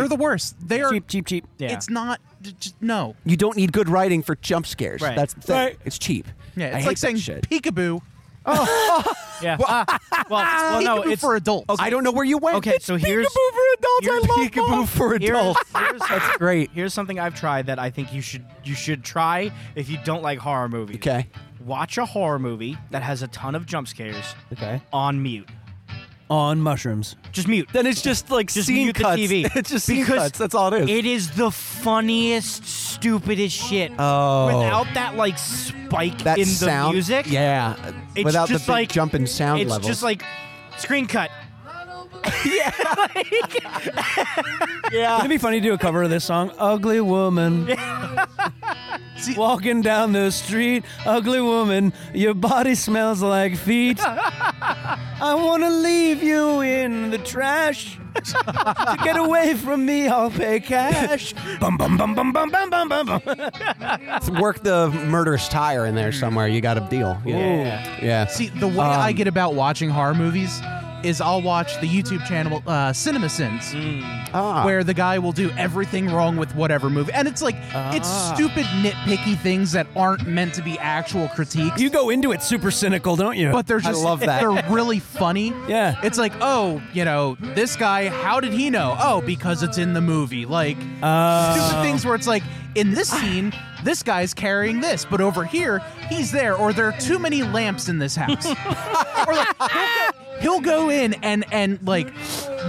Speaker 2: They're the worst. They are
Speaker 3: cheap, cheap, cheap.
Speaker 4: Yeah.
Speaker 2: It's not. j- j- no.
Speaker 1: You don't need good writing for jump scares.
Speaker 2: Right.
Speaker 1: That's the thing.
Speaker 2: Right.
Speaker 1: It's cheap. I
Speaker 2: Yeah, it's
Speaker 1: hate
Speaker 2: like
Speaker 1: that
Speaker 2: saying
Speaker 1: shit.
Speaker 2: peekaboo.
Speaker 4: Yeah. well, well, no,
Speaker 2: Peekaboo
Speaker 4: it's
Speaker 2: for adults.
Speaker 1: I don't know where you went.
Speaker 4: Okay, so here's
Speaker 1: Peekaboo for adults. I love peekaboo for
Speaker 4: Here's-
Speaker 1: adults.
Speaker 4: here's-
Speaker 1: That's great.
Speaker 4: Here's something I've tried that I think you should you should try if you don't like horror movies.
Speaker 1: Okay.
Speaker 4: Watch a horror movie that has a ton of jump scares
Speaker 3: Okay.
Speaker 4: on mute.
Speaker 3: On mushrooms.
Speaker 4: Just mute.
Speaker 1: Then it's just like
Speaker 4: Just
Speaker 1: scene
Speaker 4: mute
Speaker 1: cuts.
Speaker 4: the TV.
Speaker 1: It's just scene
Speaker 4: Because
Speaker 1: cuts. That's all it is.
Speaker 4: It is the funniest, stupidest shit.
Speaker 1: Oh.
Speaker 4: Without that like spike
Speaker 1: that
Speaker 4: in
Speaker 1: sound,
Speaker 4: the music.
Speaker 1: Yeah,
Speaker 4: It's
Speaker 1: without
Speaker 4: just
Speaker 1: the big
Speaker 4: like-
Speaker 1: jump in sound
Speaker 4: it's
Speaker 1: levels.
Speaker 4: just like screen cut.
Speaker 1: yeah.
Speaker 3: Wouldn't it be funny to do a cover of this song? Ugly woman. Walking down the street, ugly woman, your body smells like feet. I want to leave you in the trash. to get away from me, I'll pay cash. bum, bum, bum, bum, bum, bum, bum, bum, bum.
Speaker 1: work the murderous tire in there somewhere. You got a deal. Yeah. Yeah.
Speaker 2: See, the way I get about watching horror movies is I'll watch the YouTube channel uh, CinemaSins,
Speaker 1: Ah.
Speaker 2: where the guy will do everything wrong with whatever movie, and it's like it's
Speaker 3: Ah.
Speaker 2: stupid nitpicky things that aren't meant to be actual critiques.
Speaker 3: You go into it super cynical, don't you?
Speaker 2: but they're just they're really funny.
Speaker 3: Yeah.
Speaker 2: It's like, oh, you know, this guy, how did he know? Oh, because it's in the movie. Like
Speaker 3: Oh.
Speaker 2: stupid things where it's like, in this scene, this guy's carrying this, but over here, he's there, or there are too many lamps in this house. or like he'll go, he'll go in and and like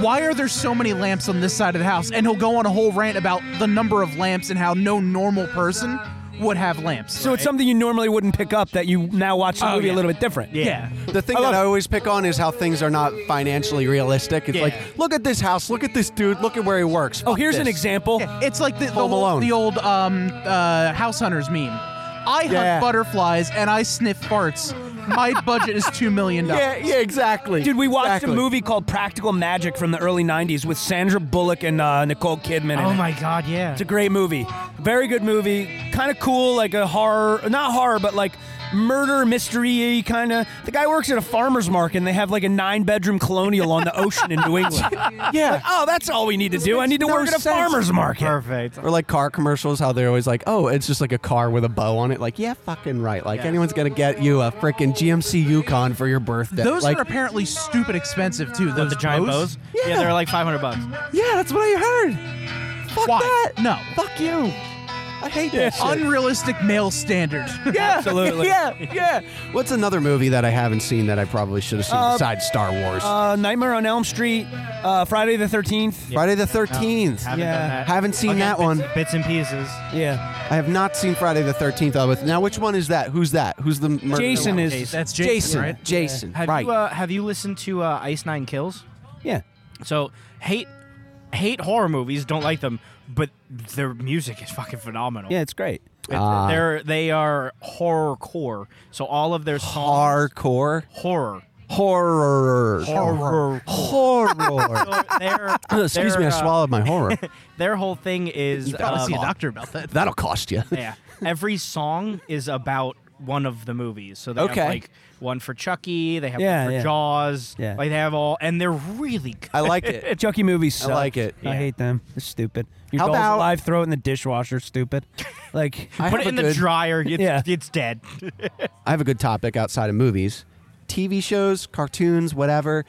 Speaker 2: why are there so many lamps on this side of the house? And he'll go on a whole rant about the number of lamps and how no normal person would have lamps.
Speaker 3: So it's something you normally wouldn't pick up that you now watch the
Speaker 2: Oh,
Speaker 3: movie
Speaker 2: yeah.
Speaker 3: a little bit different.
Speaker 2: Yeah.
Speaker 1: The thing that I always pick on is how things are not financially realistic. It's
Speaker 3: Yeah.
Speaker 1: like, look at this house, look at this dude, look at where he works.
Speaker 3: Oh, here's an example.
Speaker 2: It's like the, the,
Speaker 1: Home
Speaker 2: whole-
Speaker 1: Alone.
Speaker 2: the old um, uh, house hunters meme. I
Speaker 1: Yeah.
Speaker 2: hunt butterflies and I sniff farts. My budget is two million
Speaker 1: Yeah,
Speaker 2: dollars.
Speaker 1: yeah, exactly.
Speaker 3: Dude, we watched
Speaker 1: Exactly.
Speaker 3: a movie called Practical Magic from the early 90s with Sandra Bullock and uh, Nicole Kidman. in
Speaker 4: Oh
Speaker 3: it.
Speaker 4: my god, yeah.
Speaker 3: It's a great movie. Very good movie. Kind of cool, like a horror, not horror, but like murder mystery kind of. The guy works at a farmer's market and they have like a nine bedroom colonial on the ocean in New England.
Speaker 1: Yeah.
Speaker 3: Like, oh, that's all we need to do. I need to
Speaker 1: no
Speaker 3: work at a
Speaker 1: sense.
Speaker 3: farmer's market.
Speaker 4: Perfect.
Speaker 1: Or like car commercials, how they're always like, oh, it's just like a car with a bow on it. Like, yeah, fucking right. Like, anyone's going to get you a freaking GMC Yukon for your birthday.
Speaker 2: Those
Speaker 1: like,
Speaker 2: are apparently stupid expensive too. Those
Speaker 4: the giant bows? Yeah. they're like 500 bucks.
Speaker 1: yeah, that's what I heard. Fuck
Speaker 2: Why?
Speaker 1: that.
Speaker 2: No.
Speaker 1: Fuck you. I hate that shit.
Speaker 2: Unrealistic male standard.
Speaker 1: Yeah, Yeah, yeah. What's another movie that I haven't seen that I probably should have seen
Speaker 3: Uh,
Speaker 1: besides Star Wars?
Speaker 3: Uh, Nightmare on Elm Street, uh, Friday the 13th.
Speaker 1: Friday the 13th. Haven't seen that one.
Speaker 4: Bits and pieces.
Speaker 3: Yeah.
Speaker 1: I have not seen Friday the 13th. of it. Now, which one is that? Who's that? Who's the murderer?
Speaker 4: Jason is-
Speaker 1: That's Jason. Jason. Jason.
Speaker 4: Have
Speaker 1: right.
Speaker 4: You, uh, have you listened to uh, Ice Nine Kills?
Speaker 3: Yeah.
Speaker 4: So hate hate horror movies, don't like them, but their music is fucking phenomenal.
Speaker 3: Yeah, it's great.
Speaker 4: It-
Speaker 1: Ah.
Speaker 4: they're they are horror core. So all of their songs
Speaker 1: Hardcore.
Speaker 4: horror.
Speaker 1: Horror.
Speaker 4: Horror.
Speaker 1: Horror.
Speaker 4: So they're-
Speaker 1: Excuse me, I
Speaker 4: they're, uh,
Speaker 1: swallowed my horror.
Speaker 4: their whole thing is
Speaker 2: You probably see a
Speaker 4: um,
Speaker 2: doctor about that.
Speaker 1: That'll cost you.
Speaker 4: yeah. Every song is about one of the movies. So they
Speaker 1: Okay.
Speaker 4: have like one for Chucky, they have
Speaker 3: Yeah,
Speaker 4: one for
Speaker 3: yeah.
Speaker 4: Jaws.
Speaker 3: Yeah.
Speaker 4: Like they have all and they're really good.
Speaker 3: Chucky movies.
Speaker 4: I
Speaker 3: Suck.
Speaker 4: like it.
Speaker 3: I
Speaker 4: Yeah.
Speaker 3: hate them. They're stupid. Your
Speaker 4: How
Speaker 3: doll's
Speaker 4: about-
Speaker 3: alive? Throw it in the dishwasher. Stupid. Like
Speaker 4: Put it in the dryer. It's,
Speaker 3: Yeah.
Speaker 4: it's dead.
Speaker 1: I have a good topic outside of movies, TV shows, cartoons, whatever.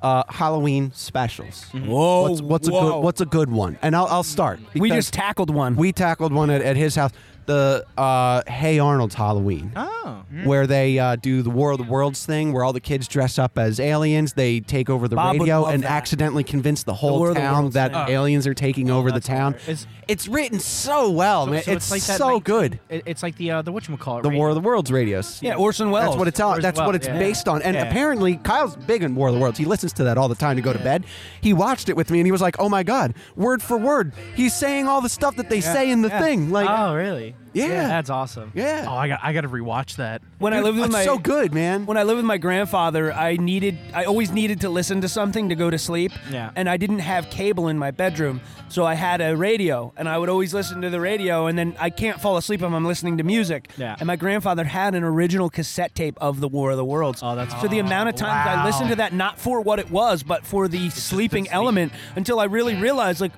Speaker 1: Uh, Halloween specials.
Speaker 3: Mm-hmm. Whoa,
Speaker 1: What's, what's a
Speaker 3: whoa.
Speaker 1: good What's a good one? And I'll, I'll start.
Speaker 3: We
Speaker 1: because
Speaker 3: just tackled one.
Speaker 1: We tackled one at, at his house. The uh, Hey Arnold's Halloween.
Speaker 4: Oh.
Speaker 1: Where they uh, do the War of the Worlds thing, where all the kids dress up as aliens. They take over the
Speaker 3: Bob would
Speaker 1: radio
Speaker 3: love
Speaker 1: and
Speaker 3: that.
Speaker 1: accidentally convince the
Speaker 3: War
Speaker 1: whole
Speaker 3: of the
Speaker 1: town
Speaker 3: Worlds
Speaker 1: that
Speaker 3: thing. Oh.
Speaker 1: aliens are taking over the town.
Speaker 4: It's,
Speaker 1: it's written so well, man. it's so good.
Speaker 4: It, it's like the uh, the whatchamacallit.
Speaker 1: The
Speaker 4: right?
Speaker 1: War of the Worlds radios.
Speaker 4: Yeah, Orson Welles.
Speaker 1: That's what it's on.
Speaker 4: Orson
Speaker 1: That's what
Speaker 4: Welles,
Speaker 1: it's
Speaker 4: yeah.
Speaker 1: based on. And
Speaker 4: Yeah.
Speaker 1: apparently, Kyle's big in War of the Worlds. He listens to that all the time to go to bed. He watched it with me, and he was like, "Oh my god, word for word, he's saying all the stuff that they say in the thing." Like,
Speaker 4: oh, really?
Speaker 1: Yeah.
Speaker 4: That's awesome.
Speaker 1: Yeah.
Speaker 2: Oh, I got I got to rewatch that.
Speaker 3: When I lived with my
Speaker 1: good, man.
Speaker 3: When I lived with my grandfather, I needed I always needed to listen to something to go to sleep.
Speaker 4: Yeah.
Speaker 3: And I didn't have cable in my bedroom, so I had a radio, and I would always listen to the radio, and then I can't fall asleep if I'm listening to music.
Speaker 4: Yeah.
Speaker 3: And my grandfather had an original cassette tape of the War of the Worlds. Oh, that's so the amount of times I
Speaker 4: wow.
Speaker 3: listened to that, not for what it was, but for the sleeping element, until I really realized, like,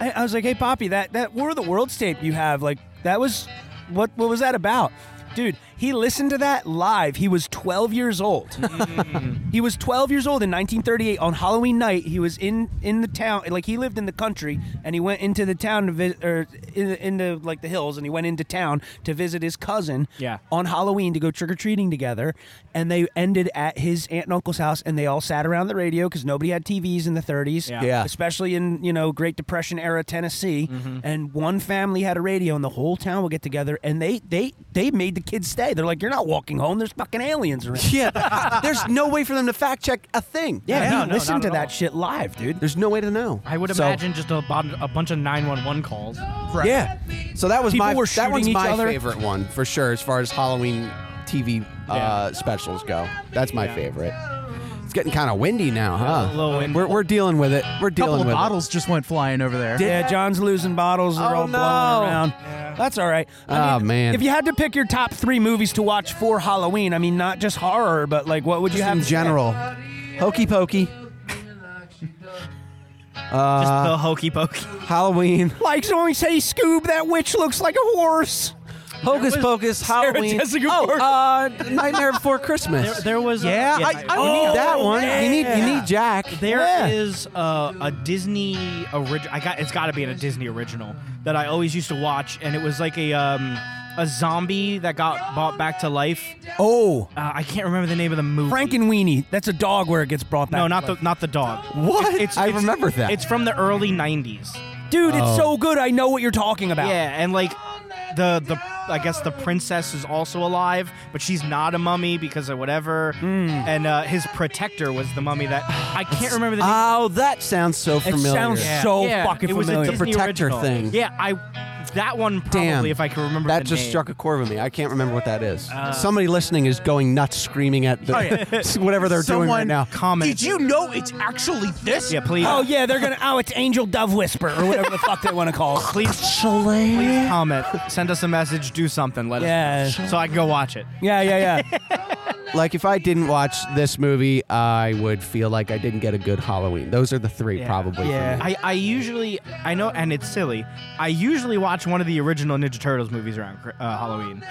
Speaker 3: I, I was like, "Hey, Poppy, that that War of the Worlds tape you have, like, that was what what was that about?" Dude, he listened to that live. He was 12 years old.
Speaker 1: Mm-hmm.
Speaker 3: he was 12 years old in 1938 on Halloween night. He was in in the town, like he lived in the country, and he went into the town to visit, or in, in the like the hills, and he went into town to visit his cousin.
Speaker 4: Yeah.
Speaker 3: On Halloween to go trick or treating together, and they ended at his aunt and uncle's house, and they all sat around the radio because nobody had TVs in the 30s
Speaker 1: Yeah. Yeah.
Speaker 3: especially in you know Great Depression era Tennessee.
Speaker 1: Mm-hmm.
Speaker 3: And one family had a radio, and the whole town would get together, and they they they made the kids stay. They're like, "You're not walking home. There's fucking aliens around."
Speaker 1: yeah, there's no way for them to fact check a thing.
Speaker 3: Yeah,
Speaker 4: No,
Speaker 3: he
Speaker 4: no,
Speaker 3: listened
Speaker 4: not
Speaker 3: to
Speaker 4: at
Speaker 3: that
Speaker 4: all.
Speaker 3: shit live, dude.
Speaker 1: There's no way to know.
Speaker 4: I would
Speaker 1: So-
Speaker 4: imagine just a, bon- a bunch of 911 calls.
Speaker 1: Yeah. So that was
Speaker 3: People
Speaker 1: my
Speaker 3: were
Speaker 1: that one's
Speaker 3: shooting each
Speaker 1: my
Speaker 3: other.
Speaker 1: favorite one for sure as far as Halloween TV uh, specials go. That's my favorite. It's getting kind of windy now, huh?
Speaker 2: A little windy.
Speaker 1: We're, we're dealing with it. We're
Speaker 2: couple
Speaker 1: dealing
Speaker 2: of
Speaker 1: with
Speaker 2: bottles just went flying over there.
Speaker 1: Did-
Speaker 3: Yeah, John's losing bottles. They're
Speaker 1: Oh,
Speaker 3: all blowing
Speaker 1: no.
Speaker 3: around. That's all right.
Speaker 1: Oh, man.
Speaker 3: If you had to pick your top three movies to watch for Halloween, I mean, not just horror, but like, what would
Speaker 1: it.
Speaker 3: you
Speaker 1: Just
Speaker 3: have
Speaker 1: in
Speaker 3: to pick?
Speaker 1: general. Hokey pokey. Uh,
Speaker 4: Just the hokey pokey.
Speaker 1: Halloween.
Speaker 3: Like, so when we say Scoob, that witch looks like a horse.
Speaker 1: Hocus Pocus, Halloween.
Speaker 3: Jessica
Speaker 1: oh,
Speaker 3: Parker.
Speaker 1: uh, Nightmare Before Christmas.
Speaker 4: There, there was
Speaker 1: yeah,
Speaker 4: yeah,
Speaker 1: I,
Speaker 4: Oh,
Speaker 1: I you need that one. You need you need Jack.
Speaker 4: There is uh, a Disney original. I got it's got to be in a Disney original that I always used to watch, and it was like a um, a zombie that got brought back to life.
Speaker 3: Oh,
Speaker 4: Uh, I can't remember the name of the movie.
Speaker 3: Frankenweenie. That's a dog where it gets brought back.
Speaker 4: no,
Speaker 3: to
Speaker 4: not the
Speaker 3: life.
Speaker 4: not the dog.
Speaker 1: What? I remember that.
Speaker 4: It's from the early '90s.
Speaker 3: Dude,
Speaker 1: Oh.
Speaker 3: it's so good. I know what you're talking about.
Speaker 4: Yeah, and like the the I guess the princess is also alive, but she's not a mummy because of whatever. And uh, his protector was the mummy that I can't remember the name.
Speaker 1: Oh, that sounds so
Speaker 3: It
Speaker 1: familiar.
Speaker 3: sounds so
Speaker 4: Yeah,
Speaker 3: fucking
Speaker 4: it was
Speaker 3: familiar.
Speaker 4: A Disney
Speaker 1: The protector
Speaker 4: original.
Speaker 1: thing.
Speaker 4: Yeah, I that one probably
Speaker 1: Damn.
Speaker 4: if I can remember.
Speaker 1: That
Speaker 4: the
Speaker 1: just
Speaker 4: name. Uh,
Speaker 1: struck a chord with me. I can't remember what that is. Somebody listening is going nuts screaming at the,
Speaker 4: Oh, yeah.
Speaker 1: whatever they're doing right
Speaker 2: Someone
Speaker 1: now.
Speaker 4: Comment.
Speaker 2: Did you know it's actually this?
Speaker 4: Yeah, please.
Speaker 3: Oh yeah, they're gonna. Oh, it's Angel Dove Whisper or whatever the fuck they want to call it.
Speaker 4: Please, please comment. Send us a message. Do something. Let us.
Speaker 3: Yeah.
Speaker 4: know. So I can go watch it.
Speaker 3: Yeah, yeah, yeah.
Speaker 1: Like, if I didn't watch this movie, I would feel like I didn't get a good Halloween. Those are the three, probably. For me.
Speaker 4: I, I usually I know, and it's silly. I usually watch one of the original Ninja Turtles movies around uh, Halloween.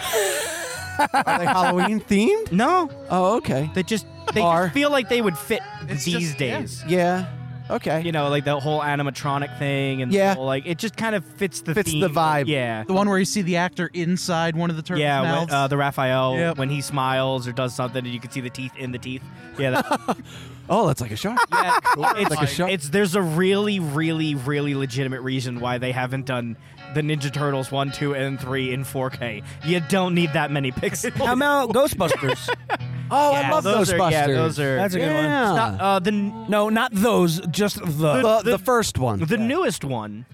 Speaker 1: Are they Halloween themed?
Speaker 4: No,
Speaker 1: Oh, okay.
Speaker 4: they just they just feel like they would fit these days.
Speaker 1: Yeah. Okay.
Speaker 4: You know, like the whole animatronic thing and the
Speaker 2: Yeah.
Speaker 4: whole, like it just kind of fits the
Speaker 2: Fits the
Speaker 4: theme.
Speaker 2: vibe.
Speaker 4: Yeah.
Speaker 2: The one where you see the actor inside one of the turtles'
Speaker 4: yeah, when-
Speaker 2: mouths.
Speaker 4: uh, the Raphael
Speaker 2: Yep.
Speaker 4: when he smiles or does something, and you can see the teeth in the teeth. Yeah, that,
Speaker 1: Oh, that's like a shark.
Speaker 4: it's,
Speaker 1: like a shark.
Speaker 4: it's there's a really, really, really legitimate reason why they haven't done the Ninja Turtles one, two, and three in 4K. You don't need that many pixels.
Speaker 3: How about Ghostbusters?
Speaker 1: Oh,
Speaker 4: I love Ghostbusters.
Speaker 3: That's a good
Speaker 4: It's
Speaker 3: one.
Speaker 4: not- uh, the
Speaker 3: no, not those. Just
Speaker 1: The-
Speaker 3: the
Speaker 1: the first one.
Speaker 4: the newest one.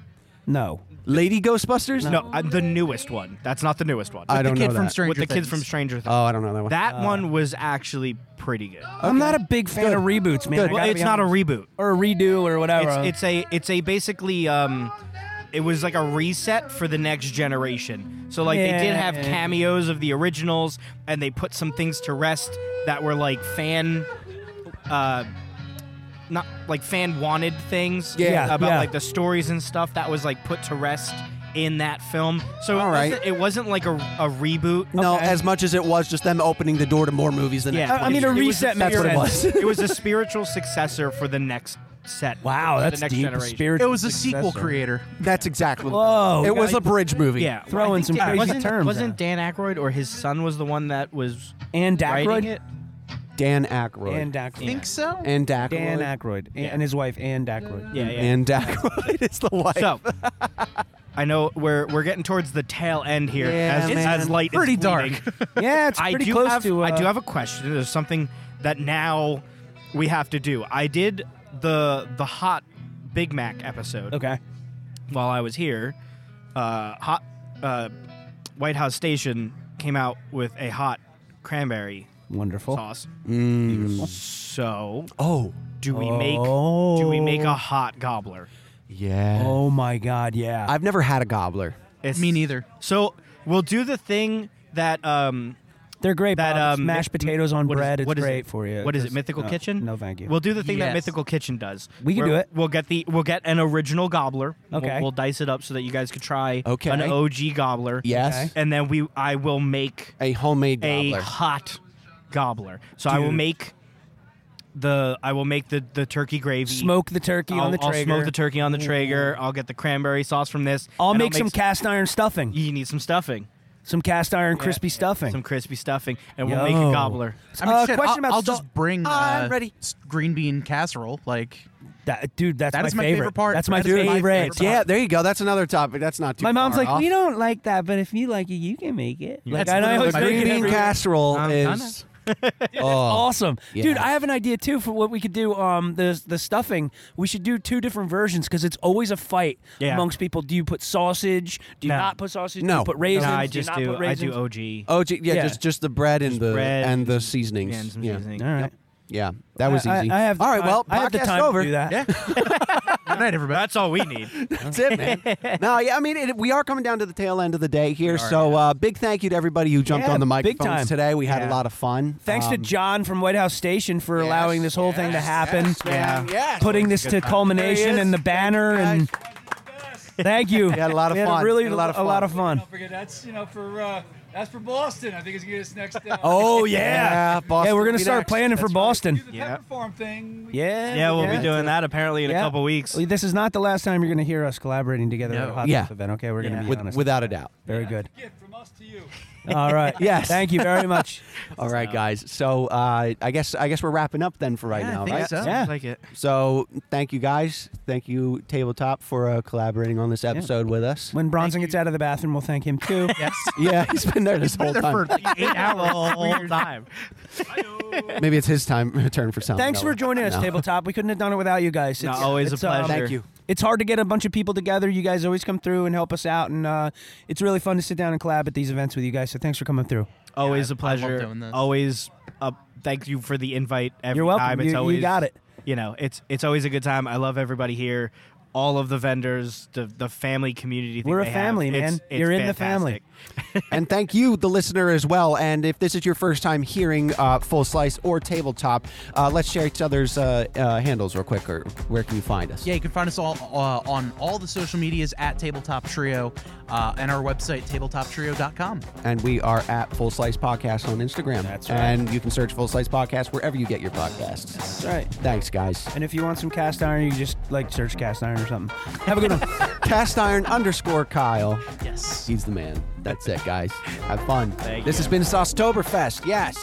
Speaker 3: No.
Speaker 1: Lady Ghostbusters?
Speaker 4: No, uh, the newest one. That's not the newest one.
Speaker 1: I don't know that.
Speaker 4: With the kids from Stranger Things.
Speaker 1: Oh, I don't know that one.
Speaker 4: That
Speaker 1: Uh,
Speaker 4: one was actually pretty good.
Speaker 3: I'm not a big fan of reboots, man. I
Speaker 4: Well,
Speaker 3: gotta
Speaker 4: it's
Speaker 3: be
Speaker 4: not a
Speaker 3: honest.
Speaker 4: reboot.
Speaker 3: Or a redo or whatever.
Speaker 4: It's, it's a it's a basically um, it was like a reset for the next generation. So like they did have
Speaker 3: Yeah.
Speaker 4: cameos of the originals, and they put some things to rest that were like fan, uh, not like fan wanted things.
Speaker 3: Yeah,
Speaker 4: about
Speaker 3: yeah.
Speaker 4: like the stories and stuff that was like put to rest in that film. So it,
Speaker 1: All right.
Speaker 4: wasn't, it wasn't like a, a reboot.
Speaker 1: No, as much as it was just them opening the door to more movies than
Speaker 4: Yeah,
Speaker 1: it
Speaker 4: It was a
Speaker 1: That's what it was.
Speaker 4: spiritual- it was a spiritual successor for the next set.
Speaker 1: Wow,
Speaker 3: Oh,
Speaker 4: for
Speaker 1: that's
Speaker 4: the next
Speaker 1: deep.
Speaker 4: Generation.
Speaker 1: Spiritual Oh, It was a
Speaker 2: sequel successor. creator.
Speaker 1: That's exactly.
Speaker 4: Whoa,
Speaker 1: it was
Speaker 4: guy-
Speaker 1: a bridge movie.
Speaker 4: Yeah, I think Dan- wasn't, Wasn't Dan Aykroyd or his son was the one that was
Speaker 3: and
Speaker 4: writing
Speaker 3: Aykroyd?
Speaker 4: it?
Speaker 1: Dan Aykroyd.
Speaker 3: Dan Aykroyd.
Speaker 4: Think
Speaker 2: so?
Speaker 1: And Aykroyd.
Speaker 3: Dan Aykroyd. And, and his wife, Ann Aykroyd.
Speaker 4: Yeah, yeah.
Speaker 1: And Aykroyd is the wife.
Speaker 4: So, I know we're we're getting towards the tail end here
Speaker 1: Yeah,
Speaker 4: as,
Speaker 1: man.
Speaker 4: as light
Speaker 1: Pretty
Speaker 4: is
Speaker 1: dark.
Speaker 4: fleeting.
Speaker 3: yeah, it's
Speaker 4: I
Speaker 3: pretty
Speaker 4: do
Speaker 3: close
Speaker 4: have,
Speaker 3: to. Uh,
Speaker 4: I do have a question. There's something that now we have to do. I did the the hot Big Mac episode.
Speaker 3: Okay.
Speaker 4: While I was here, uh, hot uh, White House Station came out with a hot cranberry
Speaker 3: Wonderful.
Speaker 4: sauce.
Speaker 1: Mm.
Speaker 4: So,
Speaker 1: oh,
Speaker 4: do we make do we make a hot gobbler?
Speaker 1: Yeah.
Speaker 3: Oh my God. Yeah.
Speaker 1: I've never had a gobbler.
Speaker 2: Me neither.
Speaker 4: So we'll do the thing that um
Speaker 3: They're great.
Speaker 4: That
Speaker 3: Bob. It's
Speaker 4: um,
Speaker 3: mashed
Speaker 4: myth-
Speaker 3: potatoes on
Speaker 4: what is-
Speaker 3: bread. It's
Speaker 4: what is
Speaker 3: great
Speaker 4: it?
Speaker 3: for you.
Speaker 4: What is it?
Speaker 3: Just-
Speaker 4: Mythical
Speaker 3: no,
Speaker 4: Kitchen?
Speaker 3: No, thank you.
Speaker 4: We'll do the thing that
Speaker 3: Yes.
Speaker 4: Mythical Kitchen does.
Speaker 3: We can
Speaker 4: Where
Speaker 3: do it.
Speaker 4: We'll get the we'll get an original gobbler. We'll-
Speaker 3: Okay.
Speaker 4: We'll, dice it up so that you guys could try
Speaker 1: Okay.
Speaker 4: an OG gobbler.
Speaker 1: Yes. Okay.
Speaker 4: And then we I will make
Speaker 1: a homemade
Speaker 4: a
Speaker 1: gobbler.
Speaker 4: hot gobbler. So I will
Speaker 1: Dude.
Speaker 4: make the I will make the the turkey gravy.
Speaker 3: Smoke the turkey on
Speaker 4: I'll-
Speaker 3: the
Speaker 4: I'll
Speaker 3: Traeger.
Speaker 4: smoke the turkey on the Traeger. I'll get the cranberry sauce from this.
Speaker 3: I'll
Speaker 4: and
Speaker 3: make some cast iron stuffing.
Speaker 4: You need some stuffing.
Speaker 3: Some cast iron crispy stuffing.
Speaker 4: Some crispy stuffing, and we'll make a
Speaker 3: Yo.
Speaker 4: gobbler.
Speaker 2: I mean,
Speaker 3: Uh,
Speaker 2: shit,
Speaker 3: question
Speaker 2: I'll,
Speaker 3: about
Speaker 2: I'll
Speaker 3: sto-
Speaker 2: just bring uh,
Speaker 3: I'm ready.
Speaker 2: s- green bean casserole. Like,
Speaker 3: that, dude, that's
Speaker 2: that
Speaker 3: my
Speaker 2: is my
Speaker 3: favorite.
Speaker 2: part.
Speaker 3: That's my
Speaker 2: That is
Speaker 3: favorite.
Speaker 2: part.
Speaker 1: Yeah, there you go. That's another topic. That's not too.
Speaker 3: My mom's
Speaker 1: far
Speaker 3: like,
Speaker 1: off.
Speaker 3: we don't like that, but if you like it, you can make it. Like,
Speaker 1: That's literally
Speaker 3: always
Speaker 1: my
Speaker 3: make
Speaker 1: green
Speaker 3: it
Speaker 1: bean
Speaker 3: every-
Speaker 1: casserole is.
Speaker 3: That's
Speaker 1: Oh,
Speaker 3: awesome, dude.
Speaker 1: yeah.
Speaker 3: I have an idea too for what we could do. Um, the the stuffing. We should do two different versions because it's always a fight
Speaker 4: Yeah.
Speaker 3: amongst people. Do you put sausage? Do you
Speaker 4: No.
Speaker 3: not put sausage? Do
Speaker 1: No.
Speaker 3: you put raisins.
Speaker 4: No,
Speaker 3: do
Speaker 4: I
Speaker 3: you
Speaker 4: just
Speaker 3: not
Speaker 4: do.
Speaker 3: Put
Speaker 4: I do
Speaker 3: raisins?
Speaker 4: OG.
Speaker 1: Oh, ju- yeah,
Speaker 3: Yeah.
Speaker 1: just just the bread and the
Speaker 4: bread
Speaker 1: and the seasonings.
Speaker 4: yeah, and some
Speaker 1: yeah.
Speaker 4: seasoning.
Speaker 1: All right. Yeah, that was
Speaker 3: I-
Speaker 1: easy.
Speaker 3: I have the
Speaker 1: All right,
Speaker 3: time-
Speaker 1: well,
Speaker 3: I have the
Speaker 1: podcast
Speaker 3: time to
Speaker 1: over.
Speaker 3: do that.
Speaker 1: Yeah.
Speaker 2: Good night, everybody.
Speaker 4: That's all we need.
Speaker 1: That's it, man. No, yeah, I mean, it, we are coming down to the tail end of the day here. So, uh, big thank you to everybody who jumped
Speaker 3: Yeah,
Speaker 1: on the
Speaker 3: big time.
Speaker 1: microphones today. We had a
Speaker 3: Yeah.
Speaker 1: lot of fun.
Speaker 3: Thanks to
Speaker 1: Um,
Speaker 3: John from White House Station for allowing this whole thing to happen.
Speaker 1: man, yes.
Speaker 3: Putting this
Speaker 1: Good time.
Speaker 3: to
Speaker 1: There
Speaker 3: culmination
Speaker 1: he is.
Speaker 3: and the banner and Thank you.
Speaker 1: We had a lot of
Speaker 3: We had
Speaker 1: fun.
Speaker 3: really
Speaker 1: We had a lot of
Speaker 3: a lot of fun.
Speaker 5: Don't forget that's you know for uh, that's for Boston. I think it's gonna get us next. Uh,
Speaker 3: Oh yeah.
Speaker 1: Yeah, Boston
Speaker 3: we're gonna
Speaker 1: beat
Speaker 3: start
Speaker 1: X.
Speaker 3: planning for
Speaker 1: That's right.
Speaker 3: Boston.
Speaker 5: yeah. Farm thing.
Speaker 3: Yeah.
Speaker 4: Yeah, we'll be doing that apparently in
Speaker 3: Yeah.
Speaker 4: a couple weeks.
Speaker 3: Well, This is not the last time you're going to hear us collaborating together at a hot
Speaker 1: Yeah.
Speaker 3: Stuff event. Okay, we're going to be
Speaker 1: With-
Speaker 3: honest.
Speaker 1: without a doubt.
Speaker 3: Very good.
Speaker 5: Gift from us to you.
Speaker 3: All right.
Speaker 1: Yes.
Speaker 3: Thank you very much.
Speaker 1: All right, guys. So, uh, I guess I guess we're wrapping up then for right now, right?
Speaker 4: Yeah. Like it.
Speaker 1: So, thank you guys. Thank you, Tabletop, for uh, collaborating on this episode with us.
Speaker 3: When Bronson gets out of the bathroom, we'll thank him too.
Speaker 2: Yes.
Speaker 1: Yeah, he's been there this whole time.
Speaker 4: Eight hours the whole time.
Speaker 1: Maybe it's his time turn for something.
Speaker 3: Thanks for joining us, Tabletop. We couldn't have done it without you guys.
Speaker 4: No, always a
Speaker 3: it's, um,
Speaker 4: pleasure. Thank you.
Speaker 3: It's hard to get a bunch of people together. You guys always come through and help us out, and uh, it's really fun to sit down and collab at these events with you guys. So thanks for coming through.
Speaker 4: Always a
Speaker 2: love
Speaker 4: pleasure.
Speaker 2: doing this.
Speaker 4: Always uh, thank you for the invite every
Speaker 3: You're welcome.
Speaker 4: time.
Speaker 3: You-
Speaker 4: It's
Speaker 3: you
Speaker 4: always
Speaker 3: got it.
Speaker 4: You know, it's it's always a good time. I love everybody here. all of the vendors, the the family community. Thing
Speaker 1: We're a
Speaker 4: they have.
Speaker 1: family,
Speaker 4: It's-
Speaker 1: man.
Speaker 4: it's
Speaker 1: You're in the family.
Speaker 4: fantastic.
Speaker 1: and thank you, the listener, as well. And if this is your first time hearing uh, Full Slice or Tabletop, uh, let's share each other's uh, uh, handles real quick. Or where can you find us?
Speaker 2: Yeah, you can find us all uh, on all the social medias at Tabletop Trio uh, and our website, tabletoptrio.com.
Speaker 1: And we are at Full Slice Podcast on Instagram. That's
Speaker 2: right.
Speaker 1: And you can search Full Slice Podcast wherever you get your podcasts. That's
Speaker 20: right.
Speaker 1: Thanks, guys.
Speaker 20: And if you want some cast iron, you just like search cast iron or something.
Speaker 1: Have a good one. Cast iron underscore Kyle.
Speaker 2: Yes.
Speaker 1: He's the man. That's it, guys. Have fun.
Speaker 20: Thank
Speaker 1: this
Speaker 20: you.
Speaker 1: has been Saucetoberfest. Yes.